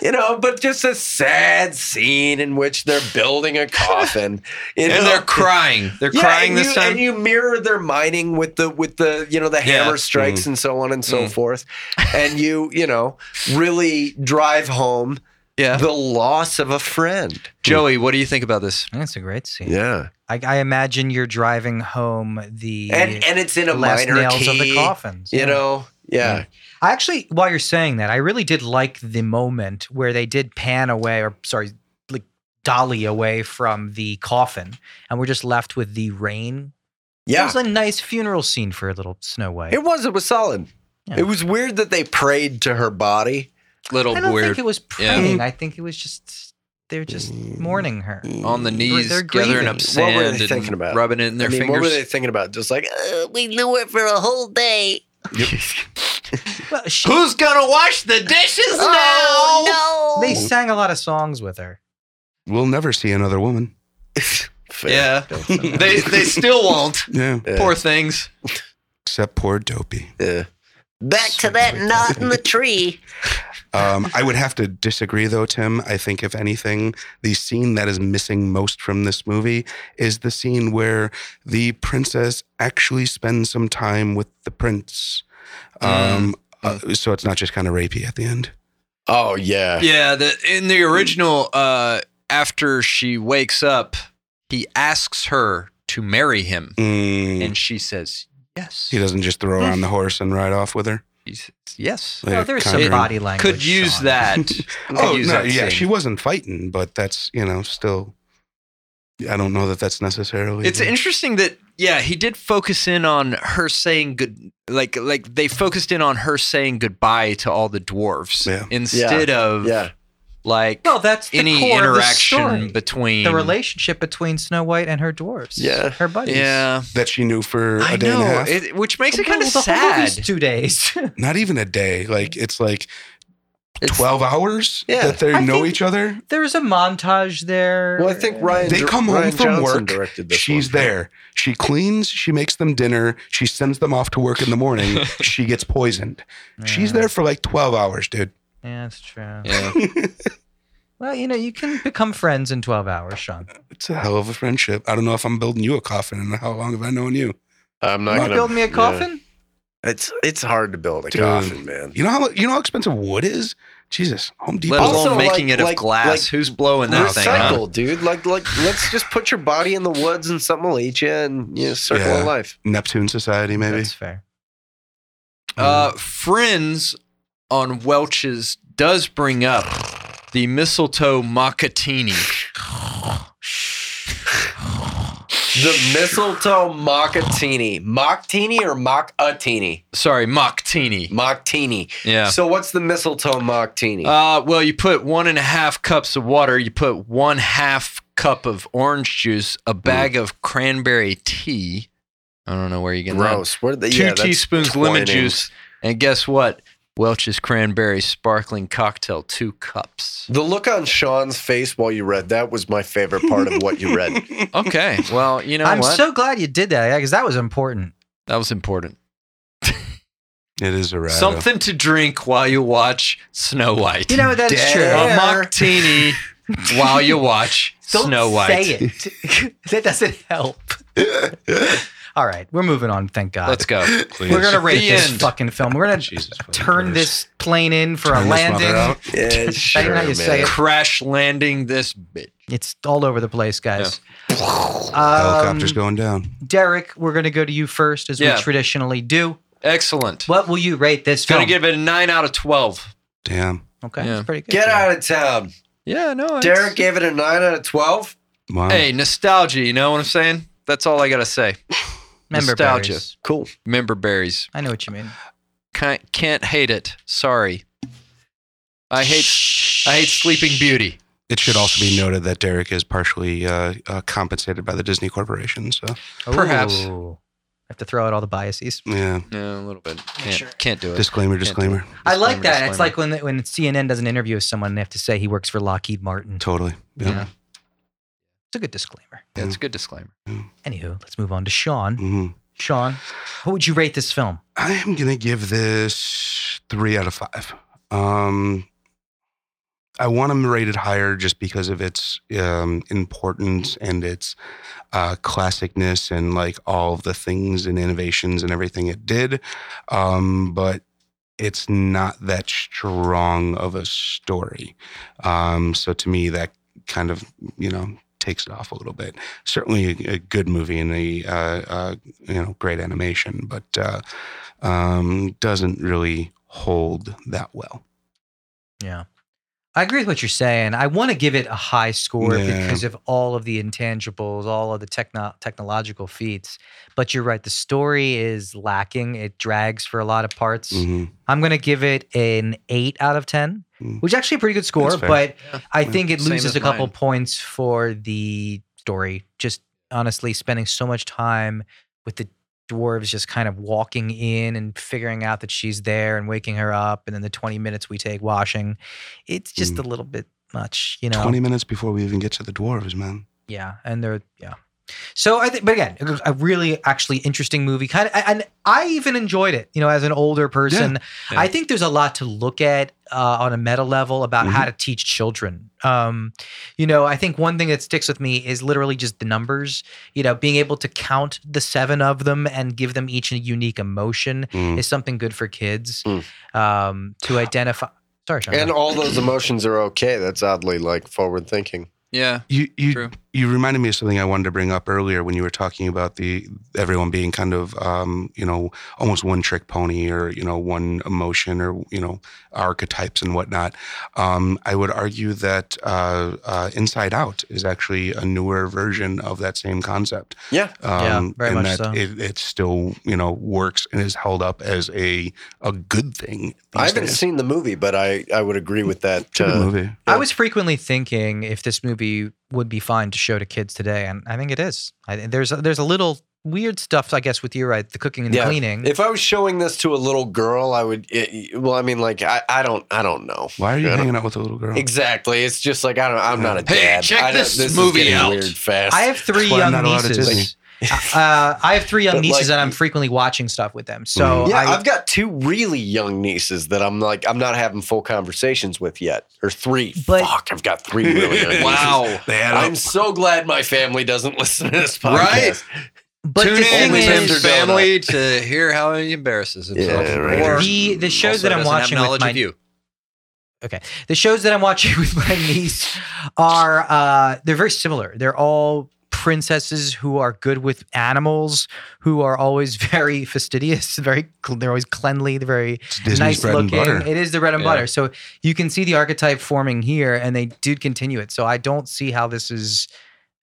Speaker 5: You know, but just a sad scene in which they're building a coffin, you know?
Speaker 2: and they're crying. They're
Speaker 5: Yeah,
Speaker 2: crying
Speaker 5: and
Speaker 2: this
Speaker 5: you,
Speaker 2: time.
Speaker 5: And you mirror their mining with the with the you know the
Speaker 2: Yeah.
Speaker 5: hammer strikes and so on and so
Speaker 2: Mm.
Speaker 5: forth, and you you know really drive home
Speaker 2: yeah.
Speaker 5: the loss of a friend.
Speaker 2: Joey, what do you think about this?
Speaker 3: That's a great scene.
Speaker 5: Yeah,
Speaker 3: I, I imagine you're driving home the
Speaker 5: and and it's in a
Speaker 3: last
Speaker 5: minor
Speaker 3: nails
Speaker 5: key,
Speaker 3: of the coffins.
Speaker 5: You
Speaker 3: yeah.
Speaker 5: know, yeah.
Speaker 3: I actually, while you're saying that, I really did like the moment where they did pan away, or sorry, like dolly away from the coffin, and we're just left with the rain. It
Speaker 5: yeah.
Speaker 3: was a nice funeral scene for a little Snow White.
Speaker 5: It was. It was solid.
Speaker 3: Yeah.
Speaker 5: It was weird that they prayed to her body.
Speaker 2: Little
Speaker 3: I don't
Speaker 2: weird.
Speaker 3: think it was
Speaker 5: Mm.
Speaker 2: Yeah.
Speaker 3: praying. I think it was just they're just mourning her.
Speaker 2: on the knees,
Speaker 3: they're
Speaker 2: gathering
Speaker 3: grieving.
Speaker 2: up
Speaker 5: What
Speaker 2: sand
Speaker 5: were they
Speaker 2: and
Speaker 5: thinking about?
Speaker 2: rubbing it in their
Speaker 5: I mean, what
Speaker 2: fingers.
Speaker 5: were they thinking about? Just like uh, we knew it for a whole day.
Speaker 3: Well, she,
Speaker 2: Who's gonna wash the dishes
Speaker 5: Oh
Speaker 3: they sang a lot of songs with her.
Speaker 4: We'll never see another woman.
Speaker 5: Fair.
Speaker 2: Yeah,
Speaker 5: Don't-
Speaker 2: they they still won't.
Speaker 4: Yeah,
Speaker 5: Yeah.
Speaker 2: Poor things.
Speaker 4: except poor Dopey.
Speaker 5: Yeah. Back to that knot in the tree.
Speaker 4: Um, I would have to disagree, though, Tim. I think, if anything, the scene that is missing most from this movie is the scene where the princess actually spends some time with the prince.
Speaker 2: Mm.
Speaker 4: Um, uh, so it's not just kind of rapey at the end.
Speaker 5: Oh yeah.
Speaker 2: Yeah, the in the original, uh, after she wakes up, he asks her to marry him,
Speaker 4: Mm.
Speaker 2: and she says yes.
Speaker 4: He doesn't just throw her on the horse and ride off with her.
Speaker 2: She says yes.
Speaker 4: Like
Speaker 3: Mm. oh,
Speaker 4: a
Speaker 3: there's
Speaker 4: conjuring.
Speaker 3: some body language.
Speaker 2: Could use
Speaker 3: Sean.
Speaker 2: that. Could
Speaker 4: Oh,
Speaker 2: use
Speaker 4: no,
Speaker 2: that
Speaker 4: yeah,
Speaker 2: scene.
Speaker 4: she wasn't fighting, but that's you know still. I don't know that that's necessarily.
Speaker 2: It's interesting that yeah, he did focus in on her saying good like like they focused in on her saying goodbye to all the dwarves
Speaker 4: Yeah.
Speaker 2: instead of
Speaker 5: Yeah.
Speaker 2: like
Speaker 3: Well, that's the
Speaker 2: any
Speaker 3: core of the
Speaker 2: interaction
Speaker 3: story.
Speaker 2: between
Speaker 3: the relationship between Snow White and her dwarves.
Speaker 5: Yeah.
Speaker 3: her buddies.
Speaker 2: Yeah,
Speaker 4: that she knew for a
Speaker 2: I
Speaker 4: day and a
Speaker 2: know,
Speaker 4: half.
Speaker 2: it, which makes it
Speaker 3: Well,
Speaker 2: kind of
Speaker 3: the whole movie's
Speaker 2: sad.
Speaker 3: Two days.
Speaker 4: Not even a day. Like it's like
Speaker 5: It's-
Speaker 4: twelve hours
Speaker 5: Yeah.
Speaker 4: that they
Speaker 3: I
Speaker 4: know
Speaker 3: think-
Speaker 4: each other.
Speaker 3: There's a montage there.
Speaker 5: Well, I think Ryan.
Speaker 4: They come home
Speaker 5: Ryan
Speaker 4: from
Speaker 5: Johnson
Speaker 4: work,
Speaker 5: Directed this
Speaker 4: She's
Speaker 5: one.
Speaker 4: there. She cleans. She makes them dinner. She sends them off to work in the morning. she gets poisoned. She's
Speaker 3: Yeah.
Speaker 4: there for like twelve hours, dude.
Speaker 3: Yeah, that's true.
Speaker 2: Yeah.
Speaker 3: Well, you know, you can become friends in 12 hours, Sean.
Speaker 4: It's a hell of a friendship. I don't know if I'm building you a coffin and how long have I known you?
Speaker 5: I'm not
Speaker 3: You
Speaker 5: gonna
Speaker 3: want to build me a
Speaker 5: yeah.
Speaker 3: coffin?
Speaker 5: It's it's hard to build a
Speaker 4: Dude.
Speaker 5: coffin, man.
Speaker 4: You know how you know how expensive wood is? Jesus, Home Depot.
Speaker 2: Let alone
Speaker 5: Also,
Speaker 2: making
Speaker 5: like-
Speaker 2: it of
Speaker 5: like-
Speaker 2: glass.
Speaker 5: like,
Speaker 2: Who's blowing that thing?
Speaker 5: Recycle,
Speaker 2: Huh?
Speaker 5: dude. Like like let's just put your body in the woods and something will eat you and you know, circle
Speaker 4: Yeah.
Speaker 5: of life.
Speaker 4: Neptune Society, maybe. Mm.
Speaker 3: That's fair.
Speaker 5: Mm-hmm.
Speaker 2: Uh, Friends on Welch's does bring up the mistletoe moccatini.
Speaker 5: The mistletoe moccatini. Mocktini or mockatini?
Speaker 2: Sorry, mocktini.
Speaker 5: Mocktini.
Speaker 2: Yeah.
Speaker 5: So what's the mistletoe mocktini?
Speaker 2: Uh, well, you put one and a half cups of water. You put one half cup of orange juice, a bag of cranberry tea. I don't know where you get that.
Speaker 5: Gross. Where the
Speaker 2: Two
Speaker 5: yeah, that's
Speaker 2: teaspoons lemon
Speaker 5: twinings.
Speaker 2: juice, and guess what? Welch's cranberry sparkling cocktail, two cups.
Speaker 5: The look on Sean's face while you read that was my favorite part of what you read.
Speaker 2: Okay. Well, you know
Speaker 3: I'm
Speaker 2: what?
Speaker 3: so glad you did that because that was important.
Speaker 2: That was important.
Speaker 4: It is a
Speaker 2: Something to drink while you watch Snow White.
Speaker 3: You know that's
Speaker 4: Dare.
Speaker 3: true.
Speaker 2: a martini while you watch
Speaker 3: Don't
Speaker 2: Snow White.
Speaker 3: say it. that doesn't help. All right, we're moving on. Thank God.
Speaker 2: Let's go.
Speaker 4: uh,
Speaker 3: We're gonna rate
Speaker 2: The
Speaker 3: this
Speaker 2: end.
Speaker 3: fucking film. We're gonna
Speaker 4: Jesus fucking
Speaker 3: turn
Speaker 4: Christ.
Speaker 3: this plane in for
Speaker 4: Turn
Speaker 3: a
Speaker 4: this mother
Speaker 3: landing.
Speaker 4: out.
Speaker 1: Yeah,
Speaker 3: I don't know how you say it.
Speaker 2: Crash landing this bitch.
Speaker 3: It's all over the place, guys.
Speaker 4: Helicopter's
Speaker 3: Um,
Speaker 4: going down.
Speaker 3: Derek, we're gonna go to you first, as
Speaker 2: Yeah.
Speaker 3: we traditionally do.
Speaker 2: Excellent.
Speaker 3: What will you rate this film?
Speaker 2: Gonna give it a nine out of twelve.
Speaker 4: Damn.
Speaker 3: okay,
Speaker 2: Yeah.
Speaker 3: that's pretty good.
Speaker 1: Get
Speaker 3: Yeah.
Speaker 1: out of town.
Speaker 2: Yeah, no. it's-
Speaker 1: Derek gave it a nine out of twelve.
Speaker 4: Wow.
Speaker 2: Hey, nostalgia. You know what I'm saying? That's all I gotta say.
Speaker 3: Member
Speaker 2: nostalgia.
Speaker 3: berries.
Speaker 1: Cool.
Speaker 2: Member berries.
Speaker 3: I know what you mean.
Speaker 2: Can't, can't hate it. Sorry. I hate. I hate Sleeping Beauty.
Speaker 4: It should also be noted that Derek is partially uh, uh, compensated by the Disney Corporation. So,
Speaker 2: Perhaps.
Speaker 3: Ooh. I have to throw out all the biases.
Speaker 4: yeah.
Speaker 2: No, a little bit. Can't,
Speaker 3: Sure.
Speaker 2: can't do it.
Speaker 4: Disclaimer, disclaimer.
Speaker 3: I like
Speaker 2: Disclaimer,
Speaker 3: that. It's
Speaker 2: disclaimer.
Speaker 3: like when when CNN does an interview with someone, they have to say he works for Lockheed Martin.
Speaker 4: Totally. Yeah.
Speaker 3: It's a good disclaimer.
Speaker 2: Yeah, it's a good disclaimer.
Speaker 3: Anywho, let's move on to Sean.
Speaker 4: hmm
Speaker 3: Sean, what would you rate this film?
Speaker 4: I am gonna give this three out of five. Um, I want them rated higher just because of its um, importance and its uh, classicness and like all of the things and innovations and everything it did. Um, but it's not that strong of a story. Um, so to me, that kind of you know takes it off a little bit. Certainly a, a good movie and a uh, uh, you know great animation, but. Uh, um, doesn't really hold that well.
Speaker 3: Yeah. I agree with what you're saying. I want to give it a high score
Speaker 4: Yeah.
Speaker 3: because of all of the intangibles, all of the techno- technological feats. But you're right, the story is lacking. It drags for a lot of parts.
Speaker 4: hmm
Speaker 3: I'm going to give it an 8 out of 10,
Speaker 4: Mm.
Speaker 3: which is actually a pretty good score,
Speaker 4: That's fair.
Speaker 3: but
Speaker 2: Yeah.
Speaker 3: I
Speaker 4: Yeah.
Speaker 3: think it
Speaker 2: Same
Speaker 3: loses
Speaker 2: as
Speaker 3: a couple
Speaker 2: mine.
Speaker 3: points for the story. Just honestly spending so much time with the dwarves just kind of walking in and figuring out that she's there and waking her up and then the 20 minutes we take washing. It's
Speaker 4: Hmm.
Speaker 3: just a little bit much, you know.
Speaker 4: Twenty minutes before we even get to the dwarves, man.
Speaker 3: Yeah, and they're yeah. So I think, but again, it was a really actually interesting movie. Kind of, and I even enjoyed it. You know, as an older person,
Speaker 2: Yeah.
Speaker 3: I think there's a lot to look at uh, on a meta level about how to teach children. Um, you know, I think one thing that sticks with me is literally just the numbers. You know, being able to count the seven of them and give them each a unique emotion
Speaker 4: Mm.
Speaker 3: is something good for kids
Speaker 1: Mm.
Speaker 3: um, to identify. Sorry, Sean.
Speaker 1: And all those emotions are okay. That's oddly like forward thinking.
Speaker 2: Yeah.
Speaker 4: You you
Speaker 2: True.
Speaker 4: you reminded me of something I wanted to bring up earlier when you were talking about the everyone being kind of um, you know almost one trick pony or you know one emotion or you know archetypes and whatnot. Um, I would argue that uh, uh, Inside Out is actually a newer version of that same concept.
Speaker 1: Yeah.
Speaker 4: um,
Speaker 3: Yeah, very
Speaker 4: and that
Speaker 3: much so.
Speaker 4: It, it still you know works and is held up as a a good thing.
Speaker 1: I
Speaker 4: these
Speaker 1: haven't
Speaker 4: days.
Speaker 1: seen the movie, but I, I would agree with that.
Speaker 4: It's a good
Speaker 1: Uh,
Speaker 4: movie.
Speaker 3: I
Speaker 1: Yeah.
Speaker 3: was frequently thinking if this movie would be fine to show to kids today, and I think it is. I, there's a, there's a little weird stuff, I guess, with you, right? The cooking and the
Speaker 1: Yeah.
Speaker 3: cleaning.
Speaker 1: if I was showing this to a little girl, I would. It, well, I mean, like I, I don't I don't know.
Speaker 4: Why are you
Speaker 1: I don't-
Speaker 4: hanging out with a little girl?
Speaker 1: Exactly. It's just like I don't. I'm not a
Speaker 2: Hey,
Speaker 1: dad.
Speaker 2: check
Speaker 1: I don't-
Speaker 2: this
Speaker 1: is
Speaker 2: movie
Speaker 1: getting
Speaker 2: out.
Speaker 1: Weird fast.
Speaker 3: I have three
Speaker 4: That's why I'm not
Speaker 3: young
Speaker 4: allowed to
Speaker 3: nieces. uh, I have three young
Speaker 1: But, like,
Speaker 3: nieces,
Speaker 1: Mhm.
Speaker 3: and I'm frequently watching stuff with them. So
Speaker 1: yeah,
Speaker 3: I,
Speaker 1: I've got two really young nieces that I'm like I'm not having full conversations with yet, or three.
Speaker 3: But-
Speaker 1: Fuck, I've got three really young nieces.
Speaker 2: Wow.
Speaker 4: They had
Speaker 1: I'm so glad my family doesn't listen to this podcast.
Speaker 2: Right?
Speaker 3: but
Speaker 2: Tune
Speaker 3: the
Speaker 2: in
Speaker 3: thing
Speaker 2: with Tim's
Speaker 1: Tinder
Speaker 3: is,
Speaker 1: donut.
Speaker 2: family to hear how he embarrasses himself.
Speaker 1: Yeah, right.
Speaker 2: Or
Speaker 3: the the shows
Speaker 2: also
Speaker 3: that I'm
Speaker 2: doesn't have
Speaker 3: watching
Speaker 2: knowledge
Speaker 3: with my
Speaker 2: of you.
Speaker 3: the shows that I'm watching with my niece are uh, they're very similar. They're all princesses who are good with animals, who are always very fastidious, very cl- they're always cleanly, they're very
Speaker 4: Disney's
Speaker 3: nice
Speaker 4: bread and
Speaker 3: looking.
Speaker 4: butter.
Speaker 3: It is the bread and
Speaker 2: Yeah.
Speaker 3: butter. So you can see the archetype forming here, and they did continue it. So I don't see how this is.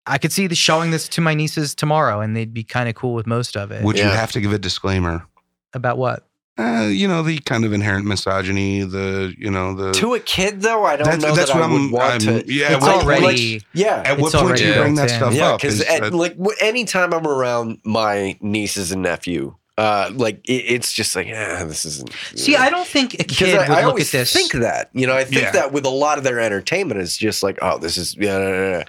Speaker 3: I could see the showing this to my nieces tomorrow, and they'd be kind of cool with most of it.
Speaker 4: Would you
Speaker 1: Yeah.
Speaker 4: have to give a disclaimer?
Speaker 3: About what?
Speaker 4: Uh, you know the kind of inherent misogyny. The you know the.
Speaker 1: To a kid though, I don't know that I would want to.
Speaker 4: Yeah,
Speaker 3: it's
Speaker 4: what-
Speaker 3: already.
Speaker 1: Yeah,
Speaker 4: At what
Speaker 3: it's
Speaker 4: point
Speaker 3: already
Speaker 4: do you bring
Speaker 3: built
Speaker 4: that
Speaker 3: in.
Speaker 4: stuff
Speaker 1: yeah
Speaker 4: up?
Speaker 1: because
Speaker 4: Is that-
Speaker 1: like w- anytime i'm around my nieces and nephew uh like it, it's just like ah, this isn't
Speaker 3: See, I don't think a
Speaker 1: because
Speaker 3: kid
Speaker 1: I,
Speaker 3: would
Speaker 1: I
Speaker 3: look at
Speaker 1: always
Speaker 3: this.
Speaker 1: think that you know i think
Speaker 4: Yeah.
Speaker 1: that with a lot of their entertainment it's just like oh this is yeah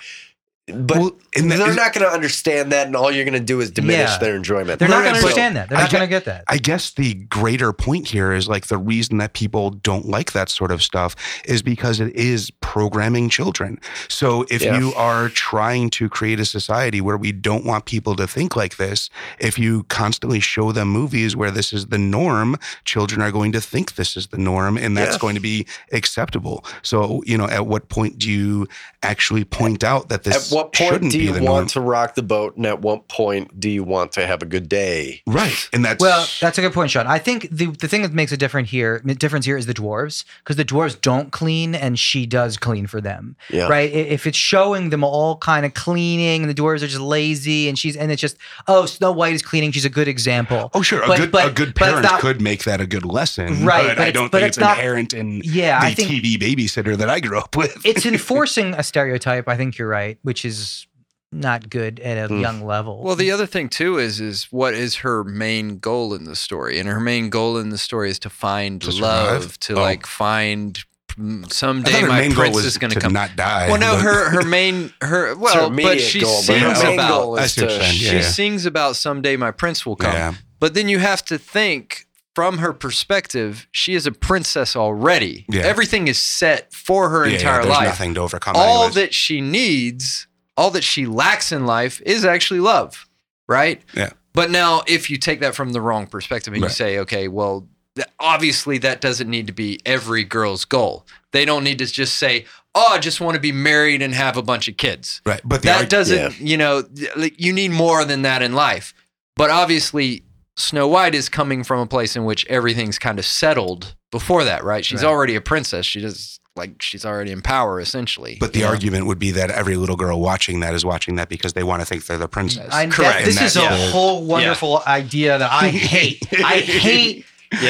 Speaker 1: But
Speaker 4: Well, and that-
Speaker 1: they're not going to understand that, and all you're going to do is diminish
Speaker 3: Yeah.
Speaker 1: their enjoyment.
Speaker 3: They're not going to
Speaker 1: So-
Speaker 3: understand that. They're
Speaker 4: I
Speaker 3: not
Speaker 4: get-
Speaker 3: going to get that.
Speaker 4: I guess the greater point here is like the reason that people don't like that sort of stuff is because it is programming children. So if
Speaker 1: Yeah.
Speaker 4: you are trying to create a society where we don't want people to think like this, if you constantly show them movies where this is the norm, children are going to think this is the norm and that's
Speaker 1: Yeah.
Speaker 4: going to be acceptable. So, you know, at what point do you actually point out that
Speaker 1: At
Speaker 4: this
Speaker 1: what point
Speaker 4: shouldn't
Speaker 1: do
Speaker 4: be
Speaker 1: you
Speaker 4: the
Speaker 1: want
Speaker 4: norm?
Speaker 1: to rock the boat, and at what point do you want to have a good day?
Speaker 4: Right. And that's
Speaker 3: Well, that's a good point, Sean. I think the, the thing that makes a difference here difference here is the dwarves because the dwarves don't clean and she does clean for them,
Speaker 1: Yeah.
Speaker 3: right? I- If it's showing them all kind of cleaning and the dwarves are just lazy and she's and it's just oh Snow White is cleaning, she's a good example.
Speaker 4: Oh, sure. A
Speaker 3: But-
Speaker 4: good
Speaker 3: but-
Speaker 4: a good
Speaker 3: but it's
Speaker 4: parent
Speaker 3: not-
Speaker 4: could make that a good lesson,
Speaker 3: Right,
Speaker 4: But, I
Speaker 3: but it's-
Speaker 4: don't
Speaker 3: but
Speaker 4: think
Speaker 3: it's
Speaker 4: it's,
Speaker 3: not-
Speaker 4: inherent in
Speaker 3: Yeah,
Speaker 4: the
Speaker 3: I think
Speaker 4: TV babysitter that I grew up with.
Speaker 3: it's enforcing a stereotype. I think you're right, which is not good at a
Speaker 1: Mm.
Speaker 3: young level.
Speaker 2: Well, the other thing too is is what is her main goal in the story? And her main goal in the story is to find
Speaker 4: To survive?
Speaker 2: love, to
Speaker 4: Oh.
Speaker 2: like find mm,
Speaker 4: I
Speaker 2: someday
Speaker 4: thought her
Speaker 2: my
Speaker 4: main
Speaker 2: prince
Speaker 4: goal was
Speaker 2: is going
Speaker 4: to
Speaker 2: to come.
Speaker 4: not die.
Speaker 2: Well, no,
Speaker 4: but-
Speaker 2: her her main her well, but
Speaker 1: immediate
Speaker 2: she
Speaker 1: goal, but her
Speaker 2: sings
Speaker 1: main
Speaker 2: about
Speaker 1: goal
Speaker 4: I
Speaker 1: is
Speaker 4: see what
Speaker 1: to-
Speaker 4: you're saying,
Speaker 2: she
Speaker 4: yeah, yeah.
Speaker 2: sings about someday my prince will come.
Speaker 4: yeah,
Speaker 2: But then you have to think from her perspective, she is a princess already.
Speaker 4: Yeah.
Speaker 2: Everything is set for her
Speaker 4: yeah,
Speaker 2: entire
Speaker 4: there's
Speaker 2: life.
Speaker 4: nothing to overcome.
Speaker 2: all
Speaker 4: anyways.
Speaker 2: that she needs, all that she lacks in life is actually love, right?
Speaker 4: Yeah.
Speaker 2: But now, if you take that from the wrong perspective and you
Speaker 4: Right.
Speaker 2: say, okay, well, th- obviously that doesn't need to be every girl's goal. They don't need to just say, oh, I just want to be married and have a bunch of kids.
Speaker 4: right, but the
Speaker 2: That
Speaker 4: arg-
Speaker 2: doesn't,
Speaker 1: yeah.
Speaker 2: you know, th- like, you need more than that in life. But obviously, Snow White is coming from a place in which everything's kind of settled before that, right? She's
Speaker 3: Right.
Speaker 2: already a princess. She does like she's already in power essentially.
Speaker 4: but the
Speaker 2: you know?
Speaker 4: argument would be that every little girl watching that is watching that because they want to think they're the princess.
Speaker 3: I,
Speaker 2: Correct.
Speaker 3: That, this
Speaker 4: And
Speaker 3: is a
Speaker 4: that's- yeah.
Speaker 3: whole wonderful idea that I hate. I hate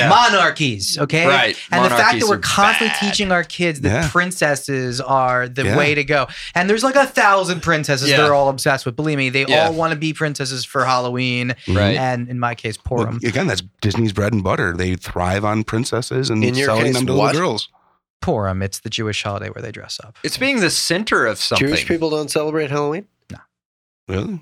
Speaker 3: monarchies. Okay,
Speaker 2: Right.
Speaker 3: And the fact
Speaker 2: Monarchies
Speaker 3: that we're
Speaker 2: are
Speaker 3: constantly
Speaker 2: bad.
Speaker 3: teaching our kids that
Speaker 4: Yeah.
Speaker 3: princesses are the
Speaker 4: Yeah.
Speaker 3: way to go, and there's like a thousand princesses
Speaker 2: Yeah.
Speaker 3: they're all obsessed with. Believe me, they
Speaker 2: Yeah.
Speaker 3: all want to be princesses for Halloween,
Speaker 2: Right.
Speaker 3: and in my case,
Speaker 4: Well,
Speaker 3: Purim.
Speaker 4: again, that's Disney's bread and butter. They thrive on princesses and
Speaker 1: In your
Speaker 4: selling
Speaker 1: case,
Speaker 4: them to
Speaker 1: what?
Speaker 4: little girls.
Speaker 3: Purim. It's the Jewish holiday where they dress up.
Speaker 2: It's being the center of something.
Speaker 1: Jewish people don't celebrate Halloween.
Speaker 4: Really?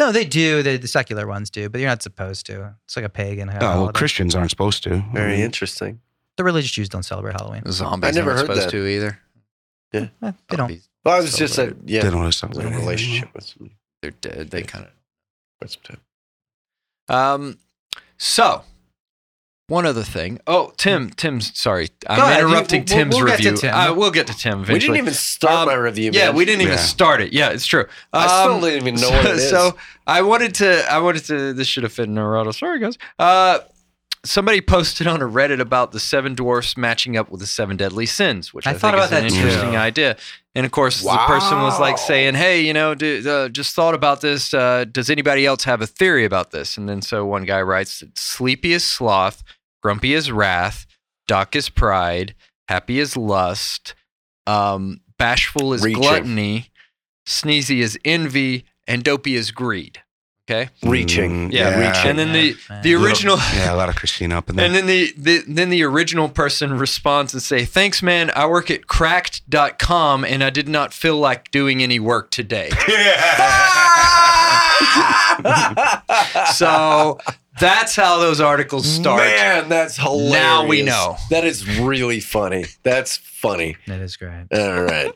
Speaker 3: No, they do. The, the secular ones do, but you're not supposed to. It's like a pagan.
Speaker 4: Oh, well,
Speaker 3: holiday.
Speaker 4: Christians aren't supposed to.
Speaker 1: Very interesting.
Speaker 3: the religious Jews don't celebrate Halloween.
Speaker 2: Zombies
Speaker 1: I never
Speaker 2: aren't
Speaker 1: heard
Speaker 2: supposed
Speaker 1: that.
Speaker 2: to either.
Speaker 3: Eh, they don't.
Speaker 2: Zombies,
Speaker 1: Well, I was just a
Speaker 2: Celebrate.
Speaker 4: They
Speaker 1: yeah,
Speaker 4: don't want to
Speaker 1: I was
Speaker 4: celebrate
Speaker 1: in a
Speaker 4: anything.
Speaker 1: relationship with somebody.
Speaker 2: They're dead. They kind
Speaker 1: for some time.
Speaker 2: of. Um. So, one other thing. Oh, Tim. Tim's sorry. I'm
Speaker 3: Mm. ahead. You-
Speaker 2: interrupting
Speaker 3: we'll-
Speaker 2: Tim's
Speaker 3: we'll get to
Speaker 2: review.
Speaker 3: Tim.
Speaker 2: Uh, we'll get to Tim
Speaker 1: We
Speaker 2: eventually.
Speaker 1: didn't even start
Speaker 2: Um,
Speaker 1: my review.
Speaker 2: Yeah,
Speaker 1: man.
Speaker 2: we didn't even
Speaker 4: Yeah.
Speaker 2: start it. Yeah, it's true.
Speaker 1: I
Speaker 2: Um,
Speaker 1: still don't even know what it is.
Speaker 2: So I wanted to. I wanted to. This should have fit in a Naruto. Sorry, guys. Uh, somebody posted on a Reddit about the seven dwarfs matching up with the seven deadly sins, which I,
Speaker 3: I thought
Speaker 2: think
Speaker 3: about
Speaker 2: is an
Speaker 3: that too.
Speaker 2: interesting idea. And of course, the person was like saying, "Hey, you know, do, uh, just thought about this. Uh, does anybody else have a theory about this?" And then so one guy writes, "Sleepy is sloth, grumpy is wrath, dock is pride, happy is lust." Um, bashful is
Speaker 1: Reaching.
Speaker 2: gluttony, sneezy is envy, and dopey is greed. Okay,
Speaker 1: reaching.
Speaker 4: Mm,
Speaker 2: Yeah,
Speaker 1: reaching.
Speaker 2: and then the
Speaker 3: Yeah,
Speaker 2: the
Speaker 3: man.
Speaker 2: original,
Speaker 4: Yeah, a lot of Christine up in there.
Speaker 2: and then the, the then the original person responds and say, "Thanks, man. I work at cracked.com, and I did not feel like doing any work today." so that's how those articles start.
Speaker 1: Man, that's hilarious.
Speaker 2: Now we know.
Speaker 1: That is really funny. That's funny.
Speaker 3: That is great.
Speaker 1: All right.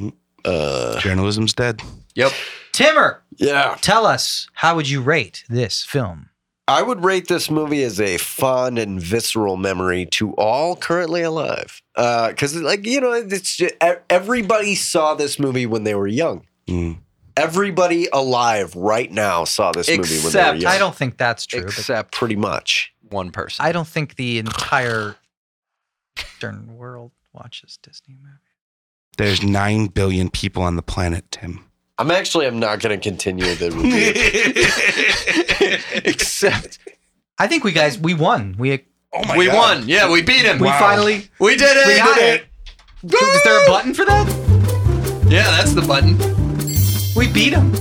Speaker 1: Uh,
Speaker 4: Journalism's dead.
Speaker 2: Yep.
Speaker 3: Timmer,
Speaker 1: yeah.
Speaker 3: tell us how would you rate this film?
Speaker 1: I would rate this movie as a fond and visceral memory to all currently alive. Because, like, you know, it's just, everybody saw this movie when they were young.
Speaker 4: Mm.
Speaker 1: Everybody alive right now saw this movie when they were
Speaker 2: Except-
Speaker 1: young.
Speaker 3: I don't think that's true. but
Speaker 2: Except
Speaker 1: Pretty much.
Speaker 2: one person.
Speaker 3: I don't think the entire Western world watches Disney movies.
Speaker 4: There's nine billion people on the planet, Tim.
Speaker 1: I'm actually, I'm not going to continue the review.
Speaker 2: Except
Speaker 3: I think we guys we won. We
Speaker 4: oh my
Speaker 2: we
Speaker 4: God.
Speaker 2: won. Yeah, we beat him.
Speaker 3: we
Speaker 4: Wow.
Speaker 3: finally
Speaker 2: We did it.
Speaker 3: we got it. Is there a button for that?
Speaker 2: Yeah, that's the button.
Speaker 3: We beat him.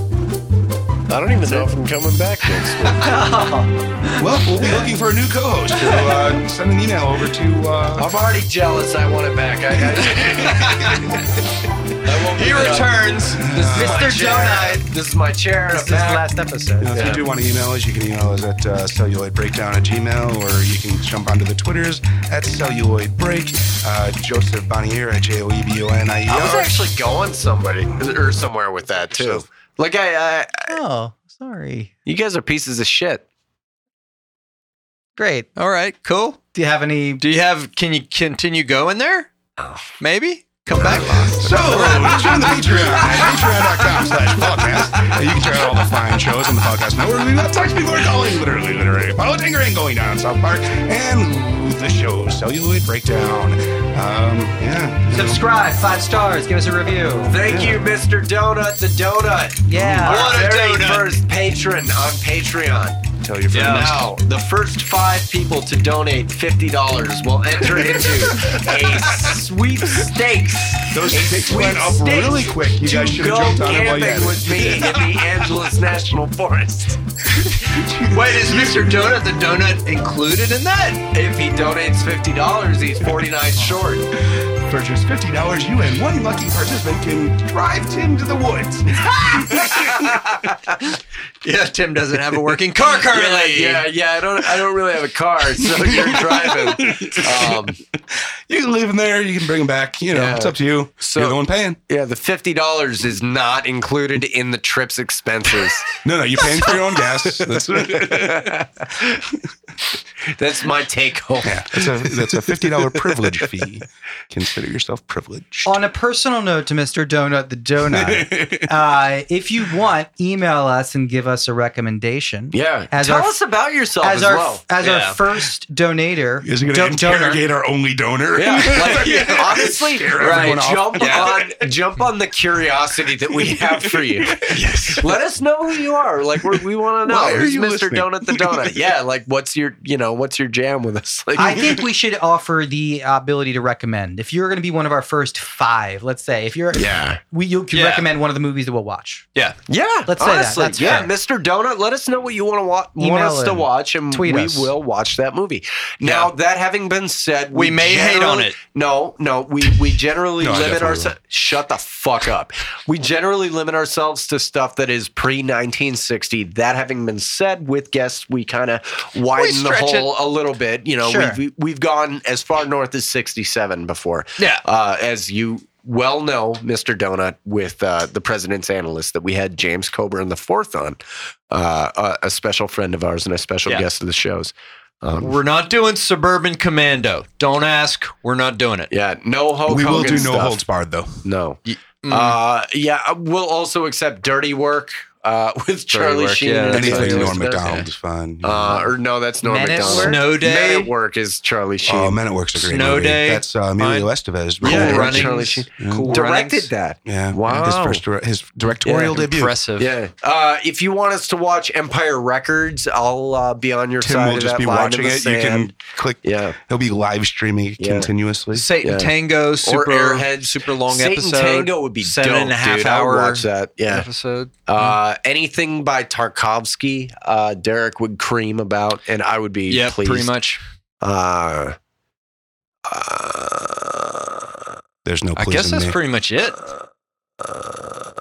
Speaker 1: I don't even know if I'm coming back next week.
Speaker 4: Well, we'll be looking for a new co-host. So uh, send an email over to. Uh,
Speaker 1: I'm already jealous. I want it back. I got I won't
Speaker 2: He
Speaker 1: give it up.
Speaker 2: returns.
Speaker 1: This is my
Speaker 3: Mr.
Speaker 1: chair. This is my chair. And
Speaker 3: This
Speaker 1: a
Speaker 3: is the
Speaker 1: back.
Speaker 3: last episode.
Speaker 4: now, if you do want to email us, you can email us at uh, celluloidbreakdown at gmail, or you can jump onto the Twitters at celluloidbreak. Uh, Joseph Bonnier at J O E B O N I E
Speaker 1: I was
Speaker 4: R.
Speaker 1: actually going somebody or somewhere with that too. Like I, I
Speaker 3: Oh, sorry.
Speaker 1: you guys are pieces of shit.
Speaker 3: Great.
Speaker 2: All right, cool.
Speaker 3: Do you have any?
Speaker 2: Do you have? Can you continue going there? Maybe come back.
Speaker 4: So, join the Patreon at patreon.com slash podcast. You can check out all the fine shows on the podcast network. We've got Talks Before Calling, literally, literally. Follow Dingering going down South Park, and the show Celluloid Breakdown. Um, yeah. you know.
Speaker 3: Subscribe, five stars, give us a review.
Speaker 1: Thank you, Mr. Donut the Donut.
Speaker 3: Yeah.
Speaker 1: Our
Speaker 2: a
Speaker 1: very
Speaker 2: donut.
Speaker 1: first patron on Patreon.
Speaker 4: Tell your friends.
Speaker 1: Now, the first five people to donate $50 will enter into a sweepstakes.
Speaker 4: Those
Speaker 1: A
Speaker 4: stakes went up
Speaker 1: sweepstakes
Speaker 4: really quick. You guys
Speaker 1: to
Speaker 4: should
Speaker 1: go
Speaker 4: have jumped on it while you had
Speaker 1: camping with me in
Speaker 4: it.
Speaker 1: the Angeles National Forest.
Speaker 2: Wait, is Mr. Donut the donut included in that?
Speaker 1: If he donates $50, he's 49 short.
Speaker 4: Purchase $50, you and one lucky participant can drive Tim to the woods.
Speaker 2: Yeah, Tim doesn't have a working car
Speaker 1: Yeah,
Speaker 2: currently.
Speaker 1: yeah, yeah. I don't, I don't really have a car, so you're driving. Um,
Speaker 4: you can leave them there. You can bring them back. You know,
Speaker 1: Yeah.
Speaker 4: it's up to you.
Speaker 1: So-
Speaker 4: You're the one paying.
Speaker 1: yeah, the fifty dollars is not included in the trip's expenses.
Speaker 4: No, no, you're paying for your own gas. That's
Speaker 1: That's my take home.
Speaker 4: Yeah, that's a that's a fifty dollar privilege fee. Consider yourself privileged.
Speaker 3: On a personal note to Mr. Donut the Donut, uh, if you want, email us and give us a recommendation.
Speaker 1: Yeah.
Speaker 3: As
Speaker 1: Tell
Speaker 3: our-
Speaker 1: us about yourself as,
Speaker 3: As our
Speaker 1: well.
Speaker 3: as
Speaker 1: Yeah.
Speaker 3: our first donator,
Speaker 4: Is he going to
Speaker 3: don-
Speaker 4: interrogate our only donor?
Speaker 1: Yeah, like, honestly,
Speaker 4: Scare
Speaker 1: right,
Speaker 4: everyone off.
Speaker 1: jump on jump on the curiosity that we have for you.
Speaker 4: Yes.
Speaker 1: Let us know who you are. Like we we want to know.
Speaker 4: Why are
Speaker 1: Who's
Speaker 4: you
Speaker 1: Mr.
Speaker 4: listening?
Speaker 1: Donut the Donut? Yeah, like what's your you know what's your jam with us? Like
Speaker 3: I think we should offer the ability to recommend. If you're going to be one of our first five, let's say, if you're,
Speaker 1: yeah,
Speaker 3: we, you can
Speaker 2: Yeah.
Speaker 3: recommend one of the movies that we'll watch.
Speaker 2: yeah.
Speaker 1: yeah.
Speaker 3: Let's say that.
Speaker 1: honestly,
Speaker 3: That's
Speaker 1: yeah,
Speaker 3: fair.
Speaker 1: Mr. Donut. Let us know what you want to wa- want
Speaker 3: Email
Speaker 1: us to
Speaker 3: in.
Speaker 1: watch, and
Speaker 3: Tweet
Speaker 1: we
Speaker 3: us.
Speaker 1: will watch that movie. Now that having been said,
Speaker 2: We may hate
Speaker 1: generally-
Speaker 2: on it.
Speaker 1: No, no, we we generally
Speaker 4: No, I
Speaker 1: limit
Speaker 4: definitely
Speaker 1: ourselves. Shut the fuck up. We generally limit ourselves to stuff that is pre 1960. That having been said, with guests, we kind of widen the
Speaker 2: stretch
Speaker 1: hole a little bit. You know,
Speaker 3: Sure.
Speaker 1: we've we've gone as far north as 67 before.
Speaker 2: Yeah.
Speaker 1: uh, as you. Well, know, Mr. Donut, with uh, the president's analyst that we had James Coburn the fourth on, uh, a, a special friend of ours and a special
Speaker 2: Yeah.
Speaker 1: guest of the shows. Um,
Speaker 2: We're not doing Suburban Commando. Don't ask. We're not doing it.
Speaker 1: yeah, no Hulk
Speaker 4: we will
Speaker 1: Hogan
Speaker 4: do no
Speaker 1: stuff.
Speaker 4: holds barred though.
Speaker 1: No.
Speaker 2: Mm.
Speaker 1: Uh, yeah, we'll also accept Dirty Work uh, with Charlie
Speaker 2: Work,
Speaker 1: Sheen.
Speaker 2: yeah,
Speaker 1: and
Speaker 2: that's
Speaker 1: Anthony
Speaker 4: Anything
Speaker 2: fine.
Speaker 4: Norm
Speaker 1: Elizabeth.
Speaker 4: Macdonald is fine.
Speaker 1: Uh, or no, that's Norm
Speaker 3: Men at
Speaker 1: Macdonald.
Speaker 3: Work?
Speaker 2: Snow
Speaker 1: Men
Speaker 2: Day.
Speaker 1: at Work is Charlie Sheen.
Speaker 4: oh, Men at Work's a great
Speaker 2: Snow
Speaker 4: movie.
Speaker 2: Day.
Speaker 4: That's uh, Emilio Estevez.
Speaker 2: Cool
Speaker 1: yeah,
Speaker 2: Runnings.
Speaker 1: Charlie Sheen.
Speaker 2: Cool
Speaker 1: directed
Speaker 2: Runnings.
Speaker 1: that.
Speaker 4: Yeah.
Speaker 1: Wow.
Speaker 4: His first dir- his directorial debut.
Speaker 2: Impressive.
Speaker 1: Yeah. Uh, if you want us to watch Empire Records, I'll uh, be on your
Speaker 4: Tim
Speaker 1: side.
Speaker 4: will
Speaker 1: of
Speaker 4: just
Speaker 1: that
Speaker 4: be
Speaker 1: line in
Speaker 4: watching
Speaker 1: the
Speaker 4: it. You
Speaker 1: sand.
Speaker 4: can click.
Speaker 1: Yeah.
Speaker 4: He'll be live streaming
Speaker 1: Yeah.
Speaker 4: continuously.
Speaker 2: Satan
Speaker 1: Yeah.
Speaker 2: Tango, super
Speaker 1: Airhead.
Speaker 2: super long
Speaker 1: Satan
Speaker 2: episode.
Speaker 1: Tango would be
Speaker 2: seven
Speaker 1: dope,
Speaker 2: and a half
Speaker 1: dude.
Speaker 2: hour
Speaker 1: I'll watch that. Yeah.
Speaker 2: episode.
Speaker 1: Uh, anything by Tarkovsky, uh, Derek would cream about, and I would be
Speaker 2: Yeah,
Speaker 1: pleased.
Speaker 2: pretty much.
Speaker 1: Uh, uh,
Speaker 4: There's no.
Speaker 2: I
Speaker 4: pleasing
Speaker 2: guess that's
Speaker 4: me.
Speaker 2: pretty much it.
Speaker 1: uh,